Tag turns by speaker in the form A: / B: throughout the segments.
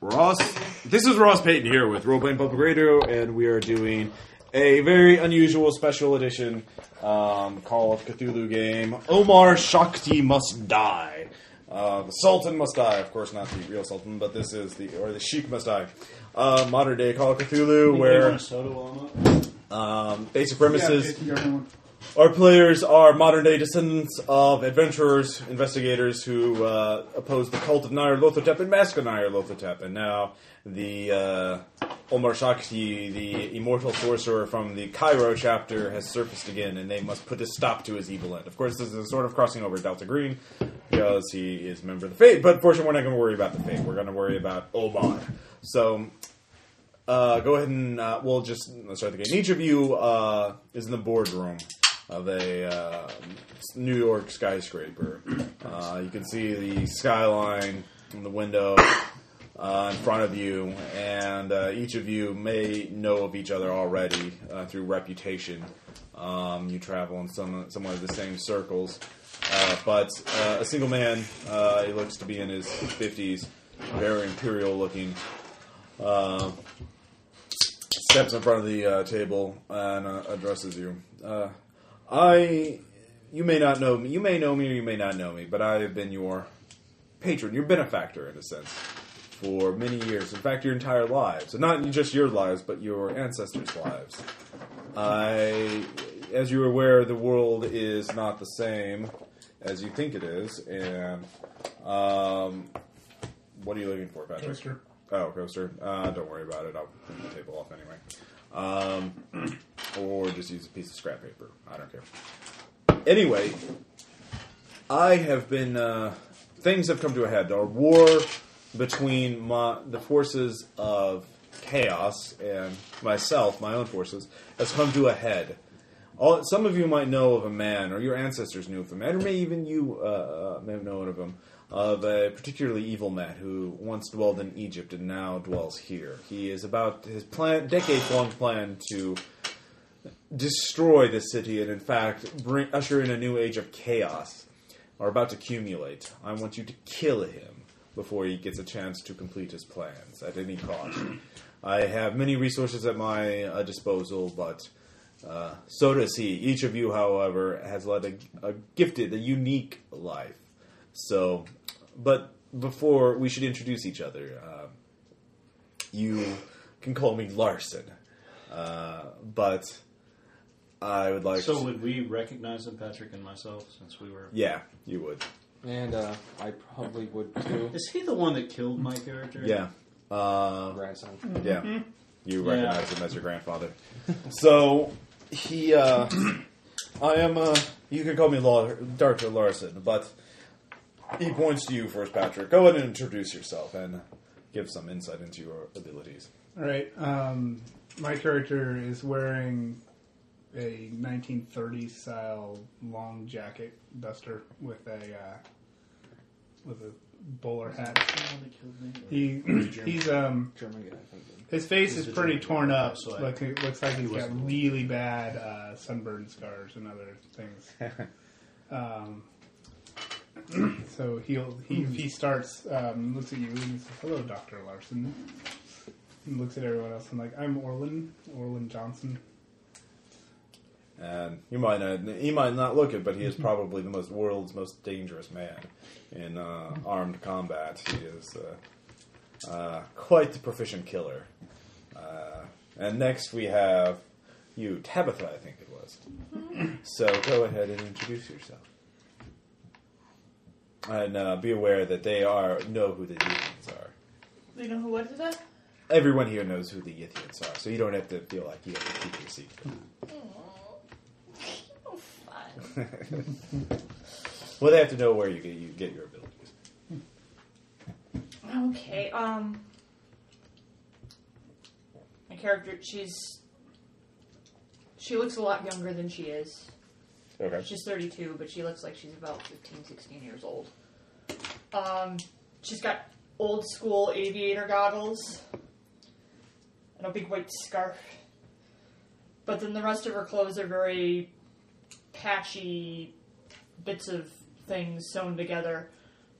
A: Ross. This is Ross Payton here with Roleplaying Public Radio, and we are doing a very unusual special edition um, Call of Cthulhu game. Omar Shakti must die. Uh, the Sultan must die, of course, not the real Sultan, but this is the or the Sheik must die. Uh, modern day Call of Cthulhu, where um, basic premises. Our players are modern day descendants of adventurers, investigators who uh, opposed the cult of Nyarlathotep and massacred Nyarlathotep. And now the uh, Omar Shakti, the immortal sorcerer from the Cairo chapter, has surfaced again, and they must put a stop to his evil end. Of course, this is a sort of crossing over Delta Green because he is a member of the Fate. But fortunately, we're not going to worry about the Fate. We're going to worry about Omar. So uh, go ahead and uh, we'll just start the game. Each of you uh, is in the boardroom of a uh, New York skyscraper. Uh, you can see the skyline in the window uh, in front of you, and uh, each of you may know of each other already uh, through reputation. Um, you travel in some somewhat of the same circles, uh, but uh, a single man. Uh, he looks to be in his fifties, very imperial looking steps in front of the uh, table and uh, addresses you. Uh, I, you may not know me. You may know me, or you may not know me, but I have been your patron, your benefactor, in a sense, for many years. In fact, your entire lives, and not just your lives, but your ancestors' lives. I, as you're aware, the world is not the same as you think it is, and um, what are you looking for, Patrick?
B: Coaster.
A: Oh, coaster. Uh, don't worry about it. I'll clean the table off anyway. Um, or just use a piece of scrap paper. I don't care. Anyway, I have been. Uh, things have come to a head. Our war between my, the forces of chaos and myself, my own forces, has come to a head. All, some of you might know of a man, or your ancestors knew of a man, or maybe even you uh, uh, may have known of him, of a particularly evil man who once dwelled in Egypt and now dwells here. He is about his plan, decades-long plan to destroy the city and, in fact, bring, usher in a new age of chaos are about to accumulate. I want you to kill him before he gets a chance to complete his plans at any cost. I have many resources at my uh, disposal, but uh, so does he. Each of you, however, has led a, a gifted, a unique life. So, but before we should introduce each other, um, you can call me Larson, uh, but I would like
B: So
A: to.
B: would we recognize him, Patrick and myself, since we were?
A: Yeah, you would.
C: And uh, I probably would too.
B: Is he the one that killed my character?
A: Yeah. Uh,
C: Grandson.
A: Yeah. You
B: Yeah.
A: recognize him as your grandfather. so he, uh, I am. Uh, you can call me Lar- Doctor Larson, but he points to you first, Patrick. Go ahead and introduce yourself and give some insight into your abilities.
D: All right. Um, my character is wearing a 1930s style long jacket duster with a uh, with a bowler hat.
B: The one that killed me?
D: He he's um
C: German guy, I think.
D: his face
B: He's a
D: is pretty
B: German.
D: torn up.
B: So I-
D: Look, it looks like he's got
B: wasn't-
D: really bad uh, sunburn scars and other things. um, so he'll he he starts um, looks at you and he says, "Hello, Doctor Larson." And looks at everyone else and like, "I'm Orlin, Orlin Johnson."
A: And Um, you might not, he might not look it, but he is probably the most world's most dangerous man in uh, armed combat. He is uh, uh, quite the proficient killer. Uh, and next we have you, Tabitha, I think it was. so go ahead and introduce yourself. And uh, be aware that they are know who the Yithians are.
E: Do you know who what is that?
A: Everyone here knows who the Yithians are, so you don't have to feel like you have to keep your secret.
E: Oh, fun.
A: Well, they have to know where you get you get your abilities.
E: Okay, um. My character, she's. She looks a lot younger than she is.
A: Okay.
E: She's 32, but she looks like she's about 15, 16 years old. Um, she's got old school aviator goggles and a big white scarf. But then the rest of her clothes are very patchy bits of things sewn together.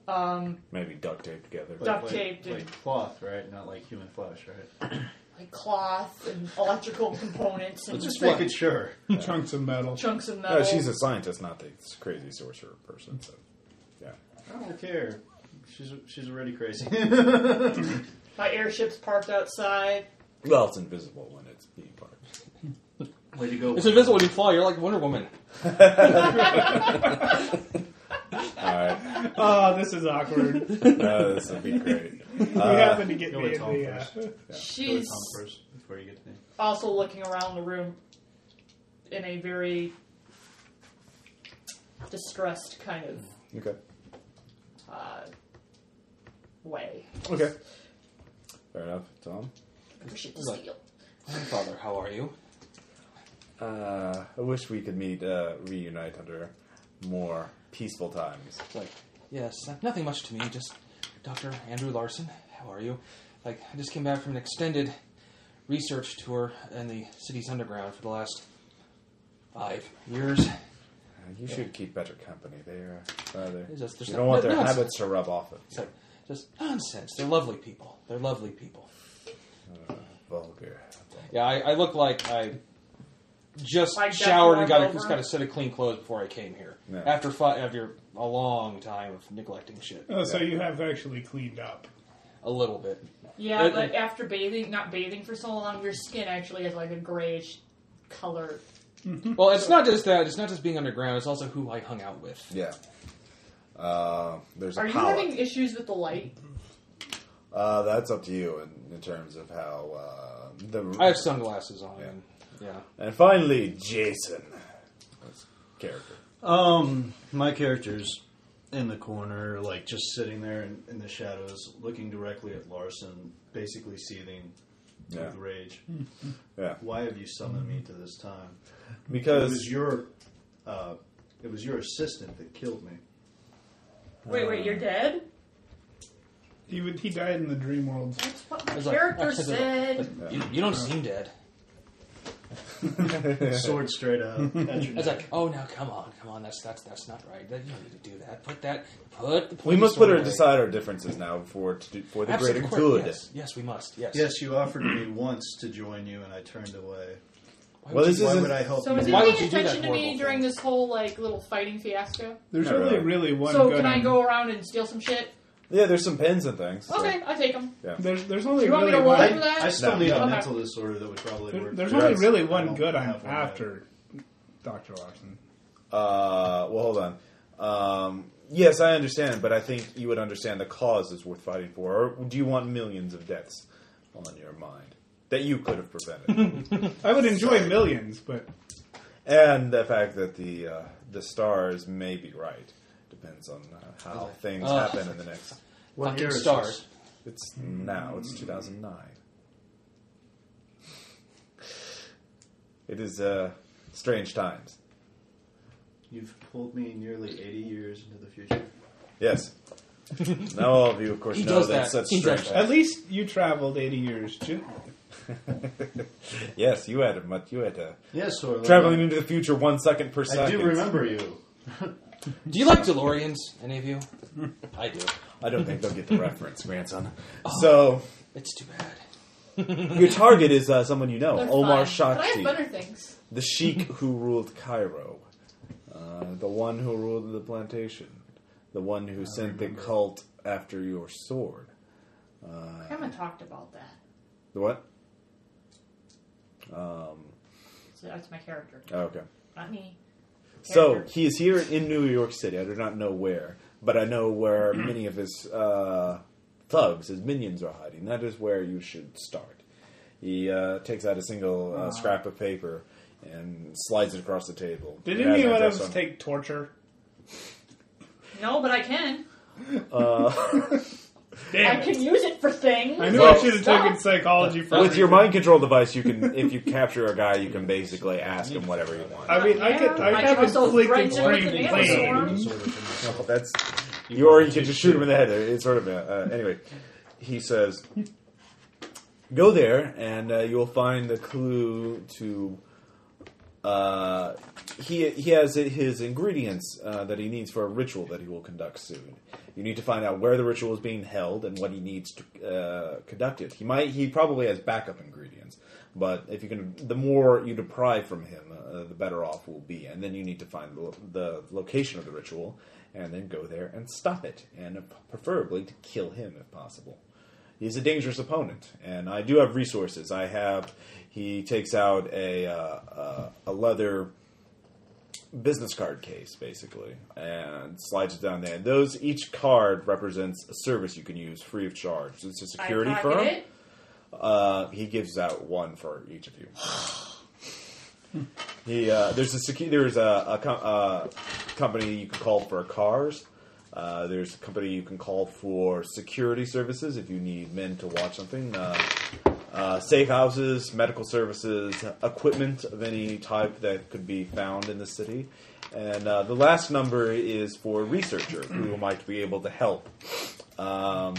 E: Um,
A: Maybe duct tape together.
B: Like-
E: Duct
B: like-
E: taped and-
B: Like cloth, right? Not like human flesh, right?
E: like cloth and electrical components and
B: Just making sure.
D: Chunks of metal.
E: chunks of metal.
A: No, Oh, she's a scientist, not this crazy sorcerer person. So, yeah.
B: I don't care. She's she's already crazy.
E: My airship's parked outside.
A: Well, it's invisible when it's being parked.
B: Way to go.
C: It's invisible when you fly. You're like Wonder Woman.
A: All right,
D: Oh, this is awkward. we
A: Uh, this would be great.
D: happen to get
B: go
D: the,
B: with Tom
D: the uh,
B: Go to
E: She's
B: Tom first before you get to me.
E: also looking around the room in a very distressed kind of
A: Okay.
E: uh, way.
A: Okay. Fair enough, Tom.
E: I wish it
C: Look.
E: steal.
C: Father, how are you?
A: Uh, I wish we could meet, uh, reunite under more peaceful times.
C: It's like, yes, nothing much to me. Just Dr. Andrew Larson. How are you? Like, I just came back from an extended research tour in the city's underground for the last five years.
A: Uh, you should keep better company there, rather.
C: It's just- there's
A: you
C: no-
A: don't want their
C: no, it's-
A: habits to rub off of
C: It's
A: you.
C: like just nonsense. They're lovely people. They're lovely people.
A: Vulgar.
C: Yeah, I, I look like I just
E: Like that
C: showered and got a,
E: warm
C: just
E: over?
C: got a set of clean clothes before I came here.
A: Yeah.
C: After fi- after a long time of neglecting shit,
D: Oh, so you have actually cleaned up.
C: a little bit.
E: Yeah,
C: Uh,
E: but
C: uh.
E: after bathing, not bathing for so long, your skin actually has like a grayish color.
C: Well, it's not just that. It's not just being underground. It's also who I hung out with.
A: Yeah. Uh, there's a
E: Are you
A: palette.
E: having issues with the light?
A: Uh, that's up to you in, in terms of how uh, the.
C: I have sunglasses on.
A: Yeah.
C: And, yeah.
A: And finally, Jason. That's character.
B: Um, my character's in the corner, like just sitting there in, in the shadows, looking directly at Larson, basically seething
A: Yeah.
B: with rage.
A: Yeah,
B: Why have you summoned me to this time? It was
A: because
B: your, uh, it was your assistant that killed me.
E: Wait, wait, you're dead?
D: He would. He died in the dream world.
E: That's what my
C: It's like-
E: character
C: it's like-
E: said.
C: like, you, you don't seem dead.
B: Sword straight out. at your neck.
C: It's like, oh, now come on, come on. That's that's that's not right. That, you don't need to do that. Put that. Put the.
A: we
C: police
A: must put our
C: away.
A: decide our differences now for to do, for the
C: Absolutely,
A: greater
C: of course,
A: good.
C: Yes, yes, we must. Yes.
B: Yes, you offered me once to join you, and I turned away.
C: Why
A: Well,
C: would
A: this
C: you-
B: Why
A: isn't.
B: would I help
E: So
B: you?
E: is he
C: Why would
E: paying
C: you do that
E: attention to me
C: horrible
E: during
C: thing?
E: this whole like little fighting fiasco?
D: There's
A: Not
D: only
A: really.
D: really one.
E: So
D: good
E: can I
D: one.
E: go around and steal some shit?
A: yeah, there's some pins and things. so-
E: Okay, I take them.
D: There's there's only
E: You want me
D: really
E: to roll
D: one.
E: for that?
B: I, I still
A: No.
B: need a
E: Okay.
B: mental disorder that would probably
D: there-
B: work.
D: there's
A: Yes.
D: only really
B: I
D: one
B: don't
D: good I'm
B: have one yet.
D: after. Doctor Larson.
A: Uh, well, hold on. Um, yes, I understand, but I think you would understand the cause is worth fighting for. Or do you want millions of deaths on your mind that you could have prevented?
D: I would enjoy millions, but
A: and the fact that the uh, the stars may be right depends on uh, how things
C: Ugh.
A: happen in the next.
B: What
C: Fucking
B: year is
C: stars.
A: It's now. It's 2009. It is uh, strange times.
B: You've pulled me nearly 80 years into the future.
A: Yes. now all of you, of course,
C: He
A: know
C: does
A: that
C: that.
A: such
C: He
A: strange
C: does
A: times.
D: at least you traveled 80 years. Ju-
A: Yes, you had a much. You had a
B: Yes, Sorla.
A: traveling into the future one second per second.
B: I do remember you.
C: Do you like DeLoreans? Any of you? I do.
A: I don't think they'll get the reference, grandson. So
C: It's too bad.
A: your target is uh, someone you know,
E: They're
A: Omar
E: fine. But I
A: Shakti.
E: have better things.
A: the sheik who ruled Cairo, uh, the one who ruled the plantation, the one who sent the cult after your sword.
E: I haven't talked about that.
A: The what?
E: So that's my character,
A: Oh, okay.
E: not me.
A: So
E: Character.
A: he is here in New York City. I do not know where, but I know where many of his uh, thugs, his minions, are hiding. That is where you should start. He uh, takes out a single uh, scrap of paper and slides it across the table.
D: Did
A: It has
D: any
A: an
D: of
A: address
D: us
A: on-
D: take torture?
E: No, but I can.
A: Uh,
E: I
D: Damn it.
E: can use it for things.
D: I knew I should have taken psychology for
A: With your
D: reason.
A: mind control device, you can, if you capture a guy, you can basically ask him whatever you want.
D: I mean, I could.
E: Yeah,
D: I,
E: I
D: have
E: chose those
D: inflicted
E: friends with
D: brain
E: the
D: pain.
E: dinosaur.
B: Mental disorder for myself.
A: Well, that's you, or you can just shoot him in the head. It's sort of a, uh, anyway. He says, "Go there, and uh, you'll find the clue to uh, he he has his ingredients uh, that he needs for a ritual that he will conduct soon. You need to find out where the ritual is being held and what he needs to uh, conduct it. He might he probably has backup ingredients, but if you can, the more you deprive from him, uh, the better off we'll be. And then you need to find the, lo- the location of the ritual and then go there and stop it, and preferably to kill him if possible he's a dangerous opponent, and I do have resources. I have he takes out a uh, uh, a leather business card case basically and slides it down there. Those each card represents a service you can use free of charge. It's a security
E: I pocket
A: firm.
E: it.
A: Uh, he gives out one for each of you. he uh, there's a secu- there's a, a com- uh, company you can call for cars. Uh, there's a company you can call for security services if you need men to watch something. Uh, uh, safe houses, medical services, equipment of any type that could be found in the city. And uh, the last number is for a researcher who might be able to help. Um,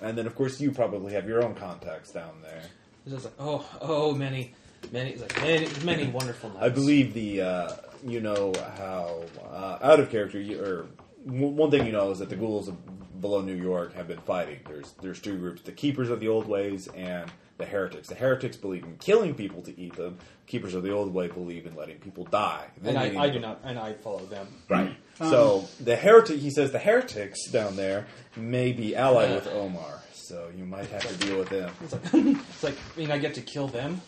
A: and then, of course, you probably have your own contacts down there.
C: It's just like, oh, oh, many, many, it's like many, many wonderful nights.
A: I believe the uh, you know how uh, out of character you, or w- one thing you know is that the ghouls of below New York have been fighting. There's there's two groups: the keepers of the old ways and the heretics. The heretics believe in killing people to eat them. Keepers of the old way believe in letting people die.
C: and
A: They-
C: I, I do not, and I follow them.
A: Right. so the heretic, he says, the heretics down there may be allied with Omar. So you might have to deal with them.
C: It's like, it's like, I mean, I get to kill them.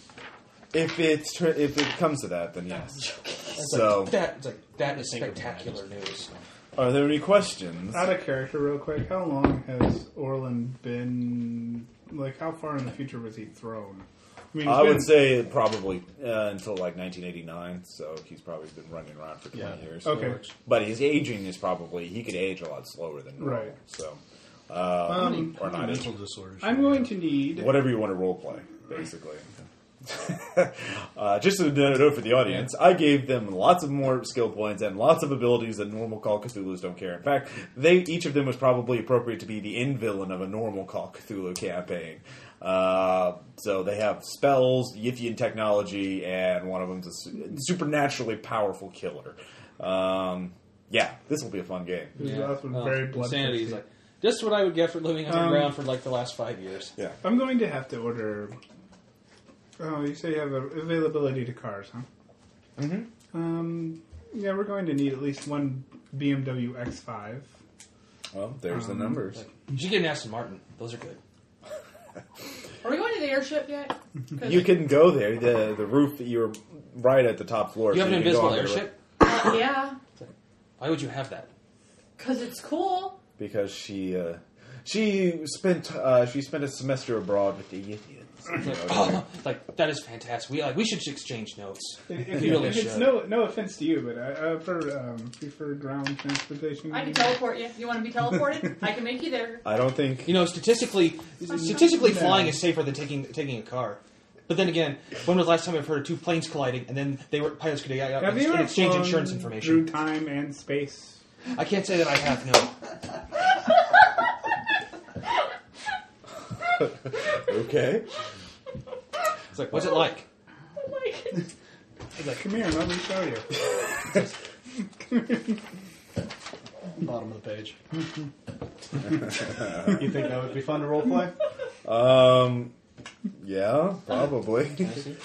A: If it's tr- if it comes to that, then yes.
C: It's
A: So-
C: like, that, it's like, that is spectacular news.
A: Are there any questions?
D: Out of character, real quick. How long has Orland been? Like, how far in the future was he thrown? I mean,
A: I
D: it's
A: would
D: been-
A: say probably uh, until like 1989, so he's probably been running around for 20
B: Yeah.
A: years.
D: Okay.
A: But his aging is probably, he could age a lot slower than normal.
D: Right.
A: So, uh,
D: Um,
A: or not age.
B: mental disorders.
D: I'm going to need.
A: Whatever you want to role play, basically. uh, just to note for the audience, I gave them lots of more skill points and lots of abilities that normal Call Cthulhu's don't care. In fact, they each of them was probably appropriate to be the end villain of a normal Call Cthulhu campaign. Uh, so they have spells, Yithian technology, and one of them's a su- supernaturally powerful killer. Um, yeah, this will be a fun game.
D: This last one
C: Um,
D: very blood
C: insanity is
D: thirsty.
C: like, just what I would get for living
D: Um,
C: underground for like the last five years.
A: Yeah.
D: I'm going to have to order. Oh, you say you have a, availability to cars, huh? Mm-hmm. Um, yeah, we're going to need at least one BMW X5.
A: Well, there's the
D: Um,
A: numbers.
C: Like, you should get an Aston Martin. Those are good.
E: Are we going to the airship yet? 'Cause
A: You can go there. The the roof that you were right at the top floor.
C: You have
A: so
C: an
A: can go
C: invisible
A: on there
C: airship.
E: Uh, yeah,
C: Why would you have that?
E: because it's cool.
A: because she uh, she spent uh, she spent a semester abroad with the Yithians. You know,
C: Oh, like that is fantastic. We like we should exchange notes.
D: If, if,
C: You really
D: if it's
C: should.
D: no no offense to you, but I, I prefer um, prefer ground transportation.
E: I can teleport you. You want to be teleported? I can make you there.
A: I don't think
C: You know, statistically, statistically,
D: not
C: flying
D: bad.
C: is safer than taking taking a car. But then again, when was the last time I've heard of two planes colliding and then they were pilots could yeah,
D: Have you ever
C: exchange
D: flown
C: insurance
D: through
C: information?
D: time and space?
C: I can't say that I have no.
A: okay.
C: It's like, what's it like?
D: Oh
E: I'm like,
D: Come here, let me show you.
B: Bottom of the page. you think that would be fun to roleplay?
A: Um, yeah, probably.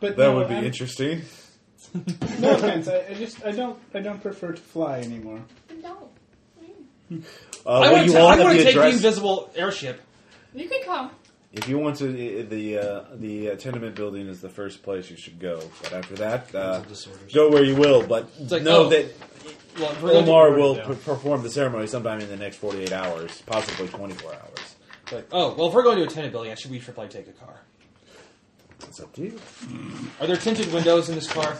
D: But
A: that
D: no,
A: would be
D: I'm-
A: interesting.
D: No offense, I, I just I don't I don't prefer to fly anymore.
E: no,
A: Uh,
C: I
A: well,
C: want
A: you
C: to I
A: all have
C: want
A: the
C: to take the
A: address.
C: invisible airship.
E: you can come.
A: if you want to, the uh, the uh, tenement building is the first place you should go. But after that, uh,
B: Mental disorders.
A: go where you will. But
C: like,
A: know
C: oh.
A: that
C: Well, for
A: Omar will
B: Yeah.
A: per- perform the ceremony sometime in the next 48 hours, possibly 24 hours.
C: Like, oh, well, if we're going to a tenant building, I should we should probably take a car.
A: It's up to you.
C: Are there tinted windows in this car?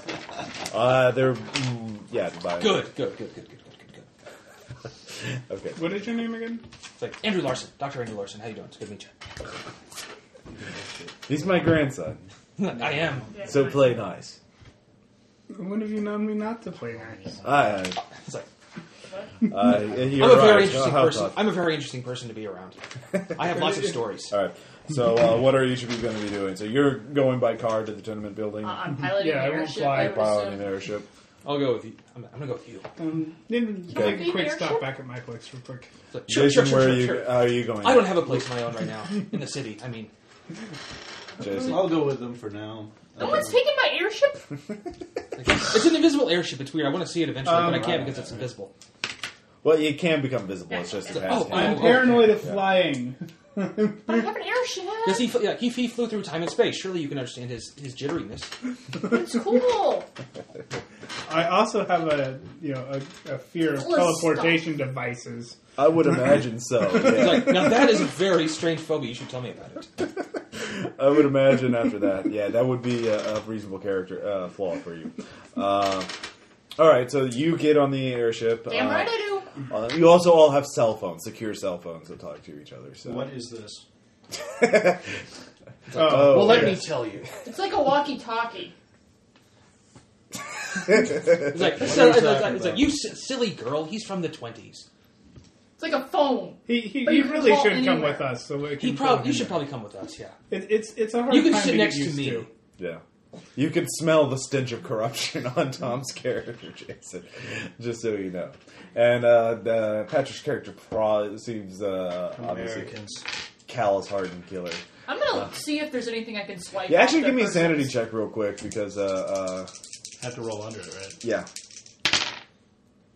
A: Uh, they're, mm, yeah, by,
C: Good, good, good, good, good, good, good, good.
A: Okay.
D: What is your name again?
C: It's like Andrew Larson, Doctor Andrew Larson. How you doing? It's good to meet
A: He's my grandson,
C: you. I am.
E: Yeah,
A: so
E: fine.
A: play nice.
D: When have you known me not to play nice?
A: I,
C: It's like
A: Uh, and he
C: I'm a
A: arrives.
C: very interesting
A: How
C: person.
A: tough?
C: I'm a very interesting person to be around. I have lots of stories.
A: All right. So, uh, what are each of you going to be doing? So, you're going by car to the tournament building,
E: Uh, I'm piloting
D: Yeah, I
E: an
D: won't
E: airship.
D: fly
E: I would
A: piloting an
E: assume.
A: airship.
C: I'll go with you. I'm, I'm gonna go with you.
D: Um, then
E: Can I
D: make
E: be
D: a quick
E: there,
D: stop
E: sure?
D: back at my place real quick.
C: It's like, sure,
A: Jason,
C: sure,
A: where
C: sure, sure,
A: are you?
C: sure.
A: How are you going?
C: I don't have a place of my own right now in the city. I mean,
A: Jason.
B: I'll go with them for now. Um,
E: No one's taking my airship.
C: like, it's an invisible airship. It's weird. I want to see it eventually,
D: Um,
C: but I can't
A: right,
C: because it's invisible.
A: Well, you can become visible. It's just a
C: Oh,
A: fast
D: I'm
A: hand.
C: okay.
D: paranoid of flying.
E: But I have an airship.
C: Does he? fl- Yeah, he, he flew through time and space. Surely you can understand his his jitteriness.
E: It's cool.
D: I also have a you know a, a fear of
E: Let's
D: teleportation devices.
A: I would imagine so.
C: He's
A: yeah.
C: like, now that is a very strange phobia. You should tell me about it.
A: I would imagine after that, yeah, that would be a, a reasonable character uh, flaw for you. Uh, all right, so you get on the airship.
E: Damn
A: uh,
E: right I do.
A: uh, you also all have cell phones, secure cell phones that talk to each other. So
B: What is this?
D: Oh,
A: Oh, Well, let
D: yeah.
C: tell you.
E: It's like a walkie-talkie.
C: It's like, it's
B: are you
C: like, it's
B: talking
C: like, it's like
B: about?
C: you si- silly girl. He's from the twenties.
E: It's like a phone.
D: He, he,
E: But
D: he
E: you can
D: really
E: call
D: should come
E: anywhere.
D: with us. So we
C: He
D: can
C: probably.
D: film
C: You
D: him.
C: should probably come with us. Yeah.
D: It, it's it's a hard.
C: You can
D: time
C: sit
D: to
C: next
D: get
C: to
D: used
C: me.
D: to.
A: yeah, you can smell the stench of corruption on Tom's character, Jason. Just so you know, and uh, the, Patrick's character pro- seems uh, obviously
B: Americans.
A: callous, hardened killer.
E: I'm gonna see if there's anything I can swipe.
A: Yeah,
E: off
A: actually,
E: that
A: give me a
E: person's-
A: sanity check real quick because uh, uh,
B: Have to roll under it, right?
A: yeah,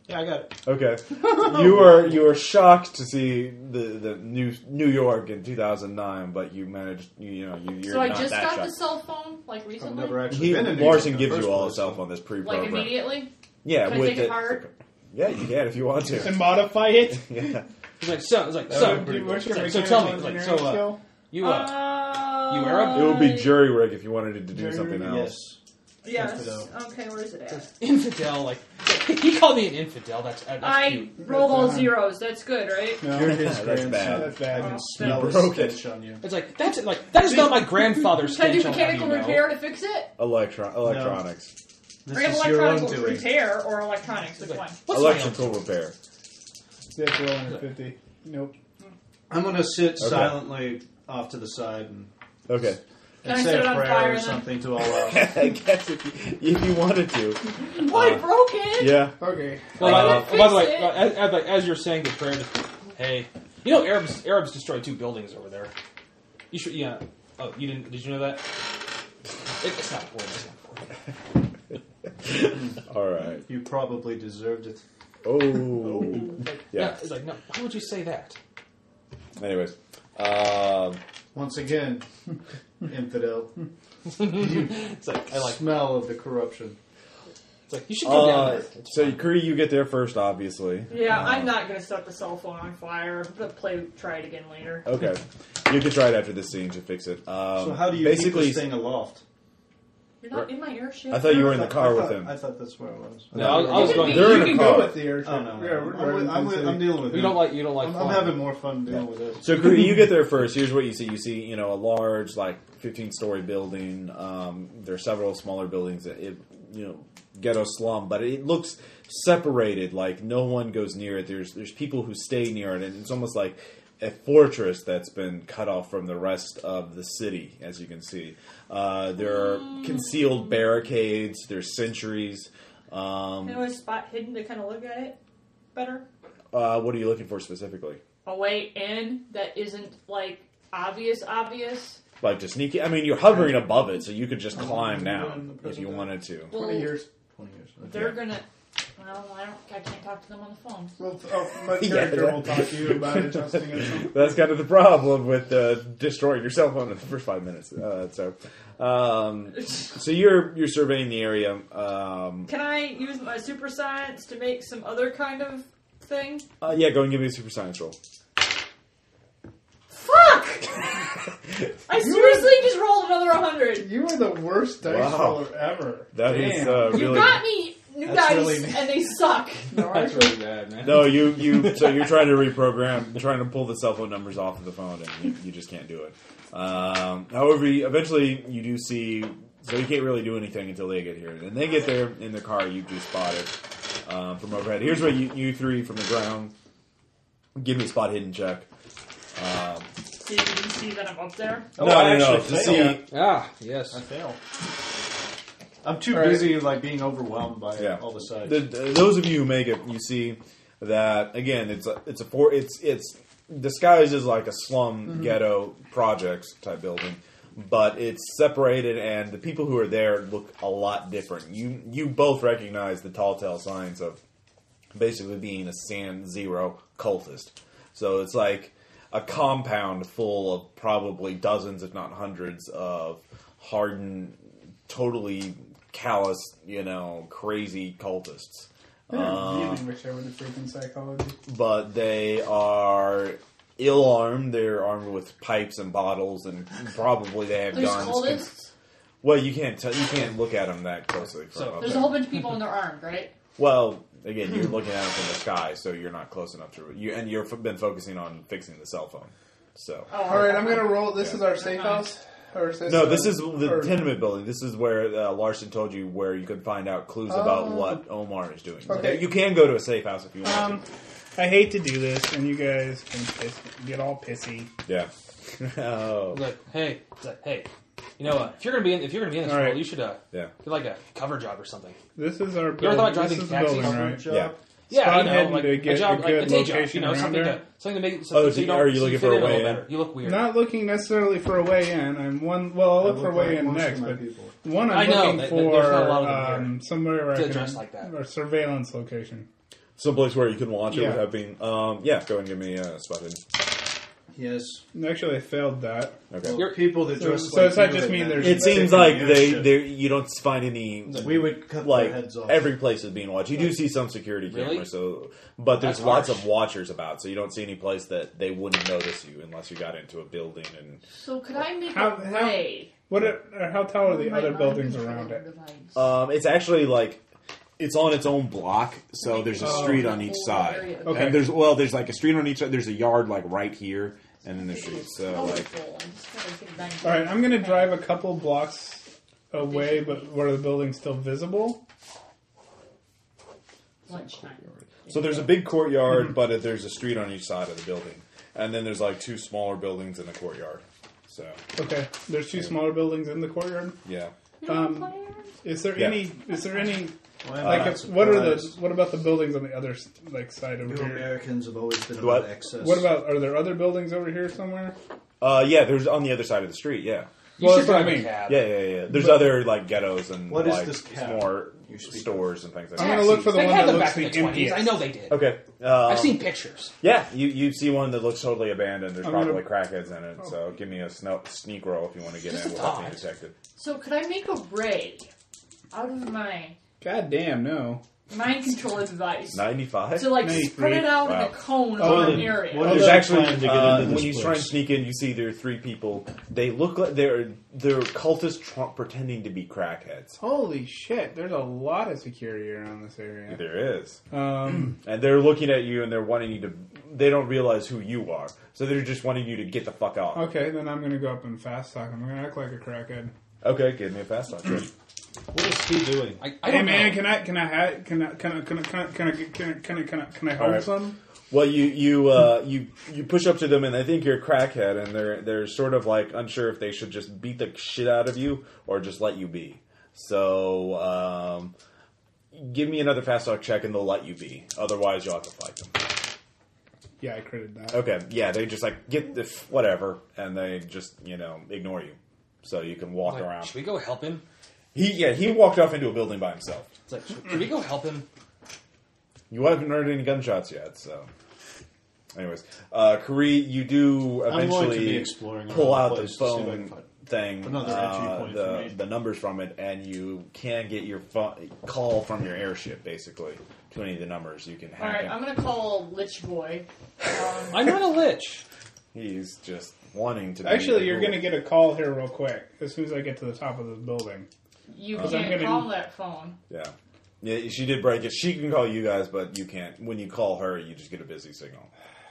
B: Yeah, I got it.
A: Okay, you were you were shocked to see the, the New New York in 2009, but you managed. You, you know, you, you're
E: So I
A: not
E: just
A: that
E: got
A: shocked.
E: the cell phone like recently,
B: I've never actually
A: He,
B: been in New
A: Larson
B: York in the
A: gives
B: first
A: you all
B: place,
A: his cell
B: so-
A: phone that's
E: like
A: pre-programmed.
E: immediately.
A: yeah,
E: Can I
A: with
E: take it apart?
A: Yeah, you can if you want to.
D: and modify it.
A: yeah.
C: He's like, so. It's like,
B: That
C: so.
B: would be pretty
D: What's
C: cool.
D: your
C: So tell me,
D: mechanical
C: like, so,
D: engineering
C: uh,
D: skill?
C: You uh,
E: Uh,
C: You Arab?
A: It would be jury rig if you wanted it to do
D: Jury
A: something
D: rig,
A: else.
B: Yes.
E: Yes.
B: Infidel.
E: Okay, where is it at?
C: infidel. Like he called me an infidel. That's, uh, that's
E: I
C: cute.
E: rolled all
D: That's, uh,
E: zeros. That's good, right?
D: No,
A: You're
B: His
A: That's
B: grandson.
A: bad.
D: That's bad.
B: I
E: You
B: can smell the
A: broke it.
B: stench on you.
C: It's like that's it, like that is not my grandfather's
E: Can I do
C: stench, I'll have
E: mechanical
C: you know.
E: repair to fix it?
A: Electro- electronics,
E: Or you
B: This
E: have
B: is your
E: electronic
B: undoing.
E: repair or electronics? Which
C: It's
E: one?
C: like, what's my own
A: electrical repair.
D: That's roll under fifty. Nope.
B: I'm going to sit
A: Okay.
B: silently off to the side and,
A: Okay,
E: Can
B: and
E: I
B: say
E: set
B: a
E: it on
B: prayer
E: fire
B: or
E: then?
B: something to Allah.
A: I guess if you, if you wanted to,
E: Why
A: Uh,
E: broke it?
A: yeah.
D: Okay.
C: Well,
A: Uh,
C: by, by the way,
E: fix it.
C: uh, as, as, like, as you're saying the prayer, just, hey, you know Arabs Arabs destroyed two buildings over there. You should, yeah. Oh, you didn't? Did you know that? It, it's not important. It's not important.
A: All right.
B: you probably deserved it.
A: Oh, yeah.
C: It's like, no. Why would you say that?
A: Anyways, um,
B: Once again, infidel.
C: It's like I like.
B: smell of the corruption.
C: It's like you should go down
A: Uh,
C: there. It's
A: so
C: fine.
A: Kree, you get there first, obviously.
E: Yeah, I'm not gonna set the cell phone on fire. But play, try it again later.
A: Okay, you can try it after this scene to fix it. Um,
B: So how do you
A: basically?
B: keep this thing aloft?
E: You're not in my airship.
A: I thought you were in
B: I
A: the
B: thought-
A: car
B: I
A: with
B: thought-
A: him.
B: I thought that's where I was.
C: No, I was- I was
E: You
C: going.
E: could
A: They're
D: you
A: in a
D: can
A: car.
D: go with the airship.
B: Oh no,
D: Yeah,
B: no,
D: we're
B: no. I'm, with, I'm, with, I'm dealing with
C: You
B: him.
C: don't like. You don't like.
B: I'm, I'm
C: flying.
B: having more fun dealing with this.
A: So Kree, you get there first. Here's what you see. You see, you know, a large, like, 15-story building. Um, there are several smaller buildings. That it, you know, ghetto slum, but it looks separated. Like no one goes near it. There's there's people who stay near it, and it's almost like a fortress that's been cut off from the rest of the city, as you can see. Uh, there are concealed barricades. There's sentries. Um,
E: Can I always spot hidden to kind of look at it better?
A: uh, what are you looking for specifically?
E: A way in that isn't like obvious, obvious.
A: Like to sneak? I mean, you're hovering above it, so you could just climb down if you wanted to.
E: Well,
D: Twenty years.
B: Twenty years.
E: they're
A: Yeah.
E: gonna. Well, I don't. I can't talk to them on the phone.
D: Well,
B: uh,
D: oh, my
A: Yeah,
D: character
A: that-
D: will talk to you about adjusting it. some-
A: That's kind of the problem with uh, destroying your cell phone in the first five minutes. Uh, so, um, so you're you're surveying the area. Um,
E: Can I use my super science to make some other kind of thing?
A: uh, yeah, go and give me a super science roll.
E: Fuck! I seriously just rolled another 100.
D: You are the worst dice
A: Wow.
D: roller ever.
A: That
D: Damn.
A: is uh,
E: You
A: really
E: got me new
B: That's
E: dice,
B: really mean.
E: and they suck.
D: No, I-
C: That's really bad, man.
A: no. You you so you're trying to reprogram, trying to pull the cell phone numbers off of the phone, and you, you just can't do it. Um, however, you- eventually you do see. So you can't really do anything until they get here. And they get there in the car. You do spot it. um, from overhead. Here's where you, you three from the ground. Give me a spot hidden check. Um,
E: See, you can see that I'm up there.
B: Oh,
A: no, no,
B: I
A: no,
B: actually
A: To
B: failed.
A: see,
C: Ah, yes.
B: I fail. I'm too
D: All right.
B: busy like being overwhelmed by
A: Yeah.
B: all the sides.
A: the, the- those of you who make it, you see that again. It's a, it's a four. It's it's disguised as like a slum ghetto projects type building, but it's separated, and the people who are there look a lot different. You you both recognize the tall tale signs of basically being a sand zero cultist. So it's like a compound full of probably dozens, if not hundreds, of hardened, totally callous, you know, crazy cultists.
D: I
A: Uh,
D: really wish I would have taken psychology.
A: but they are ill armed. They're armed with pipes and bottles, and probably they have
E: There's
A: guns.
E: cultists.
A: Well, you can't tell. You can't look at them that closely. From
B: So-
A: up
E: There's
A: there.
E: a whole bunch of people and they're armed, right?
A: Well, again, you're looking at it from the sky, so you're not close enough to you. And you've been focusing on fixing the cell phone. So
E: Oh,
D: All right, I'm gonna roll. This
A: Yeah.
D: is our safe house. Or is this
A: no, this is the
D: or-
A: tenement building. This is where uh, Larson told you where you could find out clues about
D: Oh.
A: what Omar is doing.
D: Okay.
A: you can go to a safe house if you want.
D: Um, I hate to do this, and you guys can piss, get all pissy.
A: to. Yeah. oh,
C: Like, hey, it's like, hey, you know what? If you're gonna be in, if you're gonna be in this
D: All
C: role,
D: right.
C: you should uh,
A: yeah.
C: get like a cover job or something.
D: This is our
C: You ever
D: building.
C: thought about driving
D: this is the
C: taxis?
D: building, right?
B: Job.
A: Yeah.
C: Yeah,
D: Spot
C: you know,
D: hidden
C: like
D: to get
C: a job,
D: a
C: like a
D: good
C: day job, you
D: location
C: know,
D: around
C: something to
D: there. Oh,
C: something to make it so that
A: so
C: you
A: you-
C: don't.
A: are you
C: so
A: looking
C: fit
A: for a
C: in little
A: way in?
C: better. You look weird.
D: Not looking necessarily for a way in. I'm one. Well, I'll
B: I
D: look for
B: look
D: a way
B: like
D: in
B: most of
D: next,
B: my
D: but
B: people.
D: one I'm
C: I know,
D: looking
C: th- th-
D: for
C: there's not a lot of them
D: um, somewhere where
C: to
D: I can,
C: dress like that.
D: or surveillance location.
A: Someplace where you can watch it
D: Yeah.
A: without being. Um, yeah. Go and give me a spot in.
B: Yes.
D: Actually, I failed that.
A: Okay.
C: You're-
B: people that
D: So-
B: dress
D: so
B: like
D: does that
B: you
D: just
B: and
D: mean
B: then-
D: there's-
A: It seems like they, they you don't find any
B: we would cut
A: like
B: their heads off.
A: every place is being watched. You do see some security
C: Really?
A: cameras, so but there's
C: That's
A: lots
C: harsh.
A: of watchers about, so you don't see any place that they wouldn't notice you unless you got into a building and
E: So could I make
D: How-
E: a
D: how-
E: way?
D: What? Are, or how tall are the
E: My
D: other
E: mind
D: buildings
E: control
D: around it?
E: device.
A: um, it's actually like it's on its own block, so there's a
D: Oh.
A: street on each
E: Whole
A: side.
E: area.
D: Okay.
A: And there's well, there's like a street on each side. There's a yard like right here, and then there's streets. So like
E: Powerful. I'm just gonna get back
D: All right, I'm gonna drive a couple blocks away, but where the building's still visible.
E: Lunchtime.
A: So there's a big courtyard, but there's a street on each side of the building, and then there's like two smaller buildings in the courtyard. So
D: Okay, there's two smaller buildings in the courtyard.
A: yeah.
D: Um, is there
A: Yeah. Uh,
D: any? Is there any?
B: Why am I
D: Like,
B: not
D: if, what are the?
B: surprised?
D: What about the buildings on the other s- like side over
B: New
D: here?
B: Americans have always been
A: What?
B: about excess.
D: What about? Are there other buildings over here somewhere?
A: Uh, yeah, there's on the other side of the street. Yeah,
C: You
D: Well,
C: should
D: that's what I
C: drive a
D: mean.
C: cab.
A: yeah, yeah, yeah. There's
D: But-
A: other like ghettos and
B: What is
A: like
B: this cab
A: more
B: you speak of?
A: stores and things like
D: I'm
A: that.
D: gonna look for the
C: they
D: one
C: had
D: that
C: them
D: looks
C: back in
D: the
C: the 20s. I
D: emptiest.
C: know they did.
A: Okay. Um,
C: I've seen pictures.
A: Yeah, you you see one that looks totally abandoned. There's
D: I'm
A: probably
D: gonna-
A: crackheads in
B: Oh.
A: it. So give me a sno sneak roll if you want to get
C: Just
A: in
C: a
A: without being
C: thought.
A: detected.
E: So could I make a ray out of my
D: God damn no.
E: mind control device
A: Ninety five.
E: to like
D: Nice,
E: spread it
D: Reed.
E: out
A: Wow.
E: in a cone
B: Oh,
E: over an
B: then-
E: area?
B: what-
A: There's
B: Although-
A: actually
B: Plan to get
A: uh,
B: into this
A: when you try and
B: place.
A: sneak in, you see there are three people. They look like they're they're cultists tr- pretending to be crackheads.
D: Holy shit! There's a lot of security around this area.
A: There is,
D: Um,
A: and they're looking at you, and they're wanting you to. They don't realize who you are, so they're just wanting you to get the fuck off.
D: okay, then I'm gonna go up and fast talk. him. I'm gonna act like a crackhead.
A: Okay, give me a fast talk. check.
B: What is he doing?
C: I, I
D: Hey
C: don't
D: man,
C: know.
D: can I can I ha- can I can I can I can I can I can I can I, can I, can I
A: All
D: hold
A: right.
D: some?
A: Well, you you uh, you you push up to them, and they think you're a crackhead, and they're they're sort of like unsure if they should just beat the shit out of you or just let you be. So, um, give me another fast talk check, and they'll let you be. Otherwise, you'll have to fight them.
D: Yeah, I critted that.
A: Okay, yeah, they just like get the f- whatever, and they just you know ignore you. So you can walk
C: Like,
A: around.
C: should we go help him?
A: He yeah he walked off into a building by himself.
C: It's like, should, should we go help him?
A: You haven't heard any gunshots yet, so. Anyways, uh, Kari, you do
B: I'm going to be
A: eventually
B: exploring
A: pull
B: around
A: out
B: the
A: the
B: place to see if I
A: phone
B: can find
A: thing,
B: another entry
A: uh,
B: point for
A: the,
B: me.
A: the numbers from it, and you can get your pho- call from your airship, basically, to any of the numbers. You can
E: All
A: hack
E: right,
A: him.
D: um-
E: I'm gonna call Lich Boy. Um,
C: I'm not a lich.
A: He's just wanting to be
D: Actually, you're
A: cool.
D: gonna get a call here real quick as soon as I get to the top of this building.
E: you
D: I'm
E: can't
D: gonna-
E: call that phone.
A: Yeah. Yeah, she did break it. She can call you guys, but you can't. When you call her, you just get a busy signal.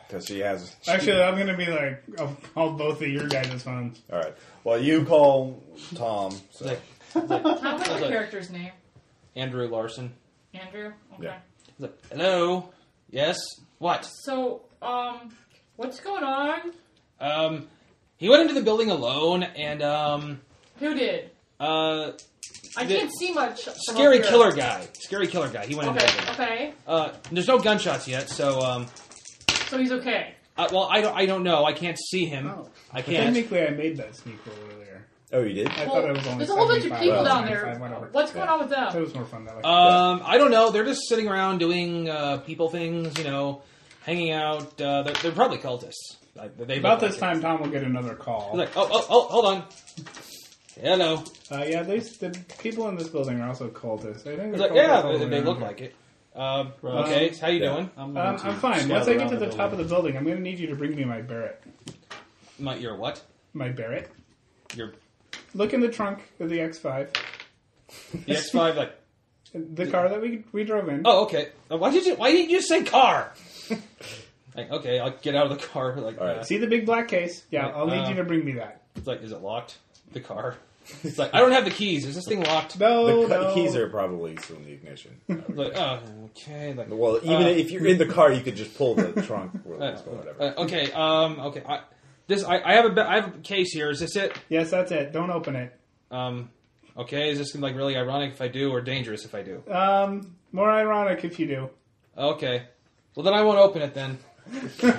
A: Because she has. she-
D: Actually, I'm gonna be like, I'll call both of your guys' phones.
A: All right. Well, you call Tom. So.
C: Like,
E: Tom, what's
C: Okay.
E: your character's name?
C: Andrew Larson.
E: Andrew. Okay.
A: Yeah.
C: He's like, hello? Yes? What?
E: So, um, what's going on?
C: Um, he went into the building alone, and, um,
E: Who did?
C: uh,
E: I
C: The-
E: can't see much. from
C: scary
E: up here.
C: killer guy. Scary killer guy. He went into the
E: Okay,
C: building.
E: okay.
C: Uh, there's no gunshots yet, so, um,
E: So he's okay.
C: uh, well, I don't, I don't know. I can't see him.
D: Oh.
C: I can't.
D: Technically, I made that sneak roll earlier.
A: Oh, you did?
D: I
E: Well,
D: thought it was only
E: there's a whole bunch of
D: 75,
E: people
A: well,
E: down
D: 95,
E: there.
D: whatever.
E: What's going on with
D: So it
E: them?
D: was more fun that way.
C: Um, I don't know. They're just sitting around doing uh, people things, you know, hanging out. Uh, they're, they're probably cultists. Uh, they
D: About
C: look
D: this
C: like it.
D: time, Tom will get another call.
C: He's like, oh, oh, oh, hold on. Hello.
D: Uh, yeah, they, the people in this building are also cultists. I
C: He's
D: think they're
C: like,
D: cultists
C: yeah,
D: all the
C: they,
D: way
C: they
D: around
C: look
D: here.
C: like it. Um,
B: Right.
C: okay, how you
A: Yeah.
C: doing?
B: I'm,
D: Um, I'm fine. Once I get to the top of the building, I'm going to need you to bring me my Barrett.
C: My, your what?
D: My Barrett.
C: Your
D: Look in the trunk of the X5,
C: the X five? Like,
D: the car that we we drove in.
C: oh, okay. Uh, Why did you? Why didn't you say car? like, okay, I'll get out of the car. Like,
A: All right.
C: uh,
D: See the big black case? Yeah, I'll need
C: Uh,
D: you to bring me that.
C: it's like, is it locked? The car. It's like, I don't have the keys. Is this thing locked?
D: No,
A: the cu-
D: no.
A: keys are probably still in the ignition. Uh,
C: Like, oh, okay. Like,
A: well, even
C: Uh,
A: if you're in the car, you could just pull the trunk or
C: Uh,
A: whatever.
C: uh, okay, um, okay. I, this I, I have a be- I have a case here. Is this it?
D: Yes, that's it. Don't open it.
C: Um, okay. Is this like really ironic if I do or dangerous if I do?
D: Um, more ironic if you do.
C: Okay. Well, then I won't open it then.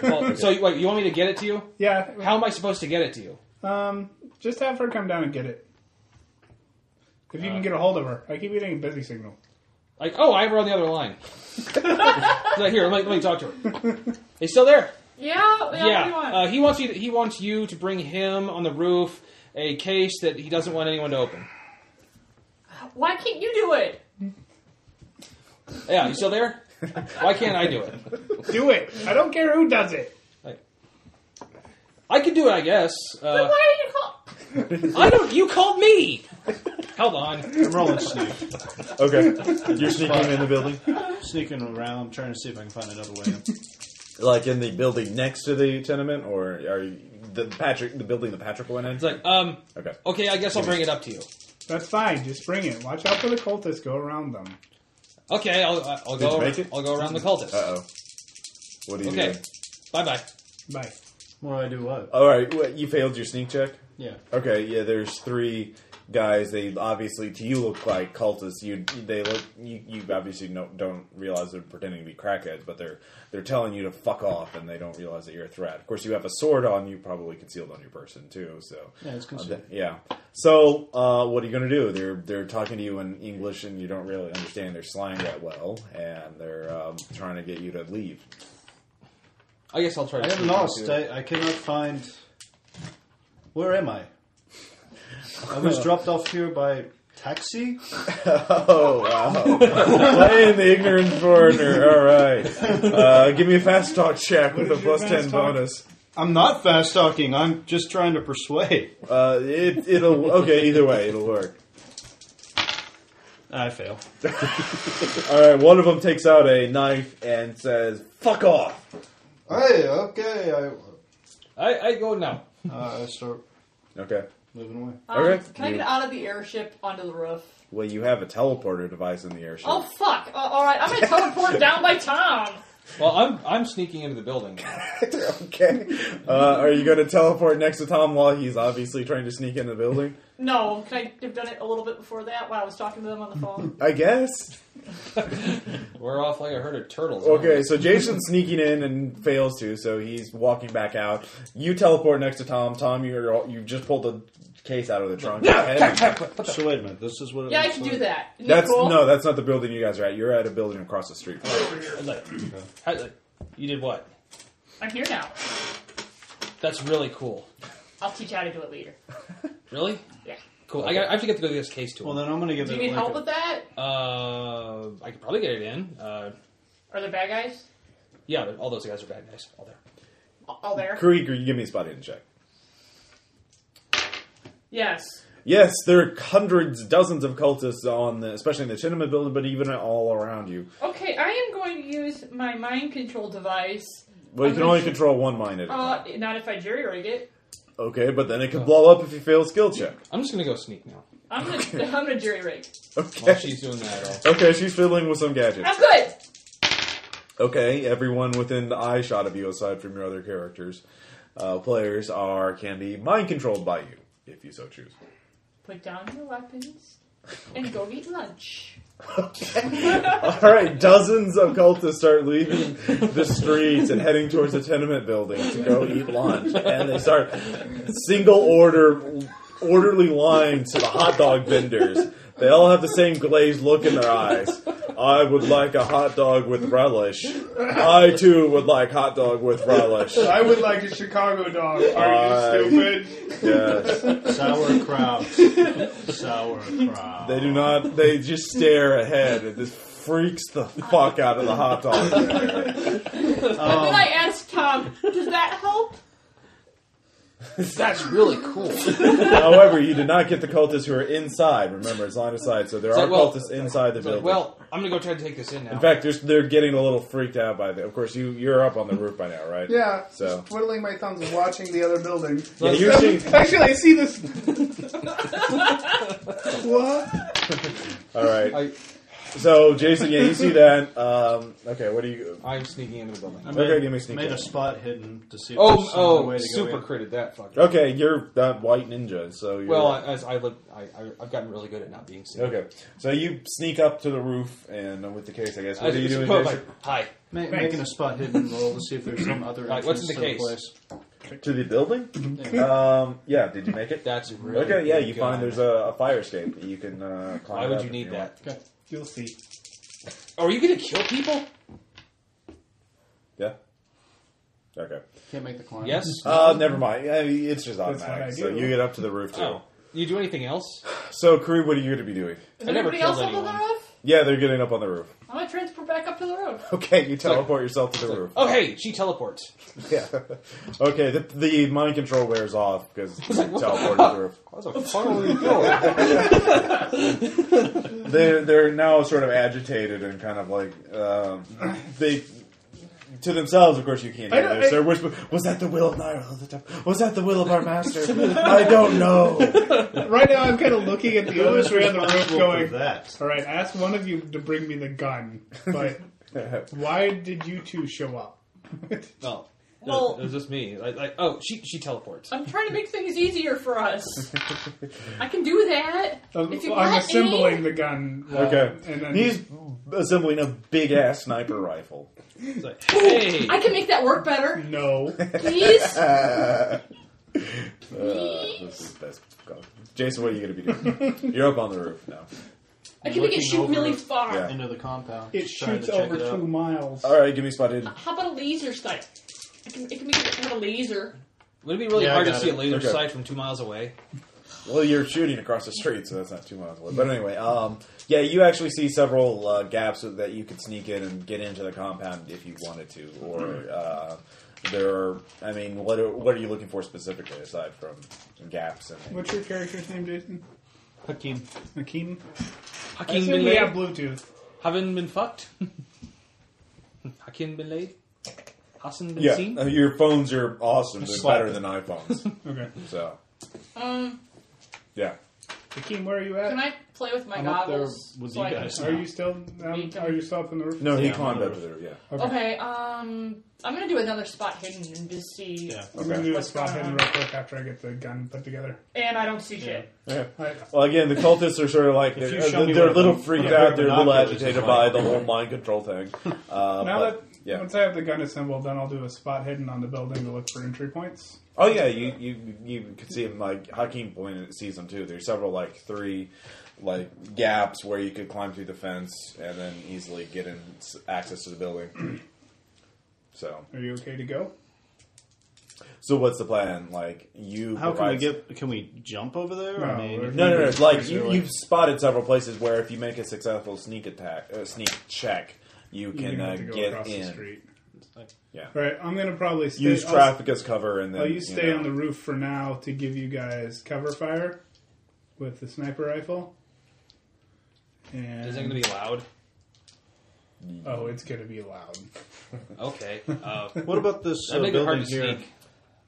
C: Well, so you, wait, you want me to get it to you?
D: Yeah.
C: How am I supposed to get it to you?
D: Um, just have her come down and get it. If you can get a hold of her, I keep getting a busy signal.
C: Like, oh, I have her on the other line. Like, here, let me, let me talk to her. He's still there.
E: Yeah, yeah. What do
C: Yeah,
E: you want?
C: uh, he wants you. To, he wants you to bring him on the roof a case that he doesn't want anyone to open.
E: Why can't you do it?
C: Yeah, you still there? Why can't I do it?
D: Do it. I don't care who does it.
C: I could do it, I guess.
E: But
C: Uh,
E: why are you call?
C: I don't. You called me. Hold on.
B: I'm rolling sneak.
A: Okay, you're sneaking in the building,
B: Sneaking around, trying to see if I can find another way in.
A: like in the building next to the tenement, or are you the Patrick the building that Patrick went in?
C: It's like, um,
A: okay,
C: okay, I guess I'll bring it up to you.
D: That's fine. Just bring it. Watch out for the cultists. Go around them.
C: Okay, I'll, I'll
A: Did
C: go.
A: you make it?
C: I'll go around the cultist.
A: uh oh, what do you
C: Okay.
A: do?
C: Bye bye.
D: Bye.
B: What do I do what?
A: All right, well, you failed your sneak check.
B: Yeah.
A: Okay, yeah, there's three guys. They obviously to you look like cultists. You they look you, you obviously no, don't realize they're pretending to be crackheads, but they're they're telling you to fuck off, and they don't realize that you're a threat. Of course, you have a sword on you, probably concealed on your person too. So
B: Yeah, it's concealed.
A: Uh, th- yeah. So uh, what are you going to do? They're they're talking to you in English, and you don't really understand their slang that well, and they're um, trying to get you to leave.
C: I guess I'll try.
B: I
C: to
B: am
C: sneak
B: lost.
C: into it.
B: I, I cannot find. Where am I? I was dropped off here by taxi.
A: Oh wow! Playing the ignorant foreigner. All right, uh, give me a fast talk check with
D: What
A: a
D: is your
A: plus ten
D: fast talk?
A: bonus.
B: I'm not fast talking. I'm just trying to persuade.
A: Uh, it, it'll okay. Either way, it'll work.
B: I fail.
A: All right. One of them takes out a knife and says, "Fuck off."
B: Hey, okay. I
C: I, I go now.
B: uh, I start
A: Okay.
B: moving away.
E: Um,
A: Okay.
E: Can I
A: You-
E: get out of the airship onto the roof?
A: Well, you have a teleporter device in the airship.
E: Oh fuck! Uh, all right, I'm gonna teleport down by Tom.
C: Well, I'm I'm sneaking into the building.
A: okay. Uh, are you going to teleport next to Tom while he's obviously trying to sneak in the building?
E: No, can I have done it a little bit before that when I was talking to them on the phone?
A: I guess.
C: We're off like a herd of turtles.
A: Okay, so Jason's sneaking in and fails to, so he's walking back out. You teleport next to Tom. Tom, you're you just pulled the case out of the trunk. And-
B: So wait a minute. This is what. It
E: yeah, I
B: looks
E: can
B: like?
E: do that. Isn't that
A: That's
E: cool?
A: no, that's not the building you guys are at. You're at a building across the street.
C: Like, how- like, you did what?
E: I'm here now.
C: That's really cool.
E: I'll teach you how to do it later.
C: Really
E: Yeah.
C: cool. I, got, I have to get to go to this case to
B: Well,
C: him.
B: then I'm gonna give
E: Do
B: it.
E: you need
B: like
E: help
B: a-
E: with that?
C: Uh, I could probably get it in. Uh,
E: Are there bad guys?
C: yeah, all those guys are bad guys. All there.
E: All there.
A: Krieger, you give me a spot hidden check.
E: Yes.
A: Yes, there are hundreds, dozens of cultists on, the, especially in the tenement building, but even all around you.
E: Okay, I am going to use my mind control device.
A: Well, you can only control one mind at a time.
E: Uh, not if I jerry rig it.
A: Okay, but then it can blow up if you fail a skill check.
C: I'm just gonna go sneak now.
E: I'm gonna, I'm gonna jerry rig.
A: Okay,
C: While she's doing that, I'll-
A: okay, she's fiddling with some gadgets.
E: I'm good.
A: Okay, everyone within the eye shot of you, aside from your other characters, uh, players are can be mind controlled by you if you so choose.
E: Put down your weapons and go eat lunch.
A: All right, dozens of cultists start leaving the streets and heading towards the tenement building to go eat lunch, and they start single order, orderly lines to the hot dog vendors. They all have the same glazed look in their eyes. I would like a hot dog with relish. I too would like hot dog with relish.
D: I would like a Chicago dog. Are
A: Aye.
D: you stupid?
A: Yes.
B: Sauerkraut. Sauerkraut.
A: They do not. They just stare ahead. It just freaks the fuck out of the hot dog.
E: And then I asked Tom, does that help?
C: That's really cool.
A: However, you did not get the cultists who are inside. Remember, it's line of sight, so there
C: It's
A: are
C: like, well-
A: cultists inside the
C: It's like,
A: building.
C: well, I'm gonna go try to take this in now.
A: in fact, they're, they're getting a little freaked out by the. Of course, you you're up on the roof by now, right?
D: Yeah.
A: So.
D: Just twiddling my thumbs and watching the other building.
A: Yeah, you're seeing.
D: Um, Actually, I see this. what?
A: All right.
C: I,
A: So, Jason, yeah, you see that. Um, okay, what do you?
C: I'm sneaking into the building.
B: I made,
A: Okay, give me a sneak
B: made
A: check.
B: a spot hidden to see. If
C: oh,
B: there's some other
C: oh,
B: way to go
C: super
B: in.
C: critted that fucker.
A: Okay, you're that white ninja, so you're
C: Well, I, as I look, I, I, I've gotten really good at not being seen.
A: okay. So you sneak up to the roof, and with the case, I guess. What
C: I
A: are you
C: just
A: doing?
C: put up
A: Jason?
C: like, hi.
B: Ma- making a spot hidden roll to see if there's some other
C: Right, what's
B: entrance
C: in the
B: to
C: case?
B: place.
A: To the building? Um, yeah, did you make it?
C: That's Mm-hmm. really
A: Okay, yeah,
C: good
A: you find
C: guy.
A: there's a, a fire escape that you can uh, climb
C: Why would
A: up
C: you
A: if
C: need
A: want.
C: that?
D: Okay, you'll see.
C: Are you gonna kill people?
A: Yeah? Okay.
B: Can't make the climb.
C: Yes.
A: Uh, never mind. I mean, it's just
D: That's what I
A: automatic. So
D: do.
A: you get up to the roof, too.
C: Oh, you do anything else?
A: So, Kareem, what are you going to be doing?
E: Is
C: I never
E: anybody
C: killed
E: else up on
C: anyone.
E: the roof?
A: Yeah, they're getting up on the roof.
E: I'm gonna transport back up to the roof.
A: Okay, you teleport yourself to the roof.
C: Oh, hey, she teleports.
A: Yeah. okay, the, the mind control wears off because you teleport to the roof.
C: That was a fun way to go.
A: they're they're now sort of agitated and kind of like um, they to themselves. Of course, you can't
D: I
A: hear
D: don't-
A: this.
D: I-
A: They're whispering, "Was that the will of Nyarlathotep? Was that the will of our master? I don't know."
D: Right now, I'm kind of looking at the others around the roof
B: Responsible
D: going,
B: for that.
D: All right, I asked one of you to bring me the gun, but why did you two show up?
C: No,
E: Well-
C: it was just me. Like, like, oh, she she teleports.
E: I'm trying to make things easier for us. I can do that.
D: I'm,
E: If you
D: Uh, I'm
E: let
D: assembling
E: me.
D: the gun. uh,
A: Okay,
D: and then
A: he's assembling a big ass sniper rifle.
C: It's like, hey,
E: I can make that work better.
D: no.
E: Please.
A: Uh, this is the best. Jason, what are you going to be doing? You're up on the roof now.
E: I can make it
B: Looking
E: shoot
B: over-
E: really far.
A: Yeah.
B: Into the compound.
D: It
B: trying to
D: shoots
B: check
D: over
B: it
D: two
B: out.
D: miles.
A: All right, give me spotted.
E: How about a laser sight? I can, I can make it have a laser.
C: would it be really
B: Yeah, I
C: hard to
B: got
C: see
B: it.
C: a laser
A: Okay.
C: sight from two miles away?
A: Well, you're shooting across the street, so that's not two miles away. But anyway, um, yeah, you actually see several uh, gaps that you could sneak in and get into the compound if you wanted to. Or uh, there, are, I mean, what are, what are you looking for specifically aside from gaps and?
D: What's your character's name, Jason?
B: Hakeem.
D: Hakeem? I
C: Hakim
D: assume
C: bin
D: we
C: Laden
D: have Bluetooth.
C: haven't been fucked. Hakim bin Laden. Hassan bin
A: Yeah,
C: seen.
A: uh, your phones are awesome. They're
B: Slap
A: better
B: it.
A: than iPhones.
D: Okay.
A: so
E: Um,
A: yeah,
D: Hakeem, where are you at?
E: can I play with my
B: I'm up there
E: goggles?
B: with
E: so
B: you
E: I can-
B: guys.
D: Are you still? Um, are you still up in the roof?
A: no, he
B: Yeah,
A: climbed
B: I'm
A: up
B: on
A: to
B: the
A: there. Yeah.
E: Okay. Um, I'm gonna do another spot hidden and just see.
B: Yeah.
D: I'm gonna
A: Okay.
D: do a
E: What's
D: spot
E: going
D: hidden
E: on?
D: real quick after I get the gun put together.
E: And I don't see shit.
A: Okay.
D: All right.
A: Well, again, the cultists are sort of like
B: If
A: they're,
B: you show
A: they're,
B: me
A: they're a
B: where
A: little
B: the-
A: freaked
B: where
A: out.
B: the
A: They're a little
B: binoculars is,
A: agitated by
B: like-
A: the whole mind control thing. Uh,
D: Now
A: but-
D: that
A: yeah.
D: once I have the gun assembled, then I'll do a spot hidden on the building to look for entry points.
A: Oh yeah, you you you could see him like Hakeem pointed sees them too. There's several like three like gaps where you could climb through the fence and then easily get in s- access to the building. So
D: Are you okay to go?
A: so what's the plan? Like you
B: How can we
A: provides-
B: get? Can we jump over there?
D: No,
B: I mean,
D: there's-
A: No, no, no. Like
B: Is
A: you,
B: there, like-
A: you've spotted several places where if you make a successful sneak attack, uh, sneak check, you
D: You
A: can
D: have
A: uh,
D: to go
A: get
D: across the
A: in.
D: street.
A: Yeah,
D: All right. I'm gonna probably stay.
A: use
D: I'll-
A: traffic as cover,
B: Oh,
A: and then
D: I'll you stay
A: know.
D: on the roof for now to give you guys cover fire with the sniper rifle. And
C: Is it going to be loud?
D: oh, it's gonna be loud.
C: Okay. Uh,
B: What about this uh,
C: that make it hard
B: building
C: to
B: here?
C: sneak.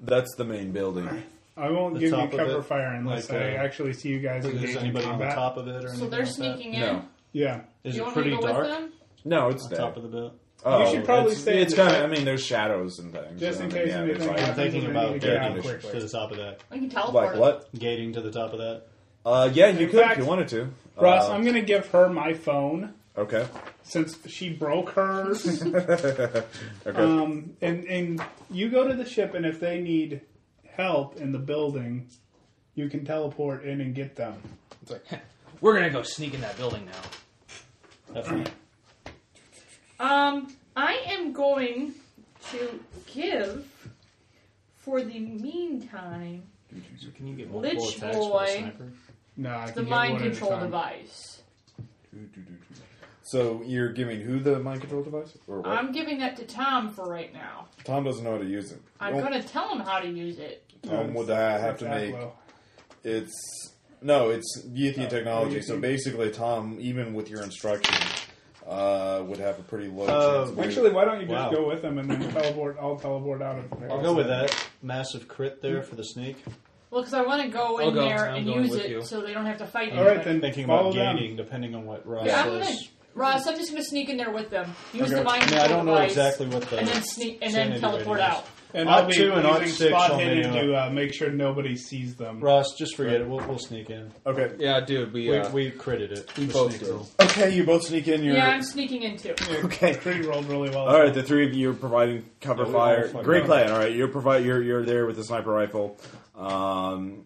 A: That's the main building.
D: I won't
B: The
D: give you
B: top of
D: cover
B: it?
D: fire unless
B: Like,
D: I
B: uh,
D: actually see you guys engage
B: Is
D: in
B: anybody on the
D: combat.
B: top of it or anything?
E: So they're
B: like that?
E: sneaking in.
A: No.
E: Do
B: Is
E: you
B: it
E: want me
B: pretty
E: to go
B: dark
E: with them?
A: No, it's
B: on
A: dead.
B: top of the bu-
A: Oh,
D: should probably
A: it's,
D: stay in
A: It's
D: the
A: kind of. I
D: ship.
A: mean, there's shadows and things.
D: Just
A: and
D: in
A: I mean,
D: case
A: yeah,
D: anything
A: there's,
B: I'm
D: happens.
A: like,
B: thinking
D: we
B: about
D: need to get
B: gating
D: out
B: the-
D: quickly.
B: to the top of that.
E: We can
A: like
E: teleport.
A: what?
B: Gating to the top of that.
A: Uh, yeah, you
D: In
A: could if
D: fact-
A: you wanted to.
D: Russ,
A: Uh,
D: I'm gonna give her my phone
A: okay.
D: since she broke hers.
A: Okay.
D: um, and and you go to the ship, and if they need help in the building, you can teleport in and get them. It's like
C: We're gonna go sneak in that building now.
B: Definitely.
E: Um, I am going to give for the meantime
B: So can you get
E: multiple Lich attacks with a boy. sniper?
D: no, I
E: the
D: can get
E: mind
D: one at a
E: control
D: time.
E: device.
A: so you're giving who the mind control device? Or what?
E: I'm giving that to Tom for right now.
A: Tom doesn't know how to use it.
E: I'm
A: Don't-
E: gonna tell him how to use it.
A: Tom would I have
D: That's
A: to
D: that
A: make
D: low.
A: It's no, it's Yethi
D: Oh,
A: technology. So
D: Yethi.
A: basically, Tom, even with your instruction, uh, would have a pretty low
B: Uh,
A: chance. of-
D: Actually, why don't you just
B: Wow.
D: go with them and then teleport? I'll teleport out of.
B: I'll go with that massive crit there for the sneak.
E: Well, because I want to go
C: I'll
E: in
C: go.
E: there
C: I'm
E: and
C: going
E: use
C: with
E: it
C: you.
E: so they don't have to fight.
D: All right
E: anybody.
D: then.
B: Thinking
D: follow
B: about
D: them.
B: gaining, depending on what Ross
E: Yeah, I'm gonna,
B: says.
E: Ross, I'm just gonna sneak in there with them. Use
D: Okay.
E: the mind
B: I mean,
E: control
B: I don't know
E: device,
B: exactly what the
E: and then sneak and then
B: sanity
E: teleport
B: rating is.
E: out.
D: And
B: Art
D: I'll be
B: two and Art
D: using
B: six
D: spot
B: on the,
D: hidden
B: uh,
D: to uh, make sure nobody sees them.
B: Ross, just forget it. We'll, we'll sneak in.
A: okay,
C: Yeah, dude, we uh,
B: We, we critted it.
C: we
B: The
C: both
B: sneak
C: do.
B: roll.
A: okay, you both sneak in. Your
E: Yeah, I'm sneaking in too.
A: okay.
D: Pretty rolled really well.
A: All right, the three of you are providing cover
B: Yeah, we
A: fire.
B: all fuck
A: Great
B: up.
A: plan. All right, you're provide you're you're there with the sniper rifle. Um,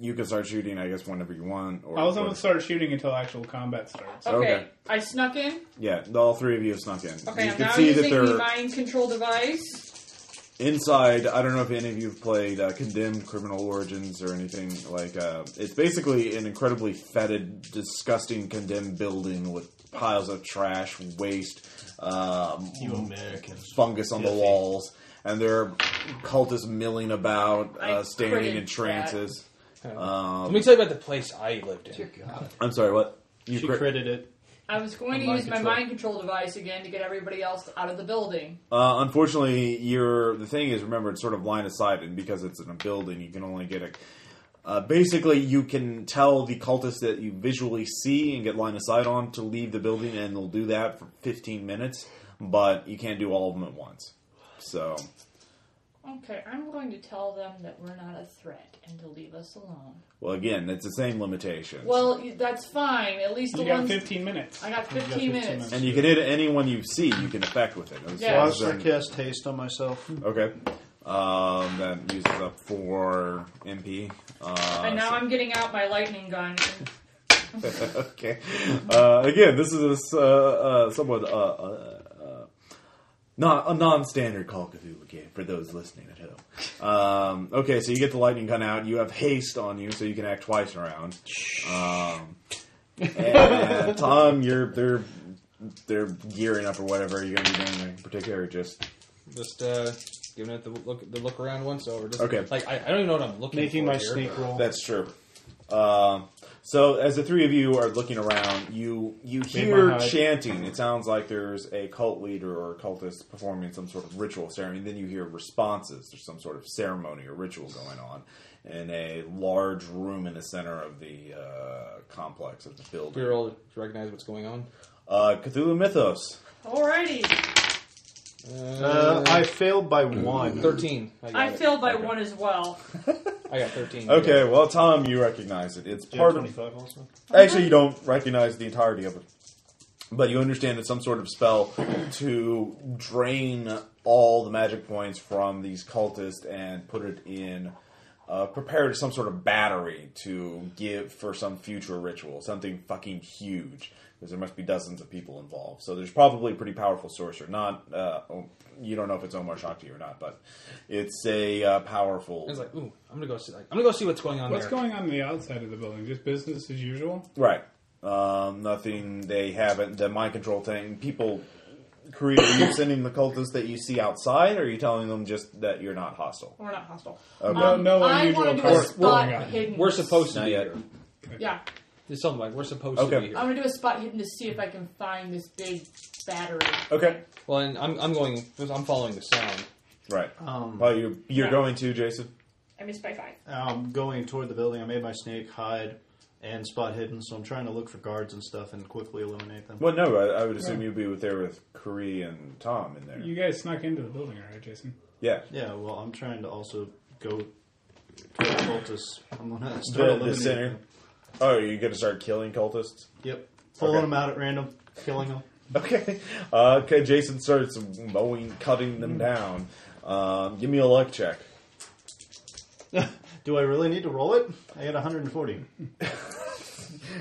A: you can start shooting, I guess, whenever you want. Or,
D: I was
A: or-
D: going to start shooting until actual combat starts.
E: Okay,
A: Okay.
E: I snuck in.
A: Yeah, all three of you snuck in.
E: Okay,
A: you
E: I'm
A: can
E: now
A: see that
E: using
A: they're
E: the mind control device.
A: inside i don't know if any of you have played uh, condemned criminal origins or anything like uh, it's basically an incredibly fetid disgusting condemned building with piles of trash waste um,
B: You Americans.
A: fungus on the
B: Filthy.
A: walls and there are cultists milling about
E: I
A: uh, standing in
E: critted
A: trances
C: Let me tell you about the place I lived in.
E: Dear God.
A: i'm sorry what you
B: She
A: crit-
B: critted it.
E: I was going to
B: Mind
E: use my
B: control.
E: mind control device again to get everybody else out of the building.
A: Uh, unfortunately, you're the thing is remember it's sort of line of sight, and because it's in a building, you can only get a. Uh, basically, you can tell the cultists that you visually see and get line of sight on to leave the building, and they'll do that for 15 minutes. But you can't do all of them at once. So
E: Okay, I'm going to tell them that we're not a threat and to leave us alone.
A: well, again, it's the same limitation.
E: Well, y- that's fine. At least the
D: You got
E: ones
D: 15 minutes.
E: I got 15,
B: 15
E: minutes.
B: minutes.
A: and you can hit anyone you see. You can affect with it. As
E: Yeah.
A: long
B: Ross,
A: as
B: I
A: they're-
B: cast haste on myself.
A: okay. Um, that uses up four MP. Uh,
E: And
A: so-
E: now I'm getting out my lightning gun.
A: okay. Uh, again, this is a uh, uh, somewhat uh, uh, uh, not a non-standard Call of Cthulhu game for those listening at home. Um, okay, so you get the lightning gun out. You have haste on you, so you can act twice around. Um, and Tom, you're they're they're gearing up or whatever you're going to be doing in particular. or Just
C: Just uh, giving it the look, the look around once over. Just,
A: Okay.
C: Like I, I don't even know what I'm looking
B: Making
C: for
B: my
C: here.
B: sneak roll.
A: that's true. Um, so as the three of you are looking around, you you
B: my
A: hear
B: hide.
A: chanting. It sounds like there's a cult leader or a cultist performing some sort of ritual ceremony. Then you hear responses. There's some sort of ceremony or ritual going on in a large room in the center of the uh, complex of the
C: We were
A: building.
C: all to recognize what's going on.
A: Uh, Cthulhu Mythos.
E: Alrighty.
B: Uh, I failed by one.
C: thirteen. I, got
E: I
C: it.
E: failed by
A: Okay.
E: one as well.
C: I got thirteen.
A: Okay, well, Tom, you recognize it. It's
B: Do you have
A: part of
B: 25 also?
A: Actually, you don't recognize the entirety of it, but you understand it's some sort of spell to drain all the magic points from these cultists and put it in, uh, prepared some sort of battery to give for some future ritual, something fucking huge, because there must be dozens of people involved. So there's probably a pretty powerful sorcerer. Not, uh, oh, you don't know if it's Omar Shakti or not, but it's a uh, powerful.
C: I was like, ooh, I'm gonna go see. Like, I'm gonna go see what's going on
D: What's
C: there.
D: going on on the outside of the building? Just business as usual?
A: Right. Um, nothing. They haven't. The mind control thing. People. Korea, are you sending the cultists that you see outside, or are you telling them just that you're not hostile?
E: We're not hostile.
A: Okay.
E: Um,
D: No- no
E: I
D: unusual
E: want to do a
D: colors.
E: spot
D: We're-
E: hidden.
C: we're supposed to
A: Not
C: be
A: yet.
C: here.
E: Yeah.
C: Just tell them like we're supposed
A: Okay.
C: to be here.
E: I'm gonna do a spot hidden to see if I can find this big battery.
A: Okay.
C: Well, and I'm, I'm going. I'm following the sound.
A: Right.
B: Um,
A: well, you're you're
E: yeah.
A: going to Jason.
E: I missed by five.
B: um, going toward the building, I made my snake hide, and spot hidden, so I'm trying to look for guards and stuff and quickly eliminate them.
A: Well, no, I, I would assume you'd be with there with Cree and Tom in there.
D: You guys snuck into the building, all right, Jason?
A: yeah.
B: Yeah, well, I'm trying to also go to the cultists. I'm gonna start
A: The, the
B: eliminating
A: center.
B: them.
A: Oh, you're going to start killing cultists?
B: Yep, pulling
A: Okay.
B: them out at random, killing them.
A: Okay. Uh, okay, Jason starts mowing, cutting them down. Um, give me a luck check.
B: Do I really need to roll it? I got 140.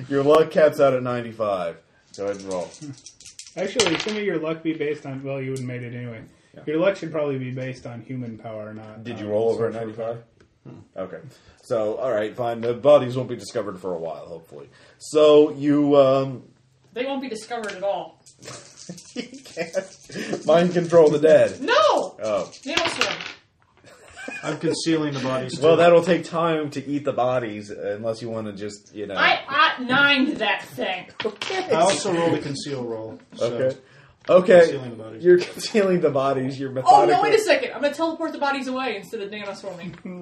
A: Your luck caps out at 95. Go ahead and roll.
D: Actually, some of your luck be based on. Well, you would have made it anyway.
A: Yeah.
D: Your luck should probably be based on human power, not.
A: Did
D: um,
A: you roll over at
D: social
A: 95? Hmm. Okay. So, all right, fine. The bodies won't be discovered for a while, hopefully. So, you. Um,
E: They won't be discovered at all.
A: you can't mind control the dead.
E: No!
A: Oh.
E: They don't swim.
B: I'm concealing the bodies.
A: Well,
B: too.
A: that'll take time to eat the bodies unless you want to just, you know.
E: I at nined that thing.
B: I also rolled a conceal roll. So
A: Okay. Okay.
B: Concealing the bodies.
A: You're concealing the bodies. You're
E: Oh
A: methodical.
E: no! Wait a second. I'm gonna teleport the bodies away instead of nanoswarming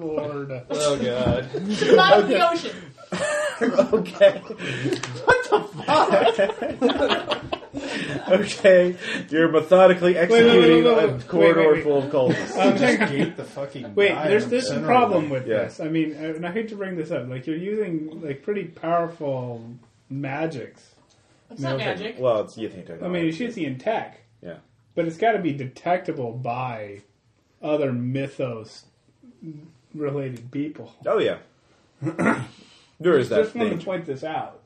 D: Lord.
B: Oh god.
E: to the bottom of the ocean.
A: okay. okay. You're methodically
D: wait, wait,
A: executing
D: wait, wait,
A: a
D: wait,
A: corridor
D: wait, wait.
A: full of cultists.
D: Um, hang on.
B: Gate the fucking.
D: Wait,
B: guy
D: there's
B: in
D: there's
B: the
D: a
B: center
D: problem
B: of
D: with
A: Yeah.
D: this. I mean, I- and I hate to bring this up. Like you're using like pretty powerful magics.
E: It's not
D: No, okay.
E: magic.
A: well, it's you think technology.
D: I mean, it's just the tech,
A: yeah.
D: but it's got to be detectable by other mythos related people.
A: Oh yeah. there is that
D: Just wanted
A: thing.
D: to point this out.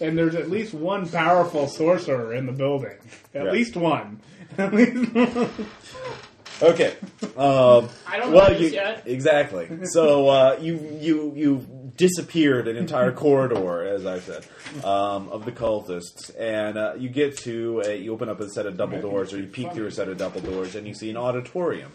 D: And there's at least one powerful sorcerer in the building. At
A: Yeah.
D: least one. At least one.
A: Okay. Um,
E: I don't
A: well,
E: know
A: you,
E: this yet.
A: exactly. So uh, you you you disappeared an entire corridor, as I said, um, of the cultists, and uh, you get to a, you open up a set of double doors, or you peek through a set of double doors, and you see an auditorium.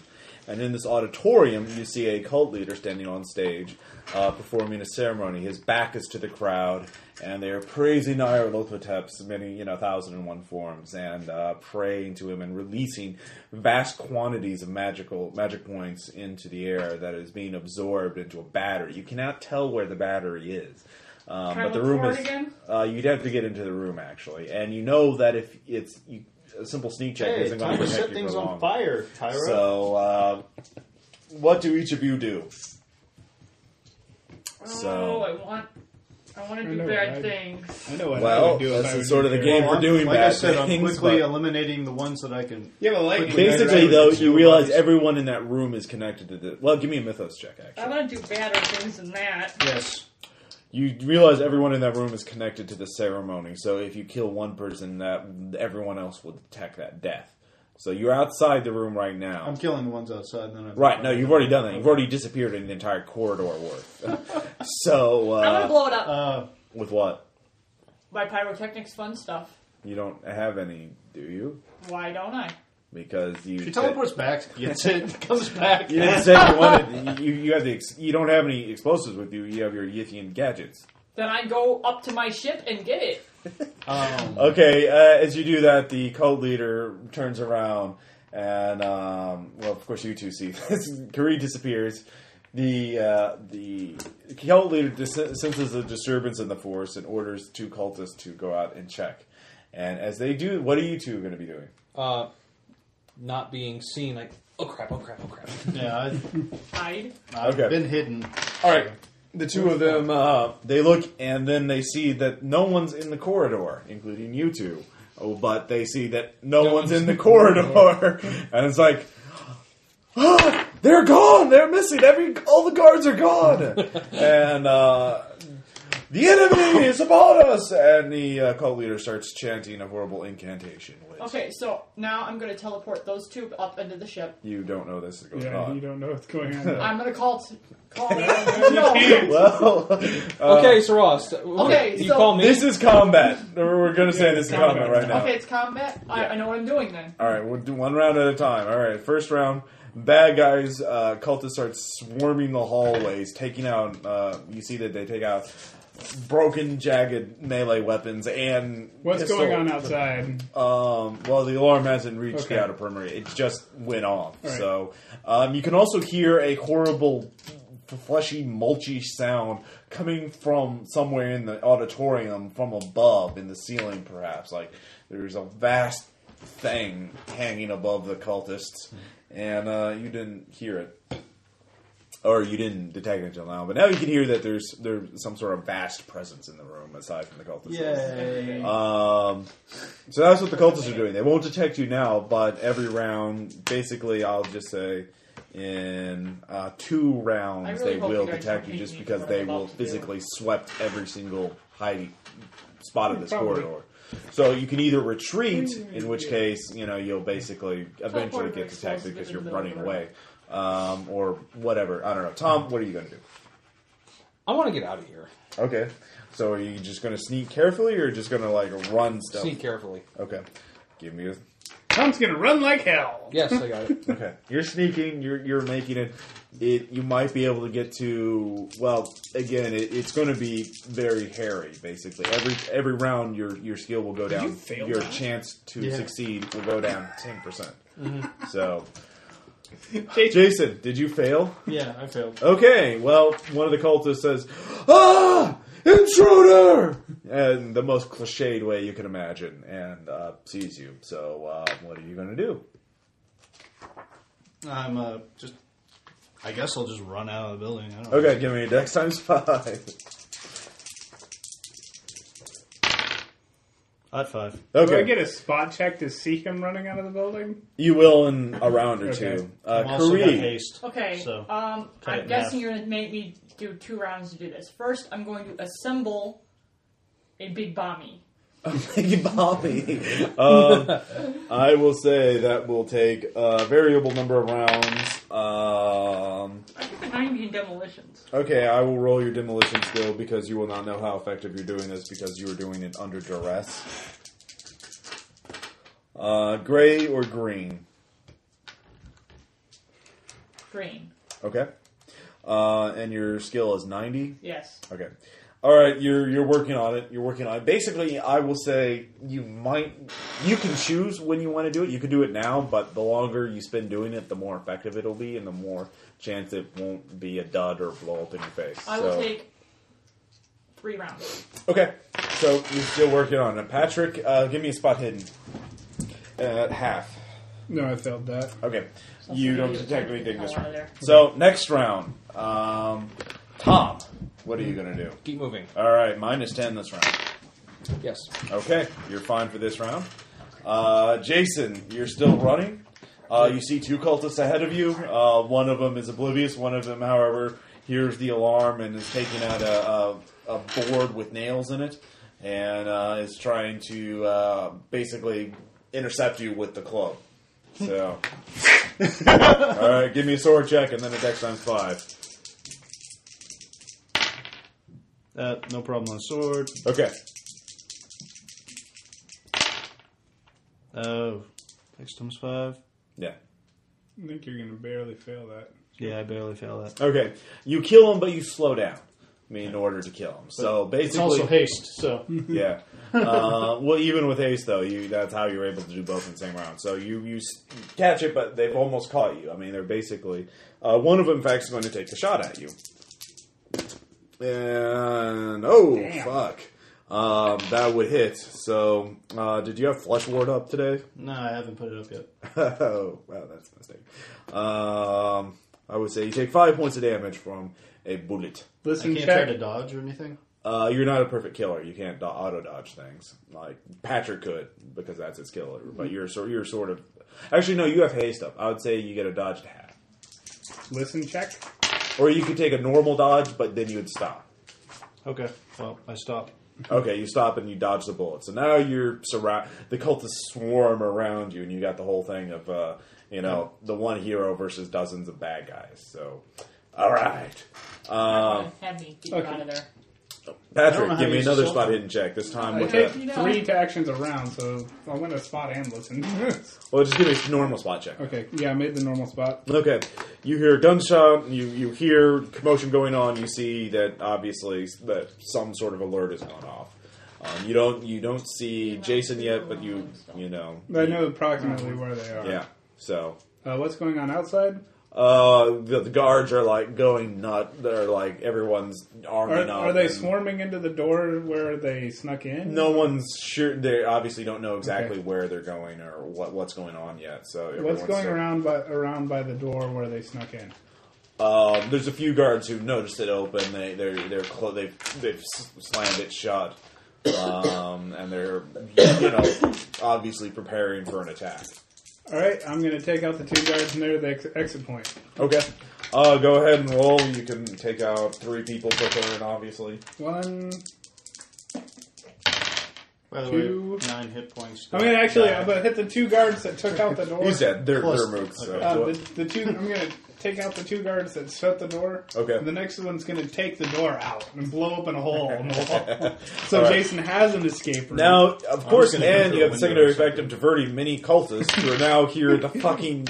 A: And in this auditorium, you see a cult leader standing on stage, uh, performing a ceremony. His back is to the crowd, and they are praising Nyarlathotep's many, you know, thousand and one forms, and uh, praying to him and releasing vast quantities of magical magic points into the air that is being absorbed into a battery. You cannot tell where the battery is. Um,
E: Can I
A: but the
E: look
A: room
E: for
A: is.
E: it again?
A: Uh, you'd have to get into the room actually, and you know that if it's you, a simple sneak check
B: Hey,
A: isn't going
B: time
A: to
B: to
A: protect
B: set
A: you
B: things
A: for long.
B: on fire, Tyra.
A: So, uh, what do each of you do?
E: Oh,
A: So-
E: I want. I want to
D: I
E: do
D: know,
E: bad
D: right?
E: things.
D: I know what I
A: Well,
D: would do if
A: that's
D: I was
A: sort of
D: in
A: the
D: there.
A: game.
B: Well,
A: we're
B: I'm-
A: doing
B: like I
A: bad
B: said, I'm
A: things,
B: quickly
A: but-
B: eliminating the ones that I can.
D: Yeah, but lightning.
A: Basically,
B: Right,
A: though,
B: with the
A: you
B: two
A: realize
B: bodies.
A: everyone in that room is connected to the. Well, give me a mythos check,
E: I
A: actually.
E: want to do badder things than that.
B: Yes.
A: You realize everyone in that room is connected to the ceremony, so if you kill one person, that everyone else will detect that death. So you're outside the room right now.
B: I'm killing the ones outside. Then I
A: Right, no, you've already done that. You've already disappeared in the entire corridor worth. so,
E: I want to
A: uh,
E: blow it up
B: Uh,
A: with what?
E: by pyrotechnics fun stuff.
A: You don't have any, do you?
E: Why don't I?
A: Because you.
B: she teleports back, gets it, comes back.
A: You didn't say you wanted. You, you have the. Ex- you don't have any explosives with you. You have your Yithian gadgets.
E: Then I go up to my ship and get it.
B: Um,
A: Okay, uh, as you do that, the cult leader turns around, and um, well, of course, you two see this. Kareed disappears. The uh, the cult leader dis- senses a disturbance in the force and orders two cultists to go out and check. And as they do, what are you two going to be doing?
C: Uh, not being seen, like, oh crap, oh crap, oh crap.
B: yeah, I've,
E: Hide.
B: I've
A: Okay.
B: been hidden.
A: All right. The two of them, uh, they look and then they see that no one's in the corridor, including you two. Oh, but they see that no, one's, in the corridor, and it's like, "Ah, they're gone. They're missing. Every all the guards are gone, and uh, the enemy is upon us. And the uh, cult leader starts chanting a horrible incantation, which
E: Okay, so now I'm gonna teleport those two up into the ship.
A: you don't know this is going
D: Yeah, you
A: on.
D: don't know what's going on.
E: I'm gonna call. T- call. no.
A: Well, uh,
C: okay, so Ross,
E: Okay,
C: okay, you
E: so-
C: call me.
A: this is combat. We're going to say this is
D: combat.
A: combat right now.
E: Okay, it's combat. I, I know what I'm doing then.
A: All right, we'll do one round at a time. All right, first round, bad guys, uh, cultists start swarming the hallways, taking out. Uh, you see that they take out broken, jagged melee weapons and
D: What's
A: pistol-
D: going on outside?
A: Um, well, the alarm hasn't reached
D: Okay.
A: the outer perimeter; it just went off.
D: All right.
A: So um, you can also hear a horrible fleshy, mulchy sound coming from somewhere in the auditorium from above, in the ceiling perhaps. Like there's a vast thing hanging above the cultists, and uh, you didn't hear it or you didn't detect it until now, but now you can hear that there's there's some sort of vast presence in the room aside from the cultists.
B: Yay.
A: Um, so that's what the cultists are doing. They won't detect you now, but every round, basically, I'll just say in uh, two
E: I
A: rounds
E: really
A: they
E: hope
A: will
E: you guys
A: detect
E: don't
A: you just
E: hate me
A: because
E: for
A: they
E: what I'm
A: will
E: about to do.
A: physically swept every single hiding spot of this
D: Probably.
A: corridor. So you can either retreat, in which case you know you'll basically eventually
E: Mm. Teleport
A: get
E: or explosive
A: detected because
E: in
A: you're
E: the middle
A: running
E: of the room.
A: away, um, or whatever. I don't know. Tom, what are you going to do?
C: I want to get out of here.
A: Okay. So are you just going to sneak carefully, or just going to like run stuff?
C: Sneak carefully.
A: Okay. Give me a.
D: Tom's gonna run like hell.
C: Yes, I got it.
A: Okay. You're sneaking. You're you're making it. It you might be able to get to. Well, again, it, it's going to be very hairy. Basically, every every round, your your skill will go down.
D: you fail
A: your
D: that?
A: chance to
B: Yeah.
A: succeed will go down ten percent. So,
D: Jason,
A: Jason, did you fail?
B: Yeah, I failed.
A: Okay, well, one of the cultists says, "Ah, intruder!" and the most cliched way you can imagine, and uh, sees you. So, uh, what are you gonna do?
B: I'm uh, just. I guess I'll just run out of the building. I don't
A: Okay, give me a dex times five.
B: Know. At five.
D: do I
A: Okay,
D: get a spot check to see him running out of the building?
A: you will in a round or
D: Okay.
A: two. Uh,
B: I'm also got
A: Kareem,
B: haste.
E: Okay.
B: So-
E: um,
B: cut it
E: I'm
B: in
E: guessing
B: half.
E: you're going to make me do two rounds to do this. First, I'm going to assemble a big bomby.
A: Big Bobby. um, I will say that will take a variable number of rounds. Um,
E: I think the 90 in demolitions.
A: Okay, I will roll your demolition skill because you will not know how effective you're doing this because you are doing it under duress. Uh, gray or green?
E: Green.
A: Okay. Uh, and your skill is 90?
E: Yes.
A: Okay. All right, you're you're working on it. You're working on it. Basically, I will say you might you can choose when you want to do it. You can do it now, but the longer you spend doing it, the more effective it'll be and the more chance it won't be a dud or blow up in your face.
E: I will
A: So-
E: take three rounds.
A: Okay, so you're still working on it. Patrick, uh, give me a spot hidden. At half.
D: No, I failed that.
A: Okay, you don't detect
E: Get the
A: anything this
E: hell out of
A: round.
E: there.
A: So next round, um, Tom, what are you gonna do?
C: Keep moving.
A: All right, minus ten this round.
C: Yes.
A: Okay, you're fine for this round. Uh, Jason, you're still running. Uh, you see two cultists ahead of you. Uh, one of them is oblivious. One of them, however, hears the alarm and is taking out a, a, a board with nails in it and uh, is trying to uh, basically intercept you with the club. So, all right, give me a sword check and then a dex times five.
B: Uh, no problem on sword.
A: Okay,
B: Oh, next times five.
A: yeah.
D: I think you're gonna barely fail that.
B: Yeah, I barely failed that.
A: Okay, you kill him, but you slow down. I mean, in order to kill him. So basically,
F: It's also haste, so
A: yeah. Uh, well, even with haste, though, you that's how you were able to do both in the same round. So you you s- catch it, but they've almost caught you. I mean, they're basically uh, one of them. In fact, is going to take the shot at you. And oh fuck, um, that would hit. So uh, did you have flesh ward up today?
B: No, I haven't put it up yet.
A: oh, wow, that's a mistake. Um, I would say you take five points of damage from a bullet.
D: Listen,
B: I can't
D: check.
B: try to dodge or anything.
A: Uh, you're not a perfect killer. You can't do- auto dodge things. Like Patrick could because that's his skill.
B: Mm-hmm.
A: But you're sort you're sort of actually no. You have haste up. I would say you get a dodge half,
D: Listen, check.
A: or you could take a normal dodge, but then you'd stop.
B: Okay, well, I stop.
A: Okay, you stop and you dodge the bullet. So now you're surround. The cultists swarm around you, and you got the whole thing of uh, you know the one hero versus dozens of bad guys. So, all right,
E: Uh, Have me get you
D: okay.
E: out of there.
B: I don't know
A: Patrick,
B: how
A: give me
B: you
A: another
B: solve
A: spot
B: it.
A: hidden check. This time uh,
D: I
A: with
D: take
A: a,
E: You know.
D: three to actions around, so I went to spot and listen.
A: well, just give me a normal spot check.
D: okay, yeah, I made the normal spot.
A: Okay, you hear a gunshot. You you hear commotion going on. You see that obviously that some sort of alert has gone off. Um, you don't you don't see Jason yet, but you you know
D: I know approximately where they are.
A: Mm. yeah. So
D: Uh, what's going on outside?
A: Uh, the, the guards are like going nut. They're like everyone's arming
D: Are,
A: up.
D: are they
A: and-
D: swarming into the door where they snuck in?
A: No one's sure. They obviously don't know exactly
D: Okay.
A: where they're going or what what's going on yet. So
D: What's
A: everyone's
D: going
A: still-
D: around by around by the door where they snuck in?
A: Um, there's a few guards who noticed it open. They they're they're clo- they've they've s- slammed it shut, um, and they're you know obviously preparing for an attack.
D: All right, I'm going to take out the two guards near the ex- exit point.
A: Okay, uh, go ahead and roll. You can take out three people per turn, obviously.
D: One.
B: By the
D: Two.
B: way, nine hit points.
D: I mean, actually,
B: Die.
D: I'm going to hit the two guards that took out the door.
A: You said they're
B: Plus-
A: they're moved. So
D: Uh, the, the two. I'm going to take out the two guards that shut the door.
A: Okay.
D: And the next one's going to take the door out and blow open a hole in the wall. So
A: All right.
D: Jason has an escape room.
A: Now, of course,
B: gonna go
A: and
B: through
A: you
B: a
A: have the secondary
B: window or something.
A: effect of diverting many cultists who are now here to fucking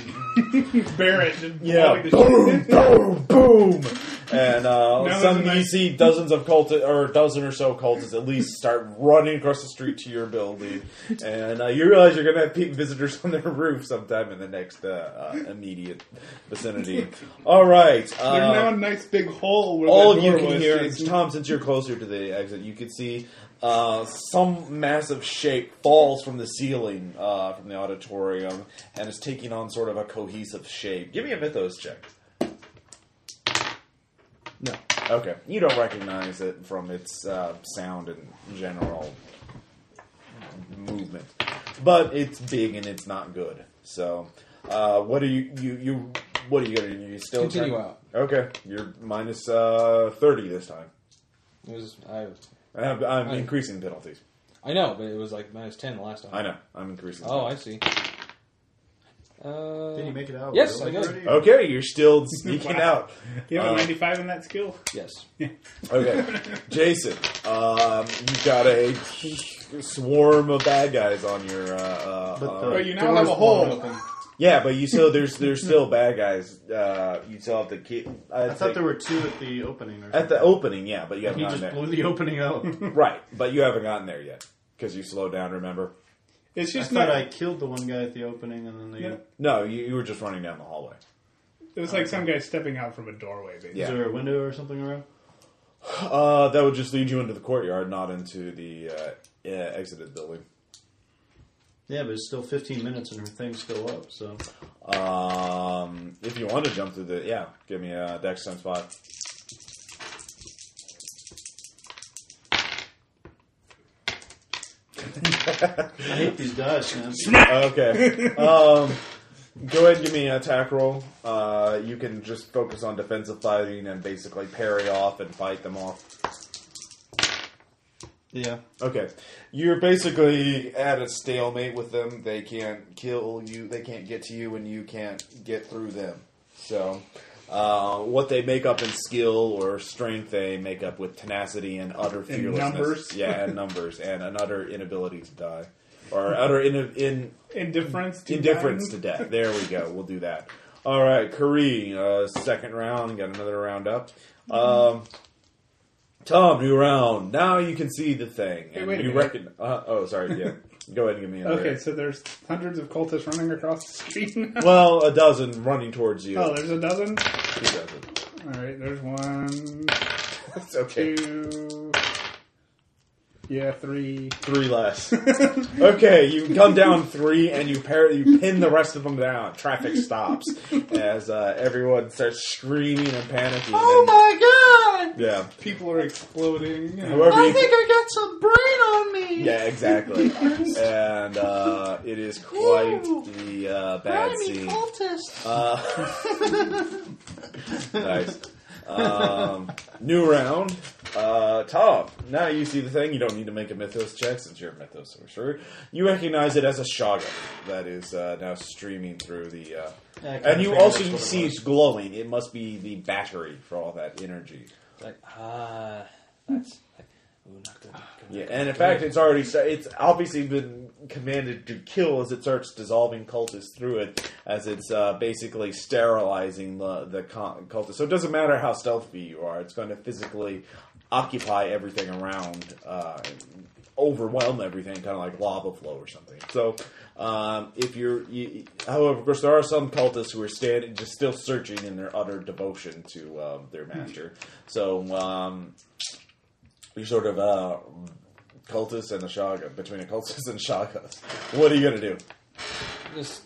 D: Barrett. just
A: yeah,
D: blowing the shit.
A: boom, boom, boom, and uh,
D: Now
A: some
D: it's a
A: you
D: nice-
A: see dozens of cultists or a dozen or so cultists at least start running across the street to your building, and uh, you realize you're gonna have pe- visitors on their roof sometime in the next uh, uh, immediate vicinity. All right, uh,
D: There's now a nice big hole where
A: all
D: the
A: you
D: door
A: can
D: was.
A: hear,
D: Jason.
A: Tom, since you're closer to the exit, you can see uh, some massive shape falls from the ceiling uh, from the auditorium and is taking on sort of a cohesive shape. Give me a mythos check.
B: No.
A: Okay, you don't recognize it from its uh, sound and general movement, but it's big and it's not good. So, uh, what are you you you what are you gonna do? You still
C: Continue
A: trying-
C: out.
A: Okay, you're minus uh, thirty this time.
C: It was I,
A: I'm, I'm
C: I-
A: increasing penalties.
C: I know, but it was like minus ten the last time.
A: I know. I'm increasing.
C: Oh, I
A: penalties.
C: see. Uh,
B: Did you make it out?
C: Yes,
B: Really?
C: I did.
B: Already?
A: Okay, you're still sneaking
D: Wow.
A: out.
D: You have
A: Uh,
D: a 95 in that skill.
C: Yes.
A: Okay, Jason, um, you've got a swarm of bad guys on your. Uh, uh,
B: But
A: uh,
B: the
D: But you now
B: door's
D: have a hole.
B: blown open.
A: yeah, but you still there's there's still bad guys. Uh, you still have to keep.
B: I thought there were two at the opening. Or
A: at the
B: something.
A: opening, yeah, but you haven't
B: He
A: gotten
B: just
A: there.
B: blew the opening out.
A: Right, but you haven't gotten there yet because you slowed down. Remember?
D: It's
B: I
D: just
B: thought
D: not.
B: I killed the one guy at the opening, and then they.
D: Yeah.
A: No, you, you were just running down the hallway.
D: It was like some guy stepping out from a doorway. Basically.
A: Yeah.
B: Is there a window or something around?
A: Uh, that would just lead you into the courtyard, not into the uh, uh, exited building.
B: Yeah, but it's still 15 minutes, and her thing's still up. So
A: Um, if you want to jump through the, yeah, give me a dex sense five.
B: I hate these dice, man.
A: Okay. um, go ahead and give me an attack roll. Uh, you can just focus on defensive fighting and basically parry off and fight them off.
B: Yeah,
A: Okay, you're basically at a stalemate with them. They can't kill you. They can't get to you, and you can't get through them. So, uh, what they make up in skill or strength, they make up with tenacity and utter fearlessness.
D: numbers.
A: Yeah, and numbers, and an utter inability to die, or utter in, in
D: Indifference. To
A: indifference to
D: Biden.
A: death. There we go. We'll do that. All right, Kareem, uh, second round. Got another round up. Um, Tom, new round. Now you can see the thing. And
D: wait a
A: you
D: minute.
A: reckon? Uh, oh, sorry. Yeah, go ahead and give me. Another.
D: Okay, so there's hundreds of cultists running across the street now.
A: Well, a dozen running towards you.
D: Oh, there's a dozen?
A: Two dozen.
D: Alright, there's one,
A: It's okay.
D: two, yeah, three.
A: Three less. okay, you come down three and you pair, you pin the rest of them down. Traffic stops as uh, everyone starts screaming and panicking.
C: Oh my god!
A: my! Yeah.
D: People are exploding. you know.
A: Whoever
C: I
A: you-
C: think I got some brain on me.
A: Yeah, exactly. and uh, it is quite
C: Ew.
A: the uh, bad
C: Grimy
A: scene.
C: cultist.
A: Uh, nice. Um, new round. Uh, top. Now you see the thing. You don't need to make a mythos check since you're a mythos sorcerer. You recognize it as a shaga that is uh, now streaming through the. Uh,
B: Yeah, I kinda
A: and you
B: figured
A: also
B: that's what it
A: see
B: was.
A: it's glowing. It must be the battery for all that energy.
C: Like ah, that's like ooh, not good. Not good.
A: Yeah, and in fact, it's already sta- it's obviously been commanded to kill as it starts dissolving cultists through it, as it's uh, basically sterilizing the the con- cultists. So it doesn't matter how stealthy you are; it's going to physically occupy everything around, uh, overwhelm everything, kind of like lava flow or something. So um, if you're, you, however, of course, there are some cultists who are standing, just still searching in their utter devotion to um, their master. So. Um, you're sort of uh, cultist and a shaga between a cultist and shagas. What are you gonna do?
C: Just,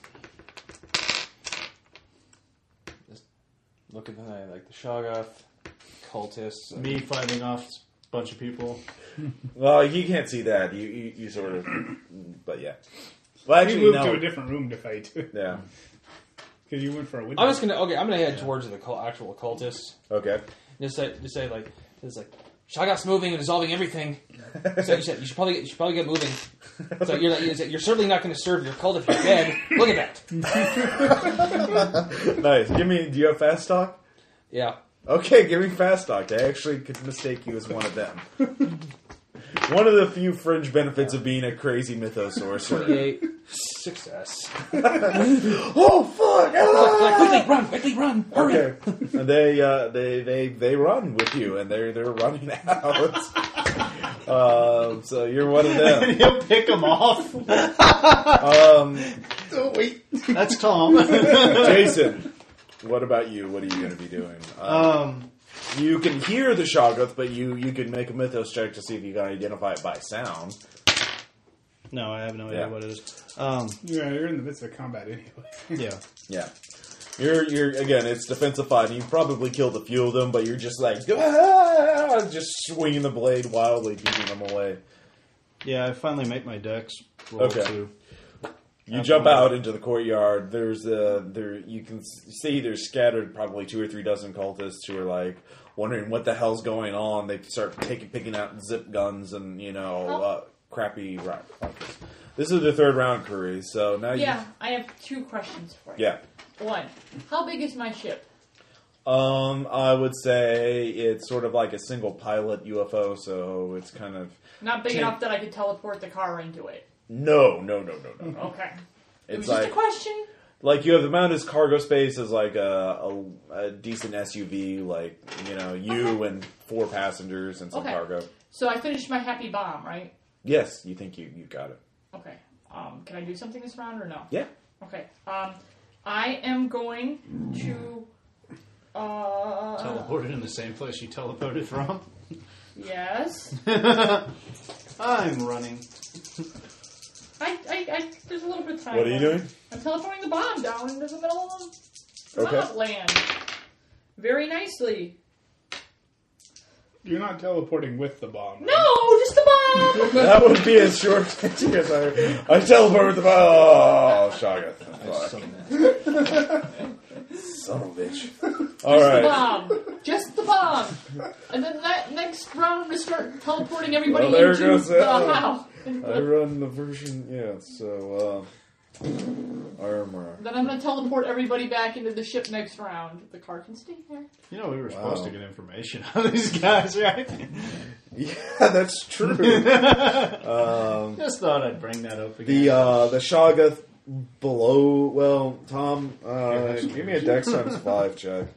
C: just look at the like the Shoggoth cultists. and-
B: Me fighting off a bunch of people.
A: Well, you can't see that. You you, you sort of, but yeah. Well,
D: We
A: actually,
D: moved
A: no.
D: to a different room to fight because
A: yeah.
D: you went for a window.
C: I'm just gonna okay. I'm gonna head towards the cul- actual cultists.
A: Okay.
C: Just say, just say like, just like, Shoggoth's moving and dissolving everything. So you said you should probably get, you should probably get moving. So you're like, you're certainly not going to serve your cult if you're dead. Look at that.
A: nice. Give me. Do you have fast talk?
C: Yeah.
A: Okay, give me fast talk. I actually could mistake you as one of them. one of the few fringe benefits of being a crazy mythos sorcerer.
C: Twenty-eight. Success.
A: oh fuck!
C: Like,
A: ah!
C: like, quickly run, quickly run, hurry.
A: Okay. And they uh, they they they run with you, and they're they're running out. um, so you're one of them.
B: He'll pick them off.
A: Um,
D: Oh, wait.
B: That's Tom.
A: Jason, what about you? What are you going to be doing? Uh,
B: um,
A: you can hear the Shoggoth, but you you can make a Mythos check to see if you can identify it by sound.
B: no, I have no idea
A: Yeah.
B: what it is. Um,
D: Yeah, you're in the midst of combat anyway.
B: yeah.
A: Yeah. You're you're again. It's defensified. You probably killed a few of them, but you're just like "Ah!" just swinging the blade wildly, beating them away.
B: Yeah, I finally make my decks roll
A: Okay.
B: too.
A: You jump out into the courtyard. There's uh there you can s- see there's scattered probably two or three dozen cultists who are like wondering what the hell's going on. They start taking picking out zip guns and you know
E: Oh.
A: uh, crappy rock rockets. This is the third round, Curry. So now
E: Yeah, I have two questions for you.
A: you yeah.
E: One, how big is my ship?
A: Um, I would say it's sort of like a single pilot UFO, so it's kind of
E: Not big
A: Ten.
E: enough that I could teleport the car into it.
A: no, no, no, no, no. no.
E: Okay. it
A: It's
E: was
A: like
E: just a question.
A: like you have the amount as cargo space as like a, a, a decent SUV, like you know you
E: Okay.
A: and four passengers and some
E: Okay.
A: cargo.
E: So I finished my happy bomb, right?
A: Yes, you think you you got it?
E: Okay. Um, can I do something this round or no?
A: Yeah.
E: Okay. Um, I am going to. Uh,
B: Teleported in the same place you teleported from.
E: yes.
B: I'm running.
E: I, I, I, there's a little bit of time.
A: What are you
E: left.
A: doing?
E: I'm teleporting the bomb down into the middle of
A: Okay.
E: okay. land. Very nicely.
D: You're not teleporting with the bomb.
E: No, just the bomb!
A: That would be as short as I I teleport with the oh Shoggoth, fuck, son of a bitch. All
E: the
A: right.
E: bomb. Just the bomb. And then that next round, we start teleporting everybody
A: Well, there
E: into
A: goes
E: the
A: that one.
E: house.
A: I run the version, yeah. So uh, armor.
E: Then I'm gonna teleport everybody back into the ship next round. The car can stay here.
B: You know, we were supposed to get information on these guys, right?
A: Yeah, that's true. Um,
B: Just thought I'd bring that up again.
A: The uh, the Shoggoth below. Well, Tom, uh, give me a Dex times five check.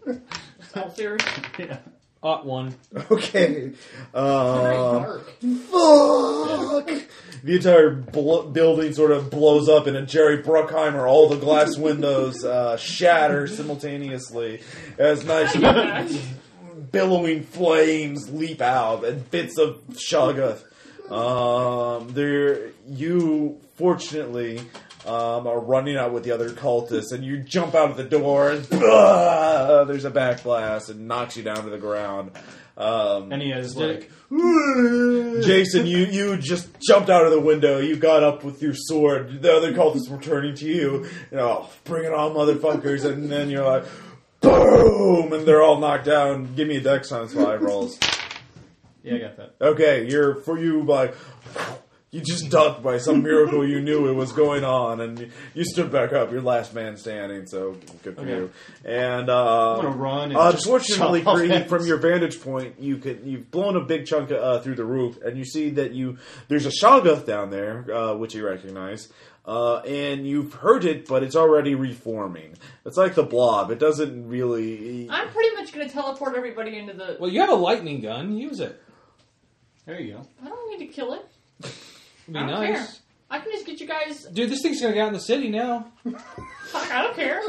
E: All theory.
B: yeah.
C: Ot one.
A: Okay.
E: Very
A: Um,
E: dark.
A: fuck. The entire bl- building sort of blows up in a Jerry Bruckheimer. All the glass windows uh, shatter simultaneously as nice billowing flames leap out and bits of Shoggoth. Um, there, you fortunately um, are running out with the other cultists, and you jump out of the door, and there's a back blast and knocks you down to the ground. Um,
B: And he has like.
A: Jason, you, you just jumped out of the window. You got up with your sword. The other cultists were turning to you. You know, bring it on, motherfuckers. And then you're like, boom! And they're all knocked down. Give me a dex times five rolls.
B: Yeah, I got that.
A: Okay, you're for you like You just ducked by some miracle you knew it was going on, and you stood back up. You're last man standing, so good for
C: Okay.
A: you. And uh,
B: I'm gonna run and just
A: unfortunately,
B: chop
A: Creed,
B: it.
A: from your vantage point, you could you've blown a big chunk uh, through the roof, and you see that you there's a shoggoth down there, uh, which you recognize. Uh, and you've heard it, but it's already reforming. It's like the blob. It doesn't really.
E: I'm pretty much gonna teleport everybody into the.
C: Well, you have a lightning gun. Use it.
B: There you go.
E: I don't need to kill it.
C: It'd be
E: I don't
C: nice.
E: care. I can just get you guys.
C: Dude, this thing's gonna get out in the city now.
E: Fuck, I don't care.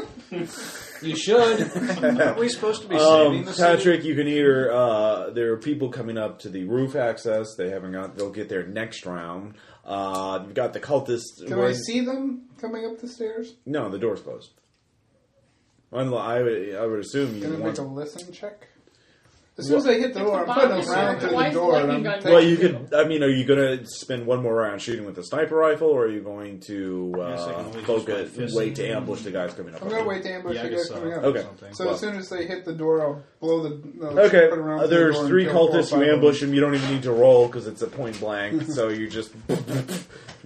C: You should.
B: Aren't we supposed to be
A: Um,
B: saving the
A: Patrick,
B: city?
A: you can either uh, there are people coming up to the roof access. They haven't got. They'll get there next round. Uh, you've got the cultists.
D: Do I
A: run-
D: see them coming up the stairs?
A: No, the door's closed. Unless, I would I would assume you
D: Gonna
A: want.
D: make a listen check. As soon as I hit the door, I'm
E: It's a
D: putting
E: bomb.
D: them round through
E: Why
D: the
E: is the
D: door.
E: lightning
D: And
E: gun
D: I'm
E: going?
A: well,
D: taking,
A: you could. I mean, are you going to spend one more round shooting with a sniper rifle, or are you going to
B: I guess I can
A: uh,
B: only use my
A: focus,
B: fist.
A: wait to ambush the guys coming up?
D: I'm gonna wait to ambush
B: Yeah, I
D: the
B: guess
D: guys
B: so.
D: coming up.
A: Okay.
B: Something.
D: So as soon as they hit the door, I'll blow the. I'll
A: Okay,
D: put it around
A: uh,
D: through the
A: there's
D: door and
A: three
D: kill four or
A: cultists. You
D: five of them.
A: ambush them. You don't even need to roll because it's a point blank. so you just,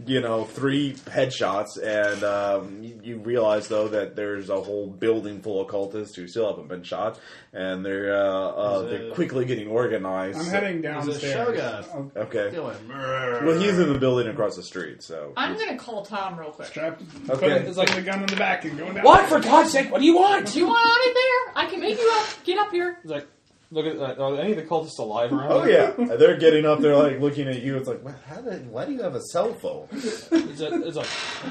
A: you know, three headshots, and um, you, you realize though that there's a whole building full of cultists who still haven't been shot, and they're uh, uh,
B: Is
A: they're
B: it-
A: quickly getting organized.
D: I'm heading
B: He's a
D: downstairs.
B: shoggoth.
D: I'll
A: Okay.
B: Kill him.
A: Well, he's in the building across the street, so
E: I'm gonna call Tom real quick.
D: strap
A: Okay.
D: put,
C: It's like-
D: put the gun in the back and going down.
C: what for God's sake? What do you want?
E: Do you want out of there? I can make you up. Get up here.
C: It's like, look at that. Are any of the cultists alive around?
A: Oh yeah, And they're getting up. They're like looking at you. It's like, "Well, how the, why do you have a cell phone?
C: It's, a, it's like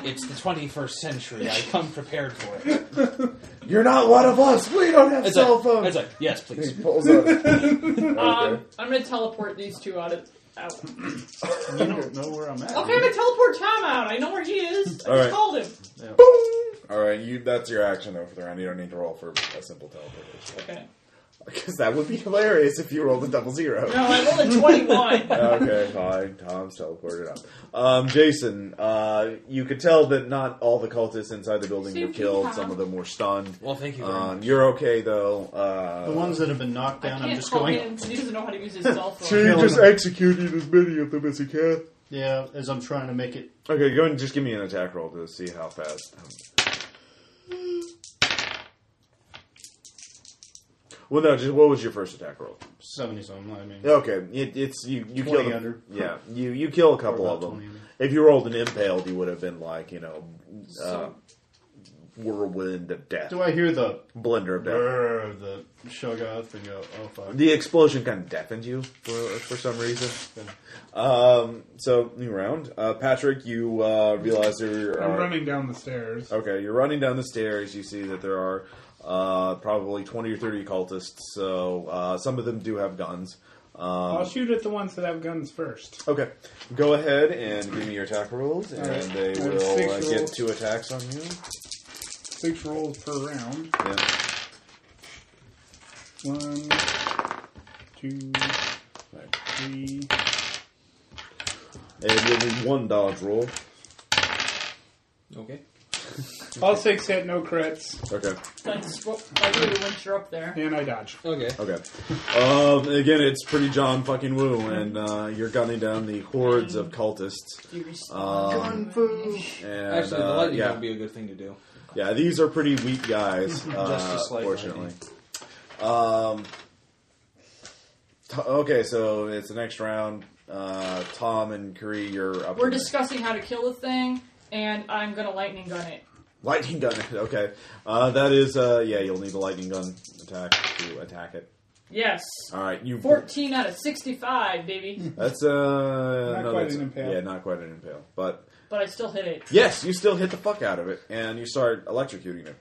C: it's the 21st century. I come prepared for it.
A: You're not one of us. We don't have
C: It's
A: cell
C: like,
A: phones.
C: it's like yes,
A: he
C: please.
A: pulls up. Okay.
E: Um, I'm gonna teleport these two out of. Out. Okay,
B: You don't know where I'm at.
E: I'm gonna teleport Tom out. I know where he is. I
A: All
E: just
A: right.
E: called him.
B: Yeah.
A: All right, you. That's your action though for the round. You don't need to roll for a simple teleportation
E: Okay.
A: because that would be hilarious if you rolled a double zero.
E: No, I rolled a 21.
A: okay, fine. Tom's teleported up. Um, Jason, uh, you could tell that not all the cultists inside the building were
E: Thank you,
A: killed.
E: Tom.
A: Some of them were stunned.
C: Well, thank you. Very much.
A: Um, you're okay though. Uh,
B: The ones that have been knocked
E: I
B: down, I'm
E: can't
B: just
E: call
B: going.
E: him because he doesn't know how to use his cell
A: so
E: phone.
A: you
B: Kill
A: just
B: them.
A: executed as many of them as you can.
B: Yeah, as I'm trying to make it.
A: Okay, go ahead and just give me an attack roll to see how fast. Well, no. Just what was your first attack roll?
B: 70 something, I mean.
A: Okay, it, it's you. You
B: 20
A: kill them.
B: under.
A: Yeah, you you kill a couple
B: about
A: of them.
B: 20 under.
A: If you rolled an impaled, you would have been like you know, uh,
E: So-
A: whirlwind of death,
B: Do I hear the
A: blender of death.
B: brrr of the shoggoth and go, oh fuck.
A: The explosion kind of deafened you for for some reason. Um, so new round, uh, Patrick. You uh, realize there
D: I'm
A: are
D: running down the stairs.
A: Okay, you're running down the stairs. You see that there are uh, probably 20 or 30 cultists. So uh, some of them do have guns.
D: I'll
A: Um,
D: shoot at the ones that have guns first.
A: okay, go ahead and give me your attack rolls, and
D: Alright.
A: they
D: I have
A: will uh,
D: six
A: get
D: rolls.
A: two attacks on you.
D: Six rolls per round.
A: Yeah.
D: One, two, three.
A: And you'll need one dodge roll.
C: Okay.
D: All six hit, no crits,
A: Okay.
E: That's what I do once you're up there.
D: and I dodge.
C: Okay.
A: Okay. Um, again, it's pretty John fucking Woo, and uh, you're gunning down the hordes of cultists.
E: You respond.
A: Um,
B: Fu.
A: And,
C: Actually, the
A: uh,
C: lightning
A: yeah.
C: would be a good thing to do.
A: Yeah, these are pretty weak guys, uh,
B: Justice Light
A: fortunately. Um, t- okay, so it's the next round. Uh, Tom and Kree, you're up.
E: We're
A: in there.
E: discussing how to kill the thing, and I'm gonna lightning gun it.
A: lightning gun. Okay, uh, that is. Uh, yeah, you'll need a lightning gun attack to attack it.
E: Yes.
A: All right, you.
E: 14 out of 65, baby.
A: That's uh, not
D: quite an impale.
A: Yeah, not quite an impale, but
E: But I still hit it.
A: yes, you still hit the fuck out of it, and you start electrocuting it.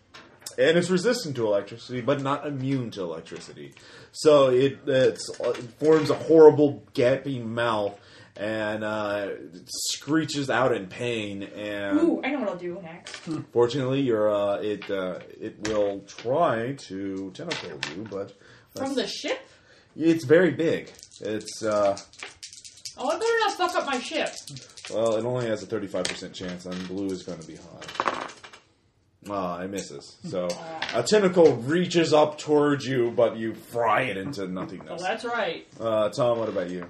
A: And it's resistant to electricity, but not immune to electricity. So it it's, it forms a horrible gaping mouth and uh, screeches out in pain. And
E: Ooh, I know what I'll do next.
A: fortunately, you're uh, it uh, it will try to tentacle you, but
E: From the ship?
A: it's very big. It's uh,
E: Oh, I better not fuck up my ship.
A: Well, it only has a 35% chance, and blue is going to be high. Ah, it misses. So a tentacle reaches up towards you, but you fry it into
E: Well,
A: nothingness.
E: Oh, that's right.
A: Uh, Tom, what about you?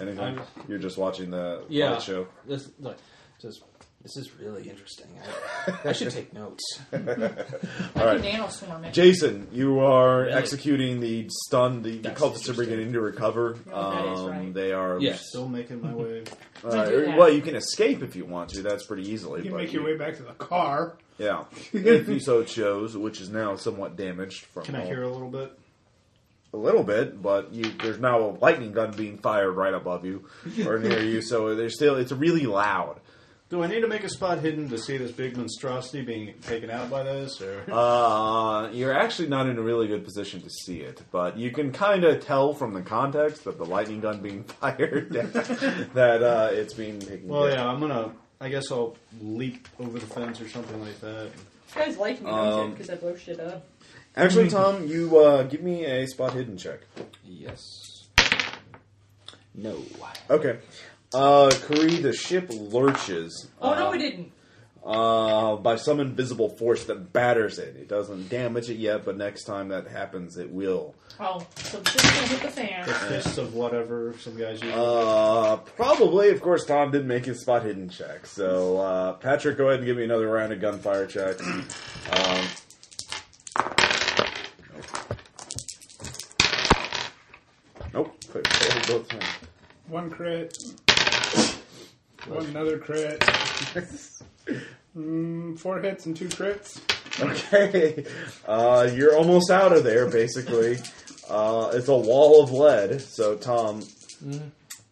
A: anything?
C: I'm-
A: You're just watching the
C: Yeah.
A: light show.
C: This look, says this is really interesting. I, I should take notes.
E: I
A: All
E: can
A: right.
E: nano swarm it.
A: Jason, you are
C: Really?
A: executing the stun. The, the
C: That's
A: cultists are
C: interesting.
A: beginning to recover.
E: Oh, that is
A: Um,
E: right.
A: They are.
C: Yes.
B: Still making my way.
A: Uh,
E: I do that.
A: well, you can escape if you want to. That's pretty easily.
D: You can
A: but
D: make your way back to the car.
A: Yeah, if you so chose, which is now somewhat damaged from
B: Can I
A: all-
B: hear a little bit?
A: a little bit, but you, there's now a lightning gun being fired right above you or near you, so there's still it's really loud.
B: Do I need to make a spot hidden to see this big monstrosity being taken out by this? Or
A: Uh, you're actually not in a really good position to see it, but you can kind of tell from the context that the lightning gun being fired that uh, it's being taken.
B: well,
A: care of.
B: yeah, I'm gonna. I guess I'll leap over the fence or something like that.
E: You guys like me,
A: Um,
E: don't you? Because I blow shit up.
A: Actually, Tom, you uh, give me a spot hidden check.
C: Yes. No.
A: Okay. Uh, Kree, the ship lurches.
E: Oh no,
A: uh,
E: we didn't.
A: uh, by some invisible force that batters it. It doesn't damage it yet, but next time that happens, it will.
E: Oh, so this is gonna hit the fan.
B: The fists of whatever some guys use.
A: Uh, probably, of course, Tom didn't make his spot hidden check. So, uh, Patrick, go ahead and give me another round of gunfire checks. Um, nope. Nope. Failed both times.
D: One crit. One another crit. mm, four hits and two crits.
A: Okay. Uh, you're almost out of there, basically. Uh, it's a wall of lead. So, Tom.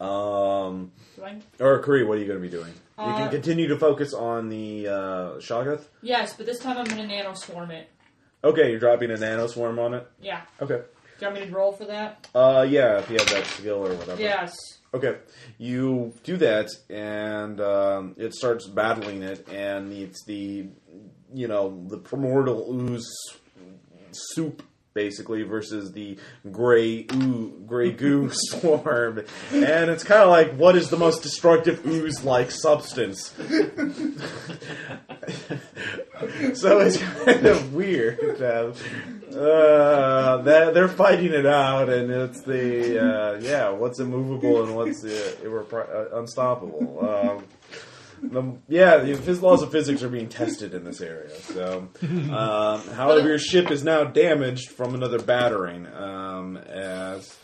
A: Um,
E: Do I-
A: or Kree, what are you going to be doing? you can
E: Uh,
A: continue to focus on the uh, Shoggoth.
E: Yes, but this time I'm gonna nano swarm it.
A: Okay, you're dropping a nano swarm on it.
E: Yeah.
A: Okay.
E: Do you want me to roll for that?
A: Uh, yeah, if you have that skill or whatever.
E: Yes.
A: Okay, you do that, and um, it starts battling it, and it's the you know the primordial ooze soup basically versus the gray oo gray goo swarm, and it's kind of like what is the most destructive ooze like substance. so it's kind of weird. Uh, uh, that they're fighting it out, and it's the uh, yeah, what's immovable and what's uh, irrepri- uh, unstoppable. Um, the, yeah, the phys- laws of physics are being tested in this area. So, um, however, your ship is now damaged from another battering, um, as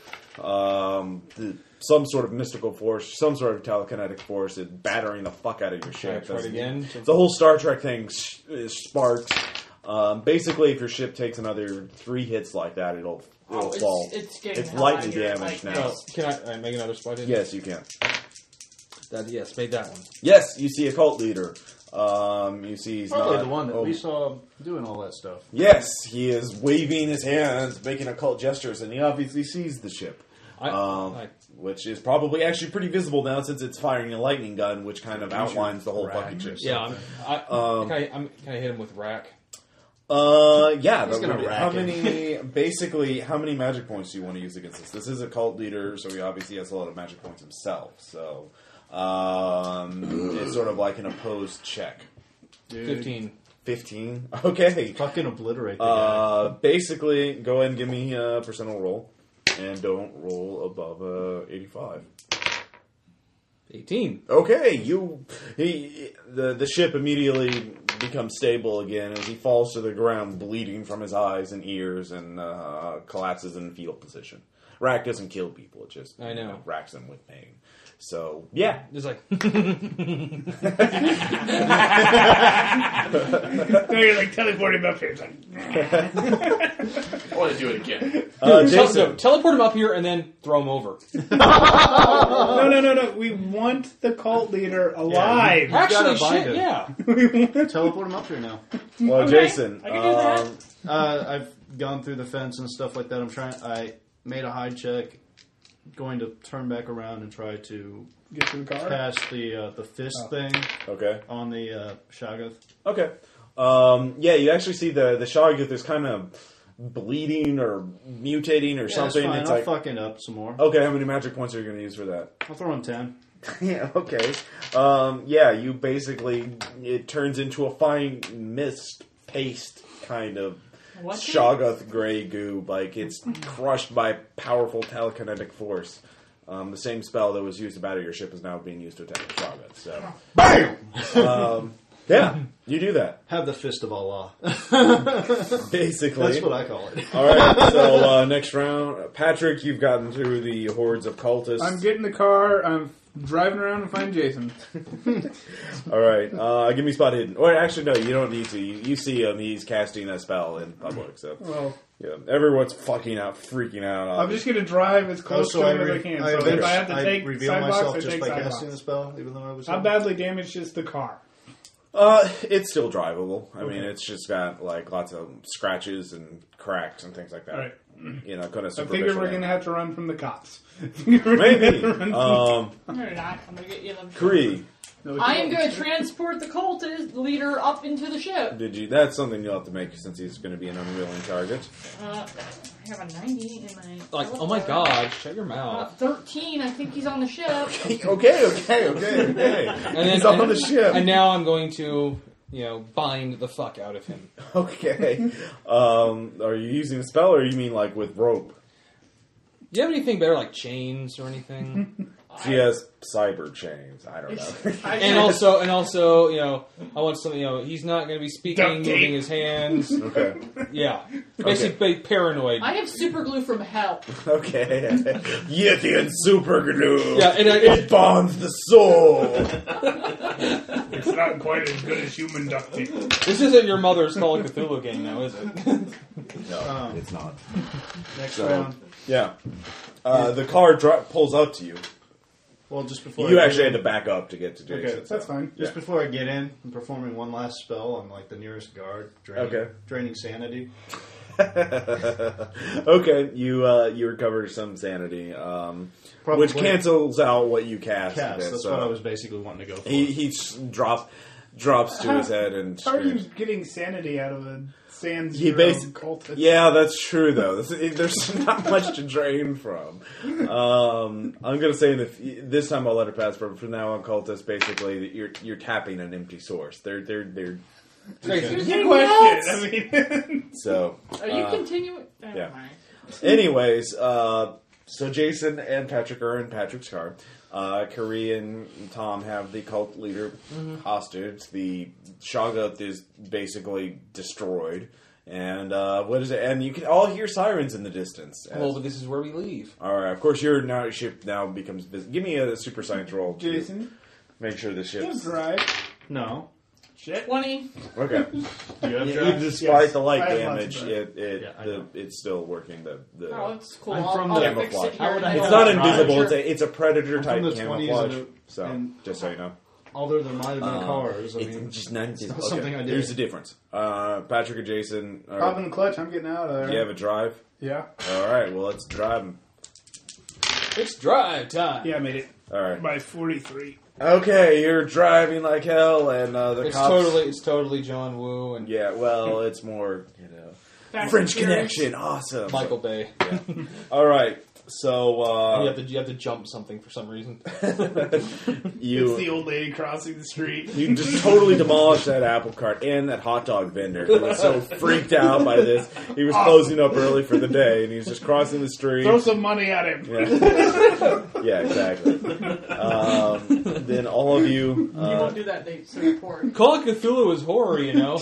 A: um, the, some sort of mystical force, some sort of telekinetic force, is battering the fuck out of your ship.
C: try it
A: That's-
C: again?
A: The whole Star Trek thing sh- is sparks. Um, basically, if your ship takes another three hits like that, it'll it'll
E: Oh, it's,
A: fall.
E: It's getting
A: It's
E: hell out of
A: lightning
E: here,
A: damage
E: like
A: now.
E: this.
C: Oh, can I, I make another spot hidden?
A: yes, you can.
C: That yes, made that one.
A: Yes, you see a cult leader. Um, you see he's
B: Probably
A: not-
B: the one that
A: oh,
B: we saw doing all that stuff.
A: Yes, he is waving his hands, making occult gestures, and he obviously sees the ship.
C: I-
A: um,
C: I-
A: which is probably actually pretty visible now since it's firing a lightning gun, which kind of outlines the whole
B: rack
A: fucking
B: or
A: ship.
C: Yeah, I'm, I,
A: Um,
C: can I, I'm, can I hit him with rack?
A: Uh, yeah.
B: He's
A: that
B: gonna
A: would be-
B: rack
A: how
B: him.
A: many? basically, how many magic points do you want to use against this? This is a cult leader, so he obviously has a lot of magic points himself. So um, it's sort of like an opposed check.
B: Dude,
C: Fifteen.
A: Fifteen. Okay.
B: Fucking obliterate the guy.
A: Uh, basically, go ahead and give me a percentile roll, and don't roll above uh, eighty-five.
C: Eighteen.
A: Okay, you he the the ship immediately becomes stable again as he falls to the ground, bleeding from his eyes and ears, and uh, collapses in fetal position. Rack doesn't kill people; it just
C: I know.
A: racks them with pain. So yeah,
C: Just like
D: now you're like teleporting up here. It's like,
F: I want to do it again.
A: uh,
C: tele- no,
A: Jason.
C: teleport him up here and then throw him over.
D: no, no, no, no. We want the cult leader alive.
B: You gotta
C: Actually,
B: bind
C: shit,
B: him.
C: yeah.
B: Teleport him up here now.
A: Well,
E: Okay,
A: Jason,
E: I can do that.
A: um,
B: Uh, I've gone through the fence and stuff like that. I'm trying. I made a hide check. Going to turn back around and try to
D: Get to the car.
B: cast the uh, the fist
D: Oh.
B: thing
A: okay.
B: on the uh, Shoggoth.
A: Okay. Um, yeah, you actually see the the Shoggoth is kind of bleeding or mutating or
B: Yeah,
A: something.
B: It's fine.
A: It's
B: I'll
A: like
B: fucking up some more.
A: okay, how many magic points are you going to use for that?
B: I'll throw him ten.
A: Yeah, okay. Um, yeah, you basically it turns into a fine mist paste kind of
E: What?
A: Shoggoth gray goo, like it's crushed by powerful telekinetic force. Um, the same spell that was used to batter your ship is now being used to attack the target. So,
G: BAM!
A: yeah, you do that
B: Have the fist of Allah.
A: basically.
B: That's what I call it.
A: All right. So uh, next round, Patrick, you've gotten through the hordes of cultists.
D: I'm getting the car. I'm driving around and find Jason.
A: All right. Uh, give me spot hidden. Or actually, no, you don't need to. You, you see him. He's casting a spell in public. So
D: Well,
A: yeah, everyone's fucking out, freaking out.
D: I'm just gonna drive as
B: Oh,
D: close
B: so
D: to
B: I,
D: him as I
B: re-
D: can.
B: I,
D: so
B: avenge-
D: if I have to
B: I
D: take
B: reveal
D: sidewalks,
B: myself
D: I
B: just
D: take
B: by
D: sidewalks.
B: casting the spell, even though I was.
D: How
B: out?
D: badly damaged is the car?
A: Uh, it's still drivable. I mean, it's just got like lots of scratches and cracks and things like that.
D: All right.
A: You know, kind of
D: I figure
A: superficial.
D: we're gonna have to run from the cops.
A: Maybe. um,
E: No, you're not. I'm gonna get you. them.
A: Kree,
E: I am gonna transport the cult is- leader up into the ship.
A: did you? That's something you'll have to make since he's going to be an unwilling target.
E: Uh, I have a 90 in my.
C: Like, oh my god, shut your mouth.
E: Uh, 13. I think he's on the ship.
A: okay, okay, okay, okay.
C: And, then,
A: He's on
C: and-
A: the ship.
C: and now I'm going to, you know, bind the fuck out of him.
A: Okay. Um, are you using a spell, or you mean like with rope?
C: Do you have anything better, like chains or anything?
A: She has cyber chains. I don't know.
E: I
C: and also, and also, you know, I want something. You know, he's not going to be speaking,
D: Duct tape.
C: moving his hands.
A: okay.
C: Yeah, basically ba- paranoid.
E: I have super glue from hell.
A: Okay. Yeti and super glue.
C: Yeah, and uh, I-
A: it bonds the soul.
D: It's not quite as good as human duct tape.
C: This isn't your mother's Call of Cthulhu game, now, is it?
A: No,
B: Um,
A: it's not.
B: Next
A: So-
B: round.
A: Yeah. Uh, the car dri- pulls up to you.
B: Well, just before
A: you
B: I get
A: actually
B: in-
A: had to back up to get to Jason.
D: Okay,
A: so-
D: that's fine.
B: Just before I get in, I'm performing one last spell on like the nearest guard, draining,
A: Okay.
B: draining sanity.
A: okay, you uh, you recover some sanity, um,
B: Probably
A: which cancels out what you cast.
B: Cast.
A: did,
B: That's
A: so-
B: what I was basically wanting to go for.
A: uh, He he s- drops drops to his head and
D: How are you
A: screams.
D: getting sanity out of a sans
A: He
D: zero
A: basi-
D: cultist?
A: Yeah, that's true though. This, it- there's not much to drain from. Um, I'm gonna say in the, f- this time I'll let it pass, but from now on, cultists basically that you're you're tapping an empty source. They're they're they're
D: Good
E: Here's the nuts.
D: question. I mean,
A: so.
E: Are you
A: uh,
E: continuing? Never
A: yeah.
E: mind.
A: Anyways, uh, so Jason and Patrick are in Patrick's car. Uh, Kerry and Tom have the cult leader hostage. The Shoggoth is basically destroyed. And uh, what is it? And you can all hear sirens in the distance. as-
C: well, but this is where we leave.
A: all right. Of course, your now ship now becomes. Vis- give me a super science roll, to
D: Jason,
A: Make sure the
D: you
A: ship's
D: drive.
B: no.
D: Shit.
E: 20.
A: okay.
B: You have
A: Yeah,
B: drive?
A: even despite
D: Yes,
A: the light
D: I have lots of
A: damage, it, it
B: Yeah, I
A: the,
B: know.
A: it's still working. The, the
E: Oh, it's cool.
B: I'm
E: I'll,
B: from
E: I'll
B: the-
E: fix it
B: How
E: here.
B: would I
A: It's
B: It's
A: not
B: not
A: invisible.
E: Sure.
A: It's a, it's a predator type
B: from the 20s
A: camouflage.
B: and a-
A: so
B: and-
A: just so you know,
B: Although there might have been
A: Uh,
B: cars, I
A: it's
B: mean,
A: just not invisible.
B: not something I did.
A: Here's the difference. Uh, Patrick and Jason, are,
D: Pop in the clutch. I'm getting out of there.
A: you have a drive.
D: yeah.
A: All right. Well, let's drive 'em.
C: It's drive time.
D: Yeah, I made it
A: All right.
D: by 43.
A: Okay, you're driving like hell, and uh, the
C: It's
A: cops.
C: totally, it's totally John Woo and
A: Yeah. Well, it's more you know
E: Back
A: French
E: to the theory.
A: Connection. Awesome.
C: Michael Bay.
A: All right. So
C: you
A: uh,
C: have to, you have to jump something for some reason.
A: you
D: It's the old lady crossing the street.
A: You just totally demolished that apple cart and that hot dog vendor. He was so freaked out by this. He
E: Ah.
A: was closing up early for the day, and he's just crossing the street.
D: Throw some money at him.
A: Yeah, yeah exactly. Um, then all of you,
E: You
A: uh,
E: won't do that, they so report.
C: Call of Cthulhu is horror, you know.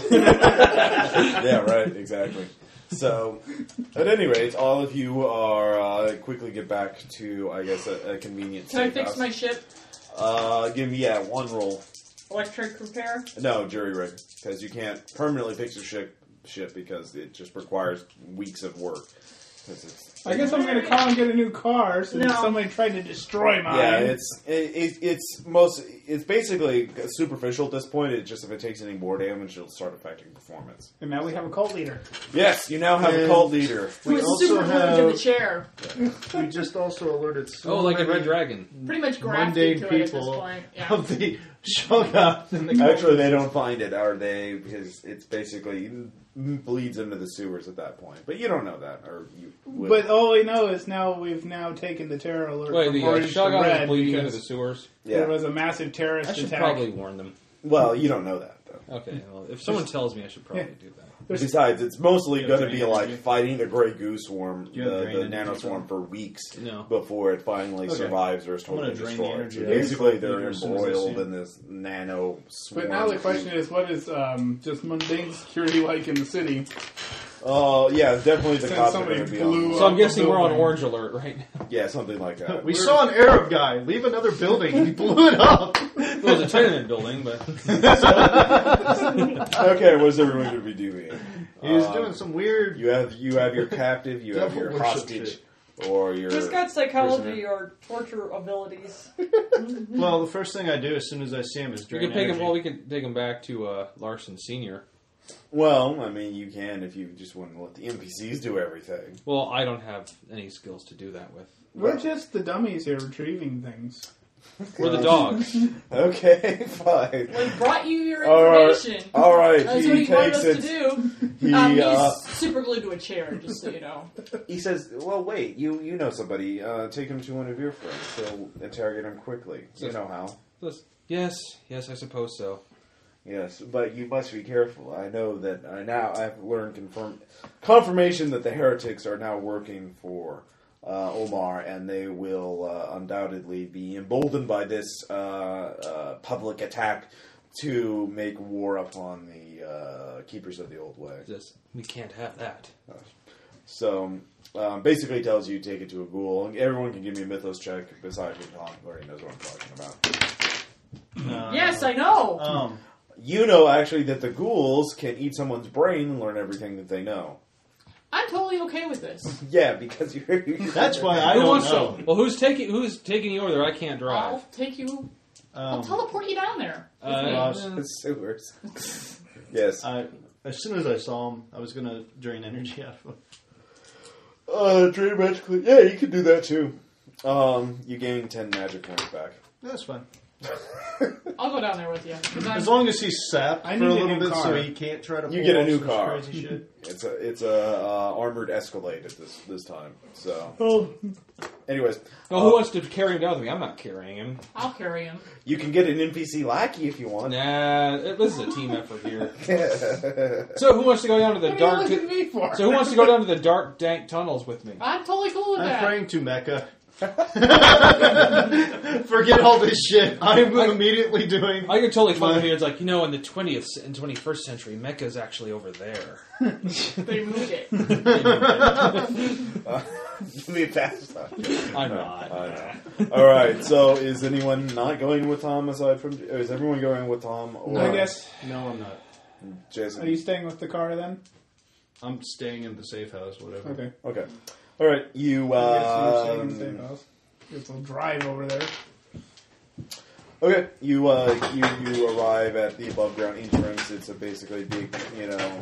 A: yeah, right, exactly. So, at any rate, all of you are uh, quickly get back to, I guess, a, a convenient.
E: Can I
A: safe
E: fix
A: house.
E: my ship?
A: Uh, give me yeah one roll.
E: Electric repair?
A: No, jury rig, because you can't permanently fix your ship, ship because it just requires weeks of work. 'Cause it's-
D: I guess I'm going to call and get a new car since
E: No.
D: somebody tried to destroy mine.
A: yeah, it's it, it, it's most it's basically superficial at this point. It just if it takes any more damage, it'll start affecting performance.
D: and now we have a cult leader.
A: Yes, you now have a
B: And-
A: cult leader.
E: It
B: we
E: was
B: also
E: super glued to the
B: have.
E: chair.
B: We just also alerted. So
C: oh, like a
B: many
C: Red Dragon.
E: Pretty much
B: mundane
E: grafted to it at this
B: people
E: point. Yeah.
B: of the Shogun and the
A: Actually, they don't find it, or they his it's basically bleeds into the sewers at that point. But you don't know that, or you. Will.
D: But all we know is now we've now taken the terror alert
C: Wait,
D: from
C: the uh,
D: orange to
C: Shogun is
D: red
C: bleeding into
D: because
C: the sewers.
A: yeah,
D: there was a massive terrorist
C: I should
D: attack.
C: probably warn them.
A: well, you don't know that though.
C: Okay, well, if someone tells me, I should probably do that.
D: There's-
A: Besides, it's mostly
B: Yeah,
A: going to
B: green
A: be like
B: energy.
A: fighting the gray goose swarm,
B: You
A: the,
B: have green
A: the
B: energy
A: nano
B: as
A: swarm
B: well?
A: for weeks
B: No.
A: before it finally
B: Okay.
A: survives or is
B: I'm gonna
A: totally
B: drain the
A: destroyed.
B: energy
A: So
B: out of it.
A: basically, they're
B: As soon as I see
A: embroiled
B: it.
A: in this nano swarm.
D: But now the question is, what is um, just mundane security like in the city?
A: oh yeah, definitely the
D: Since
A: cops are
D: somebody
A: going to be
D: blew
A: on.
D: up-
C: So I'm guessing we're on
D: Building.
C: orange alert right now.
A: Yeah, something like that.
H: We saw an Arab guy leave another building. He blew it up.
C: It was a tenement building, but
A: okay, what is everyone going to be doing?
H: He was
B: Uh,
A: Um,
H: doing some weird.
A: You have you have your captive, you have
H: Devil
A: your
H: worship
A: hostage, or your
E: Just got psychology
A: prisoner.
E: or torture abilities.
B: Well, the first thing I do as soon as I see him is
C: we
B: drain
C: could take him.
B: energy.
C: Well, we could take him back to uh, Larson Senior.
A: Well, I mean, you can if you just want to let the NPCs do everything.
C: Well, I don't have any skills to do that with.
D: We're just the dummies here retrieving things.
C: We're the dogs.
A: Um, Okay, fine.
E: We brought you your
A: All right.
E: information.
A: All right,
E: That's what
A: he
E: he wanted
A: takes
E: us
A: it.
E: to do.
A: He
E: um, he's
A: uh,
E: super glued to a chair, just so you know.
A: he says, "Well, wait, you you know somebody. Uh, take him to one of your friends. So interrogate him quickly. You know how."
C: Just- yes, yes, I suppose so.
A: Yes, but you must be careful. I know that I now I've learned confirm confirmation that the heretics are now working for uh, Omar, and they will uh, undoubtedly be emboldened by this uh, uh, public attack to make war upon the uh, keepers of the old way.
C: Just we can't have that.
A: So um, basically, tells you take it to a ghoul. And Everyone can give me a mythos check. Besides, Tom already knows what I'm talking about.
B: No.
E: yes, I know.
B: Uh, Um,
A: You know, actually, that the ghouls can eat someone's brain and learn everything that they know.
E: I'm totally okay with this.
A: Yeah, because you're.
B: that's why I
C: Who
B: don't
C: wants
B: know.
C: to? Well, who's taking who's taking you over there? I can't drive.
E: I'll take you. I'll
B: Um,
E: teleport you down there. with
C: Uh,
E: me.
B: Ross.
A: the sewers. yes.
B: I, as soon as I saw him, I was gonna drain energy out of him.
A: Uh, dream magically. Yeah, you can do that too. Um, you gain ten magic points back.
B: That's fine.
E: I'll go down there with you. 'cause I'm-
B: As long as he's sat
D: I
B: for a
D: need a
B: little
D: new
B: bit, so
D: car.
B: he can't try to.
A: You
B: pull
A: get a
B: off
A: new
B: some
A: car.
B: Crazy shit.
A: It's a it's a uh, armored Escalade at this this time. So, anyways,
C: Well, who wants to carry him down with me? I'm not carrying him.
E: I'll carry him.
A: you can get an NPC lackey if you want.
C: Nah, it- this is a team effort here. So who wants to go down to the
D: What are you
C: dark?
D: looking at me for?
C: so who wants to go down to the dark, dank tunnels with me?
E: I'm totally cool with
B: I'm
E: that.
B: praying to Mecca. Forget all this shit. I'm
C: I-
B: immediately doing.
C: I could totally
B: My-
C: find here. It's like you know, in the twentieth and twenty first century, Mecca's actually over there.
E: They moved it.
A: Give me a pass.
C: I'm not.
A: I know. All right. So, is anyone not going with Tom aside from? Or is everyone going with Tom or
D: I guess.
B: No, I'm not.
A: Jason?
D: Are you staying with the car then?
B: I'm staying in the safe house, whatever.
D: Okay.
A: Okay. All right. You.
D: I guess you're staying in the
A: Um,
D: same house. It's a drive over there.
A: okay. You. Uh, you. You arrive at the above ground entrance. It's a basically big, you know,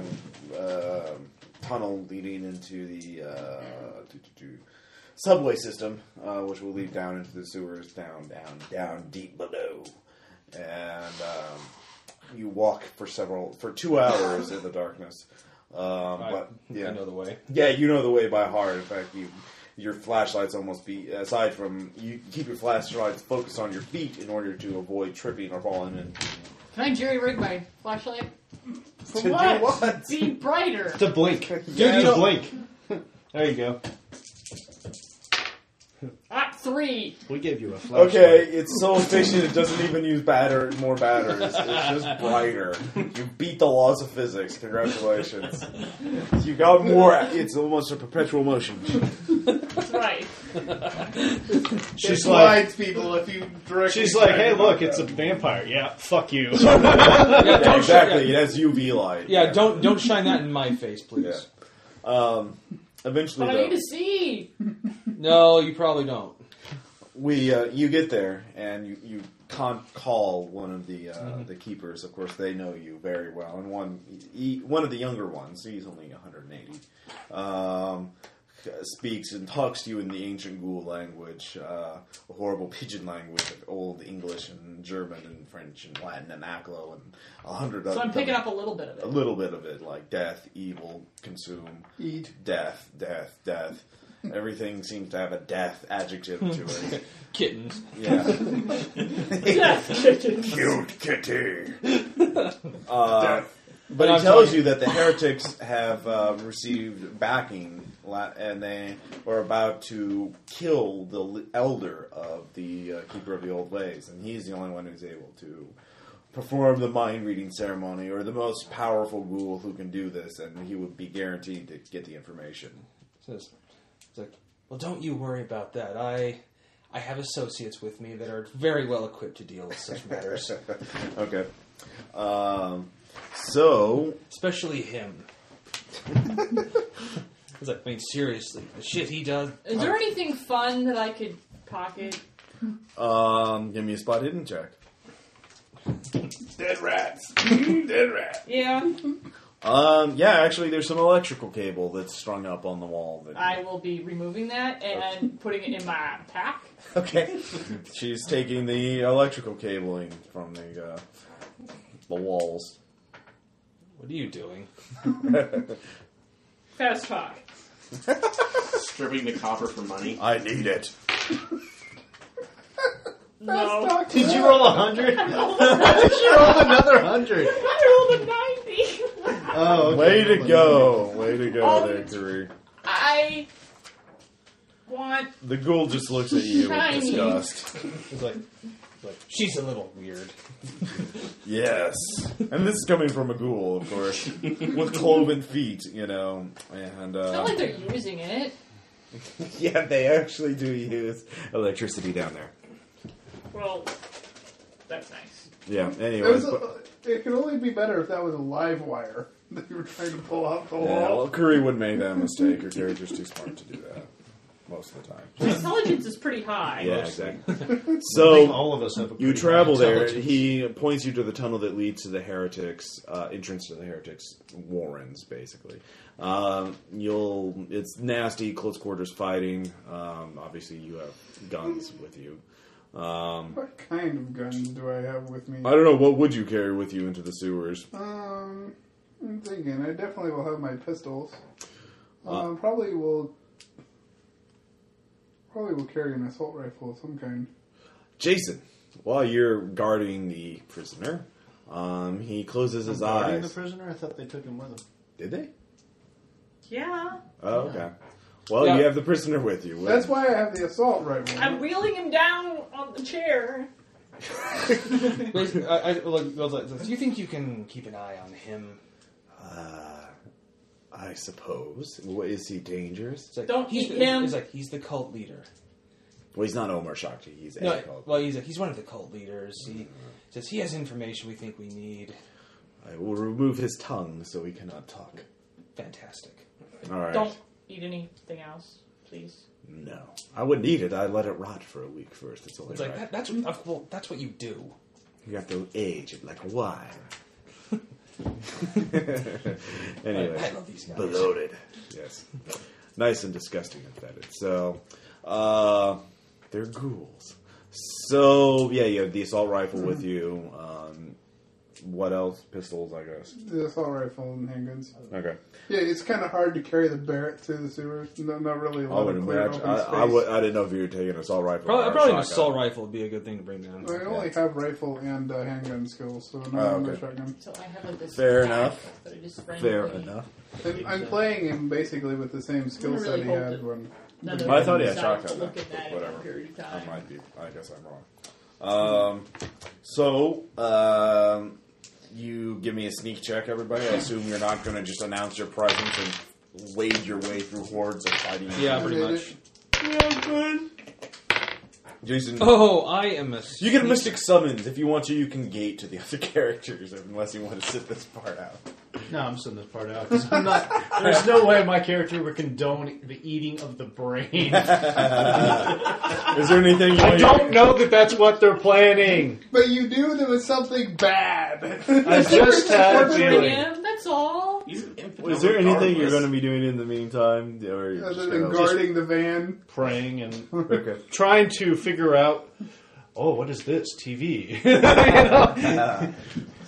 A: uh, tunnel leading into the uh, doo- doo- doo, subway system, uh, which will lead down into the sewers, down, down, down, deep below, and um, you walk for several for two hours in the darkness. Um,
C: I,
A: but yeah,
C: I know the way.
A: Yeah, you know the way by heart. In fact, you your flashlights almost be aside from you keep your flashlights focused on your feet in order to avoid tripping or falling in.
E: Can I jerry rig my flashlight?
A: For
E: what? Be brighter.
B: To blink, dude.
A: Yeah.
B: you blink. there you go.
E: At three.
B: We gave you a flashlight.
A: Okay, it's so efficient it doesn't even use batter more batteries. It's just brighter. You beat the laws of physics. Congratulations. You got more. It's almost a perpetual motion.
E: That's right.
B: She's like,
D: it blinds people if you direct.
B: she's like, hey, look, it's a vampire. Yeah, fuck you.
C: Yeah,
A: Yeah,
C: don't sh-
A: exactly.
C: Yeah,
A: It has UV light.
C: yeah, don't don't shine that in my face, please.
A: Yeah. Um, eventually,
E: But I
A: though-
E: need to see.
C: No, you probably don't.
A: We, uh, you get there and you, you con- call one of the uh,
E: Mm-hmm.
A: the keepers. Of course, they know you very well, and one he, one of the younger ones. He's only 180. Um, speaks and talks to you in the ancient ghoul language, uh, a horrible pigeon language of old English and German and French and Latin and Aklo and a hundred.
E: So I'm picking up a little bit of
A: a
E: it.
A: little bit of it, like death, evil, consume,
D: Eat.
A: death, death, death. Everything seems to have a death adjective to it.
C: Kittens.
A: Yeah.
E: Death kitchen.
A: Cute kitty. Uh, But
G: I'm
A: it tells
G: sorry.
A: you that the heretics have uh, received backing, la- and they were about to kill the l- elder of the uh, keeper of the old ways, and he's the only one who's able to perform the mind reading ceremony, or the most powerful ghoul who can do this, and he would be guaranteed to get the information.
C: says, it's like, well, don't you worry about that. I, I have associates with me that are very well equipped to deal with such matters,
A: Okay. Um, so
C: especially him. It's like, I mean, seriously, the shit he does. Oh,
E: Is there anything fun that I could pocket?
A: Um, give me a spot hidden check.
D: Dead rats. Dead rats.
E: Yeah,
A: Um, yeah, actually, there's some electrical cable that's strung up on the wall. That
E: I will be removing that and putting it in my pack.
A: okay. She's taking the electrical cabling from the uh, the walls.
C: What are you doing?
E: Fast talk.
F: Stripping the copper for money.
A: I need it.
E: No,
H: Did you roll a hundred? she rolled another hundred.
E: I rolled a ninety.
H: Oh, okay.
A: Way to go! Way to go,
E: Um,
A: there, Kareem.
E: I want.
A: The ghoul just looks at you with
E: Shiny.
A: disgust.
C: It's like, it's like she's a little weird.
A: Yes, and this is coming from a ghoul, of course, with cloven feet, you know, and
E: It's not
A: uh,
E: like they're using it.
A: yeah, they actually do use electricity down there.
E: Well, that's nice.
A: Yeah.
D: It,
A: Anyways,
D: was
A: but,
D: a, it could only be better if that was a live wire that you were trying to pull out the
A: yeah,
D: wall.
A: well, Curry would make that mistake. Her character's too smart to do that most of the time.
E: My intelligence is pretty high.
A: exactly.
B: I think
A: so
B: all of us have. A
A: you
B: pretty
A: travel
B: high
A: there.
B: intelligence.
A: He points you to the tunnel that leads to the heretics' uh, entrance to the heretics' warrens. Basically, um, you'll it's nasty close quarters fighting. Um, obviously, you have guns with you. Um,
D: What kind of guns do I have with me?
A: I don't know what would you carry with you into the sewers.
D: Um, I'm thinking. I definitely will have my pistols. Um, probably will. Probably will carry an assault rifle of some kind.
A: Jason, while you're guarding the prisoner, um, he closes his
B: Guarding the
A: eyes.
B: prisoner. I thought they took him with them.
A: Did they?
E: Yeah.
A: Oh, okay. Well,
C: Yeah.
A: you have the prisoner with you.
D: That's why I have the assault rifle.
E: I'm wheeling him down on the chair.
C: Wait, I, I, like, I was like, do you think you can keep an eye on him?
A: Uh, I suppose. What is he dangerous?
C: It's like,
E: Don't
C: he's
E: eat
C: the,
E: him.
C: It's like he's the cult leader.
A: Well, he's not Omar Shakti. He's a
C: No,
A: cult.
C: well, he's like, he's one of the cult leaders. He says he has information we think we need.
A: I will remove his tongue so he cannot talk.
C: Fantastic.
A: All right.
E: Don't eat anything else, please.
A: No, I wouldn't eat it. I let it rot for a week first. It's only
C: It's
A: right.
C: like that, that's what, well, that's what you do.
A: You have to age it like wine. anyway,
C: I love these guys.
A: bloated. Yes, nice and disgusting and fetid. So, uh, they're ghouls. So yeah, you have the assault rifle with you. Um, what else? Pistols, I guess.
D: The assault rifle and handguns.
A: Okay.
D: Yeah, it's kind of hard to carry the Barrett through the sewers. No, not really a
A: I
D: lot
A: would
D: of clear
A: imagine.
D: open
A: I,
D: space.
A: I, would, I didn't know if you were taking an assault rifle. or
C: Probably,
A: a
C: probably an
A: shotgun.
C: assault rifle would be a good thing to bring down.
D: I only have rifle and uh, handgun skills, so no
A: Oh,
D: I'm no
A: okay.
D: shotgun.
E: So I have like this.
A: Fair
E: stack
A: enough.
E: that I just randomly-
A: Fair enough.
D: I'm, I'm playing him basically with the same skill
E: Really
D: set he
E: hold
D: had
E: it.
D: when.
E: None of
A: I thought
E: them
A: he had
E: decided to
A: shotgun.
E: Look
A: though,
E: at that
A: but
E: in a
A: whatever.
E: period of
A: I
E: time.
A: might be. I guess I'm wrong. Um, so um, you give me a sneak check, everybody. I assume you're not going to just announce your presence and wade your way through hordes of fighting.
C: Yeah,
D: I
C: pretty
D: did
C: much.
D: it.
A: Jason.
C: Oh, I am a.
A: You get a mystic summons if you want to. You can gate to the other characters, unless you want to sit this part out.
B: No, I'm sending this part out. 'cause I'm not. There's no way my character would condone the eating of the brain.
A: Is there anything? You
B: I
A: want
B: don't know that that's what they're planning.
D: But you knew there was something bad.
B: I just had a
E: Bring
B: feeling.
E: him, that's all.
F: He's an infant.
A: Is there anything you're going to be doing in the meantime? Or you're
D: Other
A: just
D: than
A: gonna-
D: guarding the van.
B: praying and
A: Okay.
B: trying to figure out. Oh, what is this TV? You know?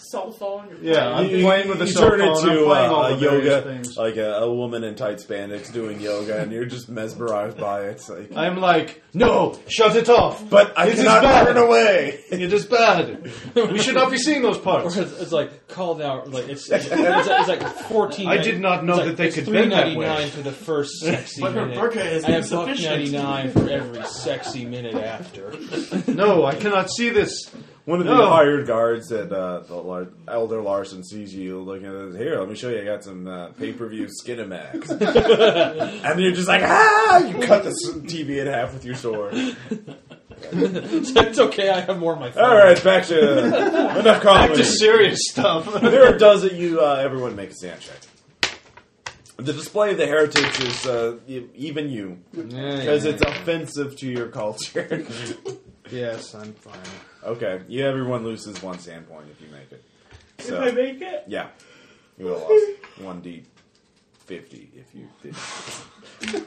E: cell phone. You're
H: Yeah, I'm
A: You- you-
H: playing with the
A: you
H: cell
A: turn
H: phone. I'm
A: into
H: playing all
A: uh, a
H: the various
A: yoga,
H: things.
A: like a, a woman in tight spandex doing yoga, and you're just mesmerized by it. It's like,
H: I'm like, no, shut it off.
A: but I
H: This is
A: cannot
H: bad.
A: turn away.
H: It is bad. We should not be seeing those
C: Or it's,
H: parts.
C: it's like called out like it's it's, it's, it's like fourteen.
H: I did not know
C: it's like,
H: that they
C: it's
H: could
C: three
H: bend that way.
C: ninety nine for the first sexy
F: But her
C: minute.
F: burqa is
C: and a buck
F: insufficient.
C: ninety nine for every sexy minute after.
H: No, I cannot see this.
A: One of the
H: No.
A: hired guards at uh, the Lar- Elder Larson sees you looking at it. Here, let me show you. I got some uh, pay per view Skinamax. and you're just like, ah! You cut the s- TV in half with your sword.
C: it's okay. I have more on my phone.
A: All right, back to enough
H: Back
A: comedy.
H: to serious stuff.
A: there are does that you uh, everyone make a sand check. The display of the heritage is uh, e- even you because it's offensive to your culture.
B: Yes, I'm fine.
A: okay, you everyone loses one sand point if you make it.
E: If
A: So
E: I make it,
A: yeah, you would have lost one d fifty if you did.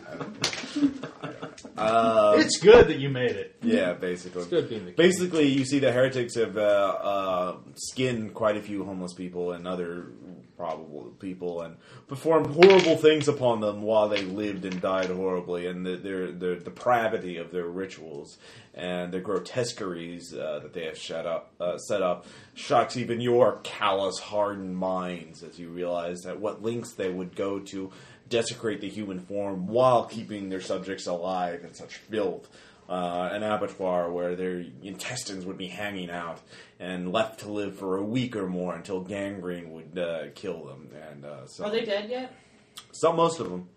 A: Uh,
H: It's good that you made it.
A: yeah, basically.
C: It's good being the king.
A: Basically, you see the heretics have uh, uh, skinned quite a few homeless people and other probable people, and performed horrible things upon them while they lived and died horribly, and the, their their depravity of their rituals and the grotesqueries uh, that they have shut up uh, set up shocks even your callous, hardened minds as you realize that what lengths they would go to desecrate the human form while keeping their subjects alive in such filth uh, an abattoir where their intestines would be hanging out and left to live for a week or more until gangrene would uh, kill them. And uh, so,
E: are they dead yet?
A: some most of them.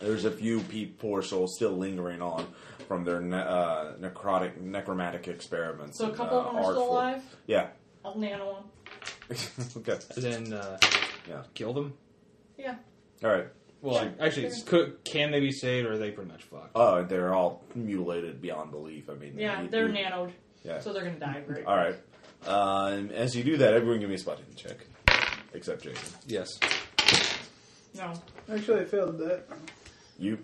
A: There's a few pe- poor souls still lingering on from their ne- uh, necrotic necromantic experiments.
E: So a
A: and,
E: couple
A: uh,
E: of them are
A: artful-
E: still alive.
A: Yeah.
E: I'll nano one.
A: okay.
C: then uh,
A: Yeah.
C: kill them.
E: Yeah.
A: All right.
C: Well,
E: Sure.
C: actually,
E: Sure.
C: could, can they be saved, or are they pretty much fucked?
A: Oh, and they're all mutilated beyond belief. I mean,
E: Yeah,
A: you-
E: they're
A: you-
E: nanoed.
A: Yeah.
E: So they're gonna die, right?
A: All right. Uh, and as you do that, everyone give me a spot hidden check, except Jason.
C: Yes.
E: No.
D: Actually, I failed that.
A: You,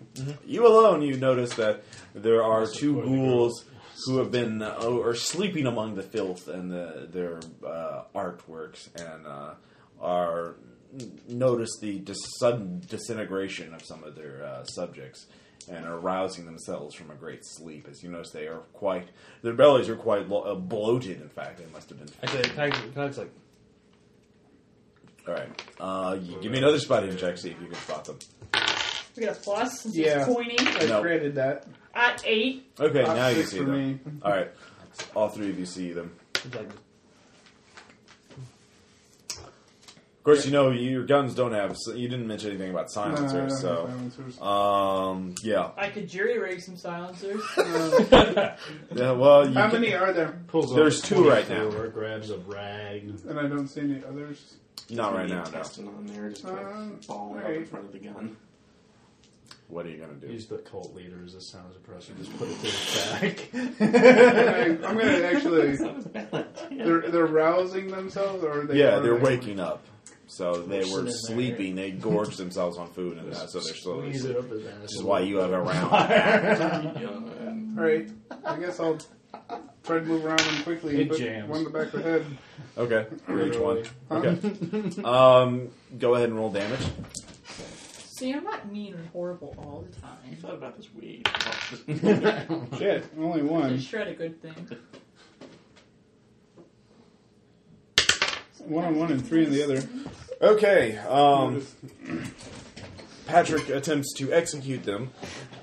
A: you alone, you notice that there are two
D: poorly
A: ghouls who have been uh, are sleeping among the filth and the, their uh, artworks, and uh, are notice the dis- sudden disintegration of some of their uh, subjects, and are rousing themselves from a great sleep. As you notice, they are quite their bellies are quite lo- uh, bloated. In fact, they must have been.
C: Actually, can I, can I just like
A: All right, uh, you give me another spotting check. See if you can spot them.
E: We got a plus since
D: Yeah.
E: it's pointing
D: I
A: No.
D: created that.
E: at eight.
A: Okay,
D: Top
A: now you
D: six
A: see
D: for
A: them.
D: me.
A: All right, all three of you see them.
C: it's like
A: Of course, you know your guns don't have. You didn't mention anything about silencer,
D: Uh,
A: so
D: silencers.
A: um, yeah.
E: I could jury rig some silencers.
D: Uh.
A: yeah well, you
D: How
A: can-
D: many are there?
B: Pulls
A: There's
B: out a
A: two right
B: 24, Grabs a rag.
D: And I don't see any others.
A: Not right
F: The
A: now. No.
F: intestine on there, just
D: Um,
F: like balling up in
D: alright.
F: front of the gun.
A: What are you gonna do?
B: Use the cult leaders. This sounds oppressive. Just put it to the back.
D: I'm gonna- I'm going to actually. They're, they're rousing themselves, or are they
A: yeah,
D: are
A: they're
D: they-
A: waking up. So they
B: We're
A: were
B: sitting there.
A: sleeping. They gorged themselves on food, and uh, so they're slowly.
B: Squeeze it
A: Sleeping.
B: up his ass.
A: Which is why you have a round.
F: Yeah,
D: All right, I guess I'll try to move around and quickly and
B: It
D: put
B: jams.
D: one in the back of the head.
A: Okay, for each one.
D: Huh?
A: Okay. Um, go ahead and roll damage.
E: See, I'm not mean and horrible all the
F: I
E: time.
F: thought about this weed.
D: Shit, only
E: I
D: one.
E: shred a good thing.
D: One on one and three on the other.
A: Okay. Um, Patrick attempts to execute them.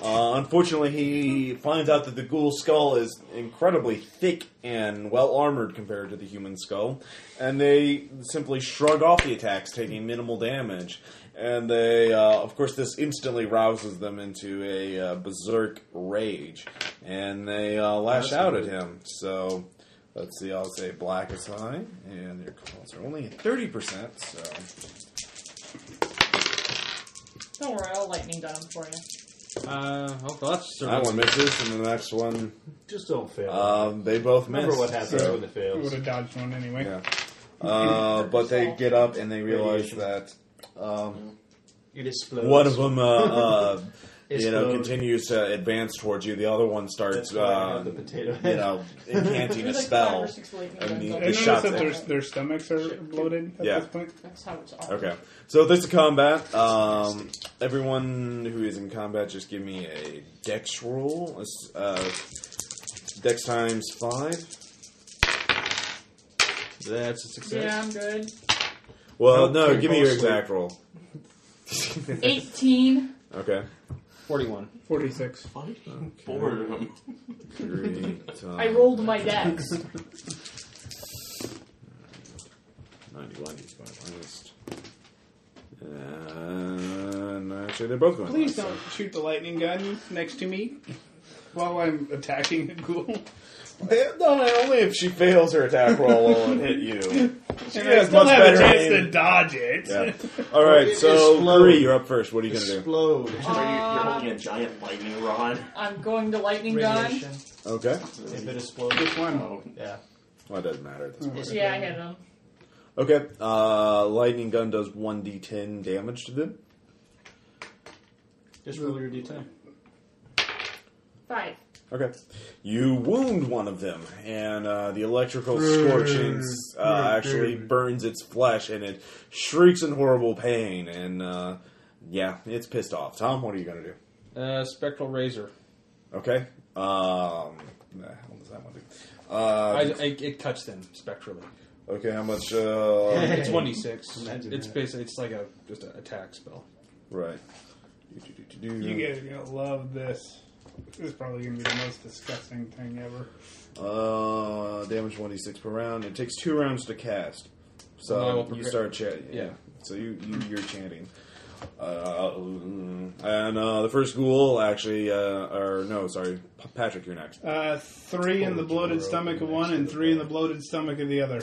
A: Uh, unfortunately, he finds out that the ghoul skull is incredibly thick and well armored compared to the human skull, and they simply shrug off the attacks, taking minimal damage. And they, uh, of course, this instantly rouses them into a uh, berserk rage, and they uh, lash out at him. So. Let's see, I'll say black is high, and your calls are only at 30%, so.
E: Don't worry, I'll lightning down for you.
C: uh, oh, well, that's
A: That one misses, and the next one,
B: Just don't fail.
A: um, they both miss.
B: Remember what happens
D: So-
B: when it
D: I would
B: fails.
D: have dodged one anyway.
A: Yeah. Uh, but they get up and they realize that um,
B: It explodes.
A: one of them uh, uh,
B: It's
A: you know,
B: the-
A: continues to advance towards you. The other one starts,
I: That's why I have
A: uh,
I: the potato
A: you
I: head.
A: know, incanting a
E: There's like
A: spell.
E: five or six lightning
A: I
E: guns
A: mean,
E: up
A: the
D: I
E: there.
D: noticed
A: shots
D: that their, their stomachs are bloated at
A: Yeah.
D: this point.
E: That's how it's all.
A: Okay. So there's the combat. Um, everyone who is in combat, just give me a dex roll. It's, Uh, dex times five.
I: That's a success.
E: Yeah, I'm good.
A: Well,
I: Nope,
A: no,
I: you're
A: give me your
I: both
A: exact roll.
E: 18.
A: Okay.
C: 41.
D: 46.
F: Fucking boredom.
A: Three
E: I
A: times
E: rolled my dex.
A: 91 is my highest. And uh, actually, they're both going.
D: Please
A: last,
D: don't shoot the lightning gun next to me while I'm attacking a ghoul.
A: so- No, only if she fails her attack roll and hit you.
D: And
A: has
D: I still
A: much
D: have a
A: better
D: chance
A: aim.
D: to dodge it.
A: Yeah. All right,
I: It
A: so
I: explode.
A: Marie, you're up first. What are you going to do?
I: Explode.
F: Are you, you're holding a giant lightning rod.
E: I'm going to lightning gun.
I: Radiation.
A: Okay.
I: If it explodes.
D: Which one?
F: Oh,
I: Yeah.
A: Well, it doesn't matter at this
D: Mm-hmm.
A: point.
E: Yeah, I hit him.
A: Okay. Uh, lightning gun does 1d10 damage to them.
I: Just roll your d10.
E: Five.
A: Okay. You wound one of them, and uh, the electrical scorching uh, actually burns its flesh, and it shrieks in horrible pain. And uh, yeah, it's pissed off. Tom, what are you going to do?
C: Uh, spectral razor.
A: Okay. Um, nah, how does that one do?
C: I,
A: Uh,
C: I, it cuts them spectrally.
A: okay, how much? Uh,
C: It's one d six.
I: Imagine
C: It's
I: that.
C: basically it's like a just an attack spell.
A: right. Do-do-do-do-do.
D: You guys are going to love this. This is probably going to be the most disgusting thing ever.
A: Uh, damage 1d6 per round. It takes two rounds to cast. So
C: Well, I will
A: you
C: prepare-
A: start chanting.
C: Yeah.
A: So you, you, you're chanting. Uh, and uh, the first ghoul actually, uh, or no, sorry, P- Patrick, you're next.
D: Uh, three in the bloated stomach of one and three in the bloated stomach of the other.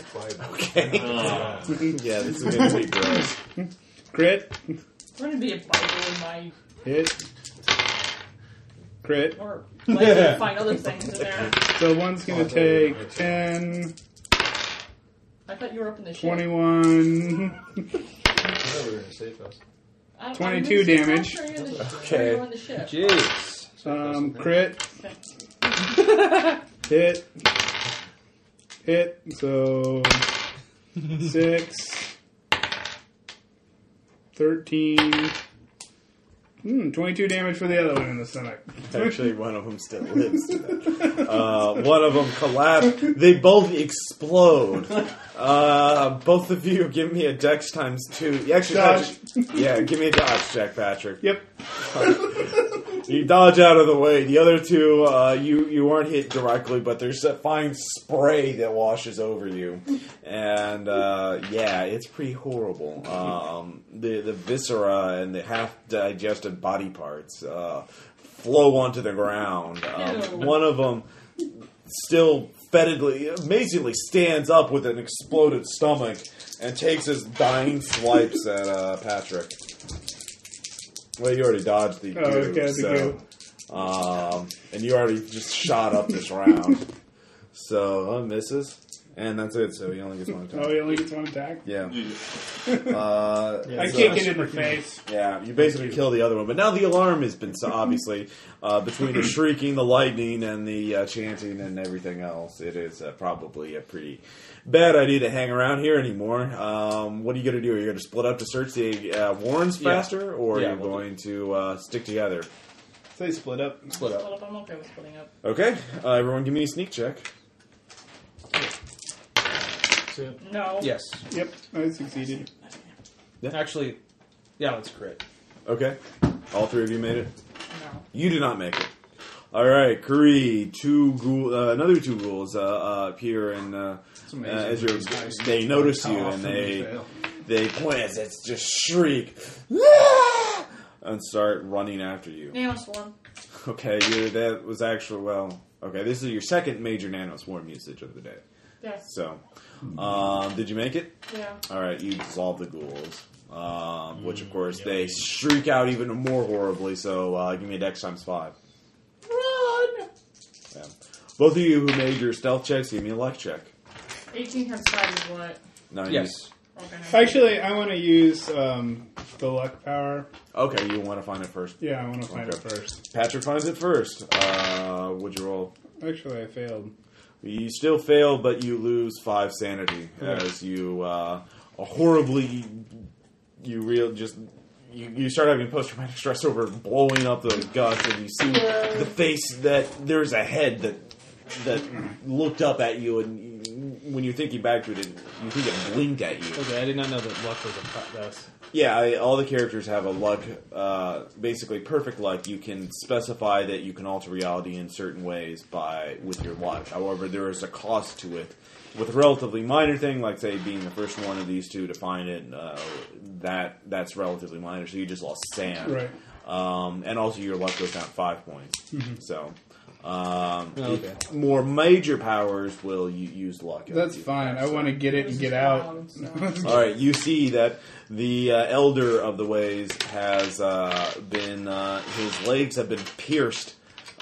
A: Okay.
F: uh,
A: yeah, this is gonna be gross.
D: Crit.
E: We're gonna be a Bible in my
D: Hit. Crit.
E: or like find other things in there.
D: So one's going to take 10,
E: I thought you were up in the shit.
D: 21.
I: I thought we were in a safe house.
E: I- I'm
D: 22
E: just- I'm
D: damage.
E: sure you're in the ship.
A: Okay.
E: You're in the ship.
C: Jeez.
D: Um, crit. Hit. Hit. So. 6. 13. Hmm, 22 damage for the other one in the stomach.
A: Actually, one of them still lives. to that. Uh, one of them collapsed. They both explode. Uh, both of you, give me a dex times two. Actually,
D: Dodge.
A: Patrick- yeah, give me a dodge check, Patrick.
D: Yep.
A: You dodge out of the way. The other two, uh, you you aren't hit directly, but there's a fine spray that washes over you, and uh, yeah, it's pretty horrible. Um, the the viscera and the half digested body parts uh, flow onto the ground. Um,
E: Ew.
A: one of them still fetidly, amazingly stands up with an exploded stomach and takes his dying swipes at uh, Patrick. Well, you already dodged the
D: Oh,
A: goo,
D: okay, the
A: so, um, and you already just shot up this round. So uh, misses, and that's it. So he only gets one
D: Oh,
A: attack.
D: he only gets one attack.
A: Yeah. Uh,
D: I
A: so-
D: kick it in the face.
A: yeah, you basically kill the other one. But now the alarm has been so obviously uh, between the shrieking, the lightning, and the uh, chanting and everything else. It is uh, probably a pretty bad idea to hang around here anymore. Um, what are you going to do? Are you going to split up to search the uh, Warrens
C: Yeah.
A: faster, or are
C: Yeah,
A: you
C: we'll do.
A: going to uh, stick together?
D: So they split up.
C: Split up.
E: Split up. I'm okay with splitting up.
A: Okay, uh, everyone, give me a sneak check.
I: So,
E: No.
C: Yes.
D: Yep, I succeeded.
C: Actually, yeah, let's crit.
A: Okay, all three of you made it.
E: No.
A: You did not make it. All right, Kree, two ghoul, uh, another two ghouls uh, uh, appear and uh, uh,
B: amazing.
A: as you're,
B: It's nice.
A: they notice you
B: How
A: and
B: often we
A: they
B: fail.
A: they point at it, just shriek "Ah!" and start running after you.
E: Nano swarm.
A: Okay, you that was actually well. Okay, this is your second major nano swarm usage of the day.
E: Yes.
A: So, um, did you make it?
E: Yeah.
A: All right, you dissolve the ghouls, um, which of course they shriek out even more horribly. So, uh, give me a dex times five.
E: Run.
A: Yeah. Both of you who made your stealth checks, give me a luck check.
E: 18 times five is what?
A: Now you-
C: Yes.
E: Okay.
D: Actually, I want to use um, the luck power.
A: Okay, you want to find it first.
D: Yeah, I want to find
A: Okay.
D: it first.
A: Patrick finds it first. Uh, would you roll?
D: Actually, I failed.
A: You still fail, but you lose five sanity as you uh, are horribly. You real just you, you start having post traumatic stress over blowing up the guts, and you see the face that there's a head that that looked up at you, and you, when you're thinking back to it, it, you think it blinked at you.
I: Okay, I did not know that luck was a pro- that's
A: Yeah, I, all the characters have a luck, uh, basically perfect luck. You can specify that you can alter reality in certain ways by with your luck. However, there is a cost to it. With a relatively minor thing, like say being the first one of these two to find it, uh, that that's relatively minor. So you just lost sand,
D: Right.
A: Um, and also your luck goes down five points.
D: Mm-hmm.
A: So. Um,
I: Oh, okay.
A: More major powers will you use luck.
D: That's
A: You-
D: fine. I want to get it and get out.
A: all right, you see that the uh, elder of the ways has uh, been uh, his legs have been pierced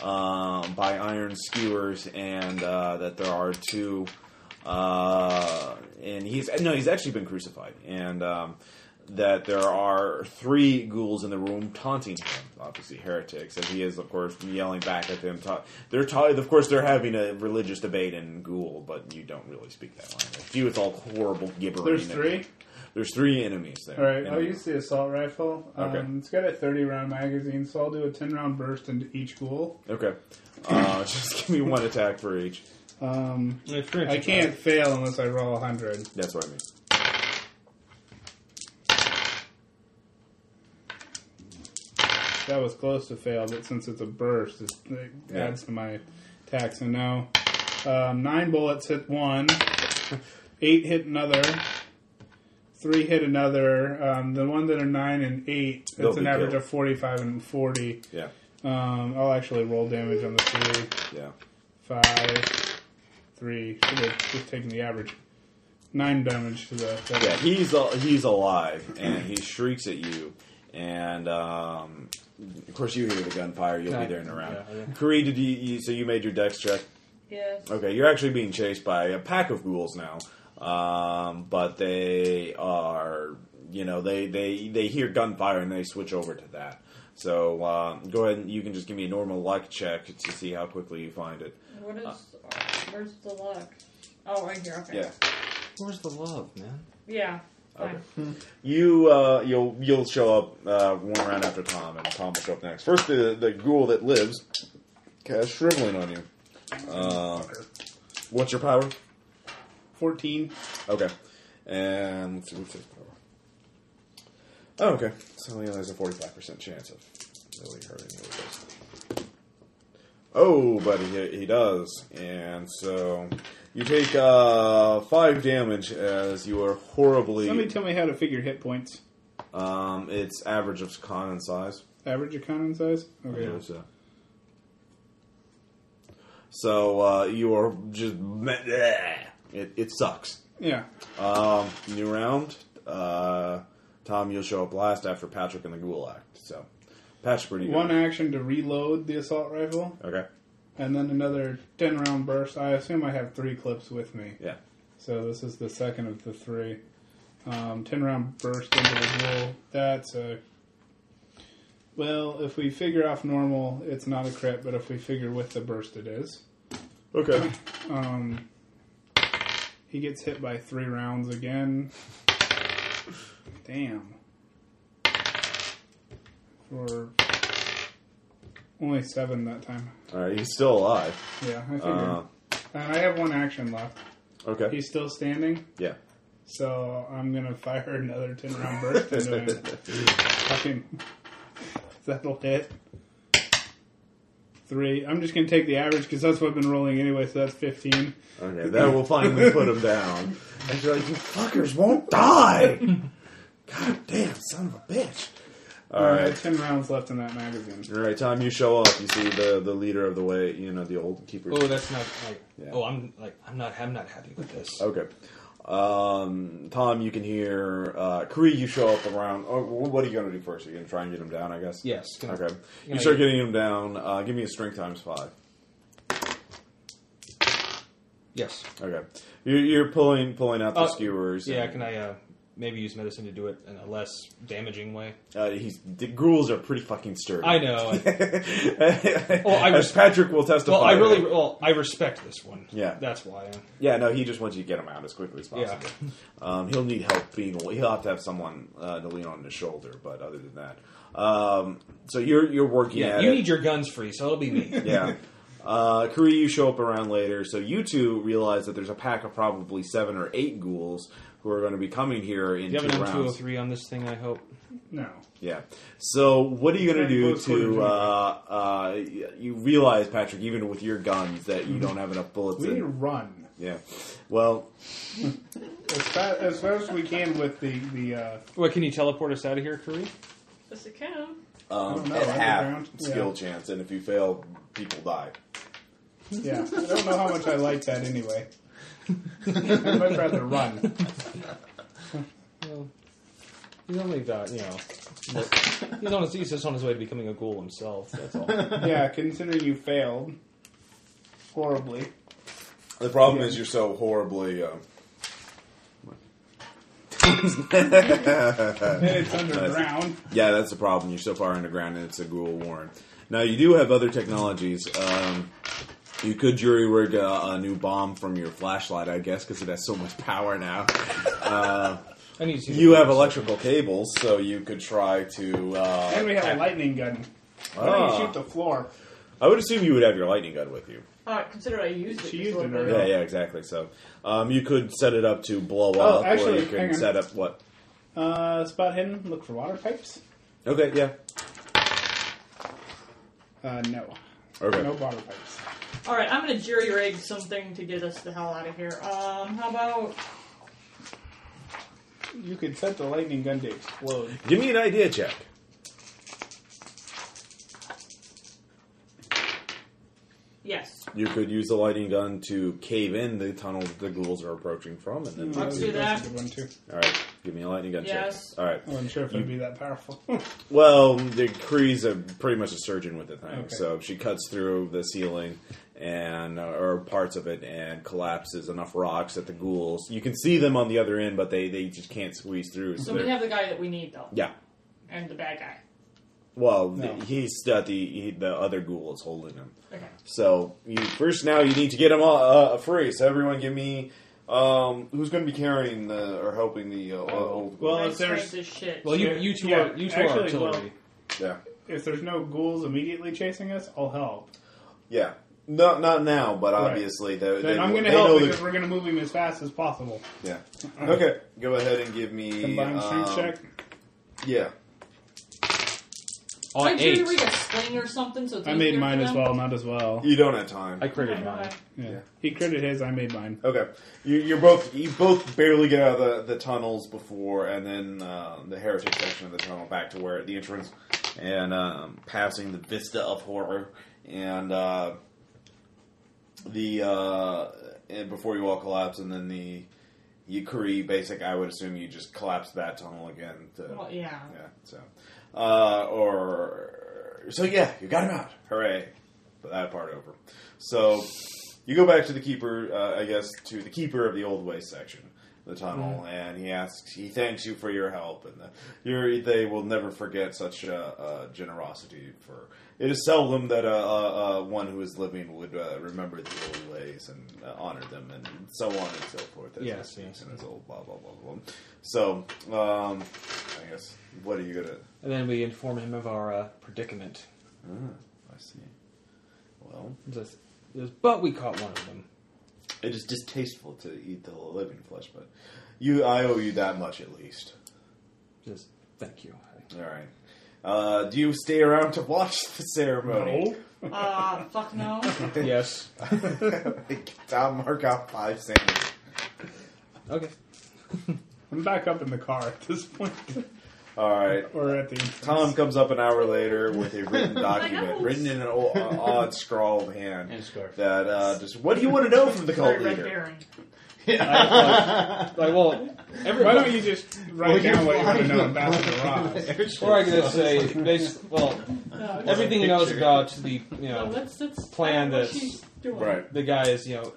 A: um, by iron skewers, and uh, that there are two. Uh, and he's no, he's actually been crucified, and um, that there are three ghouls in the room taunting him, obviously heretics, and he is of course yelling back at them. Ta- they're ta- of course they're having a religious debate in ghoul, but you don't really speak that language. To you, it's all horrible gibbering.
D: There's three.
A: There's three enemies there.
D: All right, I'll
A: Enemies.
D: use the assault rifle. Um,
A: Okay.
D: It's got a 30 round magazine, so I'll do a 10 round burst into each ghoul.
A: Okay, uh, just give me one attack for each.
D: Um,
I: It's pretty
D: I can't fail unless I roll 100.
A: That's what I mean.
D: That was close to fail, but since it's a burst, it's, it
A: Yeah.
D: adds to my attack. So now, um, nine bullets hit one, eight hit another, three hit another. Um, the one that are nine and eight,
A: They'll
D: that's an
A: be
D: average
A: killed.
D: of 45 and 40.
A: Yeah,
D: Um, I'll actually roll damage on the three,
A: yeah.
D: five, three. Should have just taken the average. Nine damage to the. the-
A: Yeah, he's al- he's alive, and he shrieks at you, and um, of course you hear the gunfire. You'll be there in a round.
I: Yeah, yeah.
A: Kareed, did you, you so you made your dex check?
E: Yes.
A: Okay, you're actually being chased by a pack of ghouls now, um, but they are you know they they they hear gunfire and they switch over to that. So um, go ahead and you can just give me a normal luck check to see how quickly you find it.
E: What is? where's the luck? Oh, right here. Okay.
A: Yeah.
C: Where's the love, man?
E: Yeah.
A: Okay.
E: Fine.
A: You uh, you'll you'll show up uh, one round after Tom, and Tom will show up next. First, the the ghoul that lives, cast shriveling on you. Uh, what's your power?
D: 14.
A: Okay, and let's see what's his power. Oh, okay. So yeah, there's a forty five percent chance of really hurting you with this. Oh, but he he does, and so you take uh, five damage as you are horribly.
D: Somebody tell me how to figure hit points.
A: Um, it's average of con and size.
D: Average economy size? Okay.
A: Yeah, so. So uh, you are just bleh. it. It sucks.
D: Yeah.
A: Um, new round. Uh, Tom, you'll show up last after Patrick and the Ghoul Act. So Patrick's pretty good.
D: One action to reload the assault rifle,
A: Okay.
D: and then another 10 round burst. I assume I have three clips with me.
A: Yeah.
D: So this is the second of the three. Um, 10 round burst into the roll. That's a. Well, if we figure off normal, it's not a crit, but if we figure with the burst, it is.
A: Okay.
D: Um, he gets hit by three rounds again. Damn. For only seven that time.
A: All right. He's still alive.
D: Yeah, I figured.
A: Uh,
D: and I have one action left.
A: okay.
D: He's still standing,
A: Yeah.
D: so I'm gonna fire another ten round burst into him. Fucking, that'll hit. Three. I'm just gonna take the average because that's what I've been rolling anyway. So that's fifteen.
A: Okay. That will finally put him down. And you're like, you fuckers won't die. God damn, son of a bitch. All
D: I
A: right.
D: had ten rounds left in that magazine.
A: All right, Tom, you show up. You see the the leader of the way, you know, the old keeper.
C: Oh, that's not like.
A: Yeah. Oh.
C: Oh, I'm like I'm not I'm not happy with this.
A: Okay. Um, Tom, you can hear uh, Kree. You show up around. Oh, wh- what are you going to do first? Are you going to try and get him down? I guess.
C: Yes. gonna-
A: Okay. You
C: gonna
A: start getting him down. Uh, give me a strength times five.
C: Yes.
A: Okay. You're, you're pulling pulling out the
C: Uh,
A: skewers.
C: Yeah.
A: and-
C: Can I uh,
I: maybe use medicine to do it in a less damaging way.
A: Uh, he's the ghouls are pretty fucking sturdy.
I: I know.
A: well,
I: I
A: As
I: res-
A: Patrick will testify.
I: well, I really well I respect this one.
A: Yeah.
I: that's why.
A: Yeah, no, he just wants you to get him out as quickly as possible. Um, he'll need help being. He'll have to have someone uh, to lean on his shoulder, but other than that, um, so you're you're working
I: Yeah,
A: at
I: you
A: it.
I: need your guns free, so it'll be me.
A: yeah. Uh, Kuri, you show up around later, so you two realize that there's a pack of probably seven or eight ghouls who are going to be coming here in
I: you have an
A: two
I: M two hundred
A: rounds.
I: three on this thing, I hope.
D: No.
A: Yeah. So what are you going to
D: Yeah,
A: do
D: both quarters,
A: to?
D: yeah.
A: Uh, uh, y- you realize, Patrick, even with your guns, that you don't have enough bullets.
D: We need to
A: In.
D: run
A: Yeah. Well,
D: as fast as, fast as we can with the the. Uh,
I: What can you teleport us out of here, Kuri?
E: Yes, it can.
A: um,
D: don't know,
A: at half
D: underground?
A: skill
D: Yeah.
A: chance, and if you fail, people die.
D: yeah, I don't know how much I like that anyway. I'd much rather run.
I: Well, he's only got you know. look, He's, on his, he's just on his way to becoming a ghoul himself. That's all.
D: Yeah, considering you failed horribly.
A: The problem is you're so horribly. Um,
D: And it's underground.
A: Yeah, that's the problem. You're so far underground, and it's a ghoul warren. Now you do have other technologies. Um, you could jury rig a, a new bomb from your flashlight, I guess, because it has so much power now. Uh,
I: I need to.
A: you have electrical cables, so you could try to.
D: And
A: Uh,
D: we have a lightning gun. Why don't you shoot the floor?
A: I would assume you would have your lightning gun with you.
E: Uh, consider I used it.
D: She
E: just
D: used
E: a
D: it
E: little bit.
A: Yeah, yeah, exactly. So um, you could set it up to blow
D: Oh,
A: up, or
D: actually,
A: you can
D: hang on.
A: set up what?
D: Uh, spot hidden. Look for water pipes.
A: Okay, yeah.
D: Uh, no,
A: Okay.
D: no water pipes.
E: All right, I'm gonna jury rig something to get us the hell out of here. Um, how about
D: You could set the lightning gun to explode.
A: Give me an idea check.
E: yes?
A: You could use the lightning gun to cave in the tunnel that the ghouls are approaching from, and then
E: Let's do
D: That's a
E: that.
D: good one, too.
A: All right, give me a lightning gun
E: Hmm. Yes.
A: check. All right.
D: I wasn't sure if it'd be that powerful.
A: Well, the Kree's a pretty much a surgeon with the thing,
D: Okay.
A: so she cuts through the ceiling and uh, or parts of it and collapses enough rocks that the ghouls. You can see them on the other end, but they they just can't squeeze through.
E: So
A: they're-
E: we have the guy that we need though,
A: yeah.
E: and the bad guy.
A: Well,
D: No.
A: the, he's got the he, the other ghoul is holding him.
E: Okay.
A: So you first now you need to get him all, uh, free. So everyone, give me um, who's going to be carrying the or helping the uh,
D: Oh.
A: old.
D: well,
E: My
D: if there's
E: strength is shit.
I: Well, you you two
D: Yeah,
I: are you two are
D: actually,
I: artillery.
D: well-
A: Yeah.
D: if there's no ghouls immediately chasing us, I'll help.
A: Yeah. Not not now, but
D: Right.
A: obviously they,
D: Then
A: they,
D: I'm going
A: they
D: to help
A: know the-
D: because we're going to move him as fast as possible.
A: yeah. Okay, go ahead and give me
D: Combined
A: um,
D: strength check.
A: Yeah,
I: On
E: Can I
I: eight.
E: jury rig a sling or something? So it's
D: I made
E: easier
D: mine
E: for
D: as
E: them?
D: well, not as well.
A: you don't have time.
I: I created
E: Okay,
I: mine.
E: okay.
D: Yeah. He critted his, I made mine.
A: okay, you, you're both you both barely get out of the, the tunnels before, and then uh, the heritage section of the tunnel back to where the entrance, and um, passing the vista of horror, and uh, the uh, and before you all collapse, and then the Yukari basic. I would assume you just collapse that tunnel again. To,
E: Well, yeah.
A: Yeah. So, uh, or so yeah, you got him out. Hooray! But that part over. So you go back to the keeper, uh, I guess, to the keeper of the old waste section, the tunnel,
I: Mm-hmm.
A: and he asks, he thanks you for your help, and the, you're, they will never forget such uh, uh, generosity. For it is seldom that uh, uh, uh, one who is living would uh, remember the old ways and uh, honor them, and so on and so forth. as
I: Yes,
A: it
I: yes.
A: And his old blah blah blah blah. So, um, I guess, what are you gonna?
I: And then we inform him of our uh, predicament.
A: I see. Well,
I: He says- he says, but we caught one of them.
A: it is distasteful to eat the living flesh, but you, I owe you that much at least.
I: He says, thank you.
A: All right. Uh, do you stay around to watch the ceremony?
E: Uh, fuck no.
I: yes.
A: I'll mark out five sandwiches.
I: Okay.
D: I'm back up in the car at this point.
A: All right.
D: or at the
A: Tom comes up an hour later with a written
E: My
A: document,
E: notes.
A: written in an o- uh, odd, scrawled hand.
I: And a scarf.
A: That uh, just what do you want to know from the cult
E: Sorry, Red
A: leader?
E: Baron.
I: Like, well, every,
D: Why don't you just write
H: you're
D: down what you want to
H: flying
D: know
H: the
D: about the Roz?
I: or I could say, basi- well, everything he knows about the, you
E: No,
I: Uh, know,
E: that's that's
I: Plan
E: what
I: this.
E: she's doing.
A: Right.
I: the guy is, you know,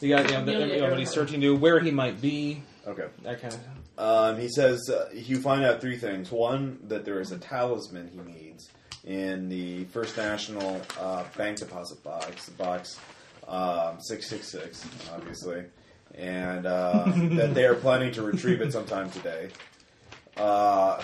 I: You got you know, the,
E: Nearly
I: you know, what he's
E: everywhere.
I: searching to, where he might be,
A: Okay.
I: that kind of.
A: Um, he says uh, you find out three things. One, that there is a talisman he needs in the First National uh, bank deposit box, box um, 666, obviously, and uh, that they are planning to retrieve it sometime today. Uh,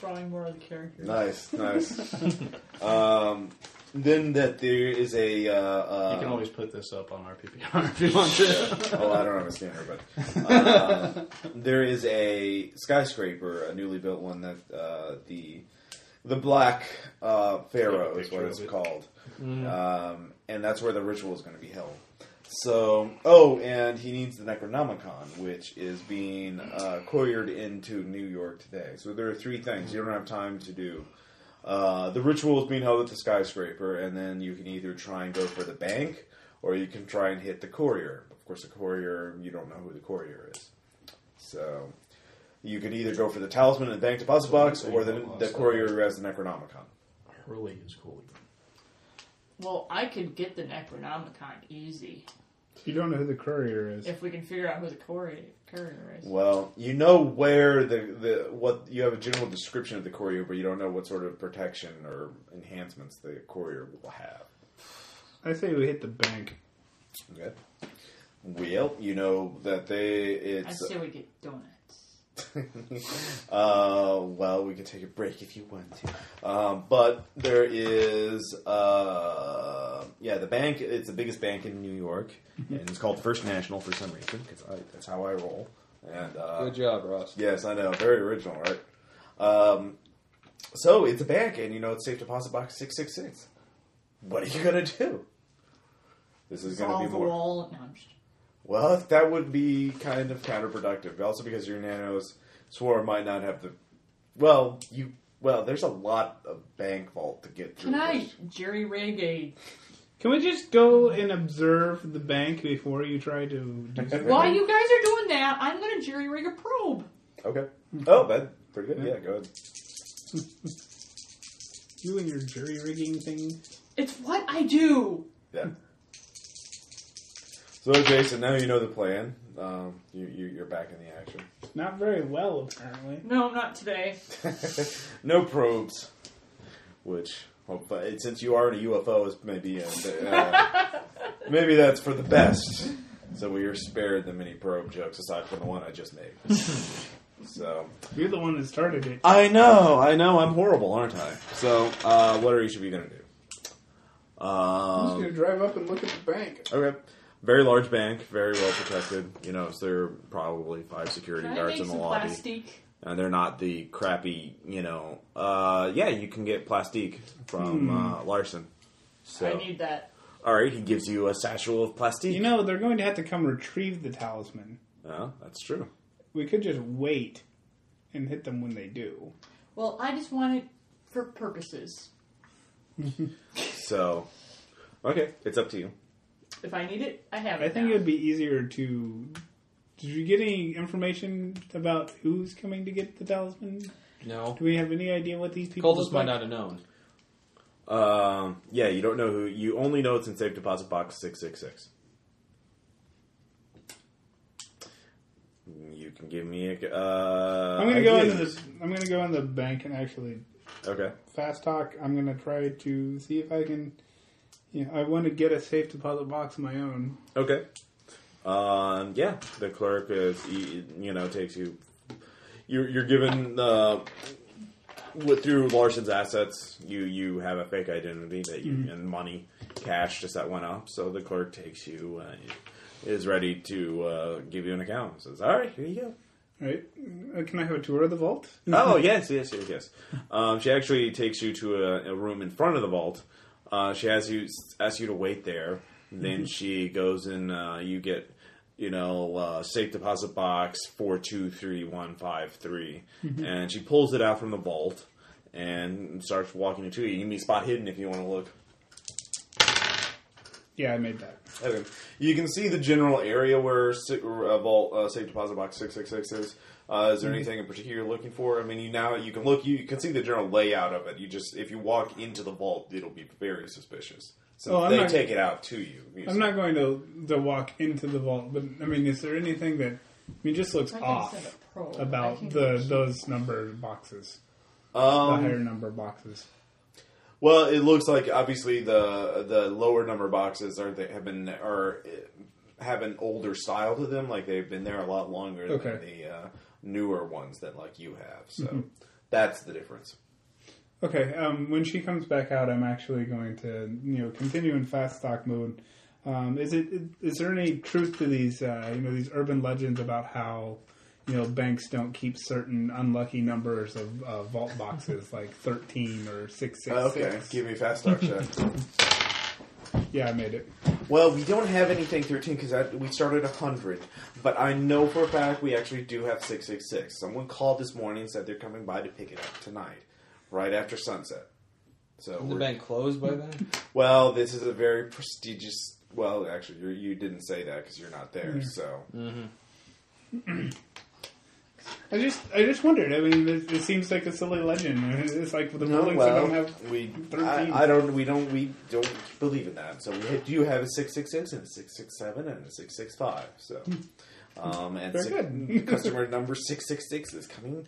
E: Drawing more of the characters.
A: nice, nice. um, then that there is a. Uh, uh,
B: You can always put this up on our PPR if you want to.
A: Oh, I don't have a scanner, but uh, there is a skyscraper, a newly built one that uh, the the Black uh, Pharaoh is what
B: picture
A: it's
B: of it.
A: called,
B: Mm-hmm.
A: um, and that's where the ritual is going to be held. So, oh, and he needs the Necronomicon, which is being uh, couriered into New York today. So there are three things you don't have time to do. Uh, the ritual is being held at the skyscraper, and then you can either try and go for the bank, or you can try and hit the courier. Of course, the courier, you don't know who the courier is. So you could either go for the talisman in the bank deposit box, or the, the courier who has the Necronomicon.
B: Hurley is cool.
E: Well, I could get the Necronomicon easy
D: You don't know who the courier is.
E: if we can figure out who the courier, courier is.
A: Well, you know where the, the what you have a general description of the courier, but you don't know what sort of protection or enhancements the courier will have.
D: I say we hit the bank.
A: Okay. Well, you know that they
E: I
A: it's
E: say we get donuts.
A: uh, well, we can take a break if you want to. Um, but there is, uh, yeah, the bank. It's the biggest bank in New York,
I: Mm-hmm.
A: and it's called First National for some reason because that's how I roll. And uh,
I: Good job, Ross.
A: Yes, I know. Very original, right? Um, so it's a bank, and you know it's safe deposit box six six six. What are you gonna do? This is gonna
E: Solve
A: be
E: the
A: more.
E: wall. No, I'm just-
A: Well, that would be kind of counterproductive. Also, because your nanos swarm might not have the. Well, you. Well, there's a lot of bank vault to get through.
E: Can I Jerry rig a?
D: Can we just go and observe the bank before you try to do something?
E: While you guys are doing that, I'm gonna Jerry rig a probe.
A: Okay. Oh, that's pretty good. Yeah, go ahead.
D: You and your jury rigging thing.
E: It's what I do.
A: Yeah. So, Jason, now you know the plan. Um, you, you, you're back in the action.
D: Not very well, apparently.
E: No, not today.
A: no probes. Which, well, but it, since you are in a UFO, is maybe uh, uh, maybe that's for the best. So we are spared the mini probe jokes, aside from the one I just made. so
D: You're the one that started it.
A: I know, I know, I'm horrible, aren't I? So uh, what are each of you going to do?
D: I'm just
A: Um,
D: gonna drive up and look at the bank.
A: okay. Very large bank, very well protected. You know, so there are probably five security
E: Can I
A: guards
E: make
A: in the
E: some
A: lobby.
E: plastic?
A: And Uh, they're not the crappy, you know. Uh, yeah, you can get plastique from
D: Hmm.
A: uh, Larson. So,
E: I need that.
A: all right, he gives you a satchel of plastique.
D: You know, they're going to have to come retrieve the talisman.
A: Yeah, that's true.
D: We could just wait and hit them when they do.
E: Well, I just want it for purposes.
A: So, okay, it's up to you.
E: If I need it, I have it.
D: I think
E: now.
D: it would be easier to. Did you get any information about who's coming to get the talisman?
C: No.
D: Do we have any idea what these people?
C: Cultists
D: look
C: might not
D: like?
C: have known.
A: Um, yeah, you don't know who. You only know it's in safe deposit box six six six. You can give me a. Uh,
D: I'm gonna go into
A: ideas.
D: the. I'm gonna go in the bank and actually
A: Okay.
D: fast talk. I'm gonna try to see if I can. You know, I want to get a safe deposit box of my own.
A: Okay. Um, yeah, the clerk is he, you know takes you. You're, you're given uh, with through Larson's assets. You you have a fake identity that you and money, cash just that went up. So the clerk takes you. Uh, is ready to uh, give you an account. Says, "All right, here you go."
D: Right? Uh, Can I have a tour of the vault?
A: oh yes, yes, yes, yes. Um, she actually takes you to a, a room in front of the vault. Uh, she has you asks you to wait there. Then she goes and uh, you get you know uh, safe deposit box four two three one five three, and she pulls it out from the vault and starts walking it to you. You can be spot hidden if you want to look.
D: Yeah, I made that.
A: Okay. You can see the general area where si- uh, vault uh, safe deposit box six six six is. Uh,
D: Mm-hmm.
A: is there anything in particular you're looking for? I mean, you now you can look. You, can see the general layout of it. You just if you walk into the vault, it'll be very suspicious. So
D: Oh, I'm
A: they
D: not-
A: take it out to you.
D: I'm not going to to walk into the vault, but I mean, is there anything that I mean just looks
E: I can send
D: off
E: a probe. I
D: about
E: can-
D: the those number boxes, the
A: Um,
D: higher number boxes?
A: well, it looks like obviously the the lower number boxes are they have been are uh, have an older style to them. Like they've been there a lot longer
D: Okay. Mm-hmm.
A: than the uh, newer ones that like you have. So that's the difference.
D: Okay, um, when she comes back out, I'm actually going to you know continue in fast stock mode. Um, is it is there any truth to these uh, you know these urban legends about how you know banks don't keep certain unlucky numbers of uh, vault boxes like 13 or six six six?
A: Okay, give me a fast talk check.
D: Yeah, I made it.
A: Well, we don't have anything 13 because we started 100, but I know for a fact we actually do have 666. Someone called this morning and said they're coming by to pick it up tonight, right after sunset. So
C: The
A: we're,
C: bank closed by then?
A: well, this is a very prestigious. Well, actually, you're, you didn't say that because you're not there. So
D: I just I just wondered. I mean, it, it seems like a silly legend. It's like the
A: no,
D: buildings that
A: well,
D: don't have.
A: we
D: 13.
A: I, I don't we don't we don't believe in that. So we do have a 666 and a 667 and a 665. So. Um, and
D: Hmm. Very
A: six-
D: good.
A: customer number 666 is coming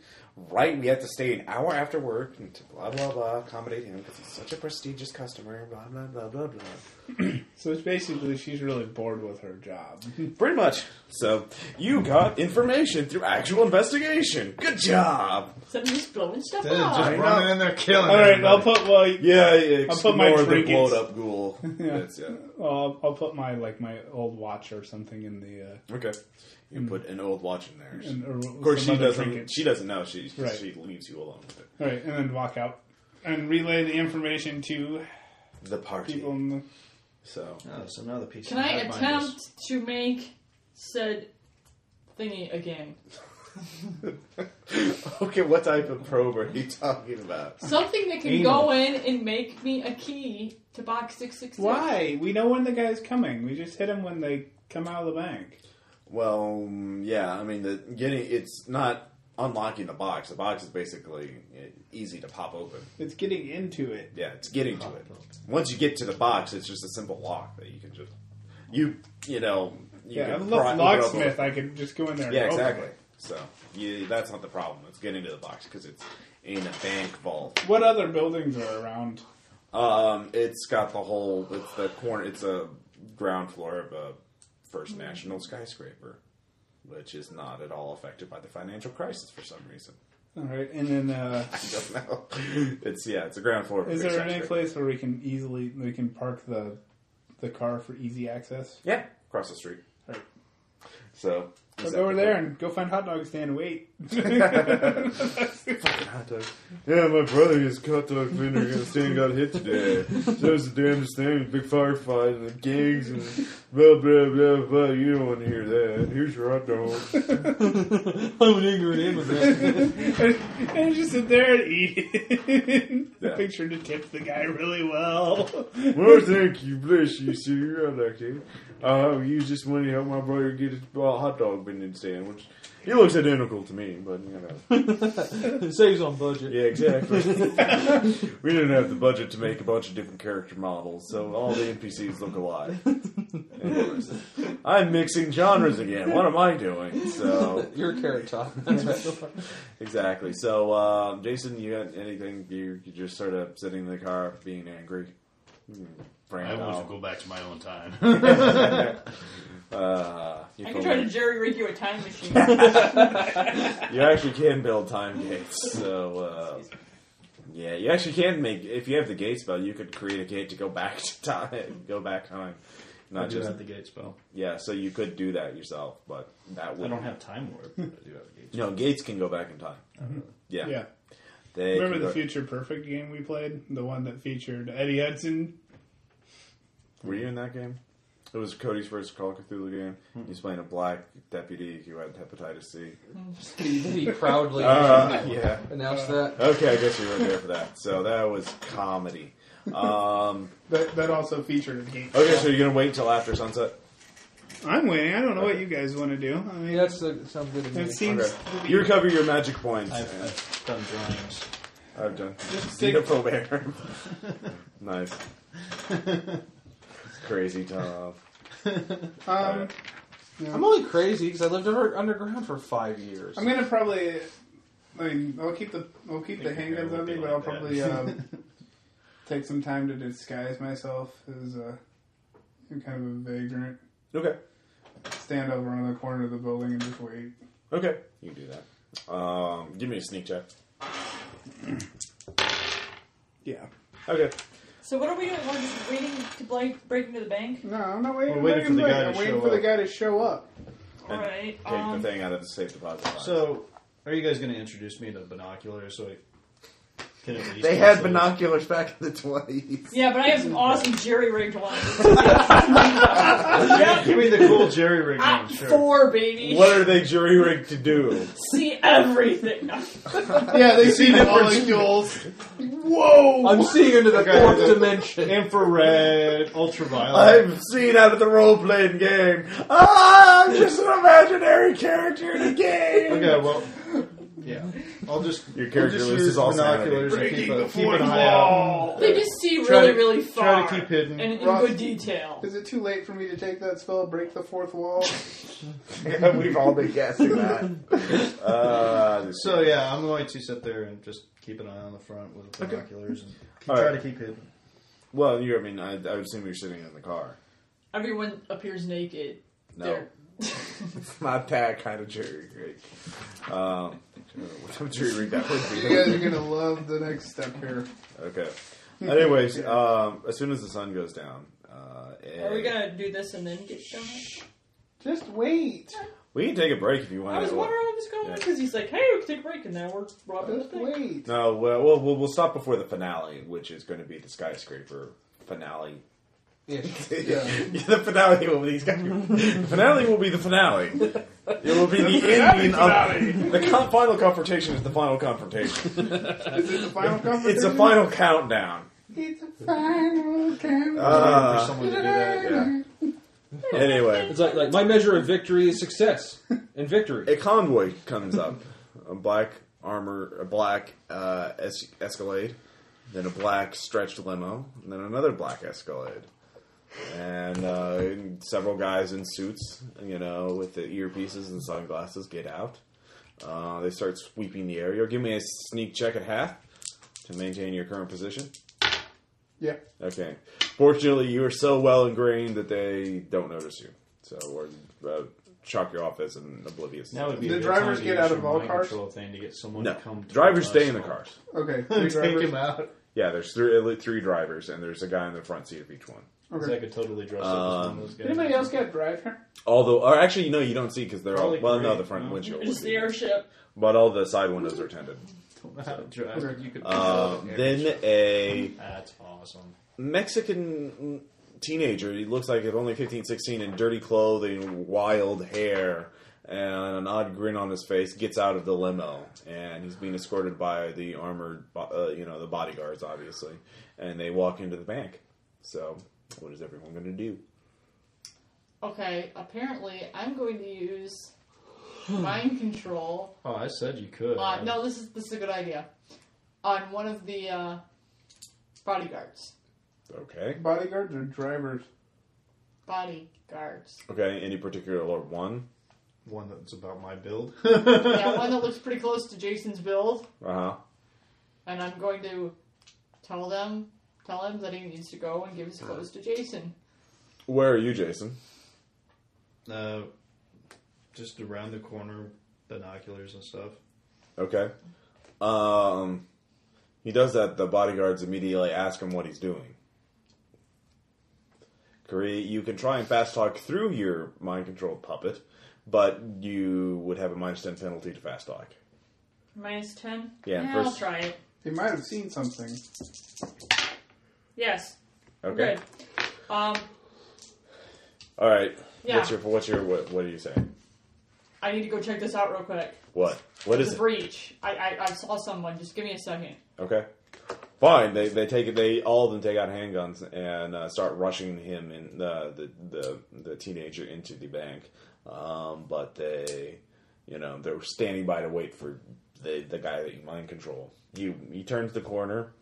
A: right. We have to stay an hour after work and to blah, blah, blah, accommodate him because he's such a prestigious customer, blah, blah, blah, blah, blah.
D: So it's basically she's really bored with her job.
A: Pretty much. So you got information through actual investigation. Good job.
E: Something just blowing stuff
J: They're just
E: up.
A: know.
J: running in there killing
D: Ah, All right, I'll
J: everybody.
D: put well.
A: Yeah, yeah
D: I'll put my
A: ignore the
D: trinkets.
A: blowed up ghoul. That's, yeah.
D: I'll, uh, I'll put my like my old watch or something in the. Uh,
A: Okay. You put an old watch in there.
D: in, or
A: of course, she doesn't.
D: Trinket.
A: She doesn't know. She
D: Right.
A: she leaves you alone with it.
D: All right, and then walk out and relay the information to
A: The party.
D: people. In the,
A: So
B: Oh, so now the piece.
E: Can
B: of
E: I
B: Pathfinders-
E: attempt to make said thingy again?
A: okay, what type of probe are you talking about?
E: Something that can go in and make me a key to box six six six.
D: why? We know when the guy's coming. We just hit him when they come out of the bank.
A: Well, mm, yeah. I mean, the getting it's not unlocking the box. The box is basically eh, easy to pop open.
D: It's getting into it.
A: Yeah, it's getting to it. Once you get to the box, it's just a simple lock that you can just you you know. You
D: yeah,
A: can
D: I'm
A: pry-
D: a
A: open
D: locksmith.
A: up
D: I could just go in there.
A: a-
D: And
A: Yeah,
D: open
A: exactly.
D: it.
A: So you, that's not the problem. It's getting to the box because it's in a bank vault.
D: What other buildings are around?
A: Um, it's got the whole. It's the corner. It's a ground floor of a First
D: Mm-hmm.
A: National skyscraper, which is not at all affected by the financial crisis for some reason.
D: All right, and then uh,
A: I don't know. It's yeah. It's a ground floor. Of a
D: is
A: big
D: there any
A: skyscraper.
D: place where we can easily we can park the the car for easy access?
A: Yeah, across the street.
D: All right.
A: So
D: Go over there and go find hot dog stand and wait.
A: Yeah, my brother just cut the finger and stand got hit today. That was the damnedest thing. Big firefight and the gangs and blah blah blah blah. You don't want to hear that. Here's your hot dog.
K: I'm an ignorant immigrant.
D: and just sit there and eat it.
A: Yeah.
D: Make sure to tip the guy really well.
A: Well, thank you, bless you, sir. I Uh, like it. I'll use this money to help my brother get a well, hot dog vending stand, which he looks identical to me, but you know.
K: it saves on budget.
A: Yeah, exactly. we didn't have the budget to make a bunch of different character models, so all the NPCs look alike. Anyways, I'm mixing genres again. What am I doing? So
C: You're a carrot top. That's right.
A: exactly. So um, Jason, you got anything? You you just sort of sitting in the car, being angry. Hmm,
L: I
A: Frank,
L: want
A: oh,
L: to go back to my own time.
A: uh, you
E: I can
A: feel
E: try
A: like-
E: to jerry rig you a time machine.
A: You actually can build time gates, so uh, yeah, you actually can make if you have the gate spell, you could create a gate to go back to time, go back time,
B: I
A: not
B: do
A: just
B: have the gate spell.
A: yeah. So you could do that yourself, but that
B: I
A: would
B: don't have time warp. But I do have the gate.
A: no gates can go back in time. Yeah,
D: yeah.
A: They
D: Remember
A: can
D: the
A: go-
D: Future Perfect game we played? The one that featured Eddie Hudson?
A: Were you in that game? It was Cody's first Call of Cthulhu game. He's playing a black deputy who had hepatitis C.
C: Did he proudly
A: Uh, yeah.
C: announced that?
A: Okay, I guess you were there for that. So that was comedy. Um,
D: That, that also featured a game.
A: okay, so you're gonna wait till after sunset.
D: I'm waiting. I don't know what you guys want to do. I mean,
C: Yeah, that's uh, sounds good to me.
D: it seems
A: Okay. You recover your magic points.
B: I've, I've done drawings.
A: I've done.
D: Just
A: Zeta
D: take-
A: Probert. nice. Crazy Tom.
D: Um, yeah.
C: I'm only crazy because I lived under, underground for five years.
D: I'm gonna probably. I mean, I'll keep the I'll keep the handguns on me, but I'll probably um, take some time to disguise myself as a I'm kind of a vagrant.
A: Okay.
D: Stand over on the corner of the building and just wait.
A: Okay. You can do that. Um, give me a sneak check.
D: Yeah.
A: Okay.
E: So what are we doing? We're just waiting to break, break into the bank.
D: No, I'm not waiting.
B: We're
D: I'm
B: waiting for the guy
D: I'm
B: to
D: waiting
B: show
D: for the
B: up.
D: guy to show up.
E: All
A: And
E: right.
A: Take
E: Um,
A: the thing out of the safe deposit box.
B: So, are you guys going to introduce me to binoculars so I can at least
M: They had
B: also-
M: binoculars back in the 20s.
E: yeah, but I have some awesome jerry rigged ones.
B: Give me the cool jerry rig
E: I,
B: one, sure.
E: Four baby.
A: what are they jury rigged to do?
E: See everything.
D: Yeah, they see molecules. Whoa!
C: I'm seeing into the
B: Okay.
C: fourth dimension.
B: Infrared, ultraviolet.
M: I've seen out of the role playing game. Ah, I'm just an imaginary character in a game.
B: Okay, well, yeah. I'll just
A: Your character
B: I'll just
A: loses
B: use
A: all
B: binoculars and keep,
D: Breaking
B: a,
D: the
B: keep
D: fourth
B: an eye out.
D: wall.
E: they just see
B: Try
E: really,
B: to-
E: really
B: try
E: far.
B: to keep hidden.
E: And in
D: Ross-
E: good detail.
D: Is it too late for me to take that spell? Break the fourth wall.
M: We've all been guessing that.
A: Uh, this-
B: So yeah, I'm going to sit there and just keep an eye on the front with binoculars and keep,
A: All
B: try
A: right.
B: to keep hidden.
A: well, you. I mean, I, I would assume you're sitting in the car.
E: Everyone appears naked.
A: No.
E: They're-
M: Not that kind of jury rig.
A: Um, what type of jury rig that would
D: You
A: be?
D: guys are gonna love the next step here.
A: Okay. Anyways, um, as soon as the sun goes down, uh,
E: Are we
A: eh,
E: gonna do this and then get done?
D: Just wait.
A: we can take a break if you want.
E: I was
A: to-
E: wondering what was going on because he's like, "Hey, we can take a break," and now we're robbing the
D: Just
E: thing.
D: wait.
A: No, well, we'll we'll- we'll stop before the finale, which is going to be the skyscraper finale.
C: Ish.
D: Yeah.
A: the finale will be the finale will be the finale. It will be the, ending of the con- final confrontation. Is the final confrontation?
D: Is it the final confrontation?
A: it's a final countdown.
D: It's a final countdown.
B: Waiting for
A: Uh,
B: someone to do that.
A: yeah. Anyway,
C: It's like, like my measure of victory is success and victory.
A: a convoy comes up. A black armor, a black uh, es- Escalade, then a black stretched limo, and then another black Escalade, and, uh, and several guys in suits, you know, with the earpieces and sunglasses, get out. Uh, they start sweeping the area. Give me a sneak check at half to maintain your current position.
D: Yeah.
A: Okay. Fortunately, you are so well ingrained that they don't notice you. So, or uh, chalk you off as an oblivious.
B: That would be
D: The
B: a good
D: drivers
B: time to
D: get out
B: issue
D: of all
B: mind
D: cars?
B: Control thing to get someone
A: no.
B: to come.
A: Drivers
B: towards
A: stay
B: us.
A: in the cars.
D: Okay. Three
B: Take
D: drivers.
B: him out.
A: Yeah, there's three, at least three drivers, and there's a guy in the front seat of each one.
B: Because I
D: Okay.
B: could totally dress up as one of those guys.
D: Anybody else got driver?
A: Although, or actually, no, you don't see because they're all
B: Probably
A: well, no,
B: great,
A: the front
B: no?
A: windshield,
E: It's
A: would
E: the
A: be,
E: airship.
A: but all the side windows are tinted.
B: Don't know how to drive.
D: Okay.
B: You could.
A: Uh, then a
B: That's awesome.
A: Mexican teenager. He looks like he's only 15, 16, in dirty clothing, wild hair, and an odd grin on his face. Gets out of the limo, and he's being escorted by the armored, bo- uh, you know, the bodyguards, obviously. And they walk into the bank. So, what is everyone going to do?
E: Okay. Apparently, I'm going to use mind control.
B: Oh, I said you could.
E: Uh, no, this is this is a good idea. On one of the uh, bodyguards.
A: Okay.
D: Bodyguards or drivers?
E: Bodyguards.
A: Okay. Any particular Lord one?
B: One that's about my build.
E: Yeah, one that looks pretty close to Jason's build,
A: Uh huh.
E: and I'm going to tell them, tell him that he needs to go and give
A: Hmm.
E: his clothes to Jason.
A: Where are you, Jason?
B: Uh, just around the corner, binoculars and stuff.
A: Okay. Um, he does that. The bodyguards immediately ask him what he's doing. Kari, you can try and fast talk through your mind control puppet, but you would have a minus ten penalty to fast talk.
E: Minus ten.
A: Yeah,
E: yeah I'll
A: first-
E: try it.
D: They might have seen something.
E: Yes.
A: Okay.
E: Good. Um,
A: All right.
E: Yeah.
A: What's your what's your what, what are you saying?
E: I need to go check this out real quick.
A: What what
E: There's
A: is
E: a
A: it?
E: breach. I, I I saw someone. Just give me a second.
A: Okay. Fine. They they take it. They all of them take out handguns and uh, start rushing him and the the the, the teenager into the bank. Um, but they, you know, they're standing by to wait for the the guy that you mind control. You he turns the corner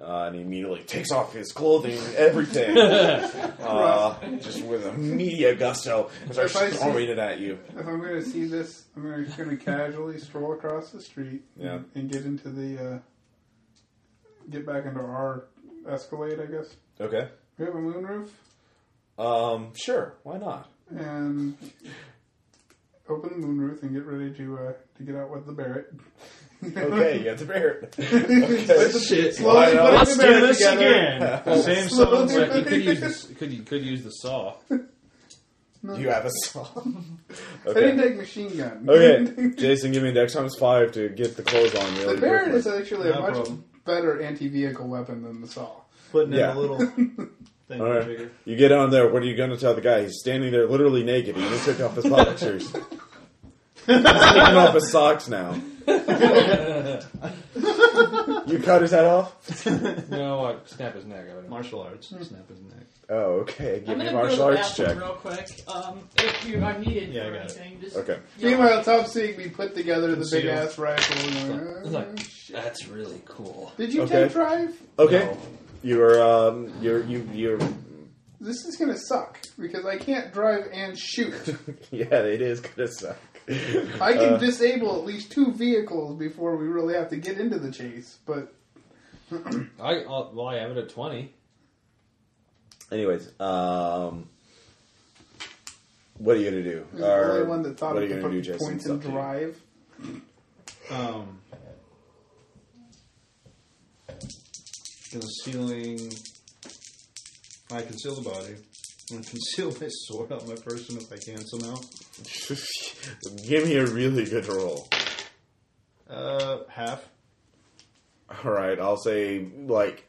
A: Uh, and he immediately takes off his clothing and everything, uh, just with immediate gusto, and starts
D: If I see-
A: throwing it at you.
D: If I'm going to see this, I'm gonna- just going to casually stroll across the street
A: Yeah.
D: and, and get into the uh, get back into our Escalade, I guess.
A: Okay.
D: We have a moonroof
A: Um, sure. Why not?
D: and open the moonroof and get ready to uh, to get out with the Barrett.
A: Okay, you have to bear it.
D: shit.
A: Why
D: Slowly
A: not? Let's
D: putting
A: do
D: the Barrett
A: this
D: together.
A: again.
N: The same
D: Slowly
N: song. Like, you could
D: putting-
N: use this, could you could use the saw.
A: You have a song.
D: I didn't take machine gun.
A: Okay, Jason, give me a dex times five to get the clothes on really
D: the Barrett
A: quickly.
D: is actually
B: No
D: a much
B: problem.
D: better anti-vehicle weapon than the saw.
B: Putting
A: Yeah.
B: in a little thing
A: All right.
B: bigger.
A: You get on there. What are you going to tell the guy? He's standing there, literally naked. He just took off his boxers. He's taking off his socks now. you cut his head off.
C: No, I snap his neck. I would
B: Martial arts. Snap his neck.
A: Oh, okay.
E: I'm
A: Give me
E: gonna
A: a
E: go to
A: martial
E: the
A: arts
E: bathroom
A: check.
E: real quick. Um, if you are needed
B: Yeah, I
E: for
B: got it.
E: anything, just
A: Okay.
D: Meanwhile, Top Seek, we put together the
B: Conceal.
D: big ass rifle. and
C: It's
D: we're like,
C: like,
D: "Uh,
C: that's really cool.
D: Did you
A: Okay.
D: take drive?
A: Okay. You're um. You're you you're.
D: This is gonna suck because I can't drive and shoot.
A: Yeah, it is gonna suck.
D: I can
A: Uh,
D: disable at least two vehicles before we really have to get into the chase. But
N: I uh, well, I have it at twenty.
A: Anyways, um. What are you gonna do?
D: there's
A: Or
D: only one that thought
A: what are
D: of
A: you
D: the
A: gonna do,
D: fucking
A: Jason?
D: points
A: It's
D: and
A: up to you.
D: drive.
B: Um, concealing. I conceal the body. I'm going to conceal my sword on my person if I can somehow.
A: Give me a really good roll.
B: Uh, half.
A: All right, I'll say like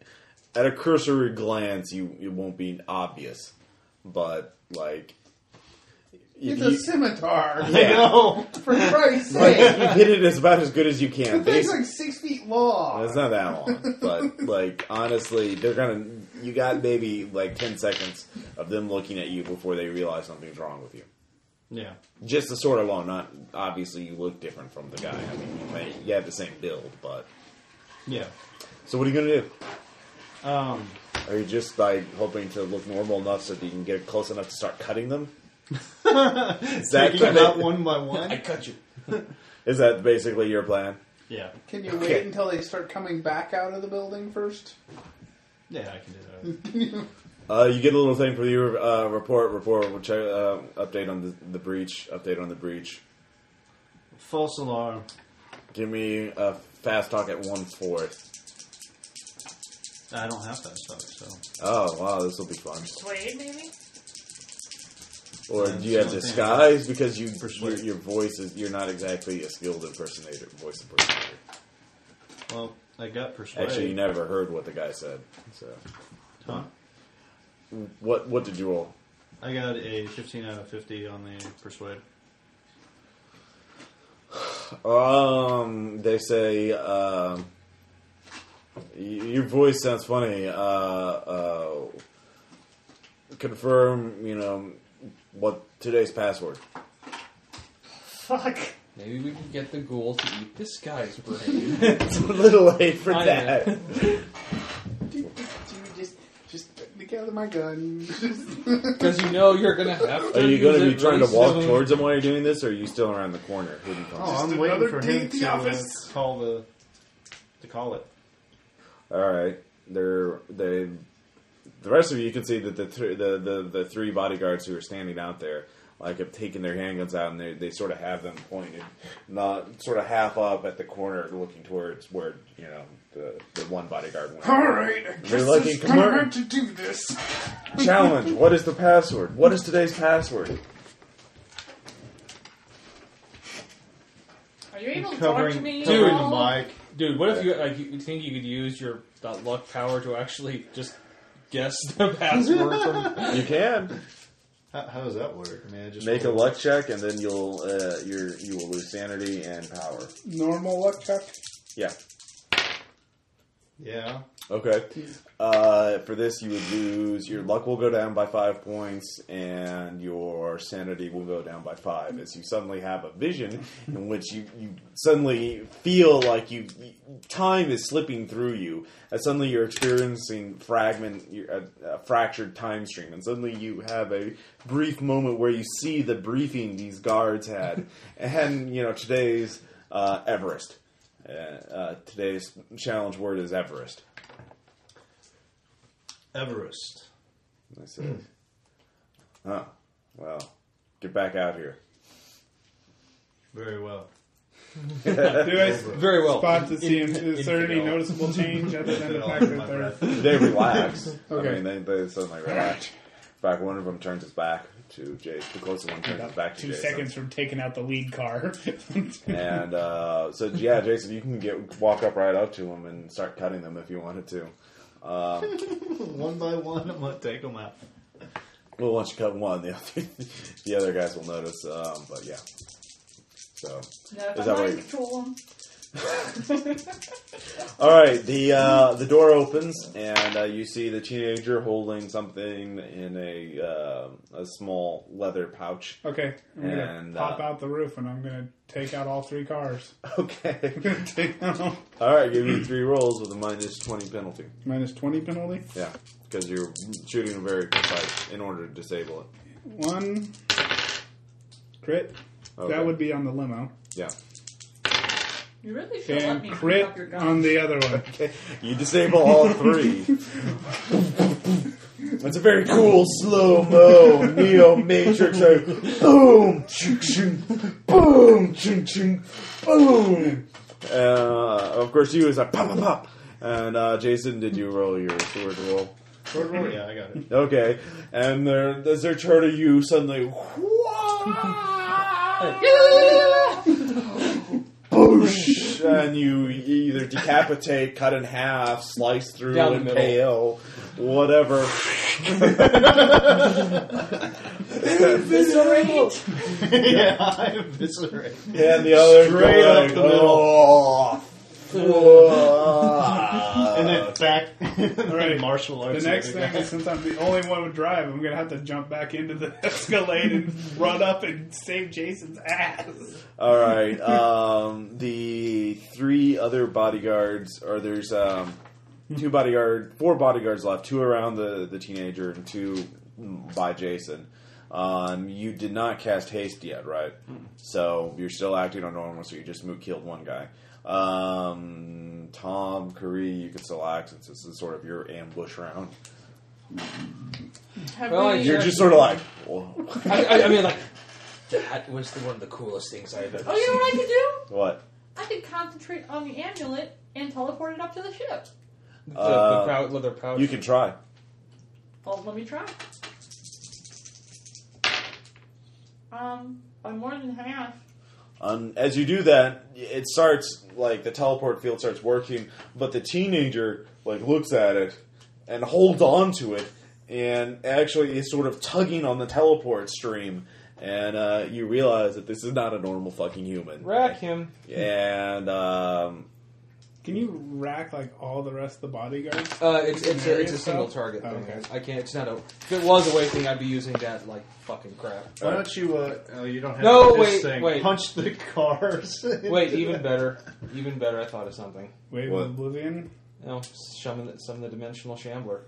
A: at a cursory glance, you it won't be obvious, but like if
D: It's
A: you,
D: a scimitar.
A: Yeah.
D: For Christ's
A: like, if
D: sake,
A: you hit it as about as good as you
D: the
A: can.
D: thing's
A: Basically,
D: like six feet long.
A: it's not that long, but like honestly, they're gonna you got maybe like ten seconds of them looking at you before they realize something's wrong with you.
B: Yeah.
A: Just the sword alone, not obviously you look different from the guy. I mean, you, may, you have the same build, but
B: Yeah.
A: so what are you gonna do?
B: Um,
A: Are you just like hoping to look normal enough so that you can get close enough to start cutting them? is that
B: taking them
A: kinda-
B: out one by one.
C: cut you.
A: is that basically your plan?
B: yeah.
D: Can you
A: Okay.
D: wait until they start coming back out of the building first?
B: Yeah, I can do that.
A: Uh, you get a little thing for your uh, report. Report. We'll check, uh, update on the, the breach. Update on the breach.
B: False alarm.
A: Give me a fast talk at one fourth.
B: I don't have that stuff, so.
A: Oh wow, this will be fun.
E: persuade maybe.
A: Or
B: Yeah,
A: do you have
B: it's the only thing.
A: disguise because you your,
B: Persuade.
A: your voice is you're not exactly a skilled impersonator voice impersonator.
B: Well, I got persuade.
A: Actually, you never heard what the guy said. So
B: Huh?
A: what what did you roll?
B: I got a 15 out of 50 on the persuade.
A: Um, they say um, y- your voice sounds funny. Uh, uh, confirm, you know, what today's password.
E: Fuck.
C: Maybe we can get the ghoul to eat this guy's brain.
A: It's a little late for
C: I
A: that.
D: Do you just just let me gather my gun?
C: Because you know you're going to have to.
A: Are you going to
C: use
A: be
C: it
A: trying to
C: really
A: walk
C: soon.
A: towards him while you're doing this, or are you still around the corner? Hidden
B: Oh,
A: corner?
B: I'm
D: another
B: waiting for him
D: D&D
B: to uh,
D: office.
B: call the to call it.
A: All right, they're they. The rest of you, you can see that the th- the, the the three bodyguards who are standing out there, like have taken their handguns out and they they sort of have them pointed, not sort of half up at the corner, looking towards where you know the, the one bodyguard went.
D: All right, I
A: You're
D: guess
A: lucky,
D: it's
A: come
D: gonna
A: on.
D: hurt to do this.
A: Challenge. What is the password? What is today's password?
E: Are you able to talk
B: Covering,
E: to me?
B: covering
E: at all?
B: the mic.
N: Dude, what if you like you think you could use your that luck power to actually just guess the password from
A: You can
B: How, how does that work? I mean, I just
A: make a
B: rolled-
A: luck check, and then you'll uh, you're you will lose sanity and power.
D: Normal luck check.
A: Yeah.
B: Yeah.
A: Okay. Uh, for this, you would lose your luck will go down by five points, and your sanity will go down by five. As you suddenly have a vision in which you, you suddenly feel like you time is slipping through you. As suddenly you're experiencing fragment, you're a, a fractured time stream, and suddenly you have a brief moment where you see the briefing these guards had, and you know today's uh, Everest. Uh, uh, today's challenge word is Everest.
B: Everest.
A: I said, "Huh? Well, get back out here."
B: Very well.
D: Do I
I: Very well.
D: spot to see
I: In-
D: if is there any
I: infidel.
D: noticeable change other than the
B: Infidel,
D: fact
B: my
D: that they're
B: breath.
A: They relax. I
D: Okay.
A: mean, they, they suddenly relax. In fact, one of them turns his back to Jason. The closer one turns his back to
D: two
A: Jason.
D: seconds from taking out the lead car?
A: And uh, so, yeah, Jason, you can get walk up right up to him and start cutting them if you wanted to. Um,
B: One by one, I'm gonna take them out.
A: well, once you cut one, the other, the other guys will notice. Um, but yeah, so
E: No, if
A: Is
E: I'm
A: that
E: not
A: what
E: in
A: you-
E: control, um,
A: All right, the uh, the door opens and uh, you see the teenager holding something in a uh, a small leather pouch.
D: okay, I'm gonna
A: And,
D: pop
A: uh,
D: out the roof and I'm gonna take out all three cars.
A: Okay.
D: take them out.
A: All right, give me three rolls with a minus twenty penalty.
D: Minus twenty penalty.
A: Yeah, because you're shooting very precise in order to disable it.
D: One crit.
A: Okay.
D: That would be on the limo.
A: Yeah,
E: you really should let
D: And
E: me pick
D: crit
E: up your gun.
D: on the other one.
A: you disable all three. That's a very cool slow mo neo matrix. Like, boom, ching, ching, boom, ching, ching, boom. Uh, of course, you is like pop, pop, pop. And uh, Jason, did you roll your sword roll?
B: Sword roll? Yeah, I got it.
A: Okay. And there, as they're turning you, suddenly, boosh, and you either decapitate, cut in half, slice through,
I: Down the
A: and
I: middle.
A: KO, whatever.
B: yeah, I eviscerate.
A: And the other
B: Straight up
A: going,
B: the middle.
A: "Oh, fuck."
B: And then back. All
D: right.
B: martial
D: The
B: arts.
D: next thing is since I'm the only one with drive, I'm gonna have to jump back into the Escalade and run up and save Jason's ass.
A: All right. Um, the three other bodyguards, or there's um, two bodyguard, four bodyguards left. Two around the the teenager, and two by Jason. Um, you did not cast haste yet, right?
C: Hmm.
A: So you're still acting on normal. So you just moved, killed one guy. Um, Tom, Curry, you can still act since this is sort of your ambush round.
E: Have
C: Well,
E: we-
A: You're just sort of like, "Whoa,
C: I, I, I mean, like, that was the, one of the coolest things I've ever
E: Oh, you know
C: seen.
E: what I could do?
A: what?
E: I could concentrate on the amulet and teleport it up to the ship.
I: The, the
A: Uh,
I: pow- leather pouch.
A: You can try.
E: Well, let me try. Um, I'm more than half.
A: Um, as you do that, it starts like the teleport field starts working, but the teenager like looks at it and holds on to it, and actually is sort of tugging on the teleport stream. And uh, you realize that this is not a normal fucking human.
I: rack him.
A: And um,
D: Can you rack like all the rest of the bodyguards?
C: Uh, it's it's a, it's a
D: Area
C: single
D: stuff?
C: target thing.
D: Okay.
C: I can't. It's not a. If it was a way thing, I'd be using that like fucking crap.
B: Why don't you? Uh, oh, you don't have
C: No,
B: this
C: wait,
B: thing.
C: wait.
B: Punch the cars.
C: Wait, even better, even better. I thought of something.
D: Wave
A: What?
D: of Oblivion.
C: You know, summon summon the dimensional shambler.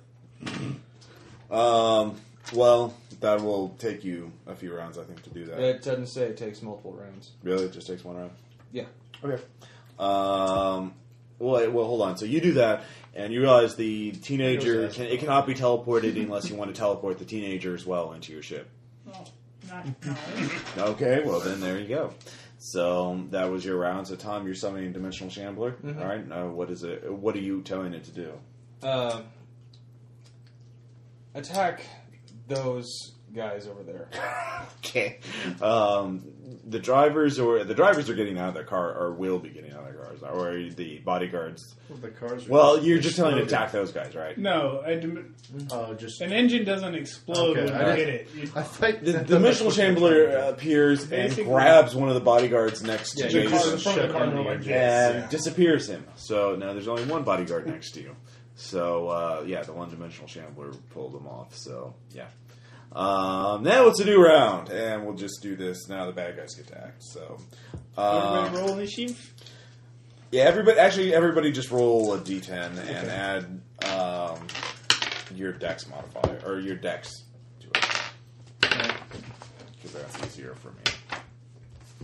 A: um, well, that will take you a few rounds, I think, to do that.
C: It doesn't say it takes multiple rounds.
A: Really, it just takes one round.
C: Yeah.
H: Okay.
A: Um, well, well, hold on. So you do that, and you realize the teenager can, it cannot be teleported unless you want to teleport the teenager as well into your ship.
E: Well, not no.
A: Okay, well then there you go. So um, that was your round. So Tom, you're summoning Dimensional Shambler.
C: Mhm.
A: All right. Now what is it? What are you telling it to do?
C: Um, attack those guys over there.
A: Okay. Um, the drivers or the drivers are getting out of their car or will be getting out of their cars or the bodyguards.
B: Well, the cars. Are
A: Well, you're just telling to attack those guys, right?
D: No, I dem-
B: Oh, just
D: an engine doesn't explode
B: Okay,
D: when
B: I-
D: you hit it. You-
O: I thought
A: The, the Mitchell Chandler uh, appears and
D: Basically-
A: grabs one of the bodyguards next to
B: Yeah,
D: the car in
A: Jason
B: just-
D: front of
B: shut
D: the car
B: down
D: no
B: the
D: one
B: engine.
A: and
D: hits.
A: disappears him. So now there's only one bodyguard next to you. So uh, yeah, the one dimensional Chandler pulled him off. So yeah. Um, now it's a new round, and we'll just do this. Now the bad guys get to act. So
D: Everybody
A: um,
D: roll initiative.
A: yeah, everybody actually everybody just roll a d10 and add um, your dex modifier or your dex to it because that's easier for me.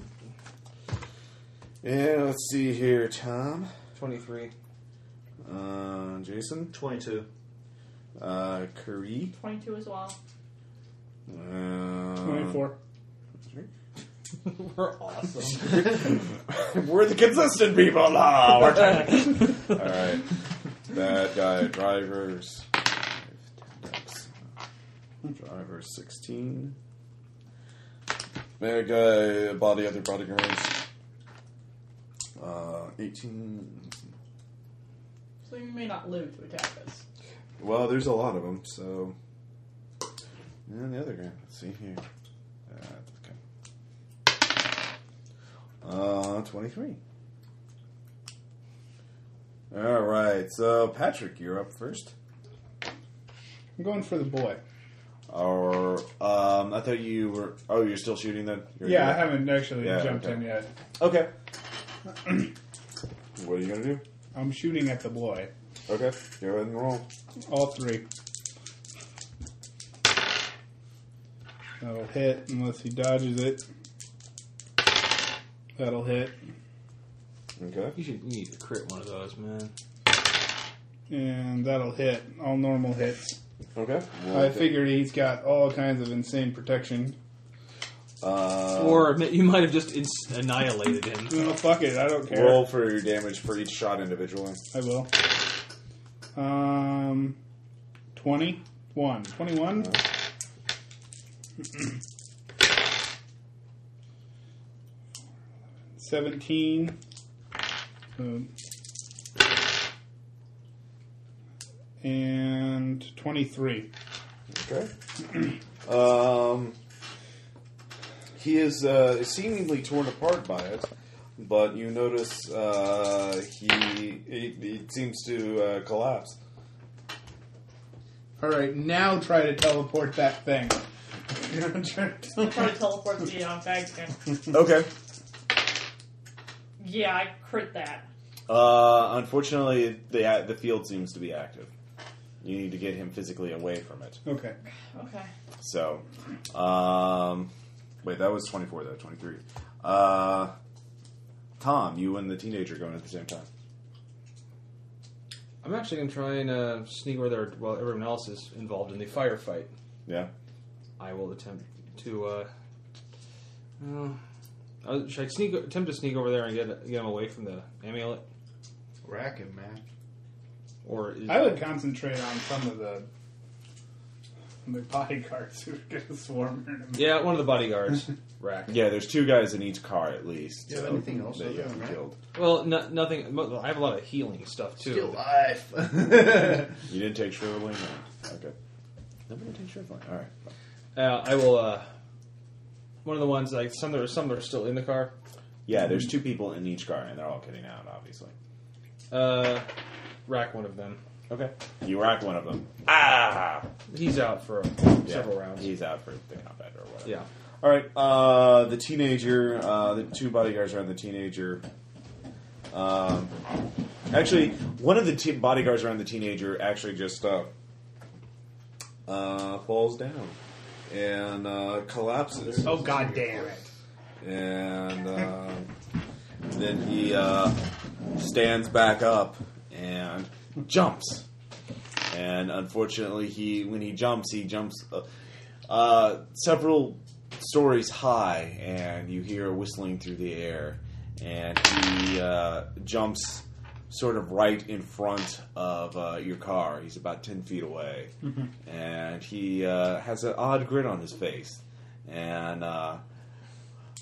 A: Yeah, let's see here, Tom.
C: 23.
A: Uh, Jason,
B: twenty-two.
A: uh, Curry,
E: 22 as well.
A: uh,
D: Twenty-four.
C: We're awesome.
A: We're the consistent people now. We're All right, that guy drivers, driver sixteen. Bad guy body other bodyguards. Uh, eighteen.
E: So you may not live to attack us.
A: Well, there's a lot of them, so. And the other guy. Let's see here. Uh, okay. Uh, 23. Alright, so Patrick, you're up first.
D: I'm going for the boy.
A: Or, um, I thought you were. Oh, you're still shooting then? You're
D: Yeah, I
A: doing-
D: haven't actually
A: Yeah,
D: jumped
A: okay.
D: in yet.
A: Okay. what are you gonna do?
D: I'm shooting at the boy.
A: Okay, go ahead and roll.
D: All three. That'll hit unless he dodges it. That'll hit.
A: Okay.
P: You should you need to crit one of those, man.
D: And that'll hit. All normal hits.
A: Okay. Roll
D: I
A: it.
D: figured he's got all kinds of insane protection.
A: Uh,
C: Um,
P: or admit you might have just ins- annihilated him.
D: No, fuck it. I don't care.
A: roll for your damage for each shot individually.
D: I will. Um, 21. 21? Seventeen. Um, and twenty-three.
A: Okay. um, he is uh, seemingly torn apart by it, but you notice uh, he, he he seems to uh, collapse.
D: All right, now try to teleport that thing.
E: I'll try to teleport the neon bag again.
A: Okay.
E: Yeah, I crit that.
A: Uh, unfortunately, the the field seems to be active. You need to get him physically away from it.
D: okay.
E: Okay.
A: So, um, wait, that was twenty four though, twenty three. Uh, Tom, you and the teenager going at the same time.
C: I'm actually going to try and uh, sneak where they're, while everyone else is involved in the firefight.
A: Yeah.
C: I will attempt to. Uh, uh, uh, should I sneak, attempt to sneak over there and get get him away from the amulet?
B: Rack him, man.
C: Or is,
D: I would concentrate on some of the the bodyguards who are going to swarm her in a minute.
C: yeah, one of the bodyguards. Rack.
A: Yeah, there's two guys in each car at least.
B: Do you have
A: so,
B: anything else
A: that
B: other
A: you haven't
B: than that?
A: killed?
C: Well, no, nothing. mo- I have a lot of healing stuff too.
B: Still alive.
A: You didn't take Shriveling? No. Okay. Nobody takes Shriveling. All right.
C: Uh, I will. Uh, one of the ones like some that are some that are still in the car.
A: Yeah, there's two people in each car, and they're all getting out, obviously.
C: Uh, rack one of them.
A: Okay. You rack one of them. Ah!
C: He's out for
A: Yeah.
C: several rounds.
A: He's out for they're not bad or whatever.
C: yeah.
A: All right. Uh, the teenager, uh, the two bodyguards are on the teenager. Um, actually, one of the te- bodyguards around the teenager actually just uh, uh, falls down and uh, collapses.
D: Oh goddamn!
A: and uh, then he uh, stands back up and jumps. And unfortunately, he when he jumps, he jumps uh, uh, several stories high, and you hear a whistling through the air. And he uh, jumps sort of right in front of uh, your car. He's about 10 feet away. And he uh, has an odd grin on his face. And uh,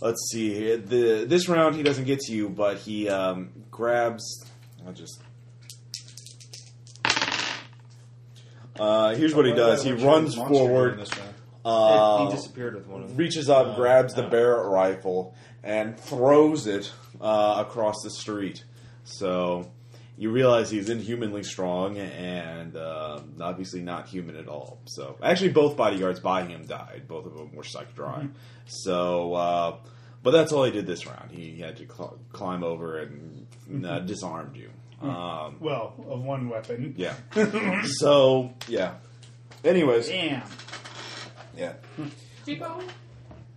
A: let's see here. The, this round he doesn't get to you, but he um, grabs. I'll just. Uh, here's what he does. He runs forward.
I: Uh,
A: Uh,
I: he disappeared with one of them.
A: reaches up,
I: Uh,
A: grabs the
I: yeah.
A: Barrett rifle, and throws it uh, across the street. So you realize he's inhumanly strong and uh, obviously not human at all. So actually, both bodyguards by him died. Both of them were sucked dry. So, uh, but that's all he did this round. He had to cl- climb over and uh, disarmed you. Um,
D: Well, of one weapon.
A: yeah. so yeah. Anyways,
D: Damn.
A: yeah.
E: Debo?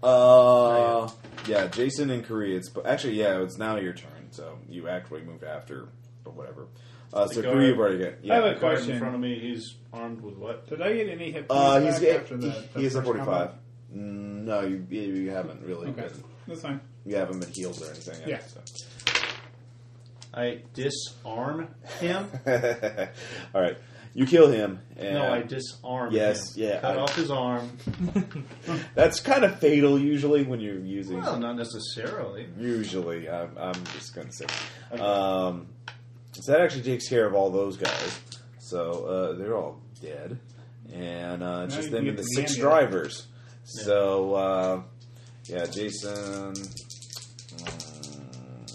A: Uh, yeah, Jason and Korea. It's but actually, yeah, it's now your turn. So you actually moved after, but whatever. Uh, so
I: The guard-
A: Korea, you've already got.
D: I have
A: Yeah,
D: a
I: The guard
D: question.
I: in front of me, he's armed with what?
D: Did I get any hit points
A: uh, he's
D: back
A: get,
D: after the, the
A: he is at
D: first
A: forty-five.
D: combat?
A: Mm, No, you, you you haven't really.
D: Okay,
A: Been,
D: that's fine.
A: you haven't been healed or anything. yet,
D: Yeah.
A: so.
I: I disarm him?
A: All right, you kill him. And
I: No, I disarm
A: Yes,
I: him.
A: yeah,
I: Cut
A: I-
I: off his arm.
A: That's kind of fatal usually when you're using.
I: Well, not necessarily.
A: Usually, I'm, I'm just going to say. Um, so that actually takes care of all those guys. So uh, they're all dead, and uh, it's
D: Now
A: just
D: you can
A: them
D: get
A: and the
D: to the
A: six
D: ambulance.
A: drivers. So uh, yeah, Jason. uh,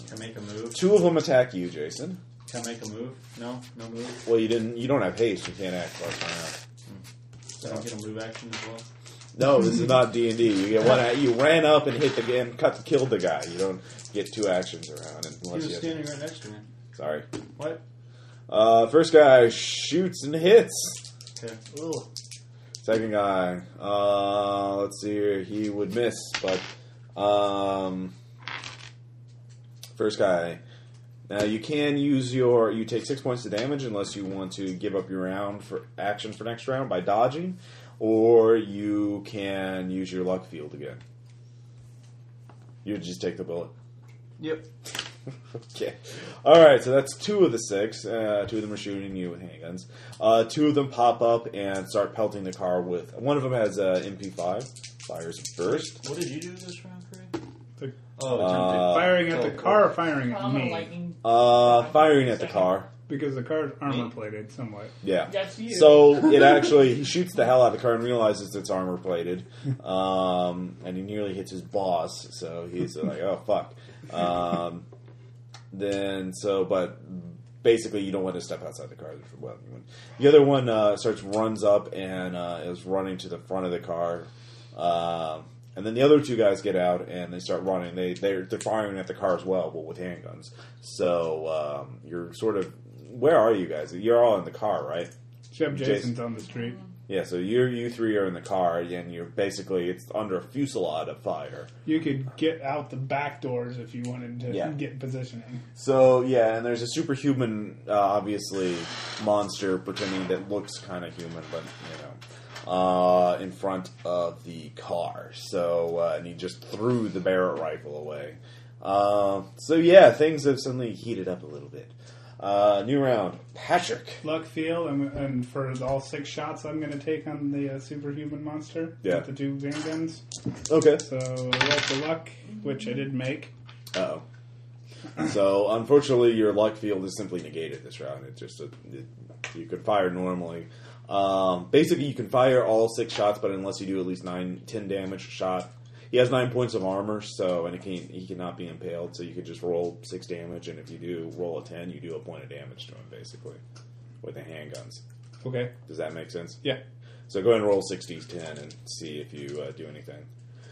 I: Can I make a move?
A: Two of them attack you, Jason.
I: Can I make a move? No, no move.
A: Well, you didn't. You don't have haste. You can't act last time.
I: I don't get a move action as well.
A: No, this is not D and D. You get one. You ran up and hit the guy and cut killed the guy. You don't get two actions around
I: He
A: unless
I: was
A: you. Have,
I: standing right next to me.
A: sorry.
I: What?
A: Uh, first guy shoots and hits.
I: Okay.
A: Second guy, uh, let's see here. He would miss, but um, first guy. Now you can use your. You take six points of damage unless you want to give up your round for action for next round by dodging, or you can use your luck field again. You just take the bullet.
B: Yep.
A: Okay. All right. So that's two of the six. Uh, two of them are shooting you with handguns. Uh, two of them pop up and start pelting the car with. One of them has uh, MP5. Fires burst.
I: What did you do this round, Craig?
D: The-
I: Oh,
A: Uh,
D: firing at the
I: oh,
D: car, firing at
E: I'm gonna
D: me.
E: lightning.
A: Uh, firing at the car.
D: Because the car's armor plated somewhat.
A: Yeah.
E: That's you.
A: So it actually he shoots the hell out of the car and realizes it's armor plated, um, and he nearly hits his boss. So he's like, "Oh fuck." Um, then so, but basically, you don't want to step outside the car. There's- Well, you wouldn't. the other one uh, starts runs up and uh, is running to the front of the car, Um and then the other two guys get out and they start running. They they're, they're firing at the car as well, but with handguns. So um, you're sort of where are you guys? You're all in the car, right?
D: Except
A: Jason.
D: Jason's on the street.
A: Yeah, so you you three are in the car, and you're basically it's under a fusillade of fire.
D: You could get out the back doors if you wanted to
A: Yeah.
D: get positioning.
A: So yeah, and there's a superhuman, uh, obviously monster pretending that looks kind of human, but you know, uh, in front of the car. So uh, and he just threw the Barrett rifle away. Uh, so yeah, things have suddenly heated up a little bit. Uh, new round, Patrick.
D: Luck feel, and, and for all six shots I'm going to take on the uh, superhuman monster
A: Yeah.
D: with the two handguns.
A: Okay.
D: So roll for luck, which I did make.
A: Oh. So unfortunately, your luck field is simply negated this round. It just it, you can fire normally. Um, basically, you can fire all six shots, but unless you do at least nine, ten damage a shot, he has nine points of armor. So and it can, he cannot be impaled. So you could just roll six damage, and if you do roll a ten, you do a point of damage to him basically with the handguns.
D: Okay.
A: Does that make sense?
D: Yeah.
A: So go ahead and roll 60s 10 and see if you uh, do anything.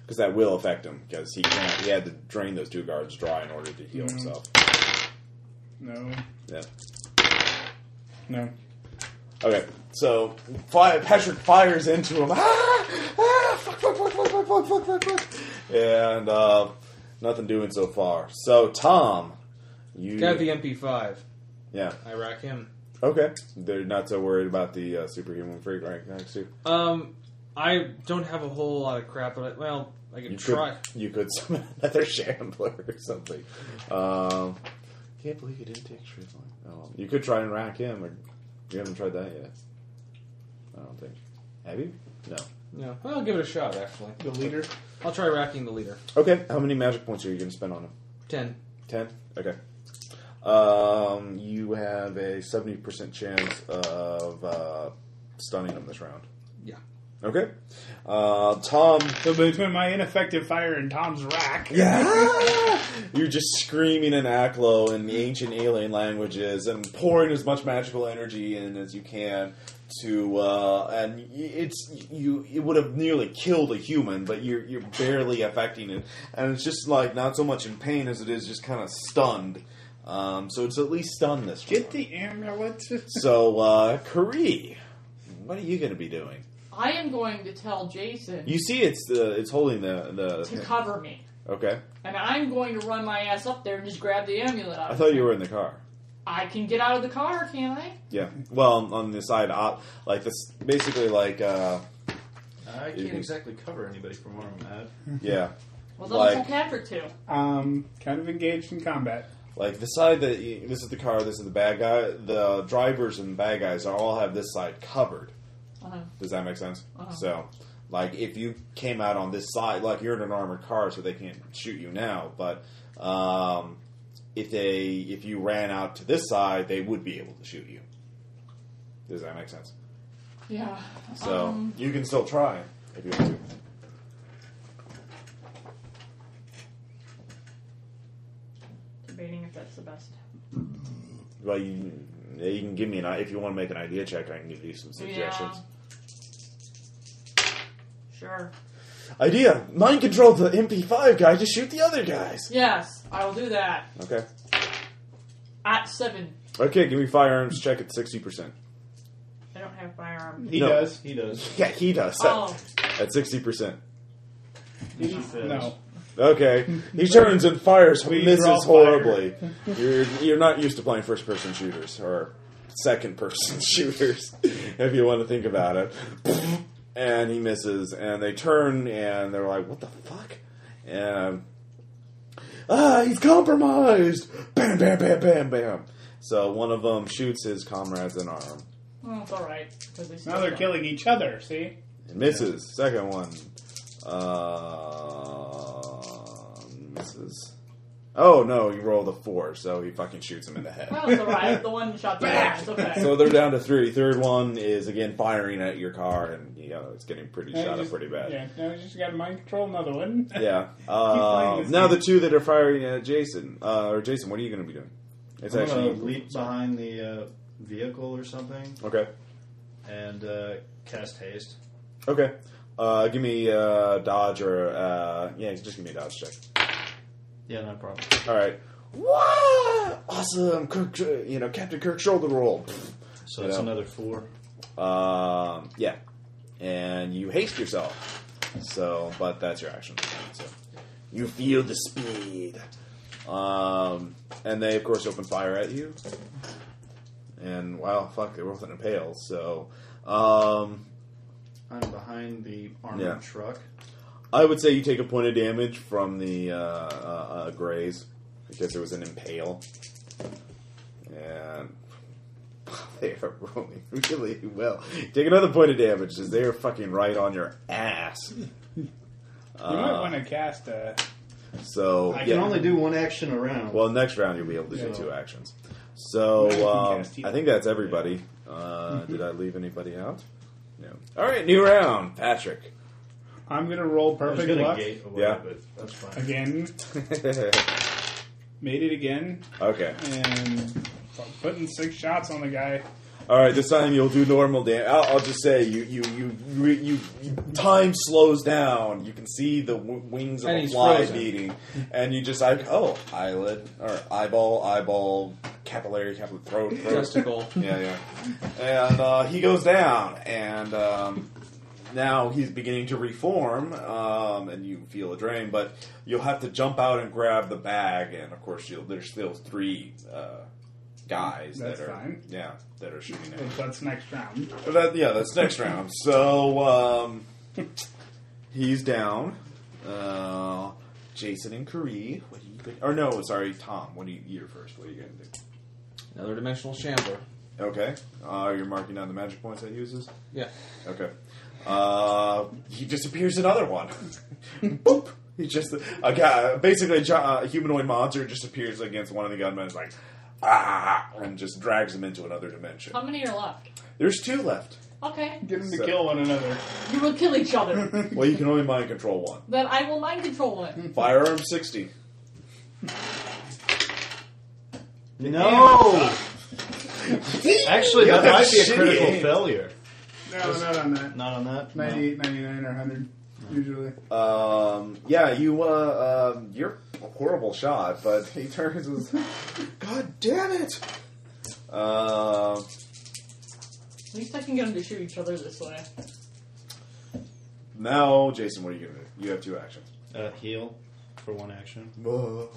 A: Because that will affect him, because he can't, he had to drain those two guards dry in order to heal
D: Mhm.
A: himself.
D: No.
A: Yeah.
D: No.
A: Okay, so fi Patrick fires into him. Ah! Ah! Fuck, fuck, fuck, fuck, fuck, fuck, fuck, fuck, fuck. And uh, nothing doing so far. So, Tom, you.
C: Got the MP5.
A: yeah,
C: I rack him.
A: okay. They're not so worried about the uh, superhuman freak right next to you.
C: Um, I don't have a whole lot of crap, but I, well, I can
A: You
C: try.
A: could, you could summon another Chandler or something. Um, Can't believe you didn't take Shrivelin. Oh, you could try and rack him, or you haven't tried that yet. I don't think. Have you? No.
C: No, I'll give it a shot. Actually,
D: The leader.
C: I'll try racking the leader.
A: Okay. How many magic points are you going to spend on him?
C: Ten.
A: Ten. Okay. Um, you have a seventy percent chance of uh, stunning him this round.
C: Yeah.
A: Okay. Uh, Tom.
D: So between my ineffective fire and Tom's rack,
A: Yeah. You're just screaming in Aklo in the ancient alien languages and pouring as much magical energy in as you can to, uh, and y- it's you. It would have nearly killed a human, but you're you're barely affecting it, and it's just like not so much in pain as it is just kind of stunned. Um, so it's at least stunned this.
D: get
A: round.
D: the amulet.
A: so, uh, Kree, what are you going to be doing?
E: I am going to tell Jason
A: You see, it's the it's holding the
E: to
A: the.
E: cover me.
A: Okay,
E: And I'm going to run my ass up there and just grab the amulet out.
A: I
E: of
A: thought
E: it.
A: you were in the car.
E: I can get out of the car, can I?
A: Yeah. Well, on the side, op, like this, basically, like uh,
B: I
A: Easy.
B: can't exactly cover anybody from where I'm at.
A: yeah,
E: Well, then
A: Like-
E: I'll tell Patrick too.
D: Um, kind of engaged in combat.
A: like the side that you, this is the car, this is the bad guy. The drivers and bad guys all have this side covered.
E: Uh-huh.
A: Does that make sense?
E: Uh-huh.
A: So, like, if you came out on this side, like you're in an armored car, so they can't shoot you now. But um, if they, if you ran out to this side, they would be able to shoot you. Does that make sense?
E: Yeah.
A: So
E: Um,
A: you can still try if you want to.
E: debating if that's the best.
A: Well, you, you can give me an i- if you want to make an idea check. I can give you some suggestions.
E: Sure.
A: Idea: mind control the MP5 guy to shoot the other guys.
E: Yes, I will do that.
A: Okay.
E: At seven.
A: Okay, give me firearms check at sixty percent.
E: I don't have firearm.
D: He
A: No.
D: does.
B: He does.
A: Yeah, he does that.
E: Oh,
A: at sixty percent.
B: He
D: No.
A: Okay, he turns and fires,
D: We draw
A: misses
D: fire.
A: horribly. you're you're not used to playing first person shooters or second person shooters, if you want to think about it. And he misses, and they turn, and they're like, "What the fuck?" And ah, he's compromised. Bam, bam, bam, bam, bam. So one of them shoots his comrades in arm.
E: well, it's all right because they still
D: Now they're
E: don't.
D: killing each other. See,
A: It misses. Second one. Uh, misses. Oh no, he rolled a four, so he fucking shoots him in the head.
E: Well, it's all right. The one shot the
A: Yeah.
E: other one. It's okay.
A: So they're down to three. Third one is again firing at your car, and you know it's getting pretty
D: Now you
A: shot up
D: just-
A: pretty bad.
D: Yeah, now you just got mind control another one.
A: Yeah.
D: playing
A: Uh,
D: this
A: now the
D: game.
A: two that are firing at Jason, uh, or Jason, what are you going to be doing? It's
B: I'm
A: actually
B: gonna leap behind the uh, vehicle or something
A: okay.
B: and uh, cast haste.
A: Okay. Uh, give me uh, dodge or uh, yeah, just give me a dodge check.
B: Yeah, no problem.
A: All right. Wow! Awesome, Kirk. uh, You know, Captain Kirk shoulder roll.
B: So that's
A: Yeah.
B: another four.
A: Um, yeah, and you haste yourself. So, but that's your action. So, you feel the speed. Um, and they of course open fire at you. And wow, fuck, they rolled in a pail. So, um,
B: I'm behind the armored
A: Yeah.
B: truck.
A: I would say you take a point of damage from the uh, uh, uh, graze because it was an impale, and they are rolling really well. Take another point of damage because they are fucking right on your ass.
D: You might
A: Uh,
D: want to cast a.
A: So
B: I
A: yeah.
B: can only do one action around.
A: well, next round you'll be able to do
B: Yeah.
A: two actions. So
D: I can
A: um,
D: cast heal.
A: I think that's everybody. Uh, did I leave anybody out? No. All right, new round, Patrick.
D: I'm gonna roll
B: I was
D: perfect
B: gonna
D: luck
B: gate away,
A: Yeah.
B: but that's fine.
D: again. Made it again,
A: okay.
D: and so I'm putting six shots on the guy.
A: All right, this time you'll do normal damage. I'll, I'll just say you you you, you you you time slows down. You can see the w- wings of
C: And
A: a
C: he's
A: fly
C: frozen.
A: beating, and you just like oh eyelid or eyeball eyeball capillary capillary throat throat.
C: Testicle.
A: yeah yeah, and uh, he goes down, and um, now he's beginning to reform, um, and you feel a drain, but you'll have to jump out and grab the bag, and of course you'll, there's still three. Uh, Guys
D: That's
A: that are
D: fine.
A: yeah that are shooting at you.
D: That's next round.
A: But that, yeah, that's next round. So um, he's down. Uh, Jason and Curry, what are you gonna, or no, sorry, Tom. What are you? You're first. What are you going to do?
C: Another dimensional shambler.
A: Okay, uh, you're marking down the magic points that he uses.
C: Yeah.
A: Okay. Uh, he just appears another one. Boop. He just a guy, basically a, gi- uh, humanoid monster, just appears against one of the gunmen. Is like ah, and just drags him into another dimension.
E: How many are left?
A: There's two left.
E: Okay.
D: Get them to
A: So-
D: kill one another.
E: You will kill each other.
A: Well, you can only mind control one.
E: then I will mind control one.
A: Firearm sixty.
B: No! Actually,
A: Yeah,
B: that might be a
A: shitty
B: critical
A: aim.
B: failure.
D: No, not on that.
B: Not on that? No.
D: 98, 99, or 100, usually.
A: Um, yeah, you uh, um, you're a horrible shot, but he turns. And says, God damn it! Um.
E: At least I can get them to shoot each other this way.
A: Now, Jason, what are you gonna do? You have two actions.
B: Uh, heal for one action.
A: Well,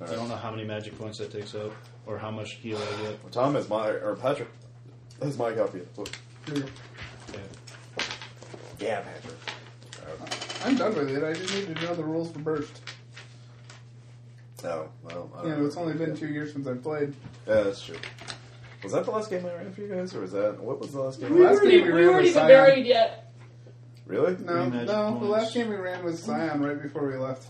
B: I don't know how many magic points that takes up or how much heal I get.
A: Tom is my or Patrick is my copy. Look.
B: Yeah.
A: Yeah, Patrick.
D: I'm done with it. I just need to know the rules for Burst.
A: Oh, well, I
D: You
A: don't
D: know, it's
A: know.
D: only been two years since I played.
A: Yeah, that's true. Was that the last game I ran for you guys, or was that what was the last game?
D: We
A: Last-
D: were-
E: We,
D: game
E: we
D: we ran
E: weren't
D: was
E: even
D: Scion.
E: buried yet.
A: Really?
D: No,
B: Three magic
D: no, the
B: points.
D: last game we ran was Scion right before we left.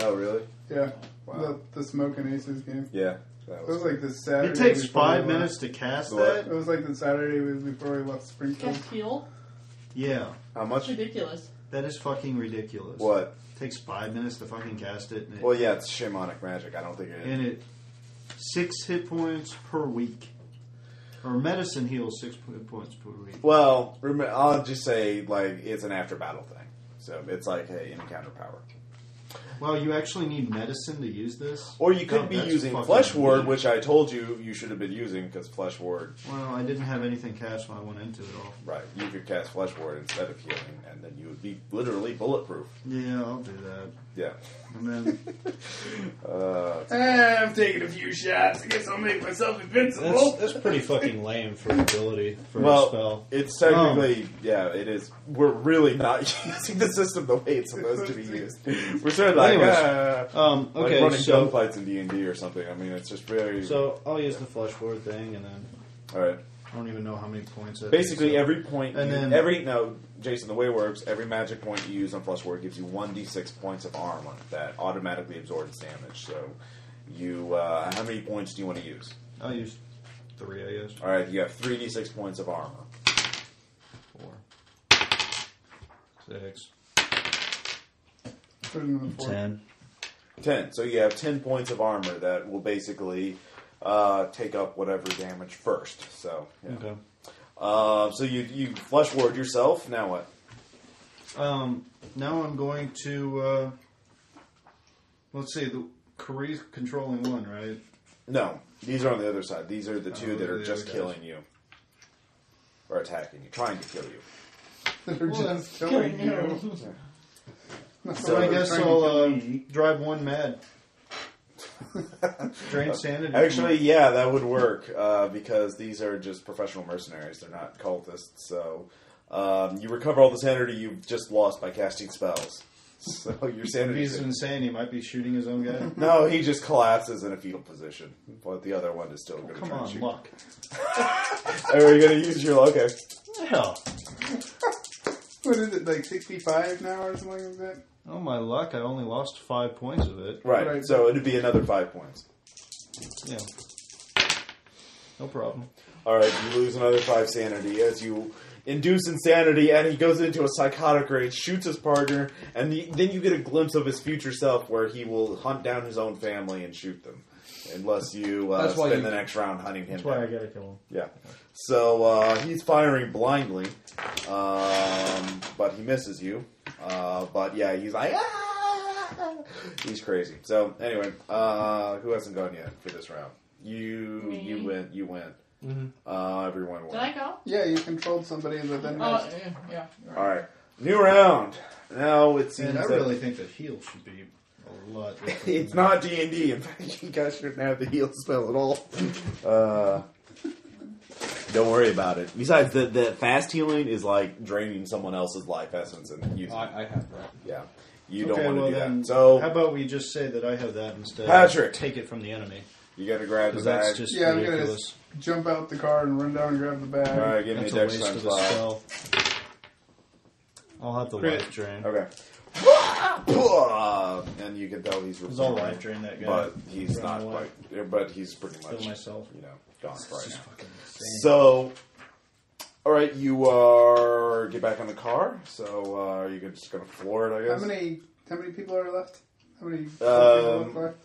A: Oh, really?
D: Yeah,
A: Wow.
D: the, the Smoke and Aces game.
A: Yeah. That
D: It
A: was
D: was like this Saturday.
B: It takes
D: before
B: five
D: we
B: minutes to cast
A: What?
D: Left. It
B: that?
D: was like the Saturday we- before we left Springfield.
E: Cast heal.
B: Yeah.
A: how
E: It's
A: much?
E: ridiculous.
B: That is fucking ridiculous.
A: What?
B: takes five minutes to fucking cast it. And it,
A: Well, yeah, it's shamanic magic. I don't think it.
B: and it six hit points per week. Or medicine heals six hit points per week.
A: Well, rem- I'll just say like it's an after battle thing, so it's like hey, an encounter power.
B: Well, you actually need medicine to use this.
A: Or you could
B: God,
A: be
B: that's
A: using
B: fucking
A: Flesh Ward,
B: weak.
A: which I told you you should have been using because Flesh Ward,
B: Well, I didn't have anything cast when I went into it all.
A: right? You could cast Flesh Ward instead of healing, and then you would be literally bulletproof.
B: Yeah, I'll do that.
A: Yeah.
B: And then
A: Uh,
D: Ah, I'm taking a few shots. I guess I'll make myself invincible.
B: that's, that's pretty fucking lame for an ability for a
A: well,
B: spell.
A: it's technically yeah, it is. We're really not using the system the way it's supposed to be used. We're sort of like,
B: Anyways,
A: uh,
B: Um,
A: like
B: okay,
A: running
B: so
A: gunfights in D and D or something. I mean, it's just very
B: so I'll use the flesh ward thing, and then
A: all right.
B: I don't even know how many points. That
A: Basically,
B: takes up.
A: every point,
B: And
A: you-
B: then-
A: every no, Jason, the way it works, every magic point you use on Flush Ward gives you one d6 points of armor that automatically absorbs damage. So, you uh, how many points do you want to use?
B: I'll use three, I guess.
A: All right, you have three d6 points of armor.
B: Four, six,
D: Put it in the fourth.
B: ten.
A: Ten. So you have ten points of armor that will basically uh, take up whatever damage first. So, yeah.
B: Okay.
A: Uh, so you you Flush Ward yourself. Now what?
B: Um, now I'm going to. Uh, let's see, the Korea's controlling one, right?
A: No, these are on the other side. These are the two
B: Oh,
A: that
B: those are
A: are
B: the
A: just
B: other guys.
A: killing you or attacking you, trying to kill you.
D: They're just killing you.
B: So I guess
D: Trying to
B: I'll
D: kill
B: uh,
D: me.
B: drive one mad. Drain sanity.
A: Actually, yeah, that would work uh, because these are just professional mercenaries. They're not cultists, so um, you recover all the sanity you've just lost by casting spells. So your
B: if
A: sanity.
B: he's insane, he might be shooting his own guy.
A: no, he just collapses in a fetal position, but the other one is still going to
B: Oh, Come
A: try and
B: on,
A: shoot.
B: luck.
A: Are you going to use your luck? Okay.
B: Hell.
D: What is it, like 65 now or something like that?
B: Oh my luck! I only lost five points of it.
A: Right.
D: Right.
A: So it'd be another five points.
B: Yeah. No problem.
A: All right, you lose another five sanity as you induce insanity, and he goes into a psychotic rage, shoots his partner, and the, then you get a glimpse of his future self, where he will hunt down his own family and shoot them, unless you uh,
C: That's why
A: spend
C: you-
A: the next round hunting him.
B: That's why I
A: down.
B: gotta kill him.
A: Yeah. So uh, he's firing blindly, um, but he misses you. Uh, but yeah, he's like, ah! he's crazy. So anyway, uh, who hasn't gone yet for this round? You,
E: Me.
A: you went, you went.
Q: Mhm.
A: Uh, everyone went.
E: Did I go?
D: Yeah, you controlled somebody, but then
E: Oh, yeah. yeah you're
A: All right, new round. Now it seems
B: And I
A: that-
B: really think that heal should be a lot. different than
A: it's not D and D. In fact, you guys shouldn't have the heal spell at all. Uh, don't worry about it. Besides, the the fast healing is like draining someone else's life essence and using. it.
C: I, I have that.
A: Yeah, You don't
B: Okay,
A: want to
B: well
A: do
B: then,
A: that. So
B: how about we just say that I have that instead?
A: Patrick.
B: take it from the enemy
A: you got to grab the
B: because that's
A: bag.
B: just
D: Yeah, I'm gonna
B: ridiculous.
D: jump out the car and run down and grab the bag.
A: All right, give me
B: That's
A: a
B: a
A: dex
B: waste
A: times
B: of a
A: five.
B: spell. I'll have the
D: Great.
B: life drain.
A: Okay. And you can tell he's
B: It's all life drain that guy.
A: but he's
B: Run
A: not
B: away.
A: like. But he's pretty
B: Kill
A: much
B: myself.
A: you know gone right now.
B: Fucking insane.
A: So, all right, you are get back on the car. So uh, you could just gonna floor it, I
D: How
A: guess.
D: many how many people are left? How many people
A: Um,
D: are left?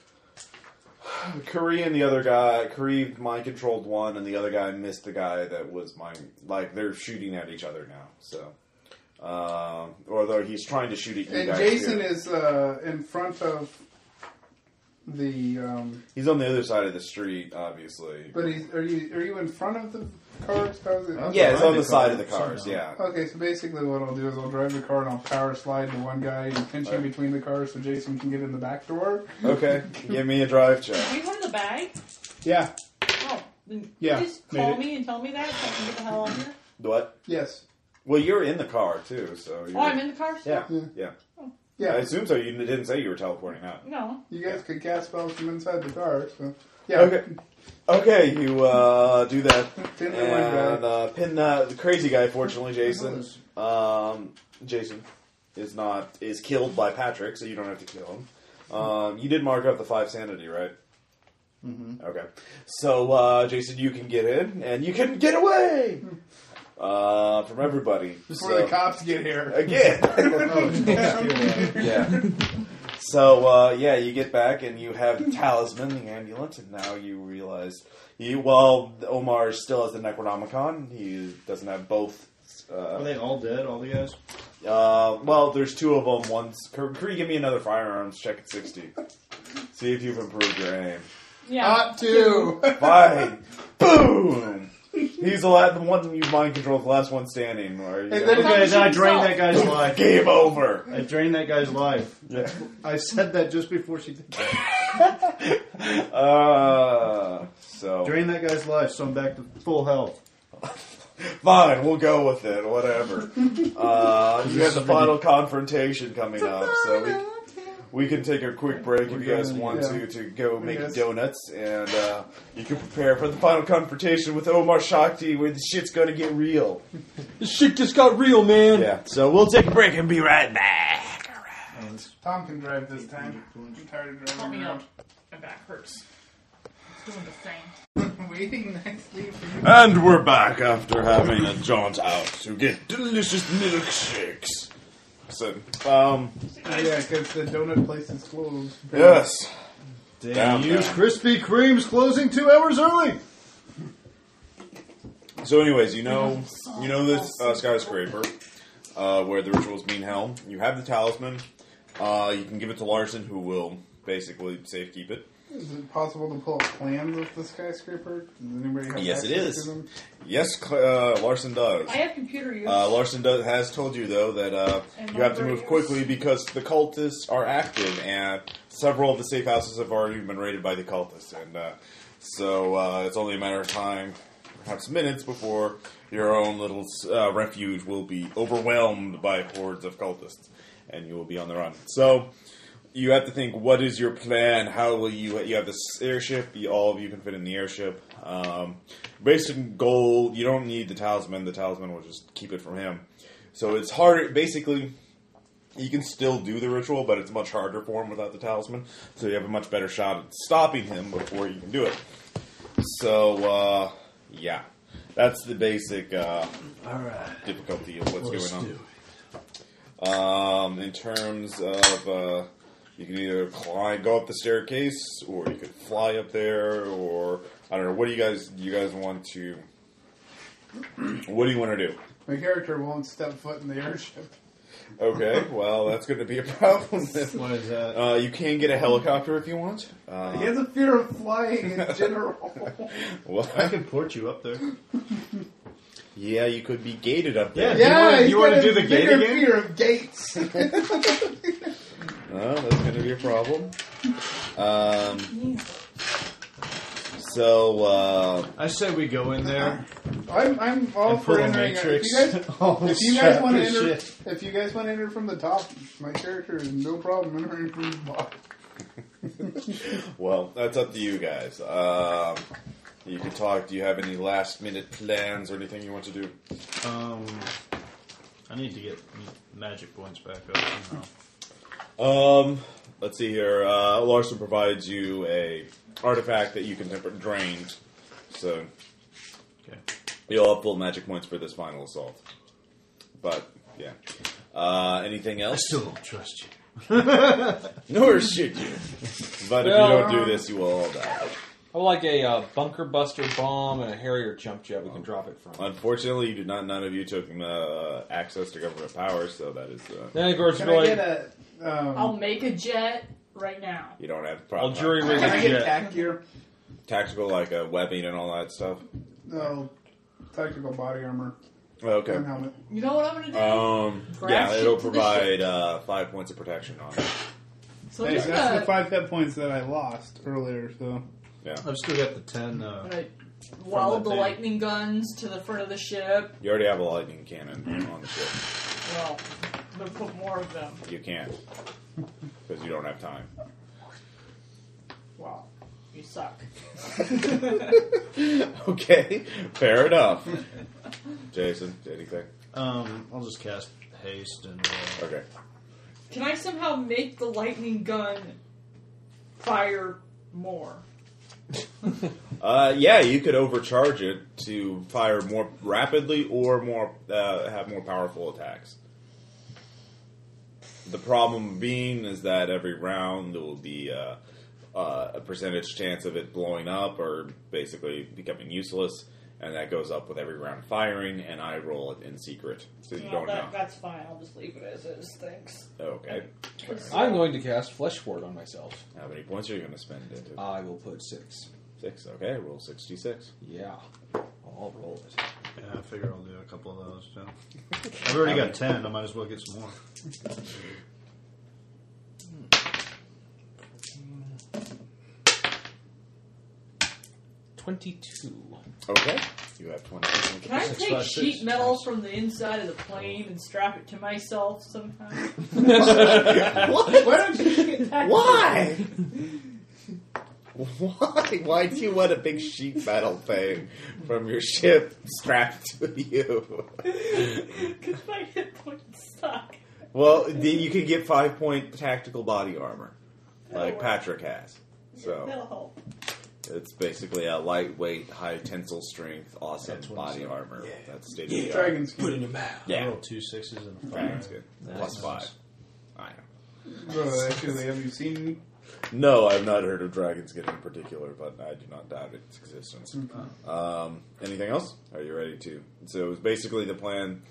A: Curry and the other guy, Curry mind controlled one, and the other guy missed the guy that was mine. Like they're shooting at each other now. So, um, although he's trying to shoot at you
D: And
A: guys.
D: Jason
A: too.
D: is uh, in front of the. Um,
A: he's on the other side of the street, obviously.
D: but he's, are you are you in front of the cars? How's it-
A: yeah, it's on the
B: Behind the
A: side
B: car,
A: of the cars.
B: somehow.
A: Yeah.
D: Okay, so basically what I'll do is I'll drive the car and I'll power slide to one guy and pinch him
A: Alright.
D: between the cars so Jason can get in the back door.
A: Okay, give me a drive check.
E: Can we come to the bag?
D: Yeah.
E: Oh, then
D: Yeah,
E: Just
D: made
E: call
D: it.
E: me and tell me that so I can get the hell out of here.
A: What?
D: Yes.
A: Well, you're in the car too, so. You're,
E: Oh, I'm in the car. still?
A: Yeah, yeah. I
D: Yeah.
A: assume so. You didn't say you were teleporting out.
E: No.
D: You guys could cast spells from inside the car. So yeah.
A: Okay. Okay, you uh, do that.
D: Pin the one guy.
A: and uh, pin uh, the crazy guy. Fortunately, Jason. Um, Jason is not is killed by Patrick, so you don't have to kill him. Um, you did mark up the five sanity, right? Mm-hmm. Okay, so uh, Jason, you can get in, and you can get away uh, from everybody.
D: Hmm. Before
A: So-
D: the cops get here.
A: again. yeah. So uh, yeah, you get back and you have the talisman, the amulet, and now you realize you. While Omar still has the Necronomicon, he doesn't have both.
B: Are
A: Uh,
B: they all dead? All the guys?
A: uh, well, there's two of them. One's Kree. Give me another firearms check at sixty. See if you've improved your aim.
E: Yeah.
D: Not two.
A: Fine. Boom. He's the last the one you mind control, the last one standing. Or you
D: And then-
E: Not
B: Okay,
E: to
B: then I
E: shoot
B: drained
E: himself.
B: that guy's life.
A: game over.
B: I drained that guy's life.
A: Yeah.
B: I said that just before she did that.
A: Uh, so
B: Drained that guy's life, so I'm back to full health.
A: Fine, we'll go with it. Whatever. Uh, you have the
B: Somebody-
A: final confrontation coming up, so we, we can take a quick break if you guys want
D: yeah.
A: to to go make
D: Yes.
A: donuts, and uh, you can prepare for the final confrontation with Omar Shakti, where the shit's gonna get real.
R: This shit just got real, man.
A: Yeah. So we'll take a break and be right back.
D: Tom can drive this time. I'm tired of
E: Help
D: driving
E: me
D: around.
E: up. My back hurts. It's doing the thing.
D: Waiting nicely for you.
S: And we're back after having a jaunt out to get delicious milkshakes.
A: So, um,
D: Yeah, because the donut place is closed.
A: yes.
S: Damn,
B: Damn, use
S: man.
B: Krispy Kreme's closing two hours early.
A: So, anyways, you know, you know this uh, skyscraper uh, where the rituals mean hell. You have the talisman. Uh, you can give it to Larson, who will basically safekeep it.
D: Is it possible to pull up plans of the skyscraper? Does anybody have
A: Yes, it
D: access
A: is.
D: to them?
A: Yes, Cl- uh, Larson does.
E: I have computer use.
A: Uh, Larson does, has told you though that uh,
E: And
A: you have to
E: library
A: move
E: use.
A: quickly because the cultists are active, and several of the safe houses have already been raided by the cultists, and uh, so uh, it's only a matter of time, perhaps minutes, before your own little uh, refuge will be overwhelmed by hordes of cultists, and you will be on the run. So. You have to think. What is your plan? How will you? You have this airship. You, all of you can fit in the airship. Um, basic goal. You don't need the talisman. The talisman will just keep it from him. So it's harder. Basically, you can still do the ritual, but it's much harder for him without the talisman. So you have a much better shot at stopping him before you can do it. So uh, yeah, that's the basic uh,
B: All right.
A: difficulty of what's
B: Let's
A: going on.
B: do it.
A: Um, in terms of, uh, you can either climb, go up the staircase, or you could fly up there, or I don't know. What do you guys? Do you guys want to? What do you want to do?
D: My character won't step foot in the airship.
A: Okay, well that's going to be a problem. then.
B: What is that?
A: Uh, you can get a helicopter if you want. Uh,
D: He has a fear of flying in general.
A: well,
B: I can port you up there.
A: yeah, you could be gated up there.
B: Yeah.
D: yeah,
B: You wanna- you wanna do the gate
D: bigger
B: again?
D: fear of gates.
A: Well, Uh, that's going to be a problem. Um, so uh,
B: I say we go in there.
D: I'm, I'm all
B: And
D: for
B: pull a
D: entering. it. If
B: matrix.
D: you guys,
B: All
D: if you guys want to
B: this
D: enter,
B: shit.
D: if you guys want to enter from the top, my character is no problem entering from the bottom.
A: Well, that's up to you guys. Um, you can talk. Do you have any last minute plans or anything you want to do?
B: Um, I need to get magic points back up somehow.
A: Um, let's see here. Uh, Larson provides you a artifact that you can temper drain, so
B: Okay.
A: you'll have full magic points for this final assault. But yeah, uh, anything else?
B: don't trust you.
A: Nor should you. But if you don't do this, you will all die.
C: I would like a uh, bunker buster bomb and a Harrier jump jet we can drop it from.
A: Unfortunately, you do not. None of you took uh, access to government power, so that is. Uh,
C: Then, of course,
D: Can
C: be
D: I
C: like,
D: get a? Um,
E: I'll make a jet right now.
A: you don't have
C: I'll
A: proper
C: jury rig
D: can I
C: a
D: get
C: jet.
D: tack gear?
A: tactical like uh, webbing and all that stuff.
D: No, tactical body armor
A: Okay.
D: and helmet.
E: You know what I'm gonna do?
A: Um,
E: Grab
A: yeah,
E: shit
A: it'll
E: to the
A: provide uh, five points of protection on it.
E: so I'm
D: Hey,
E: just
D: that's the
E: gonna,
D: five hit points that I lost earlier. So
B: I've still got the ten. Uh,
E: gonna weld
B: the
E: the
B: thing.
E: lightning guns to the front of the ship.
A: You already have a lightning cannon on the ship.
E: Well, I'm gonna put more of them.
A: You can't because you don't have time.
E: Wow, you suck.
A: Okay, fair enough. Jason, anything?
B: um, I'll just cast haste and. Uh,
A: Okay.
E: Can I somehow make the lightning gun fire more?
A: Uh, yeah, you could overcharge it to fire more rapidly or more uh, have more powerful attacks. The problem being is that every round there will be uh, uh, a percentage chance of it blowing up or basically becoming useless, and that goes up with every round firing. And I roll it in secret, so you
E: No,
A: don't
E: that,
A: know.
E: that's fine. I'll just leave it as is. Thanks.
A: Okay,
C: I'm going to cast Flesh Ward on myself.
A: how many points are you going to spend? Into?
C: I will put six.
A: Six. Okay, roll sixty-six.
C: Yeah. I'll roll it.
B: yeah, I figure I'll do a couple of those too. I've already got ten. I might as well get some more.
C: Twenty-two.
A: Okay, you have twenty.
E: Can I
B: Six,
E: take
B: five, six.
E: sheet metal from the inside of the plane and strap it to myself somehow?
D: why don't you get tack?
A: Why? Why? Why do you want a big sheet metal thing from your ship strapped to you?
E: Because my hit points suck.
A: Well, then you can get five point tactical body armor, like
E: Oh.
A: Patrick has.
E: That'll
A: So
E: help.
A: it's basically a lightweight, high tensile strength, awesome
B: That's what I'm
A: body
B: saying.
A: armor. That's state of the art.
D: Dragon skin.
C: a map.
B: I
A: Yeah,
B: rolled two sixes and a
A: dragon's
B: five.
A: good. Plus
B: Oh. Nice.
A: five. I know.
D: Bro, actually, have you seen?
A: No, I've not heard of Dragon's Gate in particular, but I do not doubt its existence. Um, anything else? Are you ready to? So it was basically the plan.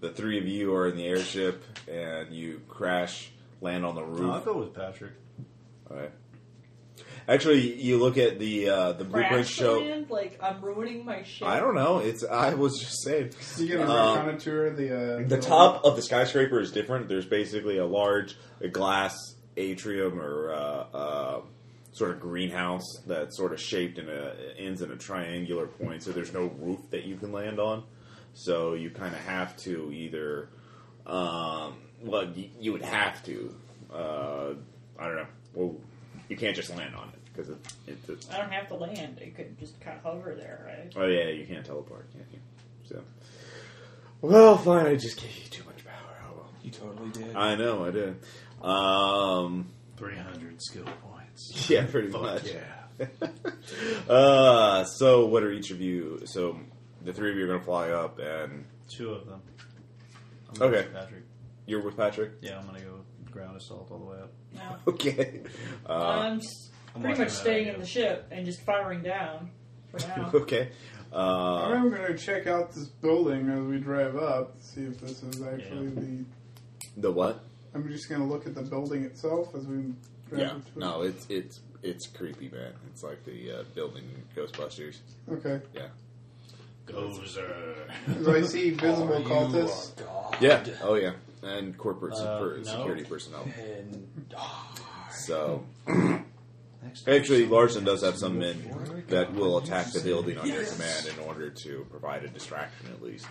A: The three of you are in the airship, and you crash, land on the
B: No, I'll
A: roof.
B: go with Patrick.
A: All right. Actually, you look at the uh, the blueprint
E: Crash
A: show.
E: land? Like I'm ruining my ship.
A: I don't know. It's I was just saying.
D: You get a
A: Um,
D: um, tour of the uh,
A: The top of the skyscraper is different. There's basically a large glass atrium or uh, uh, sort of greenhouse that's sort of shaped in a ends in a triangular point. So there's no roof that you can land on. So you kind of have to either, um, well, you, you would have to. Uh, I don't know. Well, you can't just land on it because it, it's a
E: I don't have to land. I could just kind of hover there, right?
A: Oh yeah, you can't teleport, can't you? So, well, fine. I just gave you too much power. Oh well.
C: You totally did.
A: I know I did. Um,
B: Three hundred skill points.
A: yeah, pretty
B: Fuck
A: much.
B: yeah.
A: Uh, so what are each of you? So the three of you are gonna fly up, and
B: Two of them. I'm going
A: Okay.
B: with Patrick.
A: you're with Patrick.
B: Yeah, I'm gonna go with ground assault all the way up.
E: No.
A: Okay. Uh,
E: I'm s-
B: I'm
E: pretty
B: watching
E: much
B: that
E: staying
B: idea.
E: in the ship and just firing down for now.
A: okay. Uh,
D: I'm going to check out this building as we drive up, see if this is actually the.
A: the what?
D: I'm just going to look at the building itself as we drive
A: Yeah.
D: up to
A: No, it's it's it's creepy, man. It's like the uh, building Ghostbusters.
D: it. Okay.
A: Yeah.
B: Gozer.
D: Do I see
A: Oh,
D: visible cultists?
C: God.
A: Yeah. Oh yeah. And corporate
B: Uh,
A: super-
B: no.
A: security personnel.
C: And, ah,
A: So
C: next
A: actually, Larson does have some men that will attack the building on your command in order to provide a distraction at least.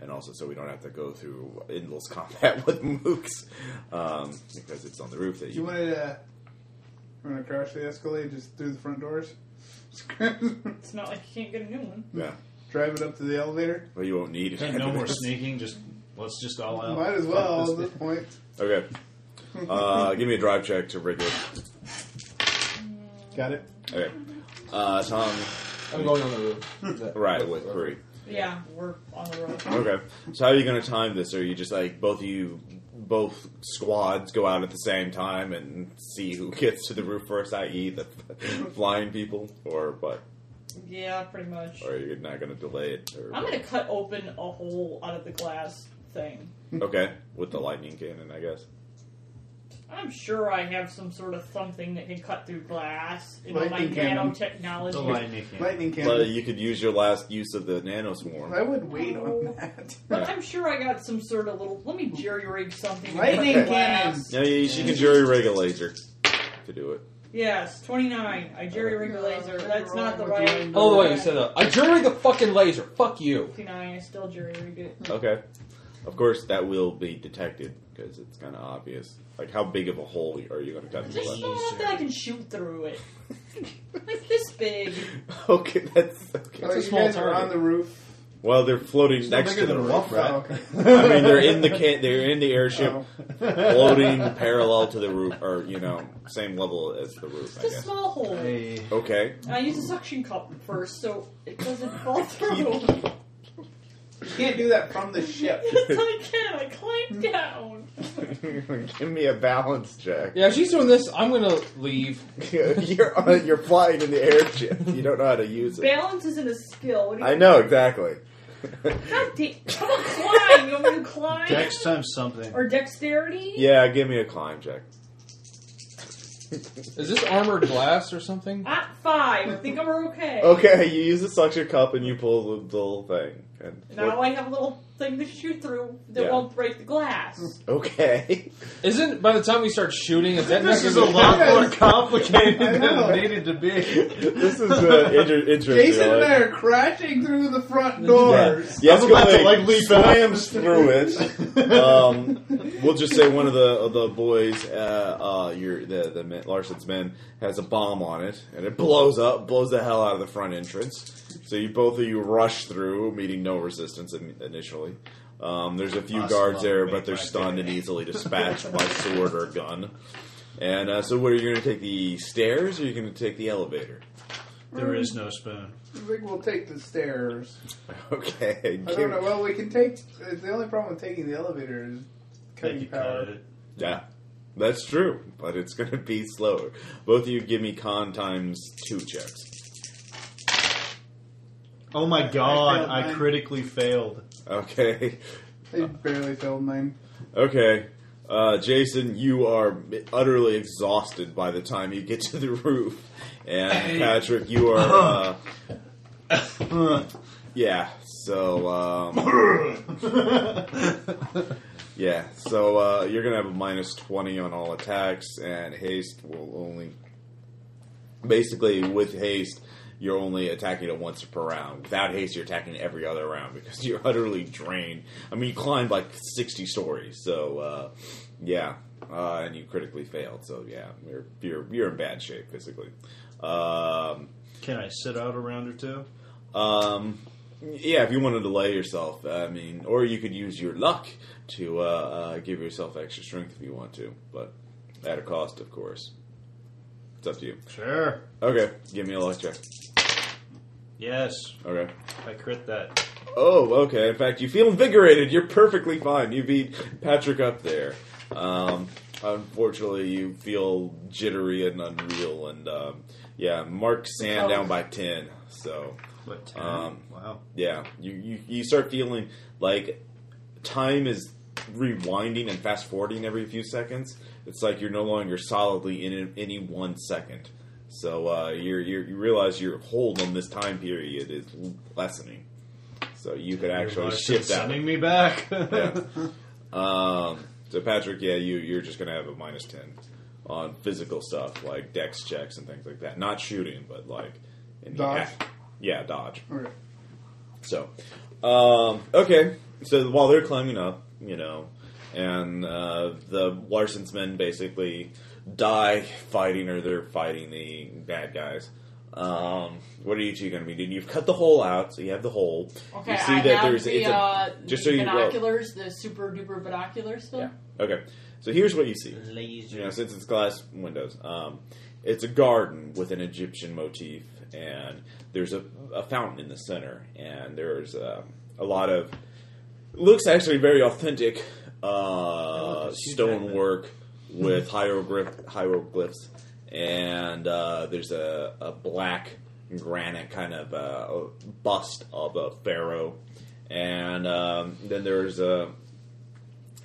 A: And also, so we don't have to go through endless combat with mooks um, because it's on the roof that
D: You
A: you.
D: wanted to. You want to crash the Escalade just through the front doors? Drive
E: It's not like you can't get a new one.
A: Yeah,
D: it up to the elevator?
A: but you won't need it.
B: Hey, no more sneaking. Just let's just all out.
D: Might as
B: Fuck
D: well at
B: this-
D: this point.
A: Okay. Uh, give me a drive check to rig it.
D: Got it.
A: Okay. Uh, Tom,
I: I'm going on the roof. Is that-
A: right with Bree.
E: Yeah, we're on the road.
A: Okay. So how are you going to time this? Are you just like both of you, both squads go out at the same time and see who gets to the roof first, i.e., the flying people, or what?
E: Yeah, pretty much.
A: Or you're not going to delay it? Or
E: I'm gonna cut open a hole out of the glass thing.
A: Okay, with the lightning cannon, I guess.
E: I'm sure I have some sort of something that can cut through glass. You know, my
D: Lightning cannon.
E: nanotechnology.
B: The lightning.
D: Lightning
A: Well,
D: cannon.
A: you could use your last use of the nanoswarm.
D: I would wait on that.
E: But
A: Yeah.
E: I'm sure I got some sort of little. Let me jerry rig something. to
D: Lightning
E: cut glass.
A: No, you, she can jury rig a laser to do it.
E: Yes, 29. I jerry rig the laser. That's not the right.
C: Oh,
I: All the way you said that. I jury the fucking laser. Fuck you.
E: 59. I still jury rig it.
A: Okay. Of course, that will be detected because it's kind of obvious. Like, how big of a hole are you going to cut? into
E: Just
A: that?
E: so that I can shoot through it. Like this big.
A: Okay, that's okay.
D: Oh,
I: a
D: you
I: small
D: guys are
I: target.
D: on the roof.
A: Well, they're floating
D: Still
A: next
D: bigger
A: to the
D: than a
A: roof,
D: roof,
A: right?
D: oh, okay.
A: I mean, they're in the can- they're in the airship,
D: Oh.
A: floating parallel to the roof, or you know, same level as the roof. I
E: It's a
A: guess.
E: small hole.
B: Hey,
A: Okay.
E: I use a suction cup first so it doesn't fall through.
D: You can't do that from the ship.
E: yes, I can. I climb down.
A: Give me a balance check.
I: Yeah, if she's doing this, I'm gonna leave.
A: you're on, you're flying in the airship. You don't know how to use it.
E: Balance isn't a skill. What do you
A: I know exactly.
E: God damn. Come on, climb. You want me to climb?
B: Dex times something.
E: Or dexterity?
A: yeah, give me a climb check.
I: Is this armored glass or something?
E: At five. I think I'm okay.
A: Okay, you use the suction cup and you pull the, the little thing. And
E: Now I have a little thing to shoot through that
A: Yeah.
E: won't break the glass.
A: okay.
I: Isn't by the time we start shooting, is that
B: This
I: not
B: is a
I: gonna be-
B: lot
D: Yes.
B: more complicated
D: I
B: than
D: know.
B: it needed to be.
A: this is uh, inter- interesting.
D: Jason and
A: like-
D: I are crashing through the front doors.
A: Yes,
B: I'm about to, like,
A: Escalade
B: leap
A: slams through it. Um, we'll just say one of the of the boys, uh, uh, your the the men, Larson's men, has a bomb on it, and it blows up, blows the hell out of the front entrance. So you both of you rush through, meeting no resistance in, initially. Um, there's a few
B: Awesome.
A: guards there, but they're
B: Make my
A: stunned
B: day.
A: and easily dispatched by sword or gun. And uh, so, what are you going to take the stairs, or are you going to take the elevator?
B: There is no spoon.
D: I think we'll take the stairs.
A: Okay,
D: I
A: give-
D: don't know. Well, we can take. uh, The only problem with taking the elevator is
B: They
D: cutting
B: could cut
D: power.
B: it.
A: Yeah, that's true, but it's going to be slower. Both of you give me con times two checks.
B: Oh my god,
D: failed
B: I
D: mine.
B: critically failed.
A: Okay,
D: They barely filled mine.
A: okay. Uh, Jason, you are utterly exhausted by the time you get to the roof, and Patrick, you are. Uh, yeah, so um, yeah, so uh, you're gonna have a minus twenty on all attacks, and haste will only basically with haste you're only attacking it once per round without haste you're attacking every other round because you're utterly drained i mean you climbed like 60 stories so uh, yeah uh, and you critically failed so yeah you're you're, you're in bad shape physically um,
B: Can I sit out a round or two?
A: um, yeah if you want to delay yourself i mean or you could use your luck to uh, uh, give yourself extra strength if you want to but at a cost of course it's up to you
B: Sure.
A: okay give me a luck check
B: Yes,
A: okay
B: I crit that.
A: Oh, okay. In fact, you feel invigorated. You're perfectly fine. You beat Patrick up there. Um, unfortunately, you feel jittery and unreal. And um, yeah, Mark Sand down by ten. So
B: What? ten?
A: Um,
B: wow.
A: yeah, you, you you start feeling like time is rewinding and fast forwarding every few seconds. It's like you're no longer solidly in any one second. So uh, you're, you're, you realize your hold on this time period is lessening. So you could actually
B: Larson's
A: shift out.
B: sending me back.
A: Yeah. Um, so Patrick, yeah, you you're just gonna have a minus ten on physical stuff like dex checks and things like that. Not shooting, but like in the
D: Dodge?
A: act. Yeah, dodge.
D: Okay.
A: So, um, okay. So while they're climbing up, you know, and uh, the Larson's men basically die fighting, or they're fighting the bad guys. Um, what are you two going to be doing? You've cut the hole out, so you have the hole.
E: Okay,
A: you see
E: I
A: that
E: have
A: there's
E: the,
A: it's a
E: uh,
A: just so
E: the
A: you know.
E: binoculars, the super duper binoculars. Though.
A: yeah. Okay, so here's what you see. You know, since it's glass windows, um, it's a garden with an Egyptian motif, and there's a, a fountain in the center, and there's um, a lot of looks actually very authentic uh, stonework with hieroglyph, hieroglyphs, and uh, there's a, a black granite kind of uh, bust of a pharaoh, and um, then there's a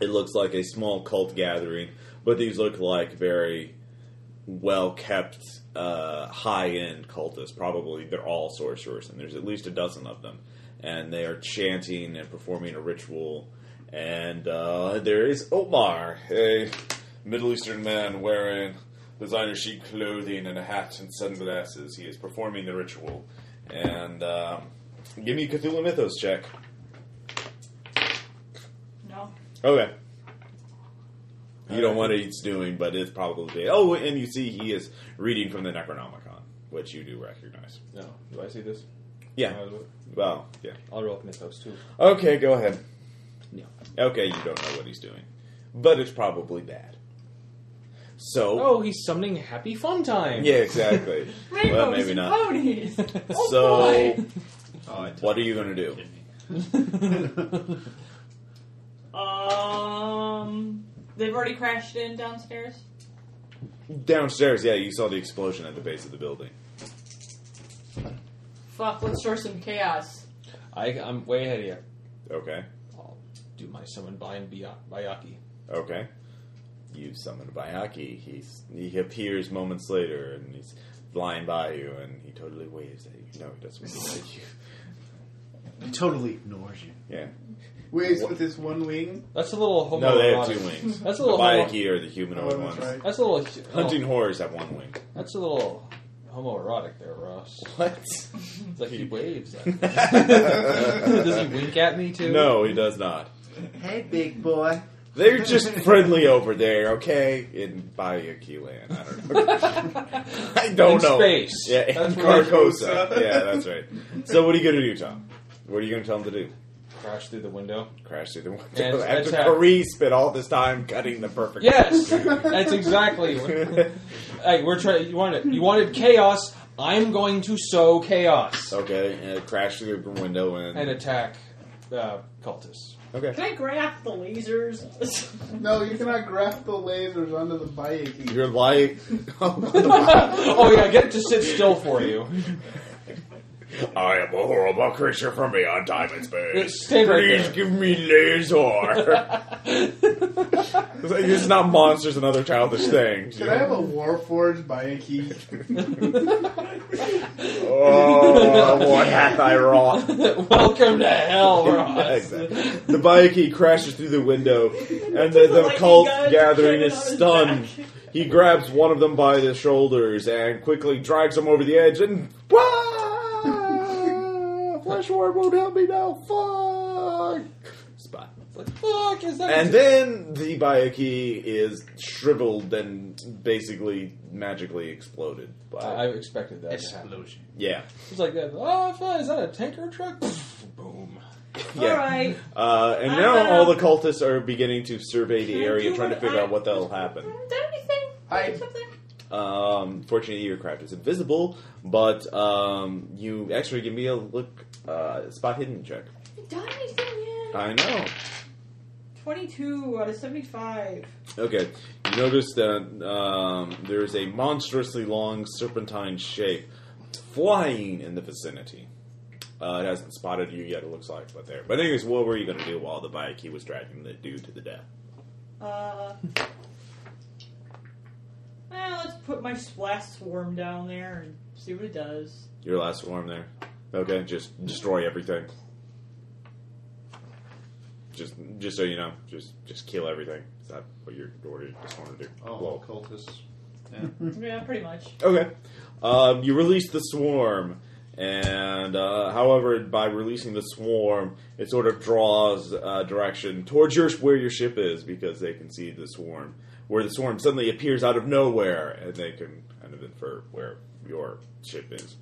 A: it looks like a small cult gathering, but these look like very well kept, uh, high end cultists. Probably they're all sorcerers, and there's at least a dozen of them. And they are chanting and performing a ritual. And uh, there is Omar, a Middle Eastern man wearing designer chic clothing and a hat and sunglasses. He is performing the ritual. And um, give me a Cthulhu Mythos check.
E: No.
A: Okay. You don't want what he's doing, but it's probably. Oh, and you see he is reading from the Necronomicon, which you do recognize.
I: No. Do I see this?
A: Yeah. Well, yeah.
I: I'll roll up mythos too.
A: Okay, go ahead.
I: No.
A: Okay, you don't know what he's doing, but it's probably bad. So.
I: Oh, he's summoning happy fun time.
A: Yeah, exactly.
E: Rainbows
A: well, maybe
E: and
A: not.
E: ponies. oh
A: So,
E: boy.
A: what are you going to do?
E: Um, they've already crashed in downstairs.
A: Downstairs, yeah, you saw the explosion at the base of the building.
E: Fuck, let's throw some chaos.
I: I, I'm way ahead of you.
A: Okay.
I: I'll do my summon bind Bya- Bayaki.
A: Okay. You summon Bayaki. He's he appears moments later and he's flying by you and he totally waves at you. No, he doesn't wave at you.
B: He totally ignores you.
A: Yeah.
H: Waves
A: What?
H: with this one wing.
I: That's a little homoerotic.
A: No, they have two wings.
I: That's a
A: The
I: little homo-
A: Bayaki are the
H: Oh,
A: humanoid
H: that's
A: ones.
H: right.
I: That's a little
A: Hunting horrors have one wing.
I: oh, that's a little homoerotic there, Ross.
A: What?
I: It's like he waves. At me. Does he wink at me too?
A: no, he does not.
H: Hey, big boy.
A: They're just friendly over there, okay? In Bayaki land. I don't know. I don't
I: In
A: know.
I: space.
A: Yeah,
I: That's
A: in
I: where-
A: Carcosa. Yeah, that's right. So what are you going to do, Tom? What are you going to tell him to do?
I: Crash through the window.
A: crash through the
I: And
A: window
I: it's-
A: after
I: it's happened.
A: Corey spent all this time cutting the perfect.
I: Yes, that's exactly. What, hey, we're trying. You wanted you wanted chaos. I'm going to sow chaos
A: okay, and it crashed through the window and,
I: and attack uh, cultists.
A: okay.
E: Can I grab the lasers?
D: No, you cannot graft the lasers onto the bike.
A: You're like,
I: oh yeah, get it to sit still for you.
A: I am a horrible creature from beyond time and space.
I: Stand right
A: Please
I: there.
A: give me laser. it's like it's not monsters and other childish things.
D: Should I have a Warforged bike?
A: oh, what hath I wrought?
I: Welcome to hell, Ross.
A: Exactly. The Bayaki crashes through the window, and the, the
E: lightning
A: cult
E: gun
A: gathering is
E: on his
A: stunned.
E: back.
A: He grabs one of them by the shoulders and quickly drags him over the edge and. Ah! Flash Ward won't help me now! Fuck! Spot.
I: What the fuck is that?
A: And then the Bayaki is shriveled and basically magically exploded. By,
I: I I expected that. to happen.
B: Explosion.
A: yeah.
I: It's like that. Oh, fuck, is that a tanker truck? Boom.
A: yeah.
E: All right.
A: Uh, and
E: I
A: now
E: don't know.
A: all the cultists are beginning to survey the
E: Can I
A: area,
E: do
A: trying to
E: it?
A: figure
E: I-
A: out what the hell happened.
E: Is that anything?
D: I-
E: Something?
A: Um, fortunately, your craft is invisible, but um, you actually give me a look, uh, spot hidden check.
E: You done anything yet?
A: I know.
E: 22 out of 75.
A: Okay, you notice that um, there is a monstrously long serpentine shape flying in the vicinity. Uh, it hasn't spotted you yet, it looks like, but there. But anyways, what were you going to do while the Bayaki was dragging the dude to the death?
E: Uh. Well, let's put my blast swarm down there and see what it does.
A: Your last swarm there. Okay, just destroy everything. Just, just so you know, just, just kill everything. Is that what your order just wanted to do?
B: Oh,
A: Blow.
B: cultists.
E: yeah, pretty much.
A: Okay. Um, you release the swarm, And uh, however, by releasing the swarm, it sort of draws uh, direction towards your where your ship is because they can see the swarm where the swarm suddenly appears out of nowhere, and they can kind of infer where your ship is,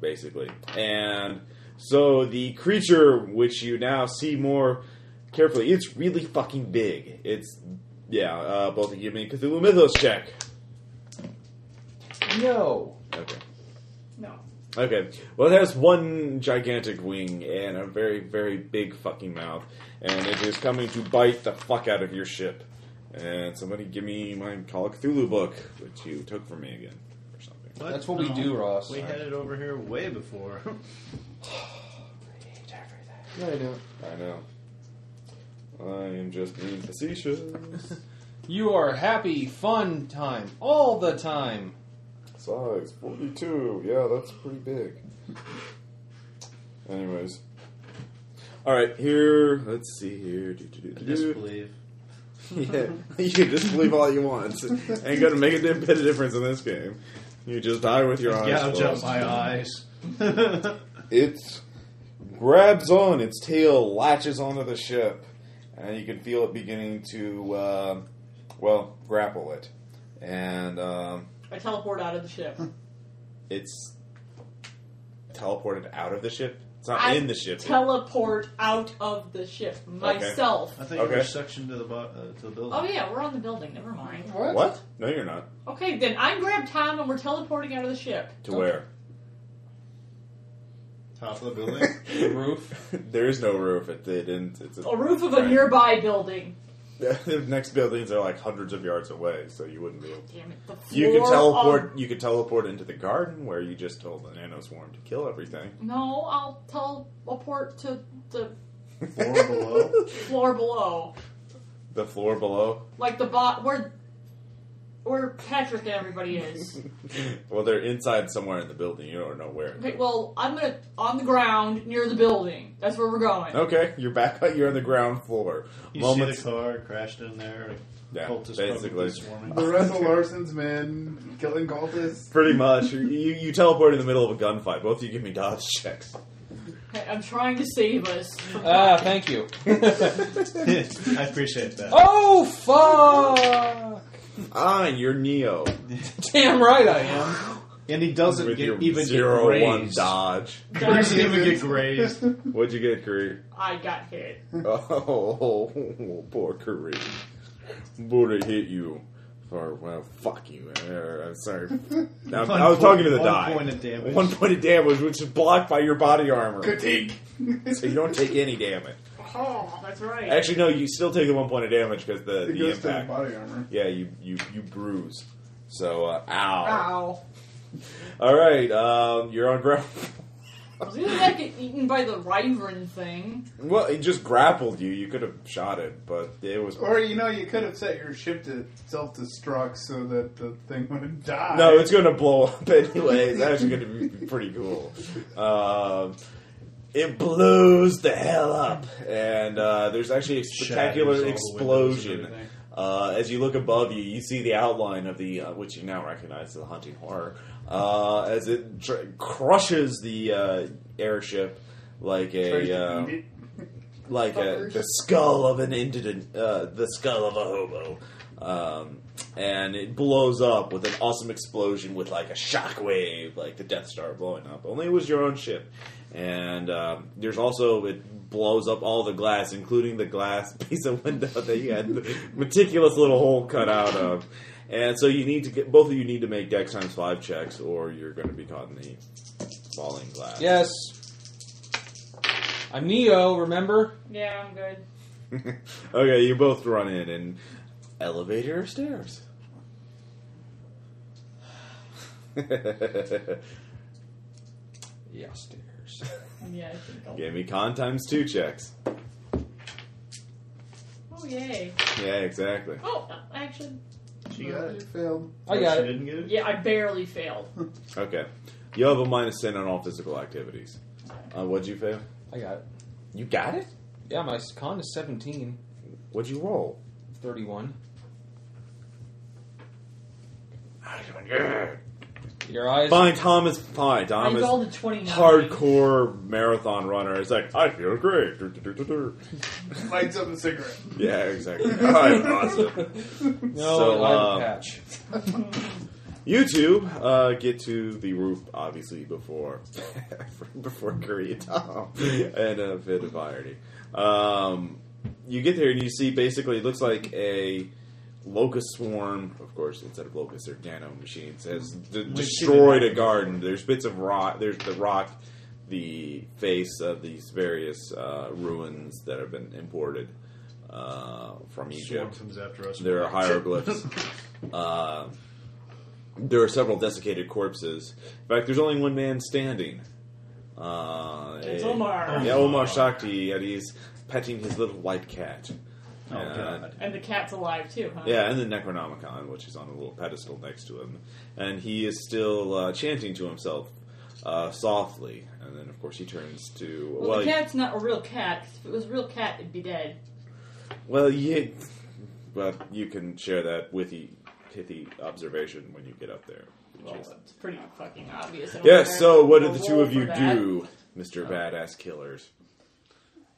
A: basically. And so the creature, which you now see more carefully, it's really fucking big. It's yeah. Uh, both of you give me a Cthulhu Mythos check.
C: No.
A: Okay.
E: No.
A: Okay. Well, it has one gigantic wing and a very, very big fucking mouth, and it is coming to bite the fuck out of your ship. And somebody give me my Call of Cthulhu book, which you took from me again, or something.
C: That's what we do, Ross.
B: Uh-huh. We had it over here way before.
C: No, I don't.
A: I know. I am just being facetious.
C: You are happy, fun time all the time.
A: Size 42. Yeah, that's pretty big. Anyways. Alright, here. Let's see here. Do, do, do,
B: I
A: do, do.
B: disbelieve.
A: Yeah, you can just believe all you want. Ain't gonna make a damn bit of difference in this game. You just die with your eyes
B: Gouge out
A: closed.
B: my eyes. That's
A: It grabs on, its tail latches onto the ship, and you can feel it beginning to, uh, well, grapple it. And um,
E: I teleport out of the ship.
A: it's teleported out of the ship. It's not
E: I
A: in the ship.
E: Teleport out of the ship myself.
B: I think okay.
A: Okay.
B: we're suctioned to the, bo- uh, to the building.
E: Oh yeah, we're on the building. Never mind.
A: what? No, you're not.
E: Okay, then I grab Tom and we're teleporting out of the ship.
A: To where?
B: Top of the building.
C: Roof.
A: there is no roof. It, it didn't. It's a,
E: A roof of a nearby building.
A: the next buildings are like hundreds of yards away, so you wouldn't be able.
E: Damn it! The floor
A: You could teleport.
E: Of...
A: You could teleport into the garden where you just told the nano swarm to kill everything.
E: No, I'll teleport to the
B: Floor below.
E: floor below,
A: The floor below.
E: like the bot where where Patrick and everybody is.
A: Well, they're inside somewhere in the building. You don't know where.
E: Okay, well I'm gonna on the ground near the building. That's where we're going.
A: Okay, you're back. You're on the ground floor.
B: You
A: Moments-
B: see the car crashed in there. Like,
A: Yeah,
B: cultist
A: basically.
B: probably swarming.
H: The Russell Larson's men killing cultists.
A: Pretty much. You, you teleport in the middle of a gunfight. Both of you give me dodge checks.
E: Okay, I'm trying to save us. from-
C: Ah, thank you.
B: I appreciate that.
C: Oh fuck!
A: Ah, you're Neo.
C: Damn right I am.
B: And he doesn't
A: with
B: get,
A: your
B: even
A: zero
B: get
A: one
B: grazed.
A: dodge.
B: He doesn't even get grazed.
A: What'd you get, Kareem?
E: I got hit.
A: Oh, poor Kareem. Buddha hit you. Or, well, fuck you. Uh, I'm sorry. I, I was
B: One point-
A: talking to the
B: one
A: die.
B: point of damage.
A: One point of damage, which is blocked by your body armor.
H: Critique.
A: So you don't take any damage.
E: Oh, that's right.
A: Actually, no, you still take the one point of damage because the,
H: It
A: the
H: goes to the
A: impact.
H: body armor.
A: Yeah, you, you, you bruise. So, uh, ow.
E: Ow.
A: All right, um, you're on ground.
E: I was either that get eaten by the wyvern thing.
A: Well, it just grappled you. You could have shot it, but it was
H: Or you know, you could have set your ship to self-destruct so that the thing wouldn't die.
A: No, it's going to blow up anyway. It's actually going to be pretty cool. Um, it blows the hell up, and uh, there's actually a
B: Shatters all
A: spectacular
B: the windows and
A: explosion.
B: everything.
A: Uh, as you look above you, you see the outline of the, uh, which you now recognize as the haunting horror, uh, as it tr- crushes the uh, airship like
H: Tries
A: a
H: to
A: uh,
H: eat it.
A: like a,
E: Fuckers.
A: the skull of an indigent, uh, the skull of a hobo. Um, and it blows up with an awesome explosion with like a shockwave, like the Death Star blowing up. Only it was your own ship. And um, there's also, it blows up all the glass, including the glass piece of window that you had the meticulous little hole cut out of. And so you need to get, both of you need to make dex times five checks or you're going to be caught in the falling glass.
C: Yes. I'm Neo. Remember?
E: Yeah, I'm good.
A: okay, you both run in and elevator or stairs. Give
C: Yeah, stairs.
E: Yeah, I think I'll...
A: me con times two checks.
E: Oh, yay.
A: Yeah, exactly.
E: Oh, uh, actually,
B: She got
H: You
B: it.
H: failed.
C: I
B: Oh,
C: got
B: she
C: it.
B: didn't get it?
E: yeah, I barely failed.
A: Okay, you have a minus ten on all physical activities. Uh, what'd you fail?
C: I got it.
A: You got it.
C: Yeah, my con is 17.
A: What'd you roll?
C: 31. Your eyes.
A: Fine, Tom is fine.
E: I
A: Tom is
E: rolled a 29.
A: hardcore marathon runner. He's like, I feel great. Dur, dur, dur, dur.
H: Lights up a cigarette.
A: Yeah, exactly. I'm awesome.
C: No,
A: So,
C: I'm
A: um,
C: patch.
A: You two uh, get to the roof, obviously, before before Curry and Tom, and a bit of irony. Um, you get there and you see basically it looks like a locust swarm. Of course, instead of locusts, they're nano machines has d- destroyed a garden. There's bits of rock. There's the rock, the face of these various uh, ruins that have been imported uh, from
B: Swarm
A: Egypt.
B: comes after us.
A: There are hieroglyphs. uh, there are several desiccated corpses. In fact, there's only one man standing. Uh,
E: It's
A: a-
E: Omar.
A: Yeah, Omar Shakti, and he's petting his little white cat.
B: Oh,
A: And-
B: God.
E: And the cat's alive too, huh?
A: Yeah, and the Necronomicon, which is on a little pedestal next to him. And he is still uh, chanting to himself uh, softly. And then, of course, he turns to.
E: Well,
A: well,
E: the cat's not a real cat. 'cause if it was a real cat, it'd be dead.
A: Well, yeah, but you can share that witty, pithy observation when you get up there.
E: Well, it's pretty pretty fucking obvious. I don't
A: Yeah.
E: think
A: So,
E: I
A: what
E: have
A: did the
E: a
A: two
E: role
A: of you
E: for that.
A: do, Mister Badass Killers?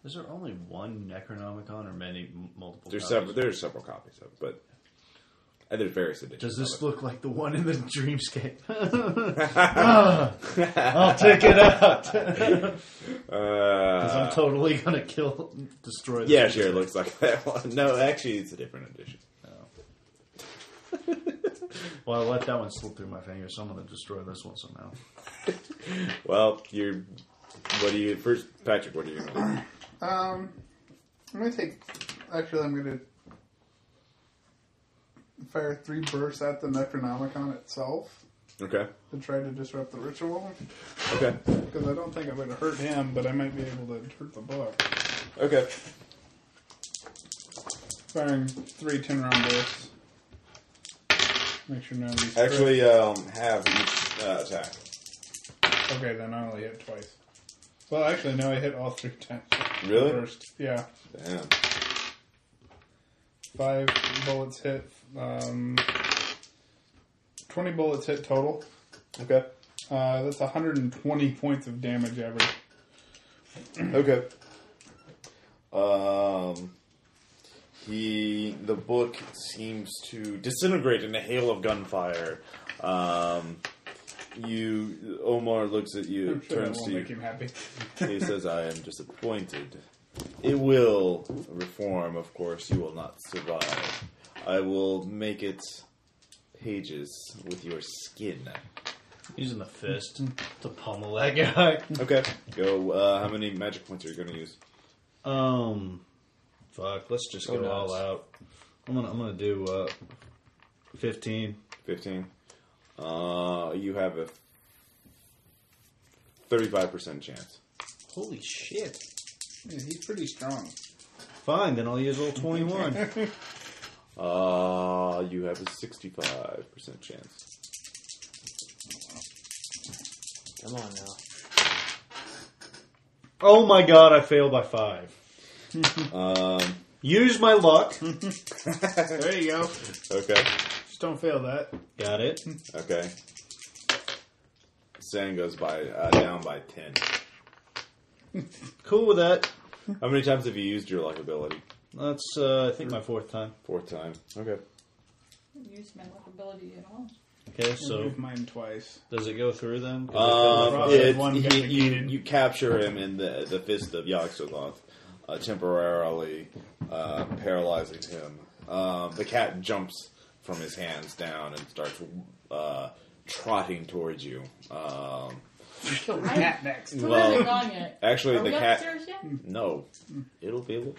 B: Is there only one Necronomicon or many m- multiple?
A: There's
B: copies?
A: several. There's several copies of, it, but and there's various editions.
B: Does
A: of
B: this
A: it.
B: look like the one in the dreamscape? Ah, I'll take it out because
A: Uh,
B: I'm totally gonna kill, destroy. This
A: yeah, sure. It looks like that one. No, actually, it's a different edition.
B: Well, I let that one slip through my fingers. So I'm gonna destroy this one somehow.
A: Well, you're. What do you first, Patrick? What are you going to?
H: Um, I'm gonna take. Actually, I'm gonna fire three bursts at the Necronomicon itself
A: Okay.
H: to try to disrupt the ritual
A: Okay.
H: because I don't think I'm gonna hurt him, but I might be able to hurt the book.
A: Okay.
H: Firing three 10 round bursts. Make sure none of these.
A: Actually, um, have each uh, attack.
H: crit- okay, then I only hit twice. Well, actually, no, I hit all three times.
A: Really?
H: First, yeah.
A: Damn.
H: Five bullets hit. Um, Twenty bullets hit total.
A: Okay.
H: Uh, that's 120 points of damage average.
A: Okay. Um, he the book seems to disintegrate in a hail of gunfire. Um, you Omar looks at you,
H: I'm sure that
A: turns
H: won't
A: to
H: make
A: you.
H: him happy.
A: He says, "I am disappointed. It will reform, of course. You will not survive. I will make it pages with your skin."
B: Using the fist to pummel that guy.
A: Okay, go. Uh, how many magic points are you going to use?
B: Um, fuck. Let's just
C: Go
B: go all
C: nuts.
B: out. I'm gonna I'm gonna do uh, fifteen.
A: 15. Uh, you have a 35% chance.
B: Holy shit!
H: Yeah, he's pretty strong.
B: Fine, then I'll use all twenty one.
A: Uh, you have a 65% chance.
C: Come on now.
B: oh my god! I fail by five.
A: Um,
B: Use my luck.
H: There you go.
A: okay,
H: Just don't fail that.
B: Got it.
A: okay. Sand goes by uh, down by 10.
B: Cool with that.
A: How many times have you used your luck ability?
B: That's uh, I think my fourth time.
A: Fourth time. Okay.
E: Use my luck ability at all.
B: Okay,
H: So
B: so
H: move mine twice.
B: does it go through then?
A: Um,
H: Mm-hmm. Probably
A: it-
H: one
A: he-
H: got
A: you,
H: negated.
A: you capture him in the, the fist of Yaxoloth, uh, temporarily uh, paralyzing him. Um, the cat jumps from his hands down and starts uh, trotting towards you. Um,
E: So I
H: Cat next.
E: Who
A: Well,
E: hasn't gone yet?
A: actually,
E: Are
A: the
E: we
A: cat. Hmm.
E: upstairs Mm-hmm. yet?
A: No, it'll be. A little...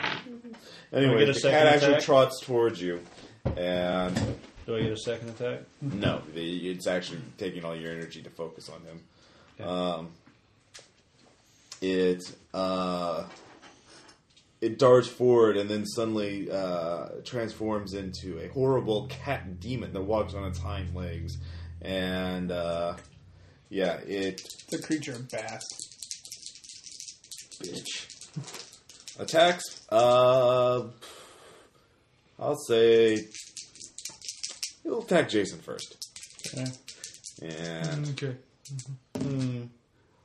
A: Anyway,
B: Mm. get a
A: the
B: second
A: cat actually
B: attack?
A: trots towards you, and
B: Do I get a second attack?
A: no, the, it's actually taking all your energy to focus on him. Um,
B: Okay.
A: it uh, it darts forward and then suddenly uh, transforms into a horrible cat demon that walks on its hind legs, and uh, yeah, it
H: The creature bass.
A: bitch attacks. Uh, I'll say it'll attack Jason first.
H: Okay.
A: And
D: Okay.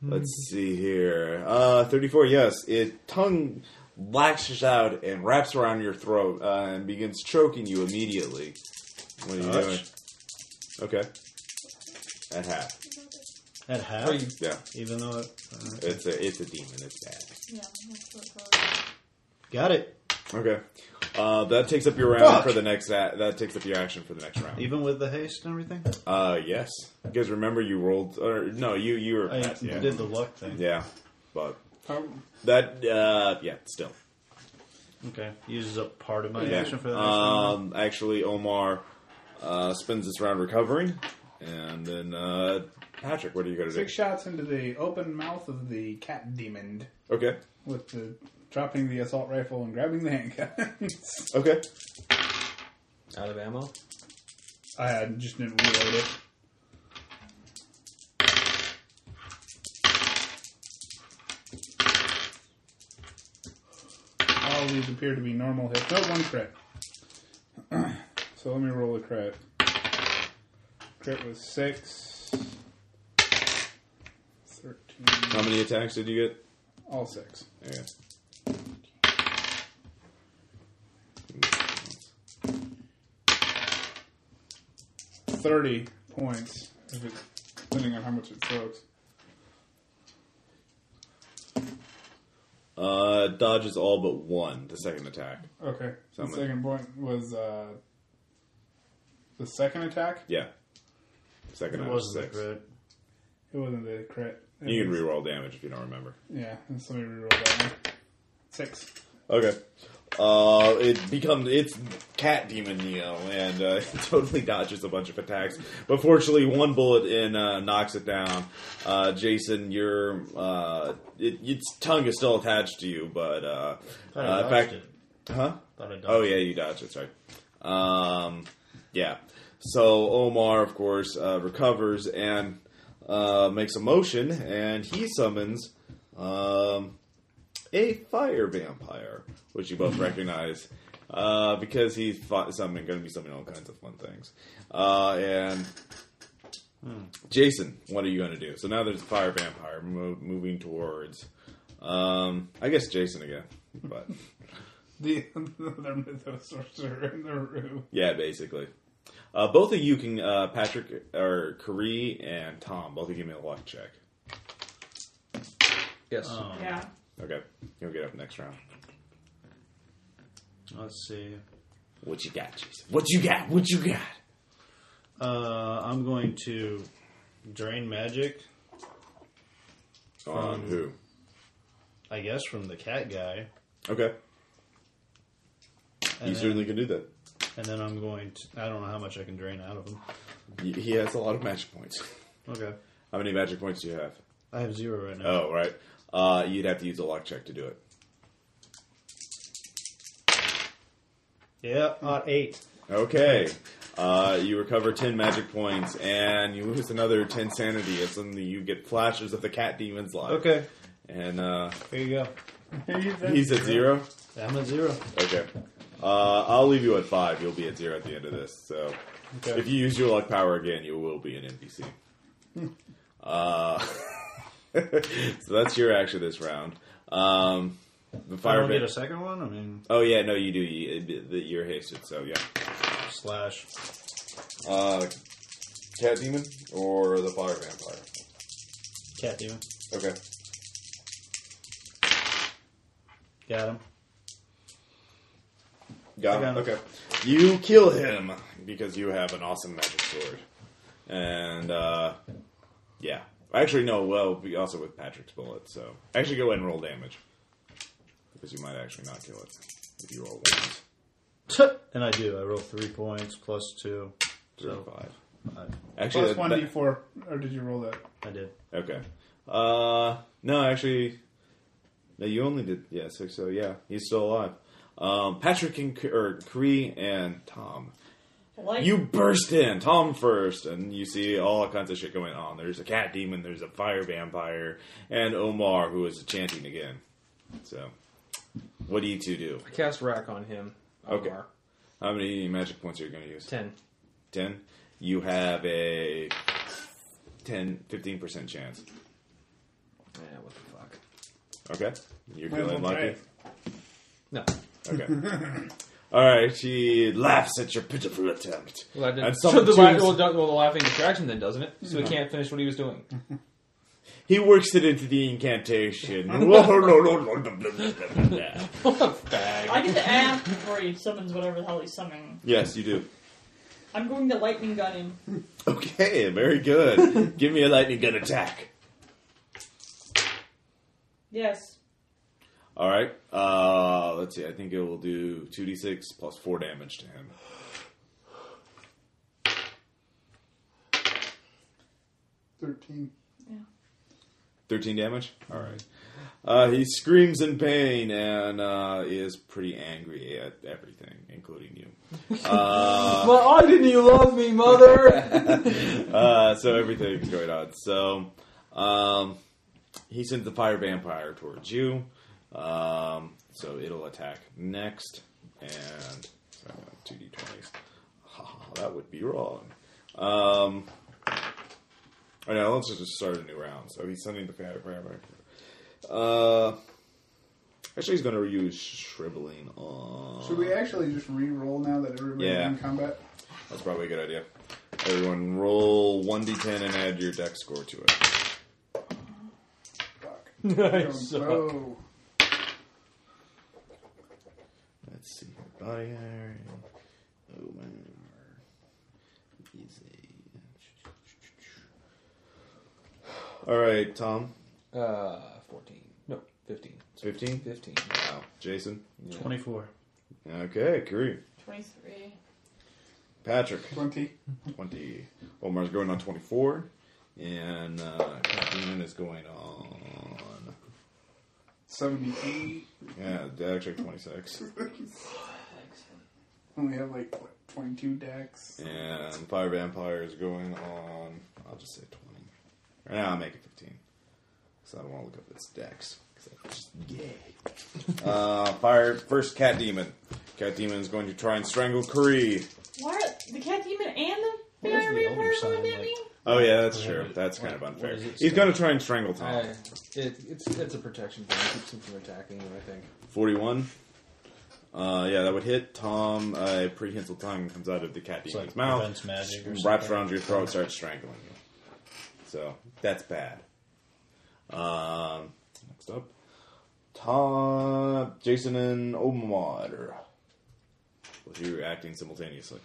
A: Let's see here. Uh, 34, yes. It tongue lashes out and wraps around your throat uh, and begins choking you immediately. What are you doing? Okay. At half.
B: At half,
A: Yeah.
B: even though it, uh,
A: It's a, it's a demon. It's bad.
E: Yeah, that's what it was.
B: got it,
A: Okay. Uh, that takes up your round for the next. A- that takes up your action for the next round.
B: even with the haste and everything.
A: Uh, yes. Because remember, you rolled. Or no, you you were.
B: I
A: past, yeah.
B: did the luck thing.
A: yeah, but
H: Oh.
D: Um,
A: that. Uh, yeah, still.
B: Okay, uses up part of my
A: Yeah.
B: action for the next one.
A: um, actually, Omar uh, spends this round recovering, and then uh, Patrick, what are you going to
D: six
A: do?
D: shots into the open mouth of the cat demon
A: Okay,
D: with the dropping the assault rifle and grabbing the handguns.
A: okay,
C: Out of ammo.
D: I just didn't reload it. All of these appear to be normal hits. No, one crit. so let me roll a crit. Crit was six. 13.
A: how many attacks did you get?
D: All six.
A: There you go.
D: thirty points, if it, depending on how much it soaks.
A: Uh, dodges all but one. The second attack.
D: Okay.
A: So
D: the
A: I'm gonna-
D: second point was uh, the second attack.
A: Yeah, second.
B: It
A: out of
B: wasn't
A: six.
B: the crit.
D: It wasn't the crit. It
A: You can
D: was-
A: reroll damage if you don't remember.
D: Yeah, and so we reroll that one. Six.
A: Okay. Uh, it becomes it's cat demon Neo, and uh, it totally dodges a bunch of attacks. But fortunately, one bullet in uh, knocks it down. Uh, Jason, your uh, it, its tongue is still attached to you, but uh,
B: Thought I
A: uh, in
B: dodged
A: fact,
B: it.
A: huh?
B: Thought I dodged
A: Oh yeah,
B: it.
A: you dodged. That's right. Um, yeah. So Omar, of course, uh, recovers and uh, makes a motion, and he summons um, a fire vampire, which you both recognize uh, because he's fi- summoning, going to be summoning all kinds of fun things. Uh, and Jason, what are you going to do? So now there's a fire vampire mo- moving towards. Um, I guess Jason again, but.
D: The other mytho sorcerer in the room.
A: Yeah, basically. Uh, both of you can, uh, Patrick or Karee and Tom, both of you give me a luck check.
C: Yes.
B: Um,
E: Yeah.
A: Okay, you'll get up next round.
B: Oh, Let's see.
A: What you got, Jason? What you got? What you got?
B: Uh, I'm going to drain magic.
A: On who?
B: I guess from the cat guy.
A: Okay,
B: And
A: you
B: then,
A: certainly can do that.
B: And then I'm going to. I don't know how much I can drain out of him.
A: Y- He has a lot of magic points.
B: Okay.
A: How many magic points do you have?
B: I have zero right now.
A: Oh, right. Uh, you'd have to use a luck check to do it.
B: Yeah, not eight.
A: Okay. Uh, you recover 10 magic points, and you lose another 10 sanity, and suddenly you get flashes of the cat demon's life.
B: Okay.
A: And uh,
B: Here you go.
A: he's at zero?
B: I'm at zero.
A: Okay. Uh, I'll leave you at five. You'll be at zero at the end of this. So
B: Okay.
A: if you use your luck power again, you will be an NPC.
B: Hmm.
A: uh, so that's your action this round. Um, the
B: I
A: fire.
B: don't get a
A: va-
B: second one. I mean,
A: oh yeah, no, you do. You, you're hasted, so yeah.
B: slash.
A: Uh, cat demon or the fire vampire?
B: Cat demon.
A: Okay.
B: Got him.
A: Got
B: I
A: him.
B: got him.
A: Okay. You kill him because you have an awesome magic sword. And, uh, yeah. Actually, no, well, be also with Patrick's bullet, so. Actually, go ahead and roll damage. Because you might actually not kill it if you roll ones.
B: And I do. I roll three points plus two.
A: Three
B: So
A: or five.
B: I,
A: Actually,
D: Plus
A: that-
D: one
A: that-
D: d four, or did you roll that?
B: I did.
A: Okay. Uh, no, actually, no. You only did yeah six. So yeah, he's still alive. Um, Patrick and K- or Kree and Tom.
E: Like-
A: You burst in, Tom first, and you see all kinds of shit going on. There's a cat demon, there's a fire vampire, and Omar who is chanting again. So, what do you two do?
C: I cast rack on him.
A: Okay.
C: Omar.
A: How many magic points are you going to use?
C: Ten.
A: Ten. You have a 10, 15% chance.
C: Yeah, what the fuck?
A: Okay? You're
D: Might as
A: feeling
D: well try
A: lucky?
D: it.
C: No.
A: Okay. Alright, she laughs at your pitiful attempt.
C: Well, that
A: And
C: didn't, so
A: someone
C: the, la-
A: tunes-
C: well, the, well, the laughing distraction then, doesn't it? So he can't finish what he was doing.
A: He works it into the incantation.
E: I get to ask before he summons whatever the hell he's summoning.
A: yes, you do.
E: I'm going to lightning gun him.
A: Okay, very good. Give me a lightning gun attack.
E: Yes.
A: All right. Uh, let's see. I think it will do two d six plus four damage to him.
D: Thirteen.
A: Thirteen damage. All right. Uh, he screams in pain and uh, is pretty angry at everything, including you.
C: Well, why didn't you love me, mother?
A: Uh, so everything's going on. So um, he sends the fire vampire towards you. Um, so it'll attack next, and uh, two d twenties. That would be wrong. Um, all right, let's just start a new round. So he's sending the fire vampire. Uh, actually, he's going to use shriveling on.
D: Should we actually just re-roll now that everybody's
A: Yeah.
D: in combat?
A: That's probably a good idea. Everyone, roll one d10 and add your deck score to it.
D: Fuck.
C: nice.
D: Whoa.
A: Let's see here. Body iron. Oh man. Easy. Alright, Tom.
C: Uh, 14. No, 15.
A: 15?
C: 15.
A: Wow. Jason?
B: 24.
A: Okay, Kareem.
E: 23.
A: Patrick?
D: Twenty.
A: 20. Omar's going on 24. And uh, Kathleen is going on.
D: Seventy-eight.
A: Yeah, actually 26.
D: Only have like what, twenty-two decks.
A: And Fire Vampire is going on. I'll just say 20. Or no, I'll make it 15. Because I don't want to look up its decks. 'Cause that's just gay. uh, fire. First Cat Demon. Cat Demon is going to try and strangle Kree.
E: Why are the cat demon and the
B: Where's
E: fire
B: the elder
E: vampire
B: sign,
E: looking at
B: like-
E: me?
A: Oh, yeah, that's true. That's kind of unfair.
C: is it
A: He's going to try and strangle Tom.
C: I, Uh, it, it's, it's a protection thing. It keeps him from attacking you, I think.
A: 41. Uh, yeah, that would hit. Tom, a prehensile tongue comes out of the Cat Demon's
B: like
A: mouth,
B: prevents magic or
A: wraps
B: something.
A: around your throat, starts strangling you. So, that's bad. Um, next up. Tom, Jason, and Omar. With you acting simultaneously.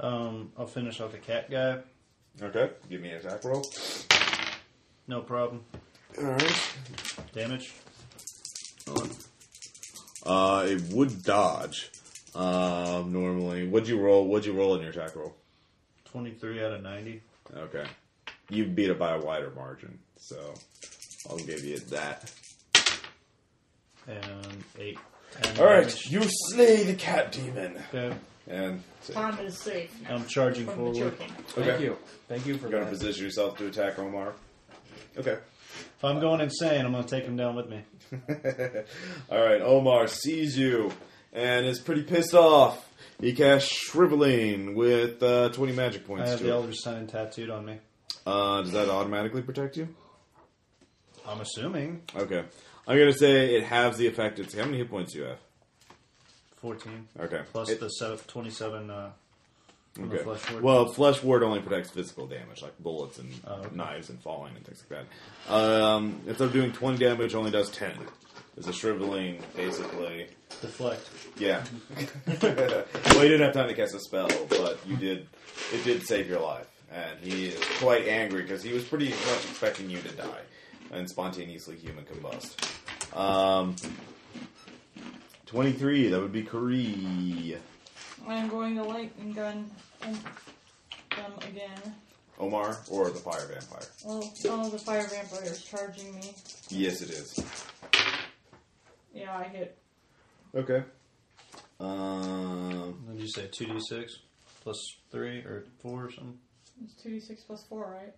B: Um, I'll finish off the cat guy.
A: Okay. Give me an attack roll.
B: No problem.
A: Alright.
B: Damage.
A: Uh, it would dodge. Um, normally. What'd you roll? What'd you roll in your attack roll?
B: 23 out of 90.
A: Okay. You beat it by a wider margin, so I'll give you that.
B: And 8. 10
A: All right,
B: damage.
A: you slay the cat demon,
B: Okay.
A: and so
E: Tom is safe now
B: I'm charging
E: from the
B: forward.
E: choking.
C: Thank
A: Okay.
C: you. Thank you for
A: you're gonna
C: that.
A: position yourself to attack Omar. Okay.
B: If I'm going insane, I'm going to take him down with me.
A: All right, Omar sees you and is pretty pissed off. He casts shriveling with uh, 20 magic
B: I
A: points.
B: have
A: to
B: the
A: it.
B: Elder Sign tattooed on me.
A: Uh, does that automatically protect you?
B: I'm assuming
A: Okay. I'm gonna say it halves the effect. It's how many hit points do you have?
B: 14.
A: Okay.
B: Plus
A: It-
B: the seven, 27 uh, from the
A: Okay.
B: flesh ward.
A: Well, flesh ward only protects physical damage, like bullets and
B: Oh, okay.
A: knives and falling and things like that. Um, instead of doing twenty damage, only does ten. It's a shriveling, basically.
B: Deflect.
A: Yeah. well, you didn't have time to cast a spell, but you did. It did save your life, and he is quite angry because he was pretty much expecting you to die and spontaneously human combust. Um, Twenty-three. That would be Kree.
E: I'm going to lightning gun um, them again.
A: Omar or the fire vampire.
E: Well, oh, the fire vampire is charging me.
A: Yes, it is.
E: Yeah, I hit.
A: Okay. Um,
B: What did you say? 2d6 plus 3 or 4 or something?
E: It's 2d6 plus 4, right?